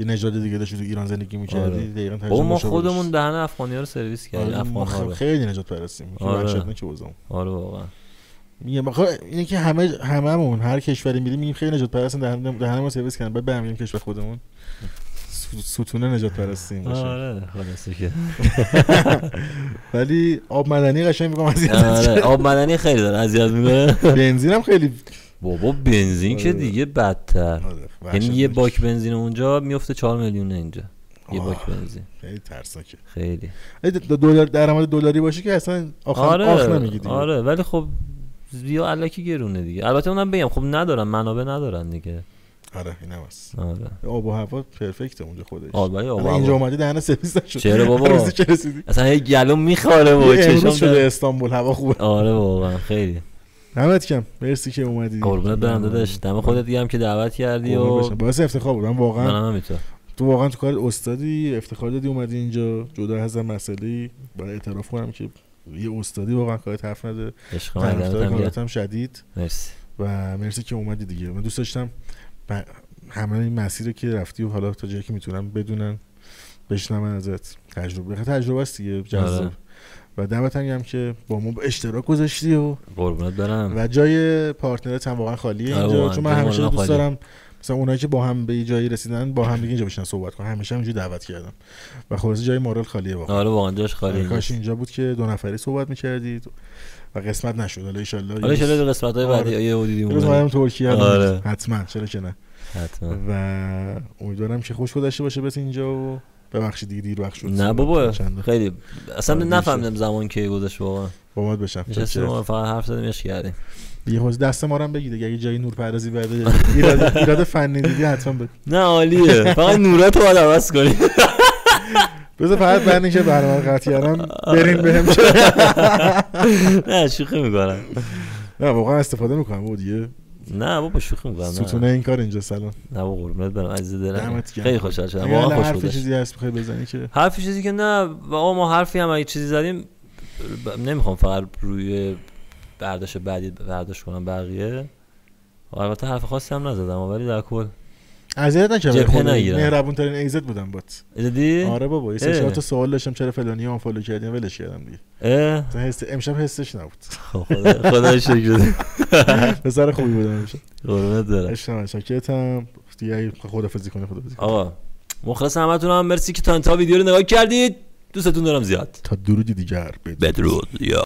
[SPEAKER 1] یه نژاد دیگه داشتی تو ایران زندگی میکردی
[SPEAKER 2] آره.
[SPEAKER 1] دقیقاً تجربه
[SPEAKER 2] بابا ما
[SPEAKER 1] مشابه داشت.
[SPEAKER 2] خودمون دهن افغانی ها رو سرویس کردیم
[SPEAKER 1] آره، ما
[SPEAKER 2] افغان ها
[SPEAKER 1] خ-
[SPEAKER 2] رو
[SPEAKER 1] خیلی نجات پرستیم که
[SPEAKER 2] آره.
[SPEAKER 1] وحشتناک چه اوضاعمون.
[SPEAKER 2] آره واقعا
[SPEAKER 1] میگم آخه اینه که همه هممون هر کشوری میریم میگیم خیلی نجات پرستن دهن دهن ما سرویس کردن بعد به هم میگیم کشور خودمون س- ستون نجات پرستیم باشه
[SPEAKER 2] آره خلاصه که
[SPEAKER 1] ولی آب مدنی قشنگ میگم از
[SPEAKER 2] آره آب مدنی خیلی داره اذیت میکنه
[SPEAKER 1] بنزینم خیلی
[SPEAKER 2] بابا بنزین که
[SPEAKER 1] آره.
[SPEAKER 2] دیگه بدتر
[SPEAKER 1] آره،
[SPEAKER 2] یعنی یه
[SPEAKER 1] وحشتناک.
[SPEAKER 2] باک بنزین اونجا میفته 4 میلیون اینجا یه باک
[SPEAKER 1] آه،
[SPEAKER 2] بنزین
[SPEAKER 1] خیلی ترسناکه
[SPEAKER 2] خیلی
[SPEAKER 1] اگه د- دلار درآمد دلاری باشه که اصلا آخر
[SPEAKER 2] آره
[SPEAKER 1] آخ نمیگی دیگه
[SPEAKER 2] آره ولی خب بیا الکی گرونه دیگه البته اونم بگم خب ندارن منابع ندارن دیگه
[SPEAKER 1] آره این هم هست
[SPEAKER 2] آره
[SPEAKER 1] آب و هوا پرفکت اونجا خودش
[SPEAKER 2] آره ولی آب و
[SPEAKER 1] الان اینجا
[SPEAKER 2] هوا.
[SPEAKER 1] اومدی دهن سرویس نشد
[SPEAKER 2] چرا بابا؟
[SPEAKER 1] هر روزی که رسیدی
[SPEAKER 2] اصلا هی گلوم میخاره و
[SPEAKER 1] یه امروز
[SPEAKER 2] چشم
[SPEAKER 1] شده
[SPEAKER 2] در-
[SPEAKER 1] استانبول هوا خوبه
[SPEAKER 2] آره واقعا خیلی
[SPEAKER 1] همت کم مرسی که اومدی
[SPEAKER 2] قربونت برم داداش دم خودت دیگه هم که دعوت کردی
[SPEAKER 1] قربون
[SPEAKER 2] و
[SPEAKER 1] بشم. باعث افتخار بودم واقعا
[SPEAKER 2] منم همینطور
[SPEAKER 1] تو واقعا تو کار استادی افتخار دادی اومدی اینجا جدا از مسئله برای اعتراف کنم که یه استادی واقعا کارت حرف نده
[SPEAKER 2] عشق من
[SPEAKER 1] طرفدار
[SPEAKER 2] دمتم گرم.
[SPEAKER 1] کاراتم شدید
[SPEAKER 2] مرسی
[SPEAKER 1] و مرسی که اومدی دیگه من دوست داشتم ب- همه این مسیر رو که رفتی و حالا تا جایی که میتونم بدونن بشنون ازت تجربه بخاطر تجربه است دیگه جذاب
[SPEAKER 2] آره.
[SPEAKER 1] و دمت هم گرم که با ما به اشتراک گذاشتی و
[SPEAKER 2] قربونت برم
[SPEAKER 1] و جای پارتنرت هم واقعا خالیه
[SPEAKER 2] آره
[SPEAKER 1] اینجا
[SPEAKER 2] واقعا،
[SPEAKER 1] چون من
[SPEAKER 2] جای
[SPEAKER 1] همیشه
[SPEAKER 2] ما
[SPEAKER 1] دوست
[SPEAKER 2] خالیه.
[SPEAKER 1] دارم مثلا اونایی که با هم به یه جایی رسیدن با هم دیگه اینجا بشن صحبت کنن همیشه همینجوری دعوت کردم و خلاص جای مارال خالیه واقعا
[SPEAKER 2] آره واقعا جاش
[SPEAKER 1] آره،
[SPEAKER 2] خالی
[SPEAKER 1] کاش اینجا بود که دو نفری صحبت میکردید و قسمت نشد حالا ان
[SPEAKER 2] حالا شده به قسمت های
[SPEAKER 1] آره.
[SPEAKER 2] بعدی یه دیدیم
[SPEAKER 1] یه روز
[SPEAKER 2] اومدی.
[SPEAKER 1] اومدم ترکیه
[SPEAKER 2] آره.
[SPEAKER 1] حتما چرا که نه
[SPEAKER 2] حتما
[SPEAKER 1] و امیدوارم که خوش گذشته باشه بس اینجا و ببخشید دیگه دیر وقت شد
[SPEAKER 2] نه بابا
[SPEAKER 1] چند وقت.
[SPEAKER 2] خیلی اصلا
[SPEAKER 1] آره،
[SPEAKER 2] نفهمیدم زمان کی گذشت واقعا
[SPEAKER 1] بابات بشم
[SPEAKER 2] نشستیم ما فقط حرف زدیم عشق کردیم
[SPEAKER 1] یه حوز دست ما رو هم بگید اگه جایی نور پردازی برده ایراد ایراد فنی دیدی حتما بگو
[SPEAKER 2] نه عالیه فقط نورا تو باید عوض کنی
[SPEAKER 1] بذار فقط بعد اینکه برنامه رو قطع کردم بریم بهم چه-
[SPEAKER 2] نه شوخی میکنم
[SPEAKER 1] نه واقعا استفاده میکنم بود دیگه
[SPEAKER 2] نه بابا شوخی میکنم
[SPEAKER 1] ستونه
[SPEAKER 2] نه
[SPEAKER 1] این کار اینجا سلام
[SPEAKER 2] نه بابا قربونت برم عزیز دلم
[SPEAKER 1] دمت گرم.
[SPEAKER 2] خیلی خوشحال شدم
[SPEAKER 1] اگه
[SPEAKER 2] واقعا
[SPEAKER 1] حالا
[SPEAKER 2] خوش
[SPEAKER 1] حرف
[SPEAKER 2] گذشت
[SPEAKER 1] چیزی هست میخوای بزنی که
[SPEAKER 2] حرفی چیزی که نه و آقا ما حرفی هم اگه چیزی زدیم ب- نمیخوام فقط روی برداشت بعدی برداشت کنم بقیه البته حرف خاصی هم نزدم ولی در کل
[SPEAKER 1] اذیت نکردم
[SPEAKER 2] جبهه
[SPEAKER 1] خدا.
[SPEAKER 2] نگیرم.
[SPEAKER 1] مهربون ترین ایزت بودم بات
[SPEAKER 2] دیدی؟
[SPEAKER 1] آره بابا یه سه
[SPEAKER 2] اه.
[SPEAKER 1] چهار تا سوال داشتم چرا فلانی ها فالو کردی ولش کردم دیگه
[SPEAKER 2] اه،
[SPEAKER 1] مثلا حس امشب حسش نبود
[SPEAKER 2] خب خدا خدا شکر
[SPEAKER 1] پسر خوبی بودم امشب
[SPEAKER 2] قربونت برم
[SPEAKER 1] اشتم شاکتم دیگه اگه خدافظی کنه خدافظی کنه.
[SPEAKER 2] آقا مخلص همتون هم مرسی که تا انتها ویدیو رو نگاه کردید دوستتون دارم زیاد
[SPEAKER 1] تا درودی دیگر بدرود
[SPEAKER 2] بدرود یا